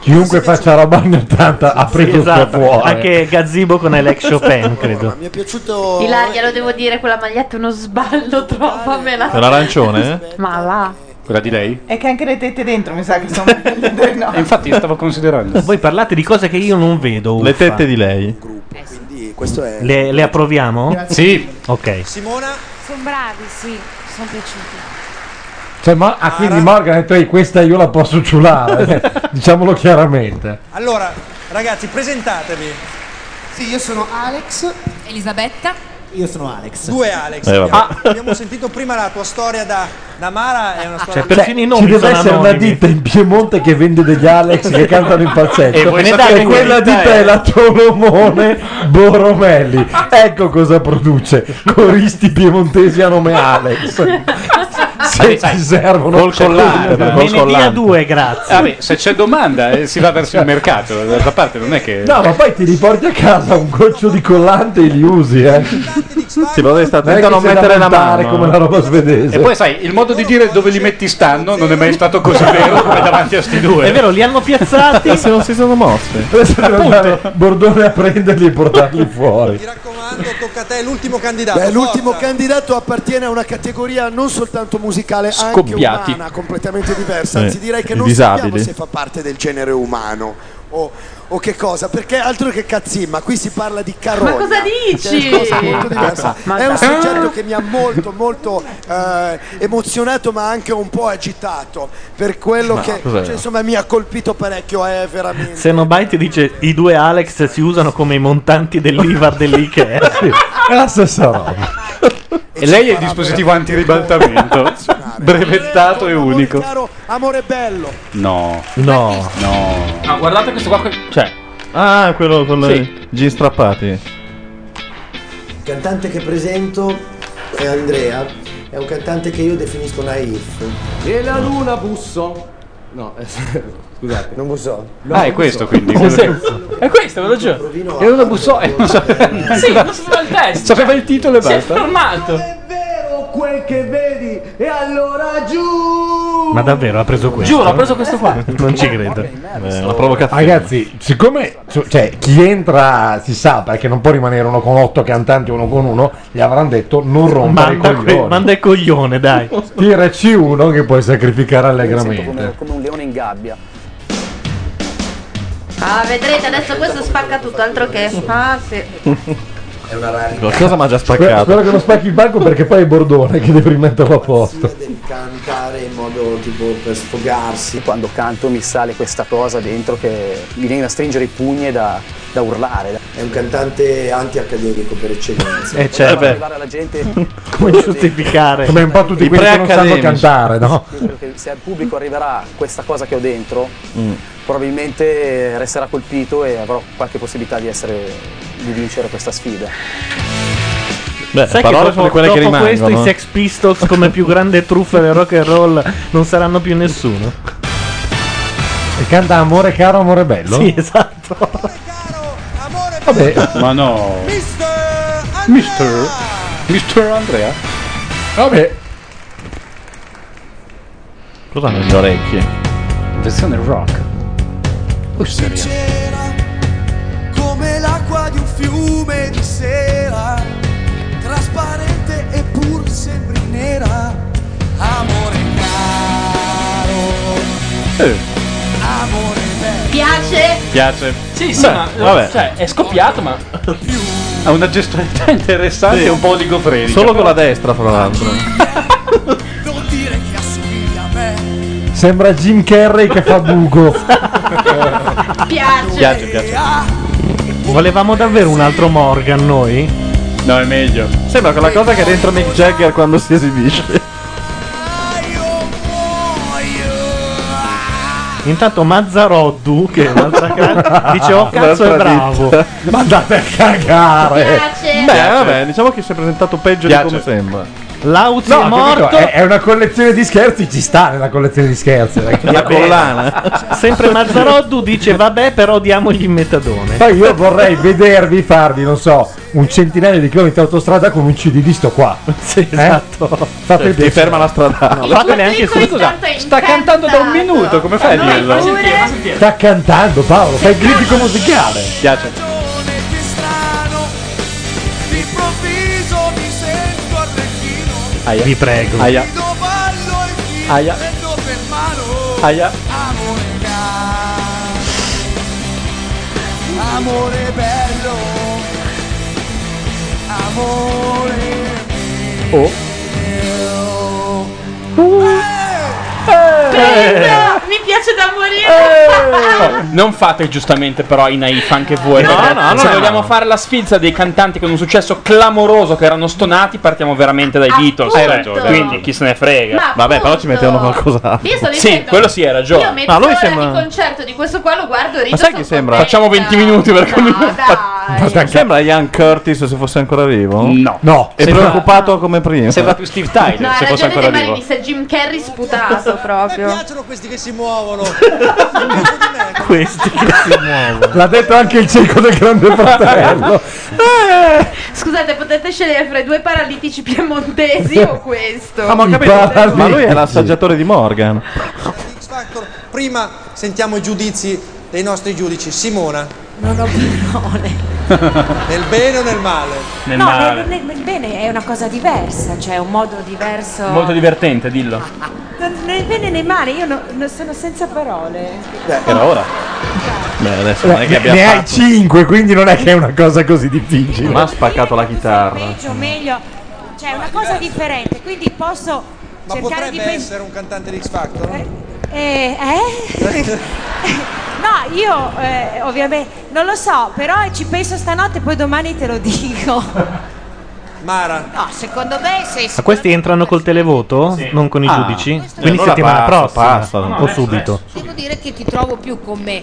S5: Chiunque faccia roba anni 80, aprite
S1: Esatto,
S5: il tuo cuore.
S1: anche Gazzibo con
S23: *laughs*
S1: Alex
S18: *laughs*
S1: Chopin, credo.
S18: Mi è piaciuto.
S16: Ilaria, lo devo dire, quella maglietta è uno sballo, trovamela.
S12: l'arancione?
S16: Ma va.
S12: Quella di lei?
S2: E che anche le tette dentro mi sa che sono delle no.
S12: Eh, Infatti io stavo considerando.
S1: Voi parlate di cose che io non vedo.
S4: Le tette di lei.
S18: Quindi questo è.
S1: Le, le approviamo?
S4: Sì.
S1: Ok.
S18: Simona?
S60: Sono bravi, sì, sono piaciuti.
S5: Cioè, ma, ah, quindi Morgan ha detto, "Ehi, questa io la posso
S23: *laughs*
S5: ciulare, eh, diciamolo chiaramente.
S18: Allora, ragazzi, presentatevi.
S2: Sì, io sono Alex.
S61: Elisabetta.
S18: Io sono Alex. Due Alex.
S5: Eh, vabbè.
S18: abbiamo, Ah, abbiamo sentito prima la tua storia da, da Mara, è una storia
S1: Cioè, persino i nomi
S5: ci deve
S1: sono
S5: essere una
S1: anonimi.
S5: ditta in Piemonte che vende degli Alex
S12: Esatto.
S5: che cantano in falsetto.
S1: E voi sapete che
S5: quella
S1: ditta
S5: ditta
S1: è?
S12: eh.
S5: è la Tolomone Boromelli. Ecco cosa produce: coristi piemontesi a nome
S12: *laughs*
S5: Alex. Se ci servono, cioè,
S12: col collante,
S5: sceglietelo.
S12: col collante.
S1: grazie.
S12: Vabbè, se c'è domanda eh, si va verso il mercato, d'altra parte non è che...
S5: No, ma poi ti riporti a casa un goccio di collante e li usi, eh.
S4: Sì, però devi stare
S5: Non è
S4: attento a
S5: che
S4: non
S5: c'è da
S4: mettere la
S5: montare
S4: mano.
S5: come la roba svedese.
S12: E poi sai, il modo di dire dove li metti stanno non è mai stato così vero come davanti a sti due.
S1: È vero, li hanno piazzati.
S12: Eh,
S4: se non si sono
S5: *laughs*
S4: mossi.
S5: Adesso deve andare Esatto. Bordone a prenderli e portarli fuori.
S18: tocca a te, l'ultimo candidato.
S6: Beh, l'ultimo candidato appartiene a una categoria non soltanto musicale,
S18: Scoppiati.
S6: anche umana, completamente diversa.
S18: Eh,
S6: Anzi, direi che
S18: i
S6: non
S18: disabili.
S6: sappiamo se fa parte del genere umano o, o che cosa, perché altro che cazzimma, qui si parla di carogna.
S16: Ma cosa dici?
S6: Cioè, è una cosa molto diversa.
S16: Ma
S6: È
S16: dai.
S6: un soggetto che mi ha molto, molto eh, emozionato, ma anche un po' agitato per quello
S1: Ma
S6: che
S1: cos'era?
S6: cioè, insomma mi ha colpito parecchio. È veramente.
S1: Se non ti dice i due Alex si usano come i montanti dell'Ivar
S5: *laughs*
S1: dell'Ikea.
S5: È la stessa roba.
S12: E lei è il dispositivo antiribaltamento, brevettato e unico.
S6: Caro amore bello.
S12: No.
S1: No.
S12: No.
S7: No, guardate questo qua. che- Cioè,
S4: Ah, quello con le
S7: Sì.
S4: jeans strappati.
S62: Il cantante che presento è Andrea, è un cantante che io definisco naif.
S14: E la luna bussò. No, eh, *laughs* scusate. Non bussò.
S12: Ah, è questo quindi.
S7: È questo, ve lo giuro.
S12: E uno bussò e non sapeva.
S7: Sì, non sapeva il testo.
S12: Sapeva il titolo e
S7: Si è
S12: basta.
S7: fermato.
S14: Quel che vedi, e allora giù.
S1: Ma davvero ha preso questo?
S7: Giuro, ho preso questo qua.
S1: *laughs* Non ci credo. Eh,
S4: una provocazione.
S5: Ragazzi, siccome cioè, chi entra si sa perché non può rimanere uno con otto cantanti, uno con uno, gli avranno detto non rompere i
S1: Manda, que-
S5: coglioni.
S1: manda il coglione, dai.
S5: Tiraci uno che puoi sacrificare
S14: Come,
S5: allegramente.
S14: come un leone in gabbia.
S16: Ah, vedrete, adesso questo spacca tutto, altro che. Ah, sì.
S62: È una rarità.
S4: Qualcosa mi ha già
S5: Spero,
S4: spaccato.
S5: spero che non spacchi il banco perché poi è Bordone che deve rimetterlo a posto.
S62: Devi cantare in modo tipo per sfogarsi.
S14: Quando canto mi sale questa cosa dentro che mi viene da stringere i pugni e da, da urlare.
S62: È un cantante anti-accademico per eccellenza.
S1: Eh, certo.
S14: Far arrivare alla gente
S1: Come giustificare?
S5: Come un po' tutti quelli che non sanno cantare, no?
S14: quello che se al pubblico arriverà questa cosa che ho dentro, probabilmente resterà colpito e avrò eh, qualche possibilità di essere di vincere questa sfida.
S4: Beh,
S1: Sai che
S4: parole
S1: dopo,
S4: sono quelle che
S1: dopo
S4: rimangono.
S1: questo i Sex Pistols come più grande truffa del rock and roll non saranno più nessuno.
S5: E canta amore caro, amore bello.
S1: Sì, esatto.
S5: Vabbè.
S12: Ma no. Mister. Mister Andrea.
S5: Vabbè.
S4: Cosa hanno le orecchie?
S12: Attenzione rock. Oh,
S6: Sincera, come l'acqua di un fiume di sera, trasparente e pur sembri nera. Amore caro, amore bello.
S16: Piace?
S12: Piace.
S7: Sì, sì,
S12: Beh,
S7: ma
S12: vabbè.
S7: cioè, è scoppiato, ma.
S12: Ha una gestualità interessante
S4: Sì.
S12: e un po' oligofrenica.
S4: Solo con la destra, fra l'altro.
S6: Non dire che assomiglia a me.
S5: Sembra Jim Carrey che fa buco.
S16: *laughs*
S14: Piace.
S1: Piace, Volevamo davvero un altro Morgan noi?
S12: No, è meglio.
S4: Sembra quella cosa che è dentro Mick Jagger quando si esibisce.
S1: Intanto Mazzaroddu, che è un'altra cazzo, dice oh cazzo è bravo.
S5: Ma andate a cagare!
S4: Beh, vabbè, diciamo che si è presentato peggio
S1: Piace.
S4: di come sembra.
S1: Lauzi
S5: No,
S1: è
S5: che dico,
S1: morto.
S5: è, è una collezione di scherzi, ci sta nella collezione di scherzi.
S1: Va bene. Sempre Mazzaroddu dice vabbè, però diamogli il metadone.
S5: Poi io vorrei vedervi farvi, non so, un centinaio di chilometri autostrada con un CD di sto qua.
S1: Sì,
S5: esatto. Fate
S4: Cioè,
S5: il
S4: ti
S5: piacere.
S4: ferma la stradale.
S5: Fatele
S12: anche
S5: su-
S12: Sta cantando da un minuto, come fai a
S5: No,
S12: dirlo?
S5: fa sentire, fa Sta cantando Paolo, fai il critico musicale.
S12: Piace.
S32: D'improvviso mi sento arrechino
S12: Aia.
S1: Vi prego.
S12: Aia. Aia. Aia.
S32: Amore bello Amore
S12: Oh.
S32: Prendo!
S16: Mi piace da morire.
S7: Oh, non fate giustamente però i naif anche voi.
S12: No,
S7: perché
S12: no, no,
S7: se
S12: no,
S7: vogliamo
S12: no.
S7: fare la sfilza dei cantanti con un successo clamoroso che erano stonati, partiamo veramente dai Beatles. Cioè,
S16: Hai ragione.
S7: Quindi chi se ne frega.
S16: Ma
S7: Vabbè, però ci mettevano qualcos'altro.
S16: Io sto
S7: Sì,
S16: dicendo-
S7: quello sì, hai
S16: Io
S7: ragione.
S16: mezz'ora di concerto di questo qua lo guardo e rido.
S4: sai chi
S16: sotto.
S4: sembra?
S7: Facciamo 20 minuti per ognuno.
S4: Sembra Ian Curtis se fosse ancora vivo?
S12: No.
S4: No. È
S12: Sembra-
S4: preoccupato come prima.
S12: Sembra più Steve Tyler
S16: No,
S12: se
S16: ha
S12: fosse
S16: ragione
S12: ancora
S16: De Mari
S12: vivo.
S16: disse Jim
S26: *laughs*
S16: Carrey sputato proprio. Mi piacciono questi che si muovono.
S1: Questi che si muovono.
S5: L'ha detto anche il cieco del grande fratello.
S16: Scusate, potete scegliere fra i due paralitici piemontesi o questo.
S4: Ah, ma ho capito. Ma lui è l'assaggiatore di Morgan.
S18: Prima sentiamo i giudizi dei nostri giudici. Simona.
S26: Non ho opinione.
S18: Nel bene o nel male?
S4: Nel
S26: no,
S4: male.
S26: nel- nel bene è una cosa diversa, cioè un modo diverso.
S7: Molto divertente, dillo.
S26: Nel Ah, bene e nel male, io no- no- sono senza parole.
S4: Era ora. Beh, adesso non è che
S5: Ne,
S4: abbia
S5: ne hai
S4: fatto.
S5: 5, quindi non è che è una cosa così difficile.
S4: Ma ha spaccato la chitarra.
S26: Peggio, meglio, cioè è una cosa differente, quindi posso
S18: Ma
S26: cercare di
S18: potrebbe
S26: pensare.
S18: essere un cantante di X Factor?
S26: Eh, eh? *laughs* no, io eh, ovviamente non lo so, però ci penso stanotte, poi domani te lo dico.
S18: Mara.
S11: *laughs* No, secondo me sei
S1: Ma questi entrano col televoto? Non con i
S4: Ah.
S1: giudici?
S4: Questo-
S1: Quindi
S4: Allora
S1: settimana
S4: passa,
S1: prossima.
S4: passa. No, no,
S1: o
S4: adesso,
S1: subito.
S11: Devo dire che ti trovo più come,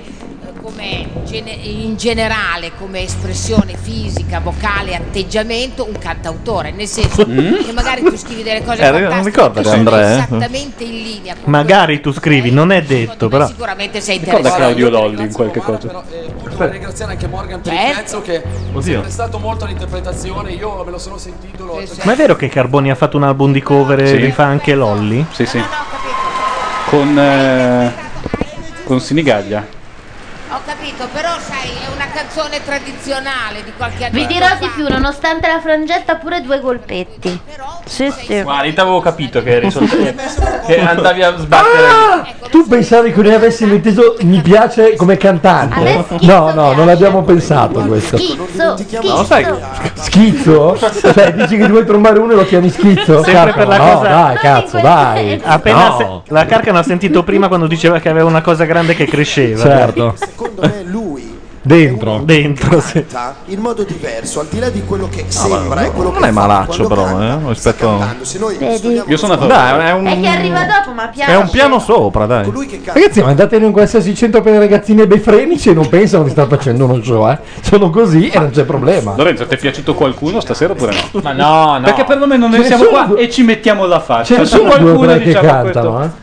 S11: come gene- in generale, come espressione fisica, vocale, atteggiamento, un cantautore. Nel senso
S1: Mm.
S11: che magari tu scrivi delle cose
S1: Eh, non
S11: fantastiche
S1: ricorda
S11: che
S1: che
S11: sono
S1: Andrea, eh?
S11: esattamente in linea. con-
S1: Magari tu scrivi, non è detto, però.
S11: Sicuramente sei
S12: Ricorda
S11: interessante.
S12: Claudio Lolli in qualche cosa.
S2: Vorrei ringraziare anche Morgan per il pezzo che
S4: Oh,
S2: è
S1: Oddio.
S2: sempre stato molto l'interpretazione, io me lo sono sentito, l'ho
S1: Ma è vero che Carboni ha fatto un album di cover e
S12: Sì.
S1: rifà anche Lolly?
S12: Sì, sì. Con. eh, con Sinigaglia.
S11: Ho capito, però sai, è una canzone tradizionale di qualche anno
S15: Vi dirò di più, nonostante la frangetta, pure due golpetti. Sì, sì.
S7: Guarda, io t'avevo capito che eri sotto- che andavi a sbattere.
S5: Tu pensavi che noi avessimo inteso mi piace come cantante? No, no, non abbiamo pensato a
S4: Certo,
S5: questo.
S15: Schizzo,
S5: No,
S15: schizzo.
S5: lo sai Schizzo? Cioè, dici che vuoi trombare uno e lo chiami schizzo?
S1: Sempre
S5: Cazzo,
S1: per la
S5: Certo, no,
S1: cosa-
S5: dai, cazzo, dai.
S1: Appena
S5: No.
S1: se- la Carcano ha sentito prima quando diceva che aveva una cosa grande che cresceva.
S5: Certo.
S43: Secondo me lui
S5: Dentro.
S1: Dentro, sì.
S43: canta in modo diverso, al di là di quello che sembra e quello
S4: Ah, Non
S43: che
S4: è
S43: fa
S4: malaccio,
S43: quando
S4: però, eh, rispetto a.
S43: canta. Se noi
S15: Vedi?
S4: Io sono
S5: d'accordo.
S4: Dai, è
S15: È che
S4: un.
S15: arriva dopo, ma piace.
S4: È un piano sopra, dai.
S5: Ragazzi, ma andate in un qualsiasi centro per le ragazzine befrenici e non pensano di star facendo uno show, eh. Sono così e non c'è problema.
S12: Lorenzo, ti è piaciuto qualcuno stasera oppure no?
S7: Ma no, no.
S12: Perché perlomeno noi
S5: Ce ne
S12: siamo
S5: sono
S12: qua
S5: due-
S12: e ci mettiamo la faccia.
S5: Ce ne
S12: Se
S5: sono due o
S12: qualcuno
S5: tre che
S12: diciamo
S5: cantano, eh.
S12: questo.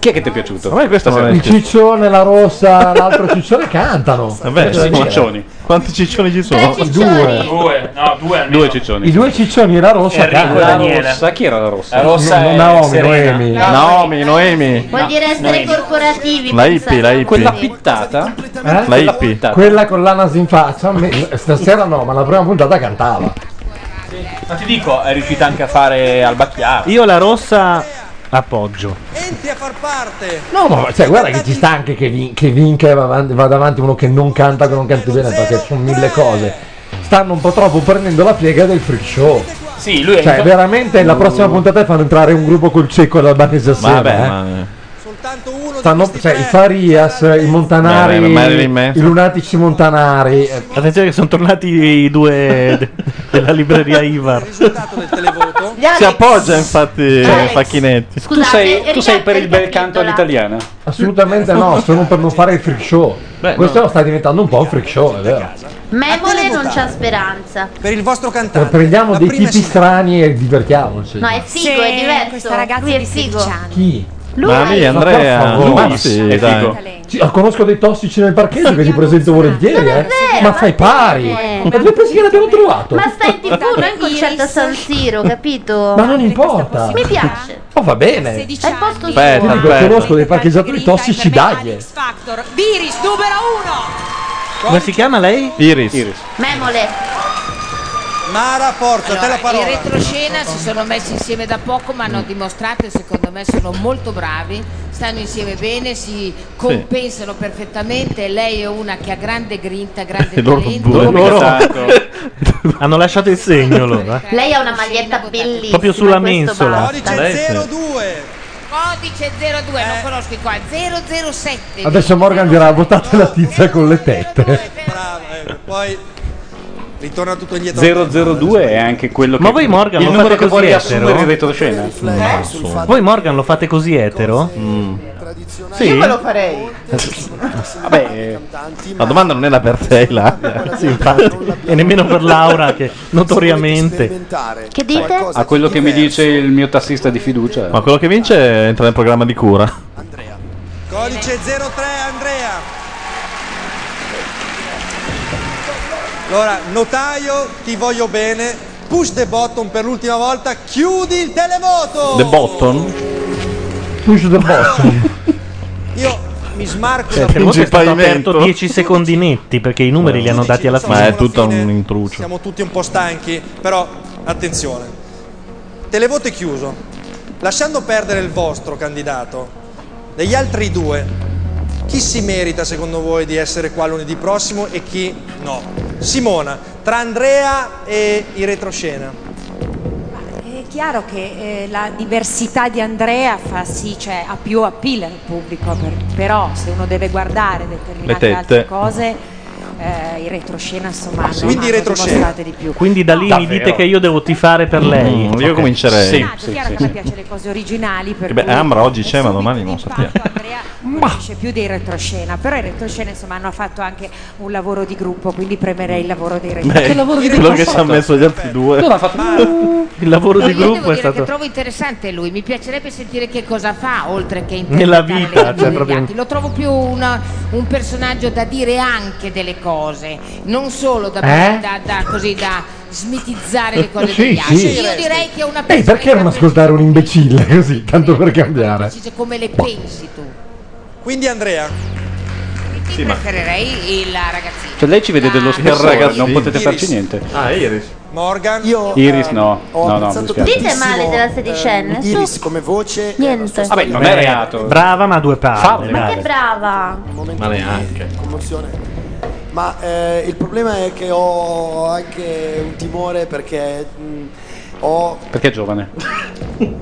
S12: Chi è che ti è piaciuto?
S4: A me questo non è
S5: Il
S4: piaciuto.
S5: ciccione, la rossa, l'altro ciccione cantano. Cioè,
S4: Vabbè,
S5: Cosa
S4: sì,
S5: dire?
S4: ciccioni. Quanti ciccioni ci sono?
S5: Tre ciccioni.
S7: Due, no, due almeno.
S12: Due ciccioni.
S5: I due ciccioni e la rossa
S12: Enrico
S5: cantano.
S12: Daniele. Rossa, chi era la rossa?
S5: La rossa No, è Naomi, Serena. Noemi.
S4: Naomi, Noemi.
S15: Vuol dire essere corporativi.
S4: La
S15: pensate.
S4: hippie, la hippie.
S15: Quella
S4: pittata?
S5: Eh?
S4: La hippie.
S5: Quella con l'anas in faccia, me- stasera no, ma la prima puntata cantava.
S7: Ma ti dico, è riuscita anche a fare al bacchiaro.
S1: Io la rossa appoggio.
S5: No, ma cioè, guarda che ci sta anche che, vin- che vinca e va avanti, vada avanti uno che non canta, che non canti bene, perché sono mille cose. Stanno un po' troppo prendendo la piega del freak show.
S7: Sì, Uh. lui è
S5: Cioè,
S7: in- Mm.
S5: veramente la prossima puntata fanno entrare un gruppo col cieco e l'albanese assieme.
S4: Vabbè,
S5: eh.
S4: ma.
S5: Stanno, cioè, i Farias, i Montanari,
S4: Vabbè, Marilyn
S5: i
S4: Manson.
S5: Lunatici Montanari. eh,
S1: Attenzione che sono tornati i due de- Eh, della libreria Ivar.
S5: *laughs*
S18: Il risultato del televoto
S32: gli Alex.
S4: Si appoggia infatti
S5: Alex.
S4: Facchinetti.
S32: Scusate,
S12: tu sei,
S32: Enrico
S12: tu sei per il bel
S32: Capitola.
S12: canto all'italiana.
S5: Assolutamente no, sono per non fare il freak show.
S12: Beh,
S5: Questo sta diventando un po' un freak show, è vero.
S32: Memole non c'ha speranza.
S18: Per il vostro cantante.
S5: Eh, Prendiamo dei tipi strani e divertiamoci.
S32: No, è figo, è diverso. Questa ragazza Lui è figo.
S5: Chi?
S32: Lui.
S4: Mami,
S5: Ma
S4: Andrea,
S5: per favore.
S4: ma sì,
S5: È
S4: dai.
S5: figo. Sì, ah, conosco dei tossici nel parcheggio che ti presento volentieri, eh. Ma fai pari.
S32: perché?
S5: Ma dove pensi che l'abbiamo trovato?
S32: Ma stai in tv, non in concerto a San Siro, capito?
S5: Ma non importa.
S32: Mi piace.
S5: Oh, va bene.
S32: È il posto
S5: Ti
S32: suo.
S5: dico, conosco dei parcheggiatori tossici eh. daglie.
S16: Factor, Viris numero uno.
S1: Come si chiama lei?
S4: Iris.
S32: Memole.
S18: Mara, porta te la parola.
S11: In retroscena si sono messi insieme da poco, ma hanno dimostrato, e secondo me sono molto bravi, stanno insieme bene, si compensano perfettamente. Lei è una che ha grande
S1: *laughs*
S11: grinta, grande
S1: Loro
S11: talento.
S1: due.
S11: Loro-
S1: *laughs* Hanno lasciato il segno loro. eh.
S32: Lei ha una maglietta bellissima.
S1: Proprio sulla
S32: questo
S1: mensola.
S32: basta.
S1: Adesso-
S11: Codice 02, non
S18: Eh.
S11: conosco i qua, 007.
S5: Adesso Morgan dirà votate la tizia con le tette.
S18: Poi ritorna tutto indietro.
S12: 002 è anche quello che.
S1: Ma voi Morgan
S12: il
S1: lo
S12: numero
S1: fate
S12: che
S1: così
S12: vuoi
S1: etero?
S12: assumere in retroscena.
S5: Eh,
S1: Eh,
S43: eh,
S1: Voi Morgan lo fate così etero? Sì.
S16: Io me lo farei.
S4: Vabbè, la domanda non era per te, Ilaria.
S1: Sì, infatti. E nemmeno per Laura che notoriamente
S32: Che dite?
S12: A quello che mi dice il mio tassista di fiducia.
S4: Ma quello che vince entra nel programma di cura.
S18: Codice 03 Andrea. Allora, notaio, ti voglio bene. Push the button per l'ultima volta. Chiudi il televoto.
S4: The Botton.
S5: Push the button.
S18: Io mi smarco
S1: Cioè,
S18: da
S1: per
S18: qui.
S1: molto è stato aperto 10 secondi netti perché i numeri li hanno dati alla fine.
S4: Ma è tutto un intrucio.
S18: Siamo tutti un po' stanchi, però attenzione. Televoto è chiuso. Lasciando perdere il vostro candidato, degli altri due, chi si merita secondo voi di essere qua lunedì prossimo e chi no? Simona, tra Andrea e i retroscena.
S16: È chiaro che eh, la diversità di Andrea fa sì, cioè ha più appeal al pubblico, per- però se uno deve guardare determinate
S1: Le
S16: altre
S1: tette.
S16: cose, eh, in retroscena insomma non
S18: Quindi
S16: hanno
S18: retroscena.
S16: dimostrate di più.
S1: Quindi da lì mi dite che io devo tifare per lei.
S4: Mm, io
S1: Ok.
S4: comincerei. Sì,
S1: Ah,
S16: È chiaro che a me piace le cose originali, per
S4: Che beh,
S16: cui
S4: Ambra oggi c'è, ma domani non sappiamo.
S16: conosce più dei retroscena, però i retroscena insomma hanno fatto anche un lavoro di gruppo, quindi premerei il lavoro dei retroscena.
S4: quello che ci hanno messo gli altri due.
S16: Non ha
S1: Il lavoro
S11: No,
S1: di
S11: io devo
S1: gruppo è
S11: dire che
S1: stato.
S11: trovo interessante lui, mi piacerebbe sentire che cosa fa oltre che
S1: Nella
S11: interpretare
S1: vita,
S11: le cose
S1: cioè,
S11: degli
S1: proprio-
S11: altri. Lo trovo più una- un personaggio da dire anche delle cose, non solo da,
S5: Eh?
S11: da- da- così da smitizzare le cose
S5: Sì,
S11: degli altri.
S5: sì.
S11: Io direi che
S1: Eh,
S11: è una
S5: Ehi,
S11: persona
S5: perché non ascoltare un imbecille *laughs* così, tanto per cambiare?
S11: dice come le pensi tu.
S18: Quindi Andrea.
S11: Sì, Preferirei la ragazzina.
S12: Cioè, lei ci vede dello spessore, non potete farci niente.
S18: Ah,
S4: Iris.
S18: Morgan.
S6: Io
S12: Iris no.
S6: ho
S12: No, no, mi
S6: apprezzato
S32: dispiace. Dite
S6: tantissimo,
S32: male della sedicenne,
S6: eh,
S32: su.
S6: Iris come voce. eh,
S32: Niente.
S12: Vabbè, non è reato.
S1: Brava, ma due palle.
S32: Ma che
S1: dai.
S32: brava.
S1: Ma neanche.
S6: Commozione. Ma eh, il problema è che ho anche un timore perché mh, ho
S12: Perché è giovane?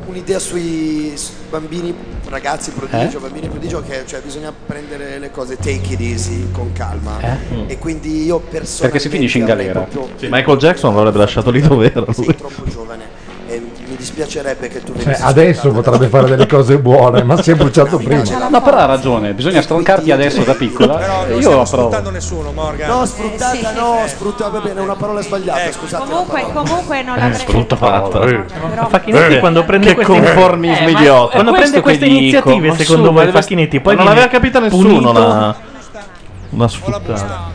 S6: un'idea sui s- bambini, ragazzi prodigio,
S12: Eh?
S6: bambini prodigio che cioè, bisogna prendere le cose take it easy con calma.
S12: Eh?
S6: E quindi io personalmente
S12: Perché si finisce in
S6: avrei
S12: galera.
S6: proprio-
S4: Sì, Michael Jackson l'avrebbe lasciato lì dove era lui.
S6: giovane e mi dispiacerebbe che tu
S5: Cioè,
S6: venissi
S5: adesso potrebbe fare delle cose buone, ma si è bruciato prima.
S12: No, però ha ragione, bisogna stroncarti adesso da piccola.
S5: non
S12: Io
S5: stiamo
S12: approvo.
S18: nessuno, Morgan.
S6: No,
S16: Eh,
S6: sfruttata, no, sfruttata, va bene, una parola sbagliata, scusate.
S16: Comunque, comunque
S1: Eh,
S16: non l'avrei
S4: Sfruttato.
S1: Ma Facchinetti quando prende
S4: Eh. che
S1: queste
S4: conformismo
S1: Eh, ma-
S4: idiota.
S1: Quando
S4: È questo
S1: prende queste
S4: che dico,
S1: iniziative,
S4: ma
S1: secondo
S4: su,
S1: voi,
S4: ma-
S1: Facchinetti, poi
S4: ma non
S1: viene
S4: aveva capito nessuno
S1: punito.
S4: la, la sfruttata.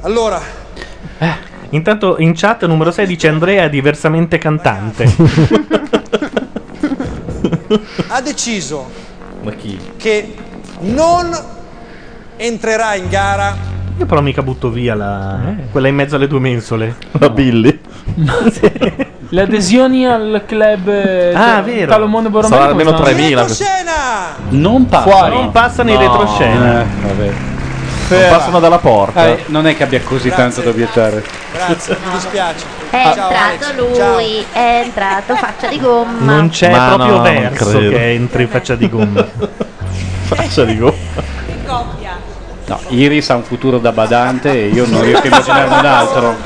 S18: Allora,
S1: Eh, Intanto in chat numero 6 dice Andrea è diversamente cantante.
S18: ha deciso
S4: *laughs* ma chi?
S18: che non entrerà in gara
S1: Io però mica butto via la...
S4: Eh.
S1: quella in mezzo alle due mensole.
S4: La Billy.
S7: Le adesioni al club eh,
S1: Ah,
S7: Tal-
S1: vero.
S7: Talomone Borromeo.
S1: Sarà
S7: come
S1: almeno
S7: stanno?
S1: 3.000.
S12: Non passano.
S1: Fuori. Non passano in retroscena.
S12: Eh, vabbè.
S4: Non passano dalla porta.
S12: Eh, non è che abbia così tanto da obiettare.
S18: Grazie, mi dispiace.
S32: È
S18: Ciao,
S32: entrato
S18: Alex.
S32: lui, è entrato faccia di gomma.
S1: Non c'è
S4: Ma
S1: proprio
S4: no, non
S1: verso
S4: credo.
S1: che entri faccia di gomma.
S4: *laughs* Faccia di gomma.
S12: No, Iris ha un futuro da badante e io non riesco a immaginarne un altro.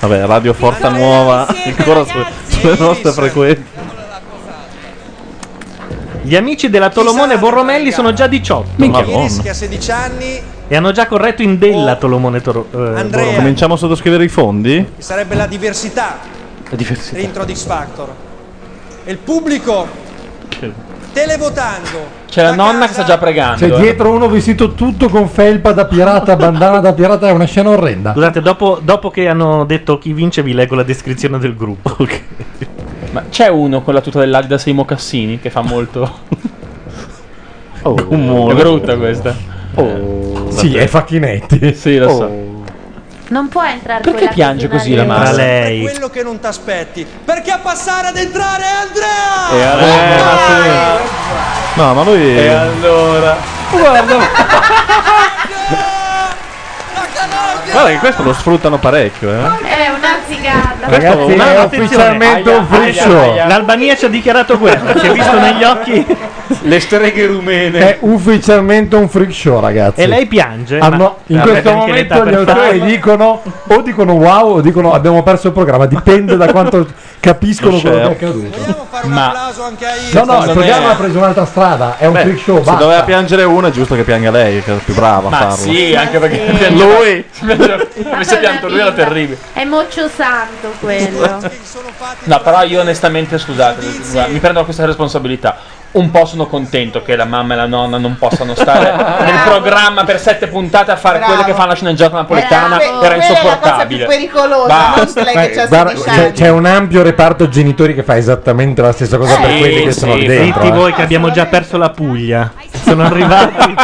S4: Vabbè, Radio Forza Nuova. Ancora su-
S1: sulle nostre frequenze. Gli amici della Tolomone Borromelli sono già 18.
S18: Minchia,
S1: Madonna.
S18: Iris che a 16 anni
S1: E hanno già corretto in della Tolomone Toro- eh, Borromelli.
S4: Cominciamo a sottoscrivere i fondi?
S18: che sarebbe la diversità
S4: La diversità.
S18: dentro ad X Factor. E il pubblico televotando
S7: C'è la nonna che sta già pregando.
S5: C'è
S7: eh.
S5: Cioè, dietro uno vestito tutto con felpa da pirata, bandana da pirata, è una scena orrenda.
S1: Scusate, dopo, dopo che hanno detto chi vince, vi leggo la descrizione del gruppo.
S7: Ma c'è uno con la tuta dell'Adidas e i mocassini che fa
S1: *laughs*
S7: molto. Oh.
S1: Rumore.
S7: È brutta questa.
S1: Oh.
S5: Sì, è Facchinetti. Oh.
S7: Sì, lo so.
S16: Non può entrare
S7: Perché
S16: quella
S7: piange
S16: che ti
S7: così
S16: dà
S7: la
S16: le-
S7: massa?
S1: lei.
S18: quello che non ti aspetti. Perché a passare ad entrare è Andrea?
S4: E allora. No, ma lui.
S12: E allora.
S4: Guarda. Guarda che questo lo sfruttano parecchio, eh.
S16: È una zigata.
S4: Ragazzi,
S1: No,
S4: è
S1: attenzione.
S4: ufficialmente un free show.
S1: L'Albania ci ha dichiarato guerra. Ci ha visto negli occhi. Eh,
S12: Le streghe rumene.
S5: È ufficialmente un freak show, ragazzi.
S1: E lei piange.
S5: Hanno-
S1: ma-
S5: in
S1: Vabbè,
S5: questo
S1: anche l'età
S5: momento gli
S1: per
S5: autori
S1: farlo.
S5: dicono o dicono wow o dicono abbiamo perso il programma, dipende da quanto capiscono
S4: Lo
S5: quello che è
S4: share.
S5: accaduto.
S7: Ma
S5: No, no, il
S4: Secondo
S5: programma
S4: me-
S5: ha preso un'altra strada, è un
S4: Eh, Beh,
S5: freak show,
S4: se doveva
S5: basta.
S4: piangere una è giusto che pianga lei, che è più brava a
S7: Ma
S4: farlo.
S7: sì, anche perché *laughs*
S4: lui
S7: Avesse pianto lui era terribile.
S16: È moccio santo quello.
S7: No, però io onestamente, scusate, guarda, mi prendo questa responsabilità. Un po' sono contento che la mamma e la nonna non possano *laughs* stare nel programma per sette puntate a fare
S25: Bravo.
S7: quello che fa la sceneggiata napoletana.
S25: Bravo.
S7: Era
S25: Quella è la cosa
S7: insopportabile.
S25: più pericolosa,
S7: Basta.
S25: non quella che c'ha
S5: Eh, guarda,
S25: 16
S5: c'è,
S25: anni.
S5: c'è un ampio reparto genitori che fa esattamente la stessa cosa per
S1: Sì,
S5: quelli che
S1: sì,
S5: sono lì dentro.
S1: zitti
S5: eh.
S1: voi che abbiamo già perso la Puglia. Sono arrivati.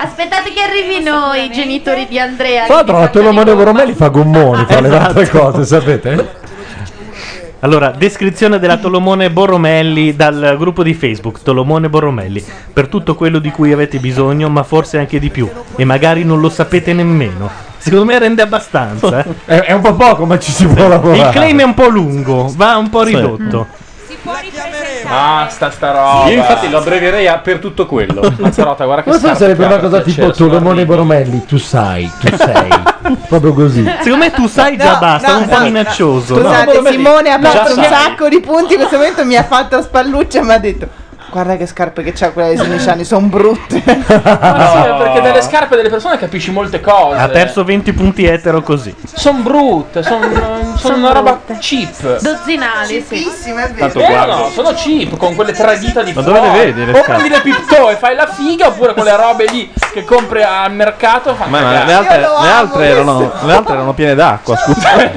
S16: Aspettate che arrivino i genitori di Andrea.
S5: Tra l'altro la Tolomone Borromelli fa gommoni, fa le altre cose, sapete?
S1: Esatto. Allora, descrizione della Tolomone Borromelli dal gruppo di Facebook Tolomone Borromelli. Per tutto quello di cui avete bisogno, ma forse anche di più. E magari non lo sapete nemmeno. Secondo me rende abbastanza. eh.
S5: *laughs* È, è un po' poco, ma ci si può
S1: Il
S5: lavorare.
S1: claim è un po' lungo, va un po'
S5: Sì.
S1: ridotto.
S7: Mm. Basta sta roba.
S12: Io infatti lo abbreverei a per tutto quello.
S7: Mazzarota, guarda che
S5: Non so,
S7: scarpe
S5: sarebbe
S7: che ha,
S5: una cosa
S7: per
S5: tipo
S7: piacere,
S5: Tolomone Borromelli, tu sai, tu *laughs* sei. Proprio così.
S1: Secondo me tu sai già
S25: No,
S1: basta,
S25: no,
S1: un po'
S25: no,
S1: minaccioso.
S25: Scusate, Simone ha
S1: Già
S25: fatto un
S1: sai.
S25: sacco di punti in questo momento, mi ha fatto a spalluccia e mi ha detto guarda che scarpe che c'ha quella di 16 anni, sono brutte.
S7: Ma sì, perché dalle scarpe delle persone capisci molte cose.
S1: Ha perso 20 punti etero così.
S7: Sono brutte,
S4: *laughs*
S7: sono una roba cheap.
S16: Dozzinali, sì.
S7: Tanto no, sono cheap con quelle tre dita di Ma
S4: dove le vedi le
S7: o
S4: scarpe?
S7: prendi le Pipto e fai la figa oppure quelle robe lì che compri al mercato e fai
S4: Ma, ma
S7: cagare.
S4: le, altre, le altre erano, le altre erano piene d'acqua, scusa.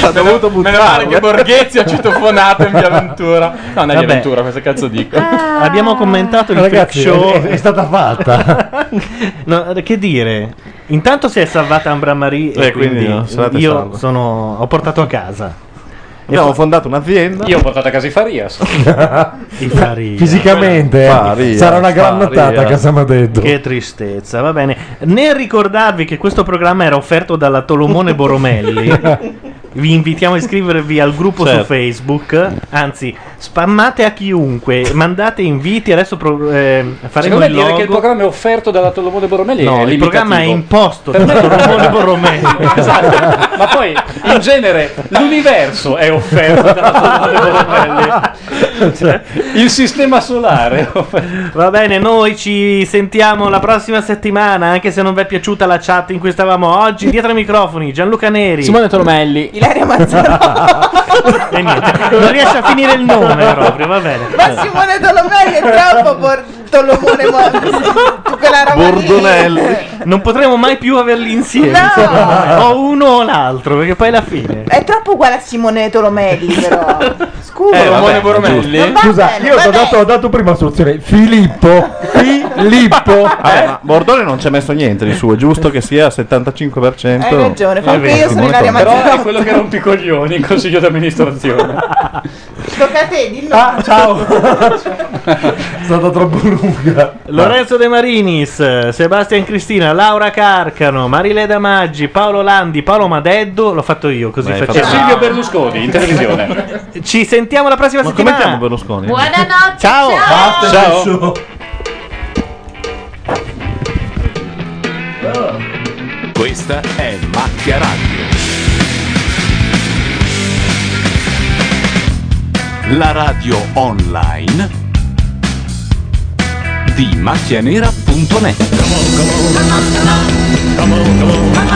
S4: ha dovuto
S7: Meno male che
S4: buttarle.
S7: Borghezio ha citofonato in via Ventura. No, non è via
S1: Vabbè.
S7: Ventura, cosa cazzo dico.
S1: Abbiamo commentato il
S5: Ragazzi,
S1: freak show.
S5: è, è stata *laughs* fatta.
S1: No, eh, che dire? Intanto si è salvata Ambra Marie e
S4: Eh, quindi
S1: quindi,
S4: no, sarate
S1: io
S4: salvo.
S1: sono, ho portato a casa.
S4: Abbiamo fondato un'azienda.
S12: Io ho portato a casa i Farias.
S1: *laughs* I Faria.
S5: Fisicamente eh,
S4: Faria,
S5: sarà una gran
S1: Faria.
S5: nottata a casa Madeddu.
S1: Che tristezza, va bene. Nel ricordarvi che questo programma era offerto dalla Tolomone
S5: *laughs*
S1: Boromelli, vi invitiamo a iscrivervi al gruppo su
S4: Certo.
S1: Facebook. Anzi, spammate a chiunque, mandate inviti. Adesso pro- eh,
S12: Secondo
S1: faremo
S12: me
S1: il
S12: dire che il
S1: logo.
S12: programma è offerto dalla Tolomone Borromelli
S1: No,
S12: è
S1: il
S12: limitativo.
S1: programma è
S5: *laughs*
S1: imposto da Tolomone Boromelli.
S12: *laughs* Esatto. Ma poi, in genere, l'universo è offerto dalla Tolomone Borromelli. Cioè, il sistema solare.
S1: Va bene, noi ci sentiamo la prossima settimana, anche se non vi è piaciuta la chat in cui stavamo oggi. Dietro ai microfoni, Gianluca Neri.
S7: Simone Tolomelli.
S25: Ilaria Mazzarò.
S1: *laughs* E niente, non riesce a finire il nome proprio, va bene.
S25: Ma Simone Tolomelli è troppo por- Tolomone ma- tu quella roba lì.
S1: Non potremo mai più averli insieme.
S25: No!
S1: O uno o l'altro, perché poi è la fine.
S25: È troppo uguale a Simone Tolomelli però. Scusa.
S7: Eh,
S1: Tolomone
S12: Boromelli.
S25: Ma va
S5: Scusa,
S25: bene,
S5: io
S25: va
S5: ho
S25: bene.
S5: dato, ho dato prima la soluzione. *laughs* Filippo, Filippo.
S4: Vabbè, ma Bordone non ci ha messo niente di suo, è giusto che sia al 75%.
S25: Hai ragione, fa
S4: È
S25: anche
S4: vero,
S25: io sono
S4: Simone
S25: Ilaria
S4: Tolomei.
S12: Però
S25: Mazzarò.
S12: è quello che rompe i coglioni in consiglio d'amministrazione.
S25: Tocca a te, dillo.
S5: È stata troppo lunga.
S1: Lorenzo De Marinis, Sebastian Cristina, Laura Carcano, Marileda Maggi, Paolo Landi, Paolo Madeddo. L'ho fatto io, così
S4: Beh,
S1: facciamo.
S4: fatto-
S12: Silvio Berlusconi, in televisione.
S1: Ci sentiamo la prossima
S4: Ma come
S1: settimana.
S4: chiamo Berlusconi?
S16: Buonanotte.
S1: Ciao.
S4: Ciao.
S8: Questa è Macchia Radio.
S12: La radio online di macchianera.net.